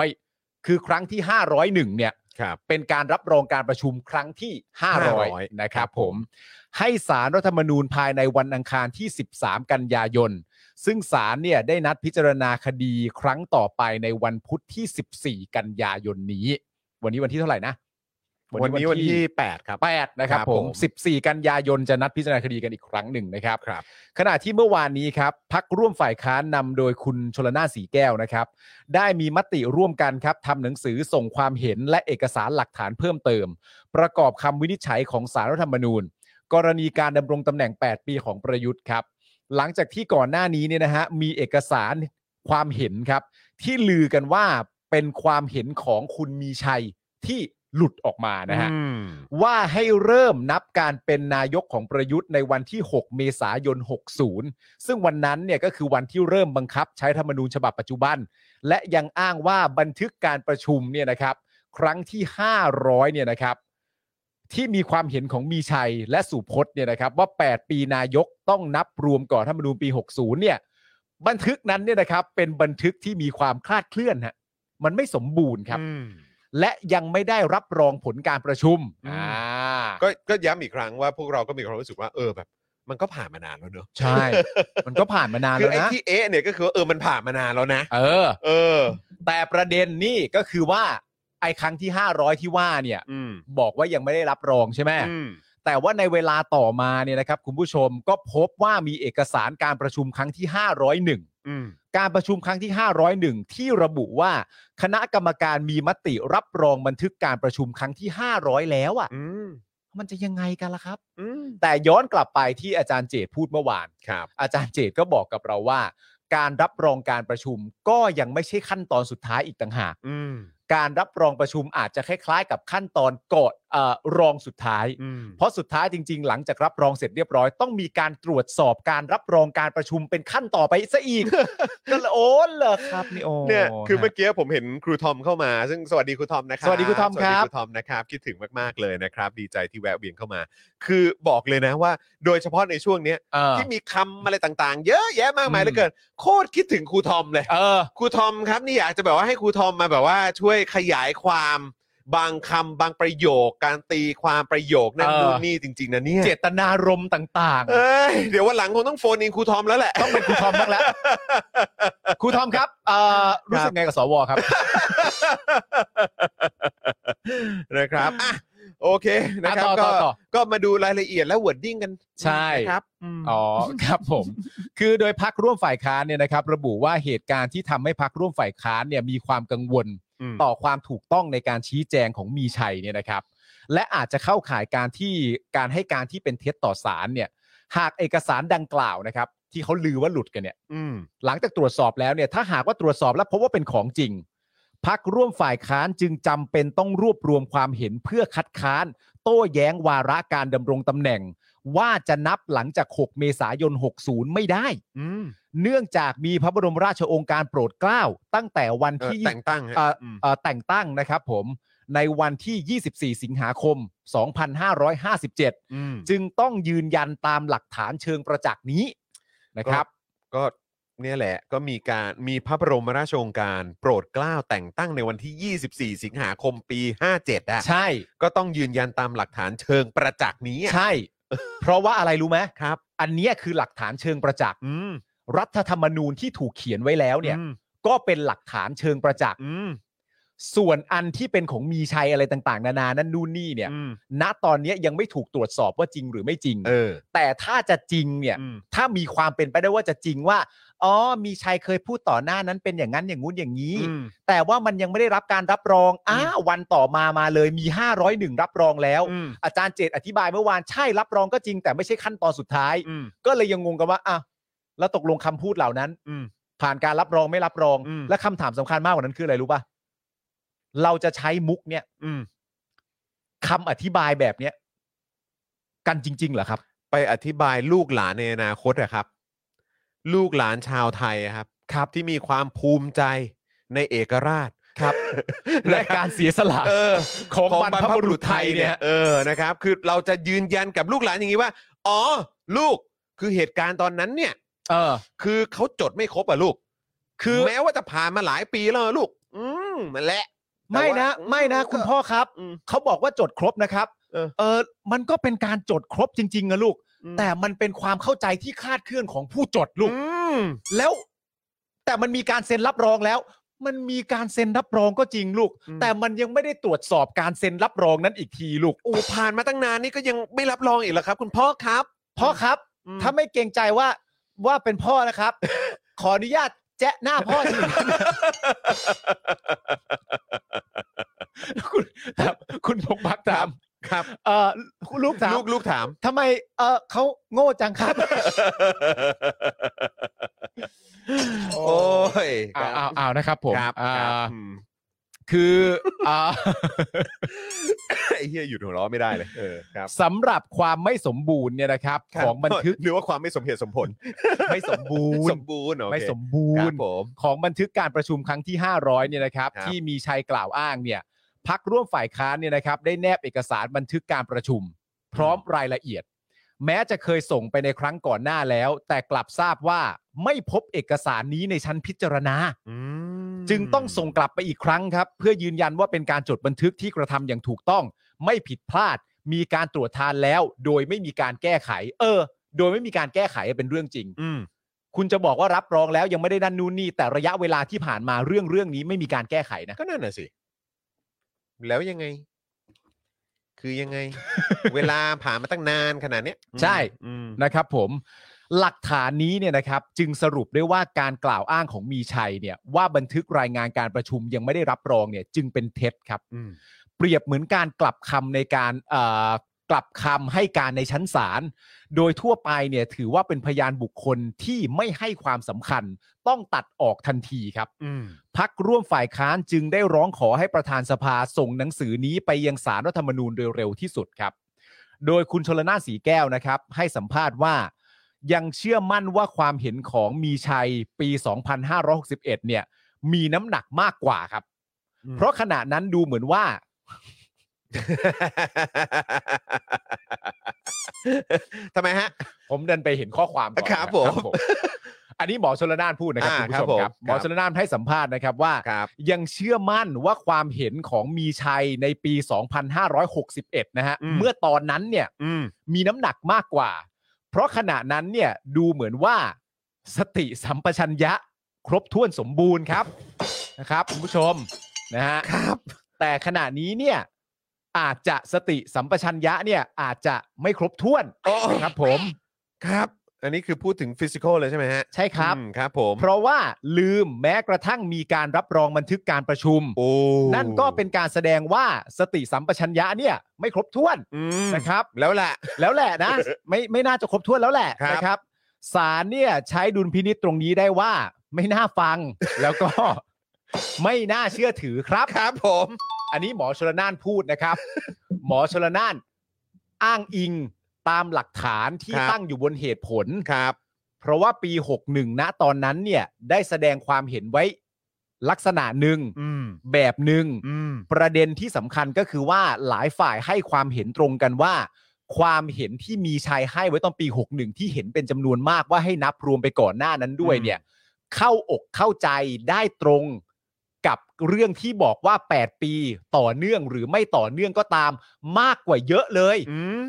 Speaker 4: 500 คือครั้งที่ 501 เนี่ย
Speaker 3: ครับ
Speaker 4: เป็นการรับรองการประชุมครั้งที่ 500
Speaker 3: 500
Speaker 4: นะครับผม ให้สารรัฐธรรมนูญภายในวันอังคารที่ 13 กันยายน ซึ่งสารเนี่ยได้นัดพิจารณาคดีครั้งต่อไปในวันพุทธที่ 14 กันยายนนี้ วันนี้วันที่เท่าไหร่นะ
Speaker 3: วันนี้วันที่ 8 ครับ
Speaker 4: 8นะครับ
Speaker 3: ครับ
Speaker 4: ผ
Speaker 3: ผม ม
Speaker 4: 14 กันยายนจะนัดพิจารณาคดีกันอีกครั้งหนึ่งนะครับ
Speaker 3: ครับ
Speaker 4: ขณะที่เมื่อวานนี้ครับพักร่วมฝ่ายค้านนำโดยคุณชลนาสีแก้วนะครับ ได้มีมติร่วมกันครับทำหนังสือส่งความเห็นและเอกสารหลักฐานเพิ่มเติม ประกอบคำวินิจฉัยของสารรัฐธรรมนูญ กรณีการดำรงตำแหน่ง 8 ปีของประยุทธ์ครับ หลังจากที่ก่อนหน้านี้เนี่ยนะฮะมีเอกสารความเห็นครับ ที่ลือกันว่าเป็นความเห็นของคุณมีชัยที่หลุดออกมานะฮะ
Speaker 3: อืม
Speaker 4: ว่าให้เริ่มนับการเป็นนายกของประยุทธ์ในวันที่ 6 เมษายน 60 ซึ่งวันนั้นเนี่ยก็คือวันที่เริ่มบังคับใช้ธรรมนูญฉบับปัจจุบัน และยังอ้างว่าบันทึกการประชุมเนี่ยนะครับ ครั้งที่ 500 เนี่ยนะครับ ที่มีความเห็นของมีชัยและสุพจน์เนี่ยนะครับ ว่า 8 ปีนายกต้องนับรวมก่อนธรรมนูญปี 60 เนี่ย บันทึกนั้นเนี่ยนะครับ เป็นบันทึกที่มีความคลาดเคลื่อนฮะมันไม่สมบูรณ์ครับ
Speaker 3: อืม
Speaker 4: และยังไม่ได้รับรองผลการประชุมอ่า
Speaker 3: ก็ก็ย้ำอีกครั้งว่าพวกเราก็มีความรู้สึกว่าเออแบบ มันก็ผ่านมานานแล้วเนอะ
Speaker 4: ใช่ มันก็ผ่านมานาน
Speaker 3: คือ
Speaker 4: แล้
Speaker 3: ไอ้
Speaker 4: วนะ
Speaker 3: ที่เอ๊ะเนี่ยก็คือว่าเออมันผ่านมานานแล้วนะ
Speaker 4: เออ
Speaker 3: เออ
Speaker 4: แต่ประเด็นนี่ก็คือว่า ไอ้ครั้งที่ 500 ที่ว่าเนี่ย
Speaker 3: อืม
Speaker 4: บอกว่ายังไม่ได้รับรองใช่ไหม
Speaker 3: อืม
Speaker 4: แต่ว่าในเวลาต่อมาเนี่ยนะครับ คุณผู้ชมก็พบว่ามีเอกสารการประชุมครั้งที่ 501
Speaker 3: อืม
Speaker 4: การประชุมครั้งที่ 501 ที่ระบุว่า คณะกรรมการมีมติรับรองบันทึกการประชุมครั้งที่ 500 แล้วอ่ะ
Speaker 3: อืม
Speaker 4: มันจะยังไงกันล่ะครับ
Speaker 3: อืม
Speaker 4: แต่ย้อนกลับไปที่อาจารย์เจตพูดเมื่อวาน
Speaker 3: ครับ
Speaker 4: อาจารย์เจตก็บอกกับเราว่า การรับรองการประชุมก็ยังไม่ใช่ขั้นตอนสุดท้ายอีกต่างหาก
Speaker 3: อืม
Speaker 4: การรับรองประชุมอาจจะคล้ายๆ กับขั้นตอนก่อนเออรองสุดท้าย
Speaker 3: อืม
Speaker 4: เพราะสุดท้ายจริง ๆ หลังจากรับรองเสร็จเรียบร้อย ต้องมีการตรวจสอบการรับรองการประชุมเป็นขั้นต่อไปซะ อีก ก็เลยโอ้เหรอครับนี่โอ้
Speaker 3: เนี่ยคือเมื่อกี้ผมเห็นครูทอมเข้ามา ซึ่งสวัสดีครูทอมนะครับ
Speaker 4: สวัสดีครูทอมครั
Speaker 3: ส
Speaker 4: บ
Speaker 3: วัสดีครูทอมนะครับ คิดถึงมากๆเลยนะครับ ดีใจที่แวะเวียนเข้ามา คือบอกเลยนะว่า โดยเฉพาะในช่วงเนี้ย
Speaker 4: เออ
Speaker 3: ที่มีคำอะไรต่างๆ เยอะแยะมากมาย
Speaker 4: อืม
Speaker 3: เหลือเกินโคตรคิดถึงครูทอมเลย
Speaker 4: เออ
Speaker 3: ครูทอมครับนี่อยากจะแบบว่าให้ครูทอมมาแบบว่าช่วยขยายความ บางคำบางประโยค การตีความประโยคนั่น
Speaker 4: เออ
Speaker 3: นู่นนี่จริง ๆนะเนี่ย
Speaker 4: เจตนารมณ์ต่าง
Speaker 3: เอ้ยเดี๋ยววันหลังคงต้องโฟนอินครูทอมแล้วแหละ
Speaker 4: ๆ ต้องเป็นครูทอม บ้างแล้วครูทอมครับเอ่อรู้สึกไงกับสวครับ
Speaker 3: นะครับอ่ะโอเคนะครับ
Speaker 4: อ่ะ
Speaker 3: ก็
Speaker 4: ต่อต่อต่อ
Speaker 3: ก็มาดูรายละเอียดและวอร์ดดิ้งกัน
Speaker 4: ใช่
Speaker 3: นะครับ
Speaker 4: อ๋อ ครับผม คือโดยพักร่วมฝ่ายค้านเนี่ยนะครับ ระบุว่าเหตุการณ์ที่ทำให้พักร่วมฝ่ายค้านเนี่ยมีความกังวล
Speaker 3: ม
Speaker 4: ต่อความถูกต้องในการชี้แจงของมีชัยเนี่ยนะครับ และอาจจะเข้าข่ายการที่การให้การที่เป็นเท็จต่อศาลเนี่ย หากเอกสารดังกล่าวนะครับ ที่เขาลือว่าหลุดกันเนี่ย
Speaker 3: อืม
Speaker 4: หลังจากตรวจสอบแล้วเนี่ยถ้าหากว่าตรวจสอบแล้วพบว่าเป็นของจริง พักร่วมฝ่ายค้านจึงจำเป็นต้องรวบรวมความเห็นเพื่อคัดค้าน โต้แย้งวาระการดำรงตำแหน่ง ว่าจะนับหลังจาก 6 เมษายน 60 ไม่ได้
Speaker 3: อืม
Speaker 4: เนื่องจากมีพระบรมราชโองการโปรดเกล้าตั้งแต่วัน
Speaker 3: เอ่อ
Speaker 4: ที่
Speaker 3: แต่งตั้งฮะ
Speaker 4: เอ่อ
Speaker 3: อืม
Speaker 4: เอ่อแต่งตั้งนะครับผมในวันที่ 24 สิงหาคม 2557
Speaker 3: อืม
Speaker 4: จึงต้องยืนยันตามหลักฐานเชิงประจักษ์นี้นะครับ
Speaker 3: ก็เนี่ยแหละก็มีการมีพระบรมราชโองการโปรดเกล้าแต่งตั้งในวันที่ 24 สิงหาคมปี 57อ่ะ
Speaker 4: ใช่
Speaker 3: ก็ต้องยืนยันตามหลักฐานเชิงประจักษ์นี้อะ
Speaker 4: ใช่ เพราะว่าอะไรรู้ไหม
Speaker 3: ครับ
Speaker 4: อันเนี้ยคือหลักฐานเชิงประจักษ์
Speaker 3: อืม
Speaker 4: รัฐธรรมนูญที่ถูกเขียนไว้แล้วเนี่ย
Speaker 3: อืม
Speaker 4: ก็เป็นหลักฐานเชิงประจักษ์
Speaker 3: อืม
Speaker 4: ส่วนอันที่เป็นของมีชัยอะไรต่างๆ นานานั่นนู่นนี่เนี่ย
Speaker 2: อืม
Speaker 4: ณตอนเนี้ยยังไม่ถูกตรวจสอบว่าจริงหรือไม่จริง
Speaker 2: เออ
Speaker 4: แต่ถ้าจะจริงเนี่ย
Speaker 2: อืม
Speaker 4: ถ้ามีความเป็นไปได้ว่าจะจริงว่า อ๋อ มีชัยเคยพูดต่อหน้านั้นเป็นอย่างนั้นอย่างงู้นอย่างนี้
Speaker 2: อืม
Speaker 4: แต่ว่ามันยังไม่ได้รับการรับรอง อ้าววันต่อมามาเลยมี 501 รับรองแล้ว
Speaker 2: อืม
Speaker 4: อาจารย์เจตอธิบายเมื่อวานใช่รับรองก็จริง แต่ไม่ใช่ขั้นตอนสุดท้าย
Speaker 2: อืม
Speaker 4: ก็เลยยังงงกันว่าอ้าวแล้วตกลงคำพูดเหล่านั้น
Speaker 2: อืม
Speaker 4: ผ่านการรับรองไม่รับรอง
Speaker 2: อืม
Speaker 4: และคำถามสำคัญมากกว่านั้นคืออะไรรู้ป่ะเราจะใช้มุกเนี่ย
Speaker 2: อืม
Speaker 4: คำอธิบายแบบเนี้ยกันจริง ๆ เหรอครับ
Speaker 2: ไปอธิบายลูกหลานในอนาคตอะครับ ลูกหลานชาวไทยอะครับครับที่มีความภูมิใจในเอกราช
Speaker 4: ครับ และการเสียสละ
Speaker 2: เออ
Speaker 4: ของบรรพบุรุษไทยเนี่ย
Speaker 2: เออนะครับ คือเราจะยืนยันกับลูกหลานอย่างนี้ว่า อ๋อ ลูกคือเหตุการณ์ตอนนั้นเนี่ย
Speaker 4: เออ
Speaker 2: คือเขาจดไม่ครบอ่ะลูก
Speaker 4: คือ
Speaker 2: แม้ว่าจะผ่านมาหลายปีแล้วอะลูก อืมนั่นแหละ
Speaker 4: ไม่นะ
Speaker 2: แต่ว่า
Speaker 4: ไม่นะ
Speaker 2: อืม
Speaker 4: คุณพ่อครับ
Speaker 2: อืม
Speaker 4: เขาบอกว่าจดครบนะครับ
Speaker 2: เออ
Speaker 4: เออ มันก็เป็นการจดครบจริงๆนะลูก
Speaker 2: อืม
Speaker 4: แต่มันเป็นความเข้าใจที่คลาดเคลื่อนของผู้จดลูก
Speaker 2: อืม
Speaker 4: แล้วแต่มันมีการเซ็นรับรองแล้ว มันมีการเซ็นรับรองก็จริงลูก
Speaker 2: อืม
Speaker 4: แต่มันยังไม่ได้ตรวจสอบการเซ็นรับรองนั้นอีกทีลูก
Speaker 2: โอ้ผ่านมาตั้งนานนี่ก็ยังไม่รับรองอีกเหรอครับ คุณพ่อครับ
Speaker 4: พ่อครับ
Speaker 2: อืม
Speaker 4: ถ้าไม่เกรงใจว่าว่าเป็นพ่อนะครับ ขออนุญาตแจ๊ะหน้าพ่อทีหนึ่ง คุณครับคุณพงพักถาม
Speaker 2: ครับ
Speaker 4: เอ่อลูกถาม
Speaker 2: ลูกลูกถาม
Speaker 4: ทำไมเออเขาโง่จังครับ
Speaker 2: โอ้ย
Speaker 4: อ้าวอ้าวอ้าวนะครับผม
Speaker 2: ครับ
Speaker 4: อ่า
Speaker 2: ครับอืม
Speaker 4: คืออ่า
Speaker 2: ไอ้เฮียหยุดหัวเราะไม่ได้เลยเออครับ
Speaker 4: สำหรับความไม่สมบูรณ์เนี่ยนะครับ ของบันทึก
Speaker 2: หรือว่าความไม่สมเหตุสมผล
Speaker 4: ไม่สมบูร
Speaker 2: ส
Speaker 4: ณ์
Speaker 2: มบูรณ์โอเค
Speaker 4: ไม่สมบู
Speaker 2: ค
Speaker 4: ร
Speaker 2: รั
Speaker 4: ณ์
Speaker 2: บผม
Speaker 4: ของบันทึกการประชุมครั้งที่ 500เนี่ยนะครับ
Speaker 2: ครับ
Speaker 4: ที่มีชัยกล่าวอ้างเนี่ยพักร่วมฝ่ายค้านเนี่ยนะครับได้แนบเอกสารบันทึกการประชุม พร้อมรายละเอียด แม้จะเคยส่งไปในครั้งก่อนหน้าแล้ว แต่กลับทราบว่าไม่พบเอกสารนี้ในชั้นพิจารณา
Speaker 2: อืม
Speaker 4: จึงต้องส่งกลับไปอีกครั้งครับ เพื่อยืนยันว่าเป็นการจดบันทึกที่กระทำอย่างถูกต้อง ไม่ผิดพลาด มีการตรวจทานแล้ว โดยไม่มีการแก้ไข เออ โดยไม่มีการแก้ไขเป็นเรื่องจริง
Speaker 2: อืม
Speaker 4: คุณจะบอกว่ารับรองแล้วยังไม่ได้นั่นนู่นนี่แต่ระยะเวลาที่ผ่านมาเรื่องเรื่องนี้ไม่มีการแก้ไขนะ
Speaker 2: ก็นั่นน่ะสิ แล้วยังไง คือยังไง เวลาผ่านมาตั้งนานขนาดเนี้ย
Speaker 4: ใช่
Speaker 2: อืม
Speaker 4: นะครับผมหลักฐานนี้เนี่ยนะครับ จึงสรุปได้ว่าการกล่าวอ้างของมีชัยเนี่ยว่าบันทึกรายงานการประชุมยังไม่ได้รับรองเนี่ย จึงเป็นเท็จครับ
Speaker 2: อืม
Speaker 4: เปรียบเหมือนการกลับคำในการเอ่อกลับคำให้การในชั้นศาล โดยทั่วไปเนี่ยถือว่าเป็นพยานบุคคลที่ไม่ให้ความสำคัญ ต้องตัดออกทันทีครับ
Speaker 2: อืม
Speaker 4: พักร่วมฝ่ายค้านจึงได้ร้องขอให้ประธานสภาส่งหนังสือนี้ไปยังสารรัฐธรรมนูญโดยเร็วที่สุดครับ โดยคุณชลนาสีแก้วนะครับ ให้สัมภาษณ์ว่า ยังเชื่อมั่นว่าความเห็นของมีชัยปี 2561 เนี่ย มีน้ำหนักมากกว่าครับ เพราะขณะนั้นดูเหมือนว่า
Speaker 2: ทำไมฮะ
Speaker 4: ผมเดินไปเห็นข้อความก่อนนะครับ
Speaker 2: ผม
Speaker 4: อันนี้หมอชลนานพูดนะครับ
Speaker 2: อ่า
Speaker 4: คุณผู้ช
Speaker 2: ครั
Speaker 4: ม
Speaker 2: บผม
Speaker 4: ครับ หม
Speaker 2: ค
Speaker 4: อ
Speaker 2: รับ
Speaker 4: ชลนานให้สัมภาษณ์นะครับว่า
Speaker 2: ครับ
Speaker 4: ยังเชื่อมั่นว่าความเห็นของมีชัยในปี 2561 นะฮะ
Speaker 2: อืม
Speaker 4: เมื่อตอนนั้นเนี่ย
Speaker 2: อืม
Speaker 4: มีน้ำหนักมากกว่า เพราะขณะนั้นเนี่ยดูเหมือนว่า สติสัมปชัญญะ ครบถ้วนสมบูรณ์ครับนะครับคุณผู้ชมนะฮะ
Speaker 2: ครับ
Speaker 4: แต่ขณะนี้เนี่ยอาจจะสติสัมปชัญญะเนี่ยอาจจะไม่ครบถ้วน
Speaker 2: อ๋อ
Speaker 4: ครับผม
Speaker 2: ครับ อันนี้คือพูดถึงฟิสิกอลเลยใช่ไหมฮะ
Speaker 4: ใช่ครับ
Speaker 2: อืมครับ ผม
Speaker 4: เพราะว่าลืมแม้กระทั่งมีการรับรองบันทึกการประชุม
Speaker 2: โอ้
Speaker 4: นั่นก็เป็นการแสดงว่าสติสัมปชัญญะเนี่ยไม่ครบถ้วน
Speaker 2: อืม
Speaker 4: นะครับ
Speaker 2: แล้วแหละ
Speaker 4: แล้วแหละนะ ไม่ไม่น่าจะครบถ้วนแล้วแหละ
Speaker 2: ครับ
Speaker 4: นะครับศาลเนี่ยใช้ดุลพินิษตรงนี้ได้ว่า ไม่น่าฟัง แล้วก็ ไม่น่าเชื่อถือครับ
Speaker 2: ครับผม
Speaker 4: อันนี้หมอชลนานพูดนะครับ หมอชลนานอ้างอิงตามหลักฐานที่
Speaker 2: ครับ
Speaker 4: ตั้งอยู่บนเหตุผล
Speaker 2: ครับ
Speaker 4: เพราะว่าปี 61 ณ ตอนนั้นเนี่ย ได้แสดงความเห็นไว้ลักษณะหนึ่ง
Speaker 2: อืม
Speaker 4: แบบหนึ่ง
Speaker 2: อืม
Speaker 4: ประเด็นที่สำคัญก็คือว่าหลายฝ่ายให้ความเห็นตรงกันว่า ความเห็นที่มีชายให้ไว้ตอนปี 61 ที่เห็นเป็นจำนวนมากว่าให้นับรวมไปก่อนหน้านั้นด้วยเนี่ย เข้าอกเข้าใจได้ตรงกับเรื่องที่บอกว่า 8 ปีต่อเนื่องหรือไม่ต่อเนื่องก็ตามมากกว่าเยอะเลย
Speaker 2: อืม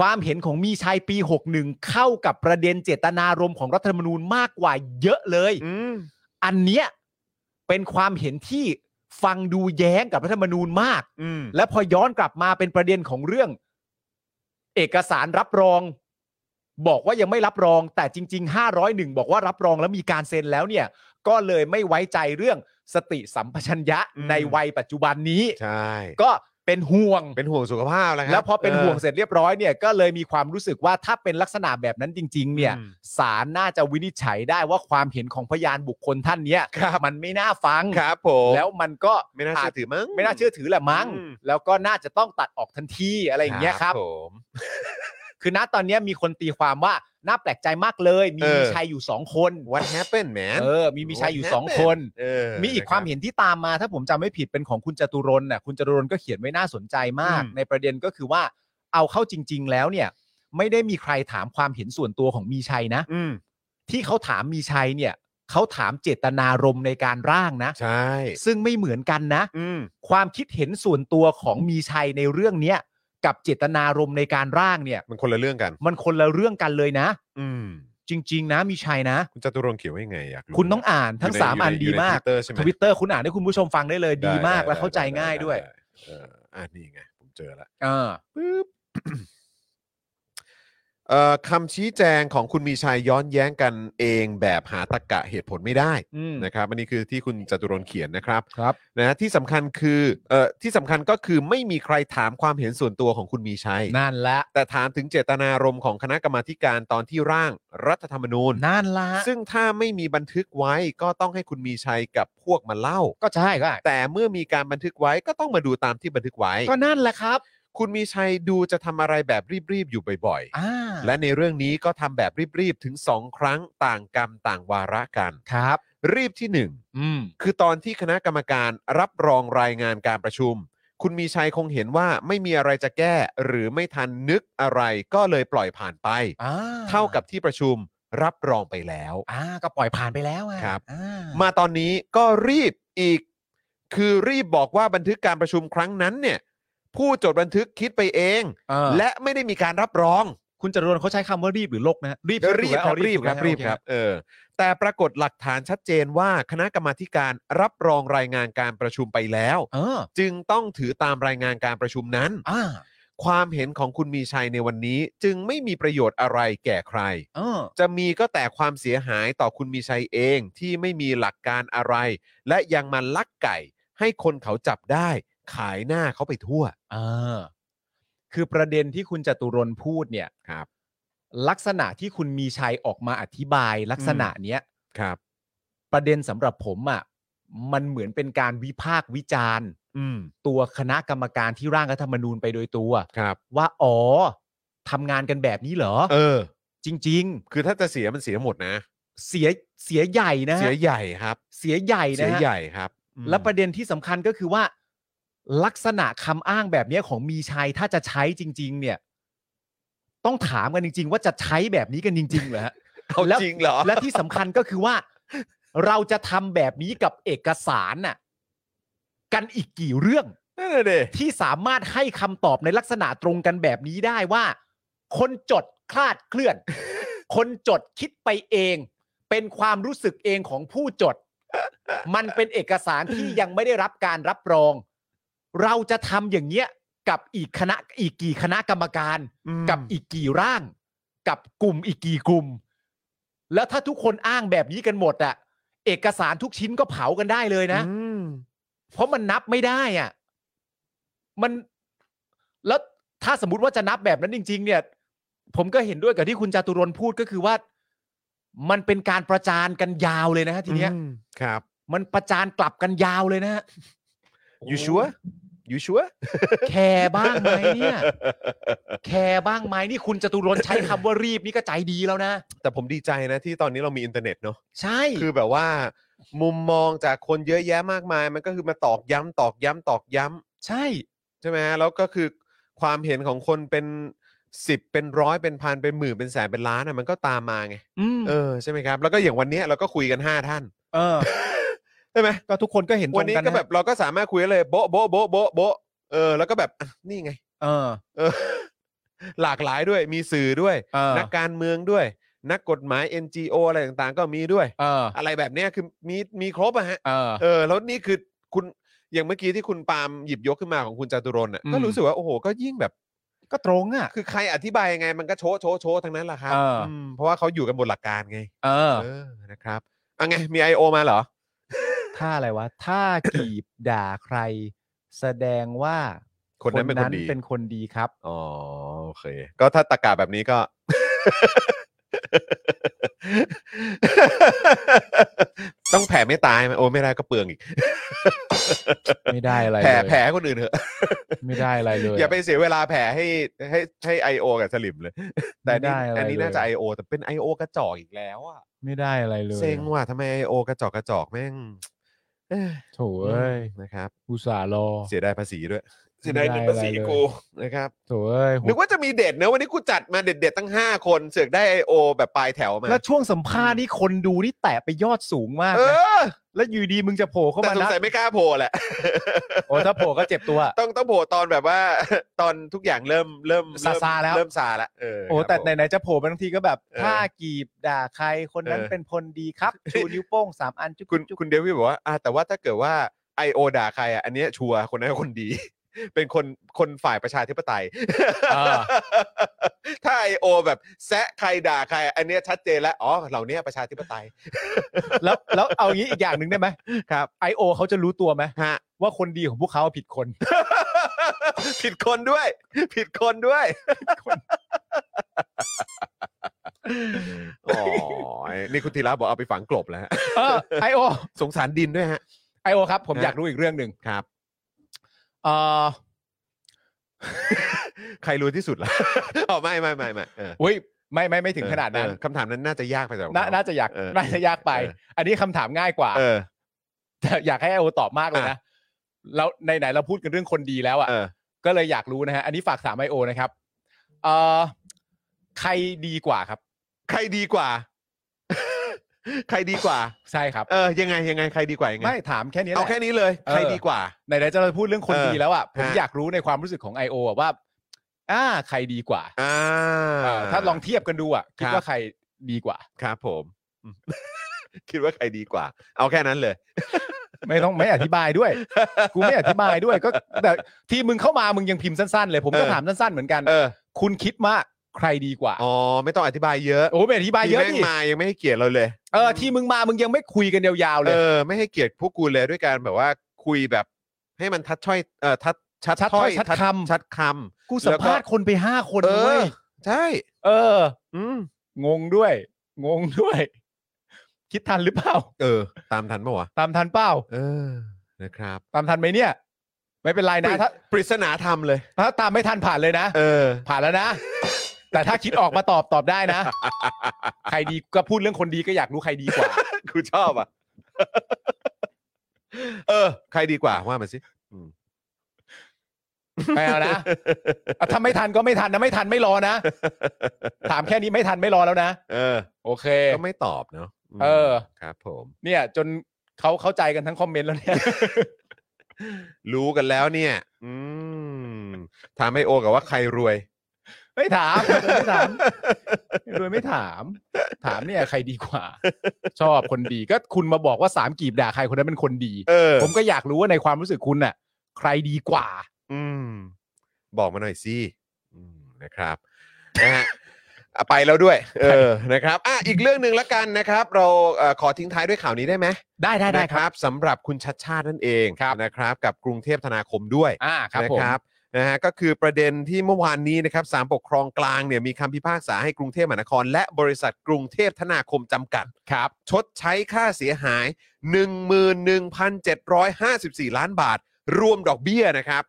Speaker 4: ความเห็นของมีชัยปี 61 เข้ากับประเด็นเจตนารมณ์ของรัฐธรรมนูญมากกว่าเยอะเลย
Speaker 2: อืม
Speaker 4: อันเนี้ยเป็นความเห็นที่ ฟังดูแย้งกับรัฐธรรมนูญมาก
Speaker 3: อืม
Speaker 4: และพอย้อนกลับมาเป็นประเด็นของเรื่อง เอกสารรับรอง บอกว่ายังไม่รับรอง แต่จริง ๆ 501 บอกว่ารับรองแล้วมีการเซ็นแล้วเนี่ย ก็เลยไม่ไว้ใจเรื่องสติสัมปชัญญะ
Speaker 3: อืม
Speaker 4: ในวัยปัจจุบันนี้
Speaker 3: ใช่
Speaker 4: ก็เป็นห่วง
Speaker 3: เป็นห่วงสุขภาพแล้วครับ
Speaker 4: แล้วพอเป็นห่วง
Speaker 3: อ
Speaker 4: เสร็จเรียบร้อยเนี่ยก็เลยมีความรู้สึกว่าถ้าเป็นลักษณะแบบนั้นจริง ๆ เนี่ย
Speaker 3: อืม
Speaker 4: ศาลน่าจะวินิจฉัยได้ว่าความเห็นของพยานบุคคลท่านเนี้ยมันไม่น่าฟัง
Speaker 3: อครับผม
Speaker 4: แล้วมันก็
Speaker 3: ไม่น่าเชื่อถือมั้ง
Speaker 4: ไม่น่าเชื่อถือแหละมั้ง
Speaker 3: อืม
Speaker 4: แล้วก็น่าจะต้องตัดออกทันทีอะไรอย่างเงี้ยครับ
Speaker 3: ผม
Speaker 4: คือณตอนเนี้ยมีคนตีความว่าน่าแปลกใจมากเลย มี
Speaker 3: เออ
Speaker 4: มีชัยอยู่สองคนว
Speaker 3: What happened man
Speaker 4: เออ มีมีชัยอยู่
Speaker 3: What
Speaker 4: สอง
Speaker 3: happened?
Speaker 4: คน
Speaker 3: เออ
Speaker 4: มีอีกความเห็นที่ตามมา ถ้าผมจำไม่ผิดเป็นของคุณจตุรนต์น่ะคุณจตุรนต์ก็เขียนไว้น่าสนใจมาก ในประเด็นก็คือว่าเอาเข้าจริง ๆ แล้วเนี่ย ไม่ได้มีใครถามความเห็นส่วนตัวของมีชัยนะ
Speaker 3: อืม
Speaker 4: ที่เขาถามมีชัยเนี่ยเขาถามเจตนารมณ์ในการร่างนะ
Speaker 3: ใช่
Speaker 4: ซึ่งไม่เหมือนกันนะ
Speaker 3: อืม
Speaker 4: ความคิดเห็นส่วนตัวของมีชัยในเรื่องเนี้ยกับเจตนารมณ์ในการร่างเนี่ย
Speaker 3: มันคนละเรื่องกัน
Speaker 4: มันคนละเรื่องกันเลยนะ
Speaker 3: อืม
Speaker 4: จริง ๆ นะมีชัยนะ
Speaker 3: คุณจตุรงค์เขียนว่ายังไงอยากรู้
Speaker 4: คุณต้องอ่านทั้ง
Speaker 3: ยู่
Speaker 4: สามอัน
Speaker 3: ยู่
Speaker 4: ดีมาก
Speaker 3: ยู่ใน Twitter ใช่ไหม
Speaker 4: ทวิตเตอร์คุณอ่านให้คุณผู้ชมฟังได้เลยดีมาก
Speaker 3: ไไ
Speaker 4: และเข้าใจง่ายด้วย
Speaker 3: ไไเอออ่านี่ไง ผมเจอแล้ว
Speaker 4: เออ
Speaker 3: ปึ๊บ เอ่อคำชี้แจงของคุณมีชัยย้อนแย้งกันเองแบบหาตรกกะเหตุผลไม่ได้
Speaker 4: อืม
Speaker 3: นะครับอันนี้คือที่คุณจตุรนต์เขียนนะครับ
Speaker 4: ครับ
Speaker 3: นะที่สำคัญคือเอ่อที่สำคัญก็คือไม่มีใครถามความเห็นส่วนตัวของคุณมีชัย
Speaker 4: นั่นละ
Speaker 3: แต่ถามถึงเจตนารมณ์ของคณะกรรมาธิการตอนที่ร่างรัฐธรรมนูญ
Speaker 4: นั่นละ
Speaker 3: ซึ่งถ้าไม่มีบันทึกไว้ก็ต้องให้คุณมีชัยกับพวกมาเล่า
Speaker 4: ก็ใช่ก็
Speaker 3: แต่เมื่อมีการบันทึกไว้ก็ต้องมาดูตามที่บันทึกไว้
Speaker 4: ก็นั่นแหละครับ
Speaker 3: คุณมีชัยดูจะทำอะไรแบบรีบ ๆ อยู่บ่อย
Speaker 4: อ่า
Speaker 3: ๆ และในเรื่องนี้ก็ทำแบบรีบ ๆ ถึง 2 ครั้งต่างกรรมต่างวาระกัน
Speaker 4: ครับ
Speaker 3: รีบที่
Speaker 4: อืม
Speaker 3: 1 คือตอนที่คณะกรรมการรับรองรายงานการประชุม คุณมีชัยคงเห็นว่าไม่มีอะไรจะแก้ หรือไม่ทันนึกอะไรก็เลยปล่อยผ่านไป
Speaker 4: อ่า
Speaker 3: เท่ากับที่ประชุมรับรองไปแล้ว
Speaker 4: อ่าก็ปล่อยผ่านไปแล้วอะ
Speaker 3: ครับ
Speaker 4: อ่า
Speaker 3: มาตอนนี้ก็รีบอีก คือรีบบอกว่าบันทึกการประชุมครั้งนั้นเนี่ย ผู้จดบันทึกคิดไปเอง
Speaker 4: เออ
Speaker 3: และไม่ได้มีการรับรอง
Speaker 4: คุณจรวนเขาใช้คำว่ารีบหรือลกนะฮะรีบ
Speaker 3: รีบ
Speaker 4: ถูกแล้ว
Speaker 3: ครับ
Speaker 4: เอา
Speaker 3: รีบ
Speaker 4: ถูก
Speaker 3: ค
Speaker 4: แล้
Speaker 3: รับ
Speaker 4: ว
Speaker 3: รีบ
Speaker 4: โอเ
Speaker 3: ครับเออแต่ปรากฏหลักฐานชัดเจนว่าคณะกรรมาธิการรับรองรายงานการประชุมไปแล้ว
Speaker 4: เออ
Speaker 3: จึงต้องถือตามรายงานการประชุมนั้น
Speaker 4: อ่า
Speaker 3: ความเห็นของคุณมีชัยในวันนี้ จึงไม่มีประโยชน์อะไรแก่ใคร
Speaker 4: เออ
Speaker 3: จะมีก็แต่ความเสียหายต่อคุณมีชัยเองที่ไม่มีหลักการอะไร และยังมาลักไก่ ให้คนเขาจับได้ ขายหน้าเขาไปทั่ว
Speaker 4: เออ คือประเด็นที่คุณจตุรนต์พูดเนี่ย
Speaker 3: ครับ
Speaker 4: ลักษณะที่คุณมีชัยออกมาอธิบายลักษณะเนี้ย
Speaker 3: ครับ
Speaker 4: ประเด็นสำหรับผมอะ่ะมันเหมือนเป็นการวิพากษ์วิจารณ์
Speaker 3: อืม
Speaker 4: ตัวคณะกรรมการที่ร่างรัฐธรรมนูญไปโดยตัว
Speaker 3: ครับ
Speaker 4: ว่าอ๋อทำงานกันแบบนี้เหรอ
Speaker 3: เออ
Speaker 4: จริง
Speaker 3: คือถ้าจะเสียมันเสียหมดนะ
Speaker 4: ๆ เสียเสียใหญ่นะฮะ
Speaker 3: เสียใหญ่ครับ
Speaker 4: เสียใหญ่
Speaker 3: เสี
Speaker 4: นะ
Speaker 3: ย
Speaker 4: ฮะ
Speaker 3: ใหญ่ครับอืม
Speaker 4: และประเด็นที่สำคัญก็คือว่า ลักษณะคำอ้างแบบเนี้ยของมีชัยถ้าจะใช้จริง ๆ เนี่ย ต้องถามกันจริง ๆ ว่าจะใช้แบบนี้กันจริงๆเหรอฮะ
Speaker 3: เอา
Speaker 4: แล้ว
Speaker 3: จริงเหรอ
Speaker 4: และที่สำคัญก็คือว่า เราจะทำแบบนี้กับเอกสารน่ะกันอีกกี่เรื่อง
Speaker 3: นั่นเลยดิ
Speaker 4: ที่สามารถให้คำตอบในลักษณะตรงกันแบบนี้ได้ว่า คนจดคลาดเค ลื่อน คนจดคิดไปเอง เป็นความรู้สึกเองของผู้จด มันเป็นเอกสารที่ยังไม่ได้รับการรับรอง เราจะทำอย่างเงี้ยกับอีกคณะอีกกี่คณะกรรมการ กับอีกกี่ร่าง กับกลุ่มอีกกี่กลุ่ม แล้วถ้าทุกคนอ้างแบบนี้กันหมดอะเอกสารทุกชิ้นก็เผากันได้เลยนะ
Speaker 3: อืม
Speaker 4: เพราะมันนับไม่ได้อะมันแล้วถ้าสมมติว่าจะนับแบบนั้นจริง ๆ เนี่ย ผมก็เห็นด้วยกับที่คุณจาตุรนต์พูดก็คือว่า มันเป็นการประจานกันยาวเลยนะฮะทีเนี้ย
Speaker 3: อืมครับ
Speaker 4: มันประจานกลับกันยาวเลยนะฮะ
Speaker 3: you sure you sure
Speaker 4: แคร์บ้างไหม เนี่ย แคร์บ้างไหมนี่คุณจตุรนต์ใช้คำว่ารีบนี่ก็ใจดีแล้วนะ
Speaker 3: แต่ผมดีใจนะที่ตอนนี้เรามีอินเทอร์เน็ตเนอะ
Speaker 4: ใช่
Speaker 3: คือแบบว่า มุมมองจากคนเยอะแยะมากมาย มันก็คือมาตอกย้ำตอกย้ำตอกย้ำ
Speaker 4: ใช่
Speaker 3: ใช่ไหมฮะแล้วก็คือความเห็นของคนเป็นสิบเป็นร้อยเป็นพันเป็นหมื่นเป็นแสนเป็นล้านอ่ะมันก็ตามมาไง
Speaker 4: อืม
Speaker 3: เออใช่ไหมครับ แล้วก็อย่างวันเนี้ยเราก็คุยกัน 5 ท่าน
Speaker 4: เออ
Speaker 3: ใช่ไหม
Speaker 4: ก็ทุกคนก็เห็นต
Speaker 3: วัน
Speaker 4: รง
Speaker 3: นี้
Speaker 4: กัน
Speaker 3: ก็
Speaker 4: นะ
Speaker 3: แบบเราก็สามารถคุยได้เลยโบ๊ะโบ๊ะโบ๊ะโบ๊ะโบ๊ะเออแล้วก็แบบอ่ะนี่ไง
Speaker 4: เออ
Speaker 3: เอ อ หลากหลายด้วยมีสื่อด้วย
Speaker 4: เออ
Speaker 3: นักการเมืองด้วย นักกฎหมาย NGO อะไรต่างๆ ก็มีด้วย
Speaker 4: เออ
Speaker 3: อะไรแบบเนี้ยคือมีมีครบอะฮะ
Speaker 4: เออ
Speaker 3: เออแล้วนี่คือคุณ อย่างเมื่อกี้ที่คุณปาล์มหยิบยกขึ้นมาของคุณจาตุรนต์น่ะ
Speaker 4: อืม
Speaker 3: ก็รู้สึกว่าโอ้โหก็ยิ่งแบบ
Speaker 4: ก็ตรงอ่ะ
Speaker 3: คือใครอธิบายยังไงมันก็โชะโชะโชะทั้งนั้นแหละครับ
Speaker 4: เอออื
Speaker 3: มเพราะว่าเขาอยู่กันบนหลักการไง
Speaker 4: เออ
Speaker 3: เออนะครับอ่ะไงมี I.O. มาเหรอ
Speaker 4: ถ้าอะไรวะ ถ้ากีบด่าใคร แสดงว่า
Speaker 3: คนนั้นเป็นคนดี
Speaker 4: เป็นคนดีครับ
Speaker 3: อ๋อโอเค ก็ถ้าตะกาแบบนี้ก็ ต้องแผ่ไม่ตายไหมโอ้ไม่ได้ก็เปลืองอีก
Speaker 4: ไม่ได้อะไร
Speaker 3: แผ่
Speaker 4: เลย
Speaker 3: แผ่ให้คนอื่นเถอะ
Speaker 4: ไม่ได้อะไรเลย
Speaker 3: อย่าไปเสียเวลาแผ่ให้ให้ให้ไอโอกับสลิมเลย แต่อันนี่
Speaker 4: ไม่ได้อะไร
Speaker 3: อันนี้น่า
Speaker 4: เลย
Speaker 3: จะ I.O. แต่เป็น I.O. กระจอกอีกแล้วอ่ะ
Speaker 4: ไม่ได้อะไรเลย
Speaker 3: เซ็งว่ะทำไม I.O. กระจอกกระจอกแม่งเอ้ย
Speaker 4: โถ่เอ้ย
Speaker 3: นะครับ
Speaker 4: อุตส่าห์รอ
Speaker 3: เสียดายภาษีด้วย
Speaker 4: เสียดายเงินภาษีกู
Speaker 3: นะครับ
Speaker 4: โถ่เอ้ย
Speaker 3: นึกว่าจะมีเด็ดนะวันนี้กูจัดมาเด็ดๆตั้ง 5 คนเสือกได้ไอโอแบบปลายแถวมา
Speaker 4: แล้วช่วงสัมภาษณ์นี่คนดูนี่แตะไปยอดสูงมาก
Speaker 3: เอ
Speaker 4: นะ
Speaker 3: อ
Speaker 4: แล้วอยู่ดีมึงจะโผล่เข้า
Speaker 3: แต่
Speaker 4: มา
Speaker 3: สง
Speaker 4: นะ
Speaker 3: สัยไม่กล้าโผล่แหละ
Speaker 4: โอ้ถ้าโผล่ก็เจ็บตัว
Speaker 3: ต้องต้องโผล่ตอนแบบว่า ตอนทุกอย่างเริ่มเริ่ม
Speaker 4: ซาซาแล้ว
Speaker 3: เริ่มซาละเออ
Speaker 4: โอ้
Speaker 3: ครับ
Speaker 4: แต่
Speaker 3: ผม
Speaker 4: ไหนๆจะโผล่ไปทั้งทีก็แบบ
Speaker 3: เออ
Speaker 4: ถ้ากีบด่าใครคนนั้น
Speaker 3: เออ
Speaker 4: เป็นคนดีครับชูนิ้วโป้งสามอันจุ๊บ
Speaker 3: คุณ
Speaker 4: จุ๊บ
Speaker 3: คุณเดวิดบอกว่าอ่ะแต่ว่าถ้าเกิดว่าไอโอด่าใครอ่ะอันเนี้ยชัวร์คนนั้นคนดี เป็นคนคนฝ่ายประชาธิปไตย
Speaker 4: เออ
Speaker 3: ถ้าไอโอแบบแซะใครด่าใครอ่ะอันเนี้ยชัดเจนแล้วอ๋อเหล่าเนี้ยประชาธิปไตย
Speaker 4: แล้วแล้วเอางี้อีกอย่างหนึ่งได้ไหมครับไอโอเขาจะรู้ตัวไหม
Speaker 3: ฮะ
Speaker 4: ว่าคนดีของพวกเขาผิดคน
Speaker 3: ผิดคนด้วย ผิดคนด้วยอ๋อนี่คุณธีระบอกเอาไปฝังกลบแล้วฮะ
Speaker 4: เออ ไอโอ
Speaker 3: สงสารดินด้วยฮะ
Speaker 4: ไอโอครับ ผม
Speaker 3: ฮะ
Speaker 4: อยากรู้อีกเรื่องหนึ่ง
Speaker 3: ครับ
Speaker 4: เออ
Speaker 3: ใครรวยที่สุดล่ะ อ๋อไม่ไม่ไม่ไม่เออ
Speaker 4: เฮ้ยไม่ไม่ไม่ถึงขนาดนั้น
Speaker 3: เออคำถามนั้นน่าจะยากไปสำหรับ
Speaker 4: น่า
Speaker 3: เข
Speaker 4: น่าจะอยาก
Speaker 3: เออ
Speaker 4: น่าจะยากไป
Speaker 3: เออ
Speaker 4: อันนี้คำถามง่ายกว่า
Speaker 3: เออ
Speaker 4: แต่อยากให้ไอโอตอบมากเลยนะแล้วในไหนๆเราพูดกันเรื่องคนดีแล้วอ่ะ
Speaker 3: เออ
Speaker 4: ก็เลยอยากรู้นะฮะอันนี้ฝากถามไอโอนะครับเออใครดีกว่าครับ
Speaker 3: ใครดีกว่า ใครดีกว่า
Speaker 4: ใช่ครับ
Speaker 3: เออ ยังไงยังไงใครดีกว่ายังไง
Speaker 4: ไม่ถามแค่นี้แห
Speaker 3: เอา
Speaker 4: ละ
Speaker 3: แค่นี้เลย
Speaker 4: เออ
Speaker 3: ใครดีกว่า
Speaker 4: ไหนๆจะเราพูดเรื่องคน
Speaker 3: เออ
Speaker 4: ดีแล้วอ่ะผม
Speaker 3: ฮะ
Speaker 4: อยากรู้ในความรู้สึกของ I.O. อะว่าอ่าใครดีกว่า
Speaker 3: อ่า
Speaker 4: เออถ้าลองเทียบกันดูอ่ะคิด
Speaker 3: ครับ
Speaker 4: ว่าใครดีกว่า
Speaker 3: ครับผมอืม คิดว่าใครดีกว่า เอาแค่นั้นเลย
Speaker 4: ไม่ต้องไม่อธิบายด้วย กูไม่อธิบายด้วยก็แต่ที่มึงเข้ามามึงยังพิมพ์สั้นๆเลย ผมก็
Speaker 3: เออ
Speaker 4: ถามสั้นๆเหมือนกัน
Speaker 3: เออ
Speaker 4: คุณคิดว่าใครดีกว่า
Speaker 3: อ๋อ ไม่ต้องอธิบายเยอะ
Speaker 4: โอ้ไม่อธิบายเยอะ
Speaker 3: ที่
Speaker 4: ดิ
Speaker 3: แม่งมายังไม่ให้เกียรติเราเลย
Speaker 4: เออที่มึงมามึงยังไม่คุยกันยาวๆเล
Speaker 3: เอย อ ไม่ให้เกียรติพวกกูเลยด้วยการแบบว่าคุยแบบ ให้มันทัดช้อยเออทัดชัด
Speaker 4: ชัดถ้อยชัดคำ
Speaker 3: ชัดค
Speaker 4: กูสัมภาษณ์คนไปห้าคน
Speaker 3: ำเอ
Speaker 4: นะเว้
Speaker 3: อย ใช่
Speaker 4: เออ
Speaker 3: อืม
Speaker 4: งงด้วย งงด้วย คิดทันหรือเปล่า
Speaker 3: เออ ตามทันปะวะ
Speaker 4: ตามทันเปล่า
Speaker 3: เออนะครับ
Speaker 4: ตามทันไหมเนี่ย ไม่เป็นไรนะถ้า
Speaker 3: ปริศนาธรรมเลย
Speaker 4: ถ้าตามไม่ทันผ่านเลยนะ
Speaker 3: เออ
Speaker 4: ผ่านแล้วนะ แต่ถ้าคิดออกมาตอบตอบได้ นะ ใครดีก็พูดเรื่องคนดีก็อยากรู้ใครดีกว่า
Speaker 3: กูชอบอ่ะ เออ ใครดีกว่าว่ามาสิ
Speaker 4: ไม่เอา นะอ่ะถ้าไม่ทันก็ไม่ทันนะ ไม่ทันไม่รอนะ ถามแค่นี้ไม่ทันไม่รอแล้วนะ
Speaker 3: เออ
Speaker 4: โอเค
Speaker 3: ก็ไม่ตอบเนาะม
Speaker 4: เออ
Speaker 3: ครับผม
Speaker 4: เนี่ย จนเขาเข้าใจกันทั้งคอมเมนต์แล้วเนี่ย
Speaker 3: รู้กันแล้วเนี่ย อืมถามไอโอกับว่าใครรวย
Speaker 4: ไม่ถามไม่ถามโดยไม่ถาม ถามเนี่ยใครดีกว่า ชอบคนดีก็คุณมาบอกว่าสามกีบด่าใครคนนั้นเป็นคนดี
Speaker 3: เออ
Speaker 4: ผมก็อยากรู้ว่าในความรู้สึกคุณน่ะ ใครดีกว่า
Speaker 3: อืม บอกมาหน่อยสิอืมนะครับนะฮะอ่ะไปแล้วด้วย เออนะครับอ่ะอีกเรื่องหนึ่งละกันนะครับ เราเอ่อขอทิ้งท้ายด้วยข่าวนี้ได้ไหม
Speaker 4: ได้ได้ได้
Speaker 3: นะครับ สำหรับคุณชัดชาตินั่นเอง
Speaker 4: ครับ
Speaker 3: นะครับ กับกรุงเทพธนาคมด้วย
Speaker 4: อ่าครับ
Speaker 3: นะ
Speaker 4: ผม
Speaker 3: ครับนะฮะก็คือประเด็นที่เมื่อวานนี้นะครับสารปกครองกลางเนี่ยมีคำพิพากษาให้กรุงเทพมหานคร และบริษัทกรุงเทพธนาคมจำกัดครับชดใช้ค่าเสียหาย 11,754 ล้านบาท รวมดอกเบี้ยนะครับ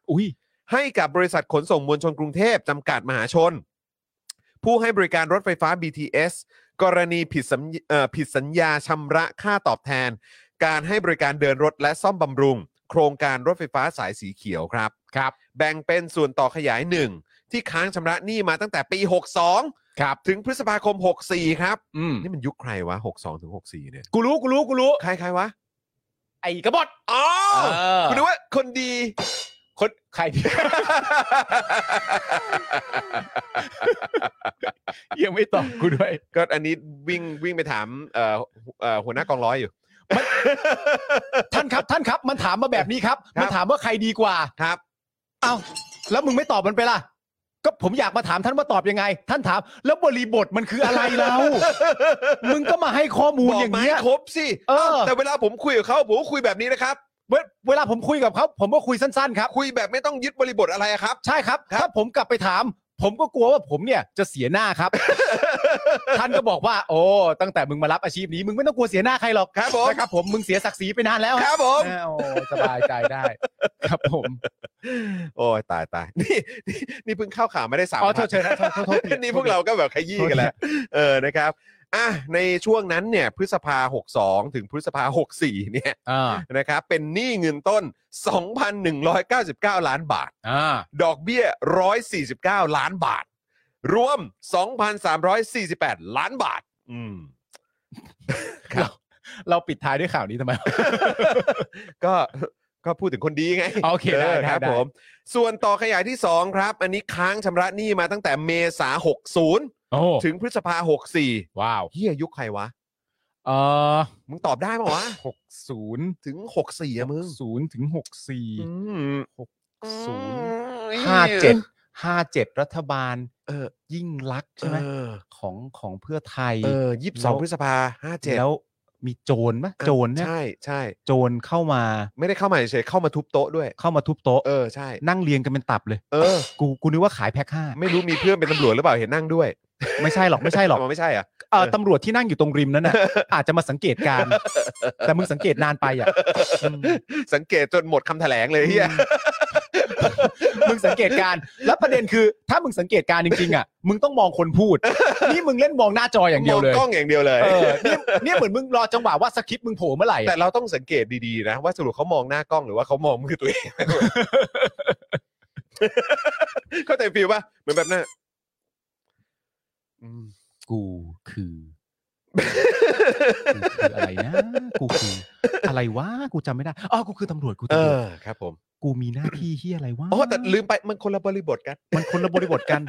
Speaker 3: ให้กับบริษัทขนส่งมวลชนกรุงเทพจำกัดมหาชน ผู้ให้บริการรถไฟฟ้า BTS กรณีผิดสัญเอ่อผิดสัญญาชำระค่าตอบแทน การให้บริการเดินรถและซ่อมบำรุง โครงการรถไฟฟ้าสายสีเขียวครับ
Speaker 4: ครับ
Speaker 3: แบ่งเป็นส่วนต่อขยาย 1 ที่ค้างชำระหนี้มาตั้งแต่ปี 62
Speaker 4: ครับ
Speaker 3: ถึงพฤษภาคม 64 ครับ
Speaker 4: อืม
Speaker 3: นี่มันยุคใครวะ 62 ถึง 64 เนี่ย
Speaker 4: กูรู้กูรู้กูรู้
Speaker 3: ใครใคร วะ
Speaker 4: ไอ้กบฏ
Speaker 3: อ๋อ
Speaker 4: เออ
Speaker 3: คุณนึกว่าคนดี
Speaker 4: คนใคร ยังไม่ตอบกูด้วย
Speaker 3: ก็อันนี้วิ่งวิ่งไปถามเอ่อเอ่อหัวหน้ากองร้อยอยู่
Speaker 4: ท่านครับท่านครับ มันถามมาแบบนี้ครับ
Speaker 3: ครับ
Speaker 4: มันถามว่าใครดีกว่า
Speaker 3: ครับ
Speaker 4: เอ้าแล้วมึงไม่ตอบมันไปล่ะ ก็ผมอยากมาถามท่านว่าตอบยังไง ท่านถาม แล้วบริบทมันคืออะไรเรา มึงก็มาให้ข้อมูล
Speaker 3: บอ
Speaker 4: อก ย่าง
Speaker 3: มา
Speaker 4: เงี้
Speaker 3: ให้
Speaker 4: ย
Speaker 3: ครบสิ
Speaker 4: เออ
Speaker 3: แต่เวลาผมคุยกับเขาผมก็คุยแบบนี้นะครับ
Speaker 4: เวเวลาผมคุยกับเขาผมก็คุยสั้นๆครับ
Speaker 3: คุยแบบไม่ต้องยึดบริบทอะไรอะครับ
Speaker 4: ใช่ครับ
Speaker 3: ครับ
Speaker 4: ถ้าผมกลับไปถาม ผมก็กลัวว่าผมเนี่ยจะเสียหน้า ครับ ท่านก็บอกว่า โอ้ตั้งแต่มึงมารับอาชีพนี้มึงไม่ต้องกลัวเสียหน้าใครหรอก
Speaker 3: ครับผม
Speaker 4: นะครับ ผมมึงเสียศักดิ์ศรีไปนานแล้ว
Speaker 3: ครับผม
Speaker 4: แม่โอ้สบายใจได้ ครับผม
Speaker 3: โอ้ยตายต ายนี่นี่นี่เพิ่งเข้าข่าวมาได้สาม
Speaker 4: อ๋อ
Speaker 3: พัน
Speaker 4: โทษเชิญนะโทษโทษโทษผิด
Speaker 3: นี่พวกเราก็แบบขยี้กันแล้ว เออ นะครับ อ่ะ ในช่วงนั้นเนี่ย พฤษภา 62 ถึงพฤษภา 64 เนี่ย
Speaker 4: อ่า
Speaker 3: นะครับ เป็นหนี้เงินต้น 2,199 ล้านบาท
Speaker 4: อ่า
Speaker 3: ดอกเบี้ย 149 ล้านบาท รวม 2,348 ล้านบาท อืม
Speaker 4: เราเราปิดท้ายด้วยข่าวนี้ทำไม
Speaker 3: ก็ก็พูดถึงคนดีไง
Speaker 4: โอเคได้ได้
Speaker 3: ครับ
Speaker 4: ได้
Speaker 3: ผม ส่วนต่อขยายที่ 2 ครับ อันนี้ค้างชำระหนี้มาตั้งแต่เมษา 60
Speaker 4: โอ้
Speaker 3: ถึงพฤษภา 64
Speaker 4: ว้าว
Speaker 3: เฮียยุคใครวะ
Speaker 4: เออ
Speaker 3: มึงตอบได้ปะวะ
Speaker 4: หกศูนย์
Speaker 3: ถึง 64อะมึง
Speaker 4: ศูนย์ถึงหกสี่ศูนย์
Speaker 3: อืม
Speaker 4: ห้าเจ็ดห้าเจ็ดรัฐบาล
Speaker 3: เออ
Speaker 4: ยิ่งลักษณ์ใช่ไหม
Speaker 3: เออ
Speaker 4: ของของเพื่อไทย
Speaker 3: เออยี่สิบสองพฤษภาห้าเจ็ด
Speaker 4: แล้วมีโจรไหมโจรเนี่ย
Speaker 3: ใช่ใช่
Speaker 4: โจรเข้ามา
Speaker 3: ไม่ได้เข้ามาเฉยๆเข้ามาทุบโต๊ะด้วย
Speaker 4: เข้ามาทุบโต๊ะ
Speaker 3: เออใช่
Speaker 4: นั่งเรียงกันเป็นตับเลย
Speaker 3: เออ
Speaker 4: กูกูนึกว่าขายแพ็คห้า
Speaker 3: ไม่รู้มีเพื่อนเป็นตำรวจหรือเปล่าเห็นนั่งด้วย
Speaker 4: ไม่ใช่หรอกไม่ใช่หรอก
Speaker 3: อ๋อไม่ใช่เหรอ่ะ
Speaker 4: เออ
Speaker 3: เออ
Speaker 4: ตำรวจที่นั่งอยู่ตรงริมนั้นน่ะ อาจจะมาสังเกตการณ์แต่มึงสังเกตนานไป อ่ะอืม
Speaker 3: สังเกตจนหมดคำแถลงเลยเฮีย
Speaker 4: มึงสังเกตการณ์แล้วประเด็นคือ ถ้ามึงสังเกตการณ์จริงๆอ่ะ มึงต้องมองคนพูด นี่มึงเล่นมองหน้าจออย่างเดียวเลย
Speaker 3: มกล้องอย่างเดียวเลย
Speaker 4: เออเนี่ยเนี่ยเหมือนมึงรอจังหวะว่าสคริปต์มึงโผล่เมื่อไหร่
Speaker 3: แต่
Speaker 4: อะ
Speaker 3: เราต้องสังเกตดีๆนะ ว่าสรุปเขามองหน้ากล้องหรือว่าเขามองมือตัวเอง เข้าใจฟิลป่ะเหมือนแบบนั้นอืม
Speaker 4: กูคือกูคืออะไรนะกูคือ อะไรวะกูจำไม่ได้อ๋อกูคือตำรวจกู
Speaker 3: เอ
Speaker 4: ตำรวจ
Speaker 3: อครับผม
Speaker 4: กูมีหน้าที่เฮียอะไรวะ
Speaker 3: อ๋อแต่ลืมไปมันคนละบริบทกัน
Speaker 4: มันคนละบริบทกัน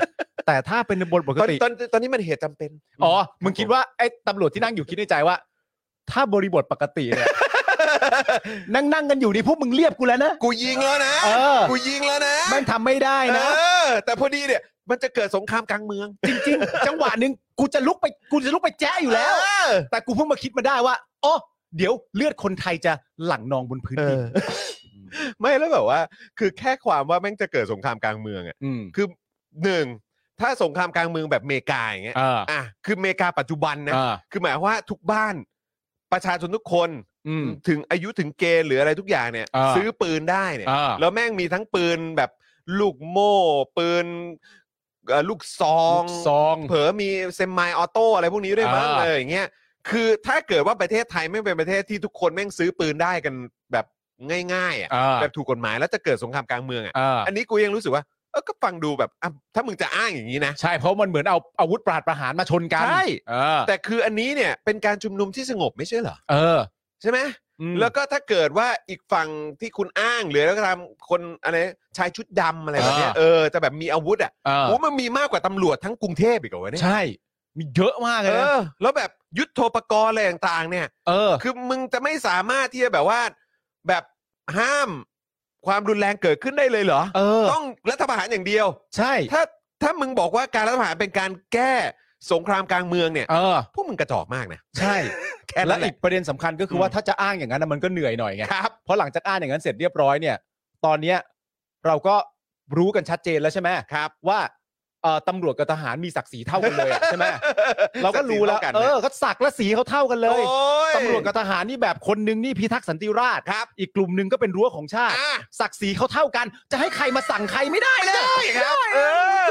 Speaker 4: แต่ถ้าเป็นบทปก
Speaker 3: ตอน
Speaker 4: ติ
Speaker 3: ตอนตอนนี้มันเหตุจำเป็น
Speaker 4: อ๋อ มึงคิดว่าไอ้ตำรวจที่นั่งอยู่คิดในใจว่า ถ้าบริบทปกติเนี่ย นั่งนั่งๆกันอยู่นี่พวกมึงเรียบกูแล้วนะ
Speaker 3: กูยิงแล้วนะ
Speaker 4: เออ
Speaker 3: กูยิงแล้วนะ
Speaker 4: แม่งทำไม่ได้นะ
Speaker 3: เออแต่พอดีเนี่ย มันจะเกิดสงครามกลางเมือง
Speaker 4: จริงๆ จังหวะหนึ่งกูจะลุกไปกูจะลุกไปแจ้อยู่แล้ว
Speaker 3: เออ
Speaker 4: แต่กูเพิ่งมาคิดมาได้ว่าอ๋อเดี๋ยวเลือดคนไทยจะหลั่งนองบนพื้น
Speaker 3: เอ
Speaker 4: ดิน
Speaker 3: อ ไม่แล้วแบบว่า คือแค่ความว่าแม่งจะเกิดสงครามกลางเมืองอ่ะ
Speaker 4: อืม
Speaker 3: คือหนึ่งถ้าสงครามกลางเมืองแบบอเมริกาอย่างเงี้ย
Speaker 4: อ่า
Speaker 3: อ่ะคืออเมริกาปัจจุบันนะ
Speaker 4: อ่า
Speaker 3: คือหมายความว่าทุกบ้านประชาชนทุกคน
Speaker 4: อืม
Speaker 3: ถึงอายุถึงเกณฑ์หรืออะไรทุกอย่างเนี่ย
Speaker 4: อ่า
Speaker 3: ซื้อปืนได้เนี่ย
Speaker 4: อ่า
Speaker 3: แล้วแม่งมีทั้งปืนแบบลูกโม่ปืนเอ่อลูกซอง
Speaker 4: ลูกซอง
Speaker 3: เผลอมีเซมไมออโต้อะไรพวกนี้ด้วยมั้ง
Speaker 4: อ่า
Speaker 3: เลยอย่างเงี้ยคือถ้าเกิดว่าประเทศไทยไม่เป็นประเทศที่ทุกคนแม่งซื้อปืนได้กันแบบง่ายๆอ่ะ
Speaker 4: อ่า
Speaker 3: แบบถูกกฎหมายแล้วจะเกิดสงครามกลางเมืองอ่ะ
Speaker 4: อ่า
Speaker 3: อันนี้กูยังรู้สึกว่าเออก็ฟังดูแบบอ่ะถ้ามึงจะอ้างอย่างนี้นะ
Speaker 4: ใช่เพราะมันเหมือนเอาอาวุธปราดประหารมาชนกัน
Speaker 3: ใช่
Speaker 4: เออ
Speaker 3: แต่คืออันนี้เนี่ยเป็นการชุมนุมที่สงบไม่ใช่เหรอ
Speaker 4: เออ
Speaker 3: ใช่ไหม
Speaker 4: อืม
Speaker 3: แล้วก็ถ้าเกิดว่าอีกฝั่งที่คุณอ้างหรือแล้วก็ทำคนอะไรชายชุดดำอะไรแบบเนี้ย
Speaker 4: อ่า
Speaker 3: เออจะแบบมีอาวุธอ่ะ
Speaker 4: เออ
Speaker 3: โอ้มันมีมากกว่าตำรวจทั้งกรุงเทพอีกเหรอวะเนี่ย
Speaker 4: ใช่ มีเยอะมากเล
Speaker 3: เอย
Speaker 4: นะ
Speaker 3: อ แล้วแบบยุทโธปกรณ์อะไรต่างๆ เนี่ย
Speaker 4: เออ
Speaker 3: คือมึงจะไม่สามารถที่จะแบบว่า แบบห้ามความรุนแรงเกิดขึ้นได้เลยเหรอ
Speaker 4: เออ
Speaker 3: ต้องรัฐประหารอย่างเดียว
Speaker 4: ใช่
Speaker 3: ถ้าถ้ามึงบอกว่าการรัฐประหารเป็นการแก้สงครามกลางเมืองเนี่ย
Speaker 4: เออ
Speaker 3: พวกมึงกระจอกมากนะ
Speaker 4: ใช่
Speaker 3: แค่
Speaker 4: และ
Speaker 3: นั้นแห
Speaker 4: อี
Speaker 3: ละ
Speaker 4: กประเด็นสำคัญก็คือว่าถ้าจะอ้างอย่างนั้นนะมันก็เหนื่อยหน่อยไง
Speaker 3: ครับ
Speaker 4: เพราะหลังจากอ่านอย่างนั้นเสร็จเรียบร้อยเนี่ย ตอนเนี้ยเราก็รู้กันชัดเจนแล้วใช่ไหม
Speaker 3: ครับ
Speaker 4: ว่าเอ่อตำรวจกับทหารมีศักดิ์ศรีเท่ากันเลย อะ ใช่ไหมเราก็รู้แล้ว
Speaker 3: ศักดิ์ศ
Speaker 4: เอ
Speaker 3: เท่า
Speaker 4: อ
Speaker 3: กันนะ
Speaker 4: ก็ศักดิ์และสีเขาเท่ากันเลย
Speaker 3: โอ้ย
Speaker 4: ตำรวจกับทหารนี่แบบคนหนึงนี่พิทักษ์สันติราษฎร์
Speaker 3: ครับ
Speaker 4: อีกกลุ่มหนึ่งก็เป็นรั้วของชาติ
Speaker 3: อ่ะ
Speaker 4: ศักดิ์ศรีเขาเท่ากัน จะให้ใครมาสั่งใครไม่ได้นะ
Speaker 3: ครับเอ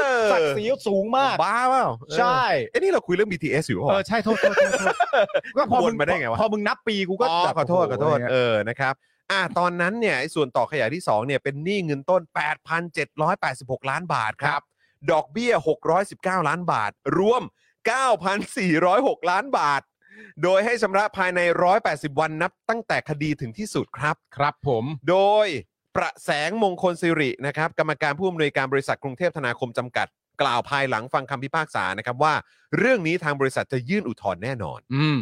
Speaker 3: อ
Speaker 4: ศักดิ์ศรีเขาสูงมาก
Speaker 3: บ้าเปล่า
Speaker 4: ใช่
Speaker 3: เอ้นี่เราคุยเรื่อง BTS อยู่เหร
Speaker 4: เอ
Speaker 3: อ
Speaker 4: อใช่โทษโทษโทษโทษก็พอ
Speaker 3: วนมาได้ไงวะ
Speaker 4: พอมึงนับปีกูก็
Speaker 3: อ๋อ
Speaker 4: แบบ
Speaker 3: ขอโทษขอโทษ
Speaker 4: ะไรเงี้ย
Speaker 3: เออนะครับอ่ะตอนนั้นเนี่ยไอ้ส่วนต่อขยายที่ 2 เนี่ยเป็นหนี้เงินต้น 8,786 ล้านบาทครับ ดอกเบี้ย 619 ล้านบาท รวม 9,406 ล้านบาท โดยให้ชำระภายใน 180 วันนับตั้งแต่คดีถึงที่สุดครับ
Speaker 4: ครับผม
Speaker 3: โดยประแสงมงคลสิรินะครับกรรมการผู้อำนวยการบริษัทกรุงเทพธนาคมจำกัด กล่าวภายหลังฟังคำพิพากษานะครับว่า เรื่องนี้ทางบริษัทจะยื่นอุทธรณ์แน่นอน
Speaker 4: อืม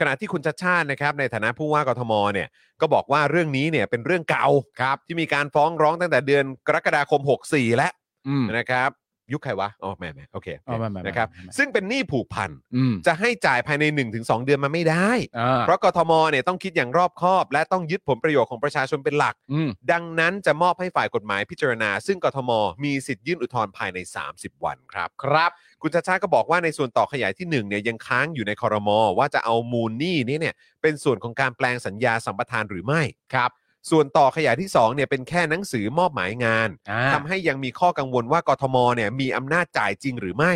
Speaker 3: ขณะที่คุณชัดชาตินะครับในฐานะผู้ว่ากทมเนี่ยก็บอกว่าเรื่องนี้เนี่ยเป็นเรื่องเก่าครับที่มีการฟ้องร้องตั้งแต่เดือนกรกฎาคม 64 แล้ว
Speaker 4: อืม
Speaker 3: นะครับยุคใครวะอ๋อแม่แม่โอเค
Speaker 4: อ๋อไม่ไม่ไม่
Speaker 3: นะครับ
Speaker 4: ไม่ไม่
Speaker 3: ซึ่งเป็นหนี้ผูกพัน
Speaker 4: อืม
Speaker 3: จะให้จ่ายภายใน 1-2 เดือนมันไม่ได้
Speaker 4: อ่า
Speaker 3: เพราะกทมเนี่ยต้องคิดอย่างรอบคอบ และต้องยึดผลประโยชน์ของประชาชนเป็นหลัก
Speaker 4: อืม
Speaker 3: ดังนั้นจะมอบให้ฝ่ายกฎหมายพิจารณา ซึ่งกทม มีสิทธิ์ยื่นอุทธรณ์ภายใน 30 วันครับ
Speaker 4: ครับ
Speaker 3: คุณชาชาติก็บอกว่าในส่วนต่อขยายที่1เนี่ยยังค้างอยู่ในคอรมอว่าจะเอามูลหนี้นี้เนี่ยเป็นส่วนของการแปลงสัญญาสัมปทานหรือไม่ครับ ส่วนต่อขยายที่2เนี่ยเป็นแค่หนังสือมอบหมายงาน
Speaker 4: อ่า
Speaker 3: ทำให้ยังมีข้อกังวลว่ากทมเนี่ยมีอำนาจจ่ายจริงหรือไม่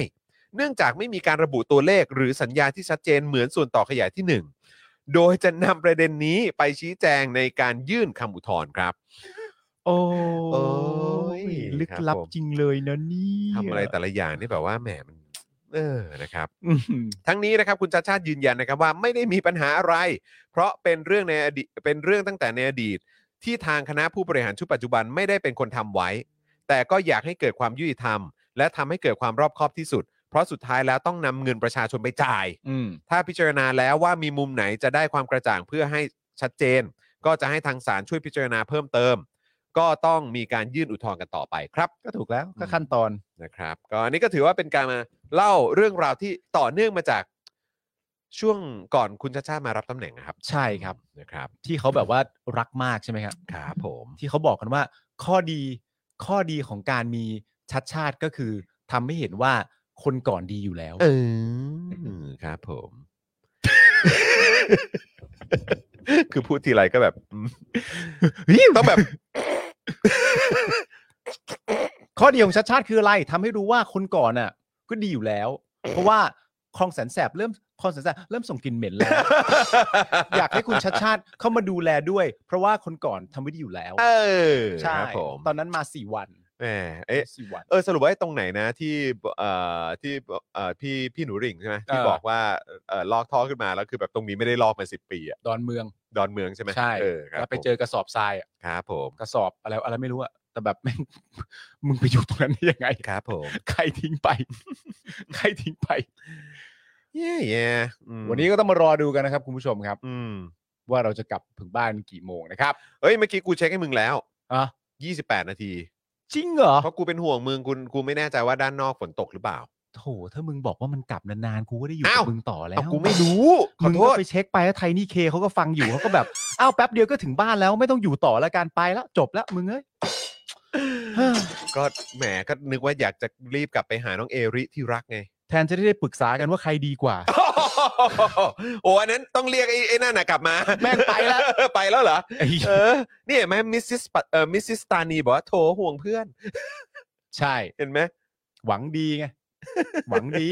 Speaker 3: เนื่องจากไม่มีการระบุตัวเลขหรือสัญญาที่ชัดเจนเหมือนส่วนต่อขยายที่ 1 โดยจะนำประเด็นนี้ไปชี้แจงในการยื่นคำอุทธรณ์ครับ
Speaker 4: โอ้
Speaker 3: โอ้ย
Speaker 4: ลึก
Speaker 3: ครับ
Speaker 4: ลับ
Speaker 3: ผม
Speaker 4: จริงเลยนะเนี่ย
Speaker 3: ทำอะไรแต่ละอย่างนี่แบบว่าแหมมันเออนะครับ
Speaker 4: อืม
Speaker 3: ทั้งนี้นะครับคุณชาติชาติยืนยันนะครับว่าไม่ได้มีปัญหาอะไร เพราะเป็นเรื่องในอดีตเป็นเรื่องตั้งแต่ในอดีต ที่ทางคณะผู้บริหารชุดปัจจุบันไม่ได้เป็นคนทำไว้ แต่ก็อยากให้เกิดความยุติธรรม และทำให้เกิดความรอบคอบที่สุด เพราะสุดท้ายแล้วต้องนำเงินประชาชนไปจ่าย
Speaker 4: อืม
Speaker 3: ถ้าพิจารณาแล้วว่ามีมุมไหนจะได้ความกระจ่างเพื่อให้ชัดเจน ก็จะให้ทางศาลช่วยพิจารณาเพิ่มเติม ก็ต้องมีการยื่นอุทธรณ์กันต่อไปครับ
Speaker 4: ก็ถูกแล้วก็ขั้นตอน
Speaker 3: นะครับก็อันนี้ก็ถือว่าเป็นการมาเล่าเรื่องราวที่ต่อเนื่องมาจากช่วงก่อนคุณชาชาติมารับตำแหน่งนะครับ
Speaker 4: ใช่ครับ
Speaker 3: นะครับ
Speaker 4: ที่เขาแบบว่ารักมากใช่ไหมครับ
Speaker 3: ครับผม
Speaker 4: ที่เขาบอกกันว่า ข้อดีข้อดีของการมีชัดชาติก็คือทำให้เห็นว่าคนก่อนดีอยู่แล้ว
Speaker 3: เออครับผม คือพูดทีไรก็ แบบอืมต้องแบบ
Speaker 4: ข้อดีของชัดชาติคืออะไรทำให้รู้ว่าคนก่อนน่ะ ก็ดีอยู่แล้ว เพราะว่าคลองแสนแสบเริ่มคลองแสนแสบเริ่มส่งกลิ่นเหม็นแล้ว อยากให้คุณชัดชาติเข้ามาดูแลด้วย เพราะว่าคนก่อนทำไม่ดีอยู่แล้ว
Speaker 3: เออ
Speaker 4: ใช่
Speaker 3: ครับผม
Speaker 4: ตอนนั้นมาสี่วัน
Speaker 3: แหมเอ๊ะ
Speaker 4: สี่วัน
Speaker 3: เออสรุปว่าไอ้ตรงไหนนะ ที่เอ่อที่เอ่อพี่พี่หนูหริ่งใช่ไหมที่
Speaker 4: เออ
Speaker 3: บอกว่าเอ่อลอกท่อขึ้นมาแล้วคือแบบตรงนี้ไม่ได้ลอกมาสิบปีอะ
Speaker 4: ดอนเมือง
Speaker 3: ดอนเมืองใช่ไหม
Speaker 4: ใช่
Speaker 3: เออครับ
Speaker 4: แล้วไป
Speaker 3: ผม
Speaker 4: เจอกระสอบทรายอะ
Speaker 3: ครับผม
Speaker 4: กระสอบอะไรอะไรไม่รู้อะแต่แบบ แม่ง มึงไปอยู่ตรงนั้นได้ยังไง
Speaker 3: ครับผม
Speaker 4: ใครทิ้งไป ใครทิ้งไป
Speaker 3: เย่เย่อืม
Speaker 4: วันนี้ก็ต้องมารอดูกันนะครับ คุณผู้ชมครับ
Speaker 3: อืม
Speaker 4: ว่าเราจะกลับถึงบ้านกี่โมงนะครับ
Speaker 3: เอ้ย เมื่อกี้กูเช็คให้มึงแล้ว
Speaker 4: อ่ะ
Speaker 3: 28 นาที
Speaker 4: จริงเหรอ
Speaker 3: เพราะกูเป็นห่วงมึงกูกูไม่แน่ใจว่าด้านนอกฝนตกหรือเปล่า
Speaker 4: โถถ้ามึงบอกว่ามันกลับนานๆ กูก็ได้อยู่
Speaker 3: อ้าว
Speaker 4: กับมึงต่อแล้
Speaker 3: เอ้าว กูไม่รู้ ขอ
Speaker 4: มึง
Speaker 3: โท
Speaker 4: ก็
Speaker 3: ษ
Speaker 4: ไปเช็คไปแล้วไทนี่เคเขาก็ฟังอยู่ เขาก็แบบ อ้าวแป๊บเดียวก็ถึงบ้านแล้วไม่ต้องอยู่ต่อแล้วการไปแล้ว จบแล้วมึงเอ้ย
Speaker 3: ก็แหมก็นึกว่าอยากจะรีบกลับไปหาน้องเอริที่รักไง
Speaker 4: แทนจะได้ปรึกษากันว่าใครดีกว่า
Speaker 3: โอ้อันนั้นต้องเรียกไอ้ไอ้นั่นน่ะกลับมา
Speaker 4: แม่งไปแล้ว
Speaker 3: ไปแล้วเหรอ
Speaker 4: ไอ้
Speaker 3: เออนี่เห็นไหมมิสซิสเอ่อมิสซิสตานีบอกว่าโทรห่วงเพื่อน
Speaker 4: ใช่
Speaker 3: เห็นไหม
Speaker 4: หวังดีไง หวังดี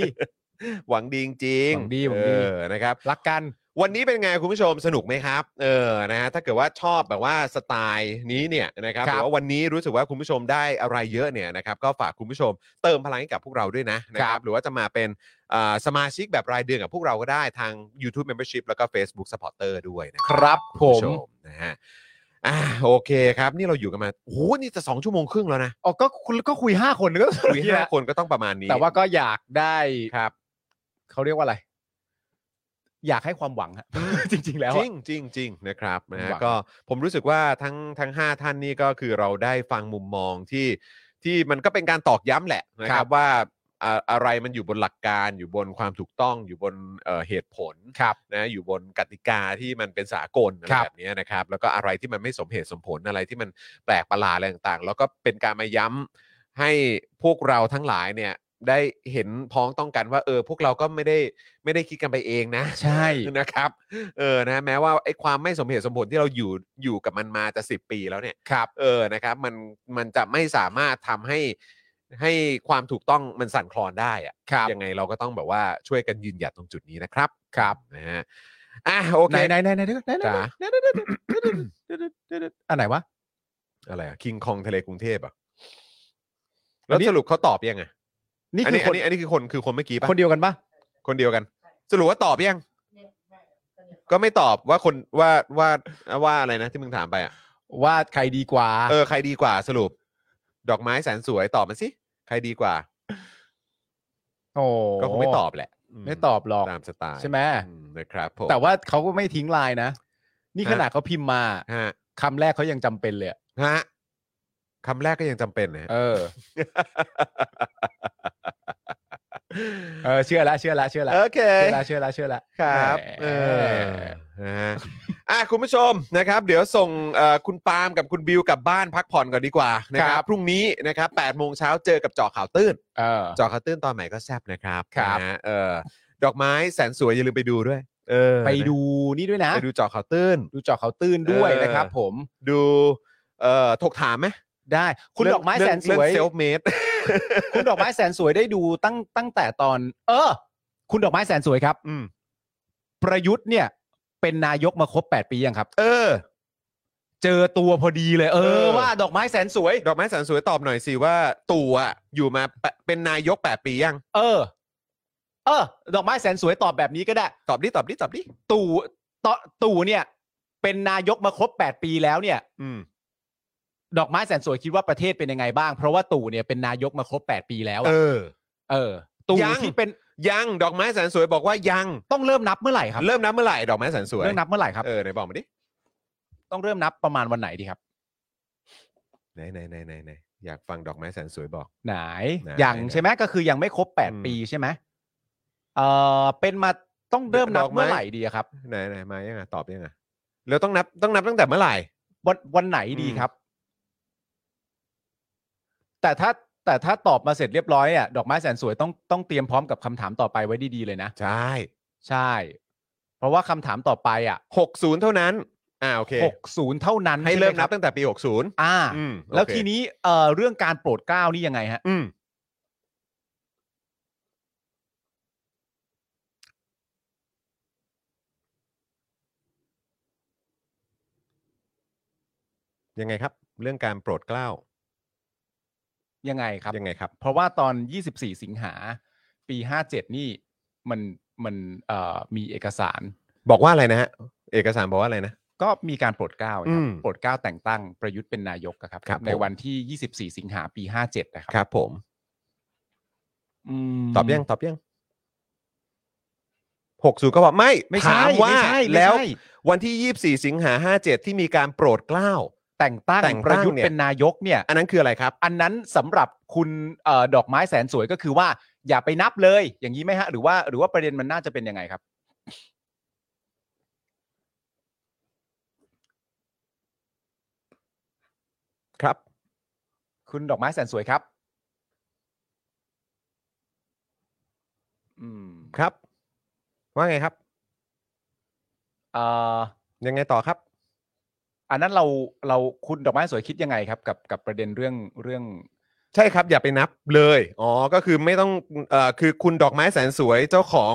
Speaker 3: หวังดีจริงๆ
Speaker 4: หวังดีหวังดี
Speaker 3: เออนะครับ
Speaker 4: รักกัน
Speaker 3: วันนี้เป็นไงคุณผู้ชมสนุกไหมครับ เออนะฮะถ้าเกิดว่าชอบแบบว่าสไตล์นี้เนี่ยนะครับห
Speaker 4: ครับ
Speaker 3: รือว่าวันนี้รู้สึกว่าคุณผู้ชมได้อะไรเยอะเนี่ยนะครับก็ฝากคุณผู้ชมเติมพลังให้กับพวกเราด้วยนะนะค
Speaker 4: ครั
Speaker 3: รับบ หรือว่าจะมาเป็นอ่าสมาชิกแบบรายเดือนกับพวกเราก็ได้ทาง YouTube Membership แล้วก็ Facebook Supporter ด้วยนะ
Speaker 4: ค
Speaker 3: ครับ
Speaker 4: รับผ
Speaker 3: คุณ
Speaker 4: ม
Speaker 3: ผู้ชมนะฮะอ่าโอเคครับ นี่เราอยู่กันมาโอ้โหนี่จะสองชั่วโมงครึ่งแล้วนะ
Speaker 4: อ๋อก็คุณก็คุยห้าคนก็
Speaker 3: คุยห้าคนก็ต้องประมาณนี้
Speaker 4: แต่ว่าก็อยากได้
Speaker 3: ครับ
Speaker 4: เขาเรียกว่าอะไร อยากให้ความหวังฮะ จริง ๆ แล้ว
Speaker 3: จ
Speaker 4: อะ
Speaker 3: ริงจริงจริงนะครับนะฮะ
Speaker 4: หวัง
Speaker 3: ก็ผมรู้สึกว่าทั้งทั้ง 5 ท่านนี่ก็คือเราได้ฟังมุมมองที่ ที่มันก็เป็นการตอกย้ำแหละนะค
Speaker 4: ค
Speaker 3: รั
Speaker 4: รั
Speaker 3: บบ ว่าอะอะไรมันอยู่บนหลักการอยู่บนความถูกต้องอยู่บนเอ่อเหตุผล
Speaker 4: ครับ
Speaker 3: นะอยู่บนกติกาที่มันเป็นสากลอะไร
Speaker 4: ครับ
Speaker 3: แบบเนี้ยนะครับ แล้วก็อะไรที่มันไม่สมเหตุสมผลอะไรที่มันแปลกประหลาดอะไรต่างๆ แล้วก็เป็นการมาย้ำให้พวกเราทั้งหลายเนี่ยได้เห็นพ้องต้องกันว่าเออพวกเราก็ไม่ได้ไม่ได้คิดกันไปเองนะ
Speaker 4: ใช่
Speaker 3: นะครับเออนะแม้ว่าไอ้ความไม่สมเหตุสมผลที่เราอยู่อยู่กับมันมาจะสิปีแล้วเนี่ย
Speaker 4: ครับ
Speaker 3: เออ นะครับ มัน มันจะไม่สามารถทำให้ ให้ความถูกต้องมันสั่นคลอนได้อะ
Speaker 4: ครับ
Speaker 3: ยังไงเราก็ต้องแบบว่าช่วยกันยืนหยัดตรงจุดนี้นะครับ
Speaker 4: ครับ
Speaker 3: นะฮะ อ่ะ โอเค
Speaker 4: ไหนไหนไหนไหนเดี๋ยวก่อนไหนไหน
Speaker 3: จ๋า
Speaker 4: ไหนไหนไหนไหนไหนไหนอันไหนวะ
Speaker 3: อะไรอะคิงคองทะเลกรุงเทพอะ
Speaker 4: อั
Speaker 3: แล้ว
Speaker 4: นนี้
Speaker 3: สรุปเขาตอบยังไง
Speaker 4: นี่
Speaker 3: อัน
Speaker 4: คือ
Speaker 3: นี้
Speaker 4: ค
Speaker 3: อันนี้
Speaker 4: น
Speaker 3: อันนี้คือคน คือคนเมื่อกี้ปะ
Speaker 4: คนเดียวกันปะ
Speaker 3: คนเดียวกัน สรุปว่าตอบยัง ก็ไม่ตอบว่าคน ว่า ว่า ว่าอะไรนะที่มึงถามไปอะ
Speaker 4: ว่าใครดีกว่า
Speaker 3: เออ ใครดีกว่า สรุป ดอกไม้แสนสวย ตอบมาสิ ใครดีกว่า
Speaker 4: โอ้
Speaker 3: ก็คงไม่ตอบแหละ ม
Speaker 4: ไม่ตอบหรอก
Speaker 3: ตามสไตล์
Speaker 4: ใช่ไหม
Speaker 3: อืนะครับผม
Speaker 4: แต่ว่าเขาก็ไม่ทิ้งไลน์นะ นี่ขนาดเขาพิมพ์มา
Speaker 3: ฮะ
Speaker 4: คำแรกเขายังจำเป็นเลยอะ
Speaker 3: ฮะคำแรกก็ยังจำเป็นนะฮะ
Speaker 4: เออ เออเชื่อละเชื่อละเชื่อละ
Speaker 3: โอเค
Speaker 4: เชื่อละเชื่อละเชื่อละ
Speaker 3: ครับ
Speaker 4: เอ
Speaker 3: เอ
Speaker 4: อ
Speaker 3: อนะฮะอ่ะคุณผู้ชมนะครับ เดี๋ยวส่งเอ่อคุณปาล์มกับคุณบิวกลับบ้านพักผ่อนก่อนดีกว่านะค
Speaker 4: ครั
Speaker 3: รับ บพรุ่งนี้นะครับ8โมงเช้าเจอกับเจอข่าวตื้น
Speaker 4: เออ
Speaker 3: เจอข่าวตื้นตอนใหม่ก็แซบนะครับ
Speaker 4: ครับ
Speaker 3: นะฮะเออดอกไม้แสนสวยอย่าลืมไปดูด้วย เออ
Speaker 4: ไปดูนี่ด้วยนะ
Speaker 3: ไปดูเจอข่าวตื้น
Speaker 4: ดูเจอเขาวตื้นด้วย
Speaker 3: เออ
Speaker 4: นะครับผม
Speaker 3: ดูเอ่อถกถามไหม
Speaker 4: ได้คุณ
Speaker 3: เรื่
Speaker 4: ด
Speaker 3: ง
Speaker 4: อกไม้
Speaker 3: เรื่
Speaker 4: แส
Speaker 3: ง
Speaker 4: นสวย
Speaker 3: เรื่อง self made
Speaker 4: คุณดอกไม้แสนสวยได้ดูตั้งตั้งแต่ตอน เออ คุณดอกไม้แสนสวยครับ
Speaker 3: อืม
Speaker 4: ประยุทธ์เนี่ย เป็นนายกมาครบ 8 ปียังครับ
Speaker 3: เออ
Speaker 4: เจอตัวพอดีเลย เอ
Speaker 3: เอ
Speaker 4: อ
Speaker 3: อ
Speaker 4: ว่าดอกไม้แสนสวย
Speaker 3: ดอกไม้แสนสวยตอบหน่อยสิว่าตู่อะอยู่มาแปะเป็นนายก 8 ปียัง
Speaker 4: เออ เออ ดอกไม้แสนสวยตอบแบบนี้ก็ได้
Speaker 3: ตอบดิตอบดิตอบดิ
Speaker 4: ตู่ตตู่เนี่ย เป็นนายกมาครบ 8 ปีแล้วเนี่ย
Speaker 3: อืม
Speaker 4: ดอกไม้แสนสวยคิดว่าประเทศเป็นยังไงบ้าง เพราะว่าตู่เนี่ยเป็นนายกมาครบ 8 ปีแล้วอะ
Speaker 3: เออ
Speaker 4: เออ ตู่
Speaker 3: ยัง
Speaker 4: ที่เป็น
Speaker 3: ยังดอกไม้แสนสวยบอกว่ายัง
Speaker 4: ต้องเริ่มนับเมื่อไหร่ครับ
Speaker 3: เริ่มนับเมื่อไหร่ดอกไม้แสนสวย
Speaker 4: เริ่มนับเมื่อไหร่ครับ
Speaker 3: เออไหนบอกมาดิ
Speaker 4: ต้องเริ่มนับประมาณวันไหนดีครับ
Speaker 3: ไหนไหนไหนไหนไหนอยากฟังดอกไม้แสนสวยบอก
Speaker 4: ไหน
Speaker 3: ไหน
Speaker 4: อย่างใช่ไหมก็คือยังไม่ครบ
Speaker 3: อืม
Speaker 4: 8 ปีใช่ไหมเออเป็นมาต้องเริ่มนั
Speaker 3: ด
Speaker 4: บอก
Speaker 3: ไม้
Speaker 4: เมื่อไหร่ดีอะครับ
Speaker 3: ไหนไหนมายังไงตอบยังไงแล้วต้องนับต้องนับตั้งแต่เมื่อไหร่
Speaker 4: วันวันไหนดี
Speaker 3: อืม
Speaker 4: ครับ แต่ถ้าแต่ถ้าตอบมาเสร็จเรียบร้อยอ่ะดอกไม้แสนสวยต้องต้องเตรียมพร้อมกับคำถามต่อไปไว้ดีๆเลยนะ
Speaker 3: ใช่
Speaker 4: ใช่ เพราะว่าคำถามต่อไปอ่ะ
Speaker 3: หกศูนย์เท่านั้นอ่าโอเค
Speaker 4: หกศูนย์เท่านั้น
Speaker 3: ให้
Speaker 4: ช่ไ
Speaker 3: เริ่มนับ
Speaker 4: ค
Speaker 3: ตั้งแต่ปีหกศูนย์
Speaker 4: อ่า
Speaker 3: อืม
Speaker 4: แล้ว
Speaker 3: โอเค
Speaker 4: ทีนี้เอ่อเรื่องการโปรดเกล้านี่ยังไงฮะ
Speaker 3: อืมยังไงครับ เรื่องการโปรดเกล้า
Speaker 4: ยังไงครับ
Speaker 3: ยังไงครับ
Speaker 4: เพราะว่าตอน 24 สิงหา ปี 57 นี่มันมันเอ่อมีเอกสาร
Speaker 3: บอกว่าอะไรนะฮะ เอกสารบอกว่าอะไรนะ
Speaker 4: ก็มีการโปรดเกล้าค
Speaker 3: อื
Speaker 4: รับ
Speaker 3: ม
Speaker 4: โปรดเกล้าแต่งตั้งประยุทธ์เป็นนายกอะครับ
Speaker 3: ครับผม
Speaker 4: ในวันที่ 24 สิงหาปี 57 นะครับ
Speaker 3: ครับ ผม
Speaker 4: ม
Speaker 3: ตอบยังตอบยังหกสูก็บอกไม่
Speaker 4: ไม่ใช่
Speaker 3: ถามว่า
Speaker 4: ไม่ใช่ไม่ใช่
Speaker 3: แล้ววันที่ยี่สี่สิงหาห้าเจ็ดที่มีการโปรดเกล้า
Speaker 4: แต่งตั้ง
Speaker 3: แต่งตั้ง
Speaker 4: ประยุทธ์
Speaker 3: เนี่ย
Speaker 4: เป็นนายกเนี่ย
Speaker 3: อันนั้นคืออะไรครับ
Speaker 4: อันนั้นสำหรับคุณเอ่อดอกไม้แสนสวยก็คือว่า อย่าไปนับเลยอย่างนี้ไหมฮะ หรือว่าหรือว่าประเด็นมันน่าจะเป็นยังไงครับ
Speaker 3: ครับ
Speaker 4: คุณดอกไม้แสนสวยครับ อืม
Speaker 3: ครับ ว่าไงครับ
Speaker 4: เอ่อ
Speaker 3: ยังไงต่อครับ
Speaker 4: อันนั้นเราเราคุณดอกไม้สวยคิดยังไงครับกับกับประเด็นเรื่องเรื่อง
Speaker 3: ใช่ครับ อย่าไปนับเลยอ๋อก็คือไม่ต้องเอ่อคือคุณดอกไม้แสนสวยเจ้าของ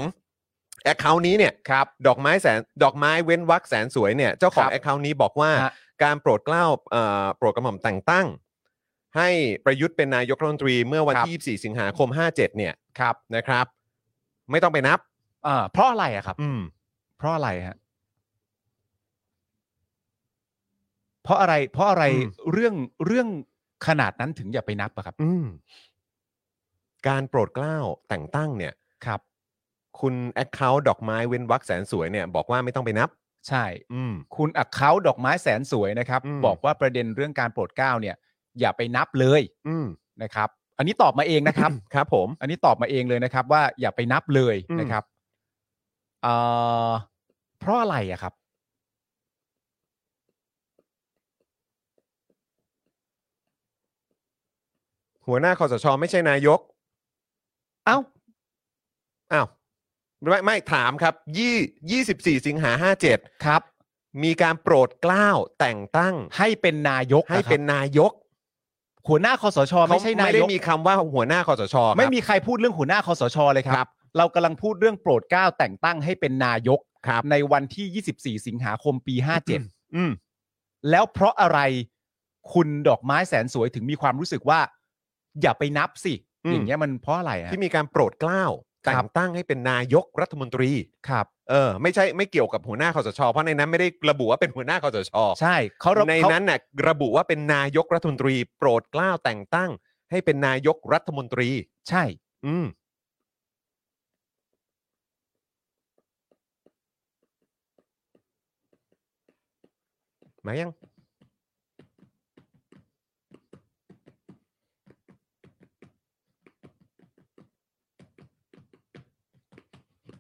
Speaker 3: แอคเคาท์นี้เนี่ยครับดอกไม้แสนดอกไม้เว้นวักแสนสวยเนี่ยเจ้าของ
Speaker 4: ครับ
Speaker 3: แอคเคาท์นี้บอกว่า
Speaker 4: ฮะ
Speaker 3: การโปรดเกล้าเอ่อโปรดกระหม่อมแต่งตั้ง ให้ประยุทธ์เป็นนายกรัฐมนตรีเมื่อวันที่ 24 สิงหาคม 57 เนี่ย
Speaker 4: ครับ
Speaker 3: นะครับ ไม่ต้องไปนับ
Speaker 4: อ่าเพราะอะไรอะครับ
Speaker 3: อืม
Speaker 4: เพราะอะไรฮะเพราะอะไร เพราะอะไร
Speaker 3: อืม
Speaker 4: เรื่องเรื่องขนาดนั้นถึงอย่าไปนับอะครับ
Speaker 3: อืม การโปรดเกล้าแต่งตั้งเนี่ย
Speaker 4: ครับ
Speaker 3: คุณแอคเคาท์ดอกไม้เว้นวักแสนสวยเนี่ยบอกว่าไม่ต้องไปนับ
Speaker 4: ใช่
Speaker 3: อืม
Speaker 4: คุณอักเขาดอกไม้แสนสวยนะครับ
Speaker 3: อืม
Speaker 4: บอกว่าประเด็นเรื่องการโปรดเกล้าเนี่ย อย่าไปนับเลย
Speaker 3: อืม
Speaker 4: นะครับ อันนี้ตอบมาเองนะครับ
Speaker 3: ครับผม
Speaker 4: อันนี้ตอบมาเองเลยนะครับ ว่าอย่าไปนับเลย
Speaker 3: อืม
Speaker 4: นะครับเอ่อเพราะอะไรอะครับ
Speaker 3: หัวหน้าคอสชไม่ใช่นายก
Speaker 4: เอ้า
Speaker 3: อ้าว ไม่ไม่ถามครับยี่ยี่สิบสี่สิงหาห้าเจ็ด
Speaker 4: ครับ
Speaker 3: มีการโปรดเกล้าแต่งตั้ง
Speaker 4: ให้เป็นนายก
Speaker 3: ให้
Speaker 4: อะครับ
Speaker 3: เป็นนายก
Speaker 4: หัวหน้าคอสช ไม่ใช่
Speaker 3: เข
Speaker 4: นา
Speaker 3: ไม่
Speaker 4: ย
Speaker 3: ได้
Speaker 4: ก
Speaker 3: มีคำว่าหัวหน้าคอสชครับ
Speaker 4: ไม่มีใครพูดเรื่องหัวหน้าคอสชเลยค
Speaker 3: ครั
Speaker 4: รับ
Speaker 3: บ
Speaker 4: เรากำลังพูดเรื่องโปรดเกล้าแต่งตั้งให้เป็นนายก
Speaker 3: ครับ
Speaker 4: ในวันที่ 24 สิงหาคมปี
Speaker 3: อืม
Speaker 4: 57 แล้วเพราะอะไรคุณดอกไม้แสนสวยถึงมีความรู้สึกว่า อย่าไปนับสิ
Speaker 3: อืม
Speaker 4: อย่างเงี้ยมันเพราะอะไรอะ
Speaker 3: ที่มีการโปรดเกล้าแต่งตั้งให้เป็นนายกรัฐมนตรี
Speaker 4: ครับ
Speaker 3: เออ ไม่ใช่ไม่เกี่ยวกับหัวหน้าคอสช เพราะในนั้นไม่ได้ระบุว่าเป็นหัวหน้าคอสช
Speaker 4: ใช่เขาระ
Speaker 3: ใน
Speaker 4: เขา
Speaker 3: นั้นน่ะระบุว่าเป็นนายกรัฐมนตรี โปรดเกล้าแต่งตั้ง ให้เป็นนายกรัฐมนตรี
Speaker 4: ใช่
Speaker 3: อืม มายัง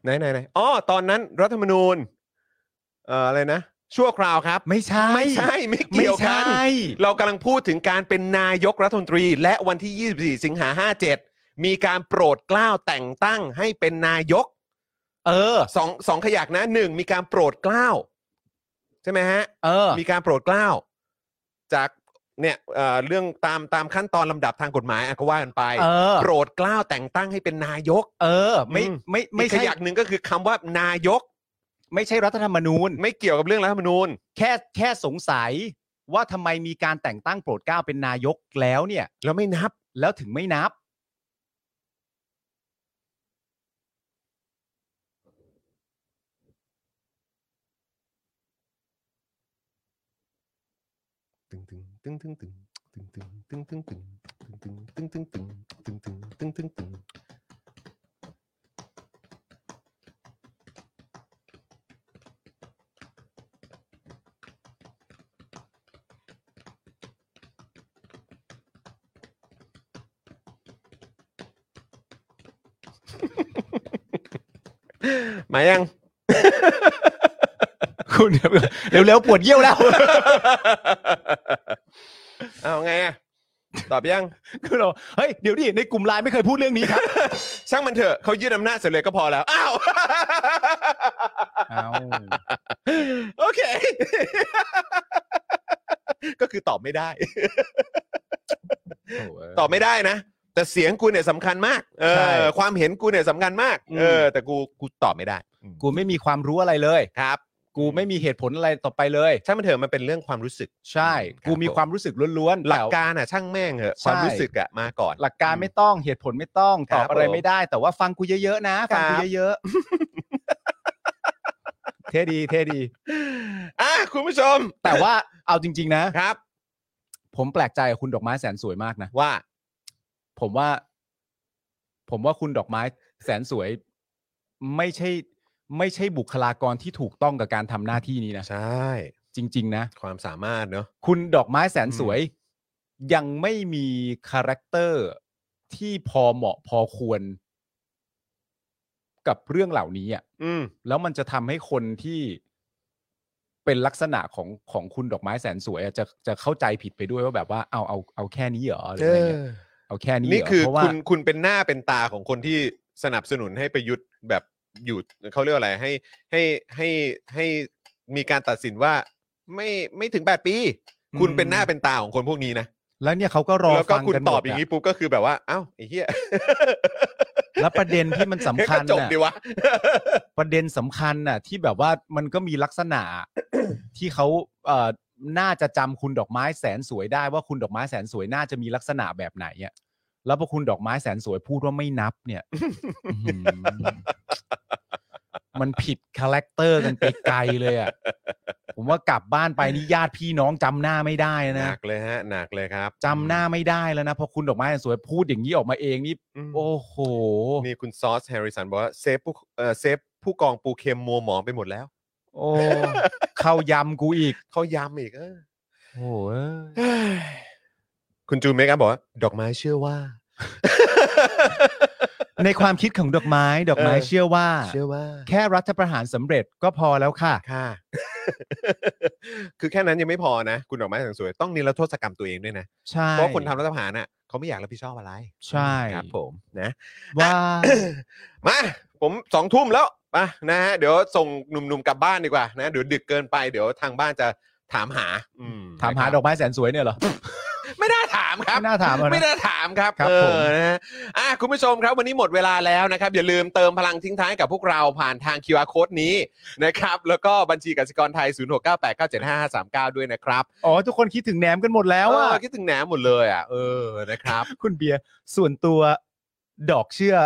Speaker 3: ไหนไหนไหนอ๋อ ตอนนั้นรัฐธรรมนูญ เอ่อ อะไรนะ ชั่วคราวครับ
Speaker 4: ไม่ใช่
Speaker 3: ไม่ใช่ ไม่
Speaker 4: ไม่
Speaker 3: เกี่ยว
Speaker 4: ใช
Speaker 3: กัน
Speaker 4: ่
Speaker 3: เรากำลังพูดถึงการเป็นนายกรัฐมนตรี และวันที่ 24 สิงหา 57 มีการโปรดเกล้าแต่งตั้งให้เป็นนายก
Speaker 4: เออ
Speaker 3: สองสองขยักนะหนึ่งมีการโปรดเกล้า ใช่ไหมฮะ
Speaker 4: เออ
Speaker 3: มีการโปรดเกล้า จากเนี่ยเอ่อเรื่องตามตามขั้นตอนลำดับทางกฎหมายอ่ะก็ว่ากันไป
Speaker 4: เออ
Speaker 3: โปรดเกล้าแต่งตั้งให้เป็นนายก
Speaker 4: เออ ไม่
Speaker 3: อืม
Speaker 4: ไม่ไม่
Speaker 3: อีกข
Speaker 4: ใช่
Speaker 3: ยักหนึ่งก็คือคำว่านายก
Speaker 4: ไม่ใช่รัฐธรรมนูญ
Speaker 3: ไม่เกี่ยวกับเรื่องรัฐธรรมนูญ
Speaker 4: แค่แค่สงสัยว่าทำไมมีการแต่งตั้งโปรดเกล้าเป็นนายกแล้วเนี่ย
Speaker 3: แล้วไม่นับ
Speaker 4: แล้วถึงไม่นับ
Speaker 3: ตึงตึงตึงตึงตึงตึงตึงตึงตึงตึงตึงตึงตึงตึงตึงตึงตึงตึงตึงมายัง
Speaker 4: คุณเร็วๆปวดเยี่ยวแล้ว
Speaker 3: เอาไงอะตอบยัง
Speaker 4: คุณบอกเฮ้ย เดี๋ยวดิในกลุ่มไลน์ไม่เคยพูดเรื่องนี้ครับ
Speaker 3: ช่างมันเถอะเขายึดอำนาจเสร็จเลยก็พอแล้ว อ้าว โอเค ก็คือตอบไม่ได้ ตอบไม่ได้นะ แต่เสียงกูเนี่ยสำคัญมาก เอ
Speaker 4: ใช่
Speaker 3: อ ความเห็นกูเนี่ยสำคัญมาก
Speaker 4: อืม
Speaker 3: เออ แต่กูกูตอบไม่ได้
Speaker 4: กูไม่มีความรู้อะไรเลย
Speaker 3: ครับ
Speaker 4: กูไม่มีเหตุผลอะไรต่อไปเลย
Speaker 3: ช่างมันเถอะมันเป็นเรื่องความรู้สึก
Speaker 4: ใช่
Speaker 3: ครับ
Speaker 4: กูมีความรู้สึกล้วนๆ
Speaker 3: หลัก
Speaker 4: แต่
Speaker 3: การอ่ะ ช่างแม่งเหอะ
Speaker 4: ใช่
Speaker 3: ความรู้สึกอ่ะมาก่อน
Speaker 4: หลักการไม่ต้องเหตุผลไม่ต้อง ตอ
Speaker 3: ครั
Speaker 4: บ
Speaker 3: บ
Speaker 4: อะไร
Speaker 3: ผม
Speaker 4: ไม่ได้ แต่ว่าฟังกูเยอะๆนะ ฟังกู
Speaker 3: ครับ
Speaker 4: เยอะ ๆ เท่ดีเท่ดี
Speaker 3: อ่ะคุณผู้ชม
Speaker 4: แต่ว่าเอาจริง ๆ นะ
Speaker 3: ครับ
Speaker 4: ผมแปลกใจกับคุณดอกไม้แสนสวยมากนะ
Speaker 3: ว่า
Speaker 4: ผมว่า ผมว่าคุณดอกไม้แสนสวย ไม่ใช่ ไม่ใช่บุคลากรที่ถูกต้องกับการทำหน้าที่นี้นะ
Speaker 3: ใช่
Speaker 4: จริง ๆ นะ
Speaker 3: ความสามารถเนอะ
Speaker 4: คุณดอกไม้แสนสวย ยังไม่มีคาแรคเตอร์ที่พอเหมาะพอควร กับเรื่องเหล่านี้อ่ะ
Speaker 3: อืม
Speaker 4: แล้วมันจะทำให้คนที่เป็นลักษณะของของคุณดอกไม้แสนสวยอะจะจะเข้าใจผิดไปด้วยว่าแบบว่าเอาเอาเอาแค่นี้เหรอหรืออะไรเงี้ยเอาแค่นี้เหร
Speaker 3: นี่คือ
Speaker 4: เพราะว่า
Speaker 3: คุณคุณเป็นหน้าเป็นตาของคนที่สนับสนุนให้ประยุทธ์แบบอยู่เขาเรียกว่าอะไรให้ให้ให้ให้มีการตัดสินว่าไม่ไม่ถึง 8 ปี
Speaker 4: อืม
Speaker 3: คุณเป็นหน้าเป็นตาของคนพวกนี้นะ
Speaker 4: แล้วเนี่ยเขาก็รอ
Speaker 3: แล้วก็
Speaker 4: ฟัง
Speaker 3: คุณ
Speaker 4: กันหมด
Speaker 3: ตอบอย่างนี้ปุ๊บก็คือแบบว่าอ้าวไอ้เหี้ย
Speaker 4: แล้วประเด็นที่มันสำคัญ
Speaker 3: ก็จบ
Speaker 4: น่ะ
Speaker 3: ดีวะ
Speaker 4: ประเด็นสำคัญน่ะ ที่แบบว่ามันก็มีลักษณะ ที่เขาเอ่อน่าจะจำคุณดอกไม้แสนสวยได้ว่าคุณดอกไม้แสนสวยน่าจะมีลักษณะแบบไหนอ่ะแล้วพอคุณดอกไม้แสนสวยพูดว่าไม่นับเนี่ยอื้อหือมันผิดคาแรคเตอร์กันไปไกลเลยอ่ะผมว่ากลับบ้านไปนี่ญาติพี่น้องจำหน้าไม่ได้
Speaker 3: ห
Speaker 4: นะ
Speaker 3: นักเลยฮะหนักเลยครับ
Speaker 4: จำหน้าไม่ได้แล้วนะพอคุณดอกไม้แสนสวยพูดอย่างนี้ออกมาเองนี่
Speaker 3: ม
Speaker 4: โอ้โห
Speaker 3: นี่คุณซอสแฮร์ริสันบอกว่าเซฟผู้เอ่อเซฟผู้กองปูเค็มมัวหมองไปหมดแล้ว
Speaker 4: โอ้ เข้ายำกูอีก
Speaker 3: เขาย้ำอีกเออ
Speaker 4: โอ้ย
Speaker 3: คุณจูนเมกับบอกว่าดอกไม้เชื่อว่า
Speaker 4: ในความคิดของดอกไม้ ดอกไม้
Speaker 3: เออ
Speaker 4: เชื่อว่า
Speaker 3: เชื่อว่า
Speaker 4: แค่รัฐประหารสำเร็จก็พอแล้วค่ะ
Speaker 3: ค่ะ คือแค่นั้นยังไม่พอนะ คุณดอกไม้แสงสวยต้องนิรโทษกรรมตัวเองด้วยนะ
Speaker 4: ใช่
Speaker 3: เพราะคนทำรัฐประหารน่ะเขาไม่อยากรับผิดชอบอะไร
Speaker 4: ใช่
Speaker 3: ครับผมนะ
Speaker 4: ว่า
Speaker 3: มาผมสองทุ่มแล้วมานะฮะเดี๋ยวส่งหนุ่มๆกลับบ้านดีกว่านะเดี๋ยวดึกเกินไปเดี๋ยวทางบ้านจะถามหาอื
Speaker 4: ถามหา
Speaker 3: นะครับ
Speaker 4: ดอกไม้แสนสวยเนี่ยเหรอ
Speaker 3: ไม่น่าถามครับ
Speaker 4: ไม่น่าถามอะนะ
Speaker 3: ไม่น่าถามครับ
Speaker 4: ครับ
Speaker 3: เอ
Speaker 4: ผม
Speaker 3: อนะฮะอ่ะคุณผู้ชมครับวันนี้หมดเวลาแล้วนะครับ อย่าลืมเติมพลังทิ้งท้ายกับพวกเราผ่านทาง QR Code นี้นะครับ แล้วก็บัญชีกสิกรไทย 0698975539 ด้วยนะครับ
Speaker 4: ๋อทุกคนคิดถึงแหนมกันหมดแล้วอ่ะ
Speaker 3: เออคิดถึงแหนมหมดเลยอ่ะเออนะครับ
Speaker 4: คุณเบียร์ส่วนตัวดอกเชื่อ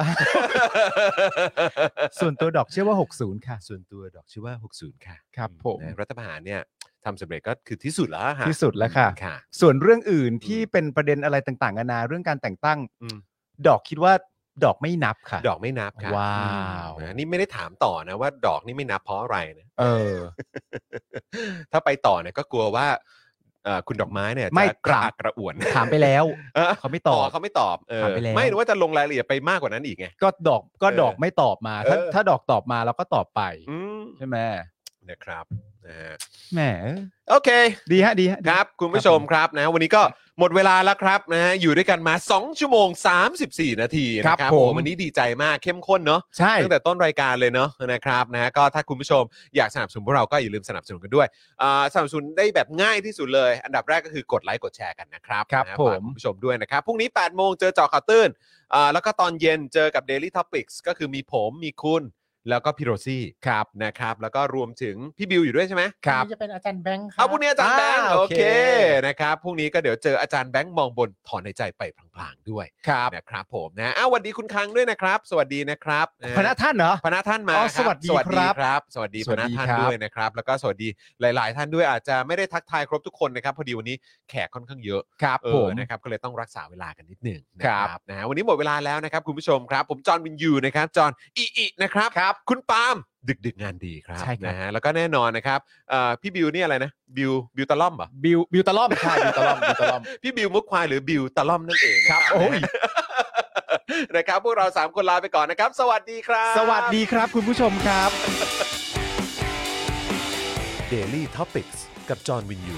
Speaker 4: ส่วนตัวดอกเชื่อว่า 60 ค่ะ
Speaker 3: ส่วนตัวดอกชื่อว่า 60 ค่ะ
Speaker 4: ครับผม
Speaker 3: นะรัฐประหารเนี่ยทำสำเร็จก็คือที่สุดแล้วฮะ
Speaker 4: ที่สุดแล้วค่ะ
Speaker 3: ค่ะ
Speaker 4: ส่วนเรื่องอื่นที่เป็นประเด็นอะไรต่างๆนานาเรื่องการแต่งตั้ง
Speaker 3: อืม
Speaker 4: ดอกคิดว่า ดอกไม่นับค่ะ
Speaker 3: ดอกไม่นับครับ
Speaker 4: ว้าว
Speaker 3: อืมนะนี่ไม่ได้ถามต่อนะว่าดอกนี่ไม่นับเพราะอะไรนะ
Speaker 4: เออ
Speaker 3: ถ้าไปต่อเนี่ยก็กลัวว่าเอ่อคุณดอกไม้เนี่ย
Speaker 4: ไม่
Speaker 3: จะ
Speaker 4: กราบ
Speaker 3: กระอ่วน
Speaker 4: ถามไปแล้ว
Speaker 3: เออ
Speaker 4: เขาไม่ตอบ
Speaker 3: เขาไม่ตอบเออ
Speaker 4: ถามไปแล้ว
Speaker 3: ไม่หรือว่าจะลงรายละเอียดไปมากกว่านั้นอีกไง
Speaker 4: ก็ดอกก็
Speaker 3: เออ
Speaker 4: ดอกไม่ตอบมา ถ้า
Speaker 3: เออ
Speaker 4: ถ้าดอกตอบมาเราก็ตอบไป
Speaker 3: อืม
Speaker 4: ใช่ไหม
Speaker 3: นะครับนะฮะ
Speaker 4: แหมเออ
Speaker 3: โอเค
Speaker 4: ดีฮะดีฮะดี
Speaker 3: ครับ คุณผู้ชมครับนะวันนี้ก็หมดเวลาแล้วครับนะฮะอยู่ด้วยกันมา 2 ชั่วโมง 34 นาทีนะครับ โอ้
Speaker 4: ผม
Speaker 3: วันนี้ดีใจมากเข้มข้นเนาะ
Speaker 4: ใช่
Speaker 3: ตั้งแต่ต้นรายการเลยเนาะนะครับนะฮะก็ถ้าคุณผู้ชมอยากสนับสนุนพวกเราก็อย่าลืมสนับสนุนกันด้วยอ่าสนับสนุนได้แบบง่ายที่สุดเลย อันดับแรกก็คือกดไลค์กดแชร์กันนะครับ
Speaker 4: ครับ
Speaker 3: นะฮะ
Speaker 4: ผ
Speaker 3: ฝาก
Speaker 4: ม
Speaker 3: คุณผู้ชมด้วยนะครับพรุ่งนี้ 8 โมงเจอเจอข่าวตื้นอ่าแล้วก็ตอนเย็นเจอกับ Daily Topics ก็คือมีผมมีคุณ แล้วก็พี่โรซี่ครับนะครับแล้วก็รวมถึงพี่บิวอยู่ด้วยใช่ไหม
Speaker 11: วันนี้จะเป็นอาจารย์แบงค์ครั
Speaker 3: เอาพรุ่งนี้อาจารย์แบงค์
Speaker 4: อ่า
Speaker 3: โอ
Speaker 4: โอ
Speaker 3: เค
Speaker 4: เค
Speaker 3: นะครับพรุ่งนี้ก็เดี๋ยวเจออาจารย์แบงค์มองบนถอนในใจไปพลางๆด้วย
Speaker 4: ครับ
Speaker 3: นะครับผมนะอ้าวสวัสดีคุณคังด้วยนะครับ สวัสดีนะครับะ
Speaker 4: พนักท่านเหรอ
Speaker 3: พนักท่านมา
Speaker 4: อ๋อ
Speaker 3: ครับ
Speaker 4: สวัสดีครับ
Speaker 3: ครับ สวัสดี
Speaker 4: ส
Speaker 3: พ
Speaker 4: วัส
Speaker 3: นัก
Speaker 4: ดี
Speaker 3: ท่าน
Speaker 4: ครับ
Speaker 3: ด้วยนะครับ แล้วก็สวัสดีหลาย ๆ ท่านด้วยอาจจะไม่ได้ทักทายครบทุกคนนะครับ พอดีวันนี้แขกค่อนข้างเยอะ
Speaker 4: ครับ
Speaker 3: เอ
Speaker 4: ผ
Speaker 3: อ
Speaker 4: ม
Speaker 3: นะครับก็เลยต้องรักษาเวลากันนิดหนึ่งนะครับ นะฮะวันนี้หมดเวลาแล้วนะครับคุณผู้ชมครับ ผมจอห์นวินยูนะครับจอห์นอีอีนะครับ
Speaker 4: ครับ
Speaker 3: คุณปาล์มดึกดึกๆงานดีครับ
Speaker 4: ใช่ครับ
Speaker 3: นะฮะแล้วก็แน่นอนนะครับเอ่อพี่บิวนี่อะไรนะบิวบิวตะล่อมเหรอ
Speaker 4: บิวบิวตะล่อมใช่บิวตะล่อมบิวตะล่อม
Speaker 3: พี่บิวมุกควายหรือบิวตะล่อมนั่นเอง
Speaker 4: ครับโอ้ย
Speaker 3: นะครับพวกเราสามคนลาไปก่อนนะครับ สวัสดีครับ
Speaker 4: สวัสดีครับคุณผู้ชมครับ
Speaker 3: Daily Topics กับจอห์นวินยู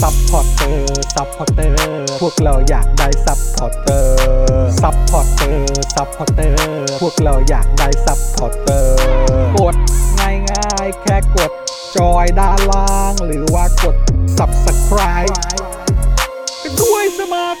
Speaker 1: ซัพพอร์เตอร์ซัพพอร์เตอร์พวกเราอยากได้ซัพพอร์เตอร์ซัพพอร์เตอร์ซัพพอร์เตอร์พวกเราอยากได้ซัพพอร์เตอร์กดง่ายง่ายๆแค่กด จอยด้านล่าง หรือว่ากด subscribe ไปด้วยสมัคร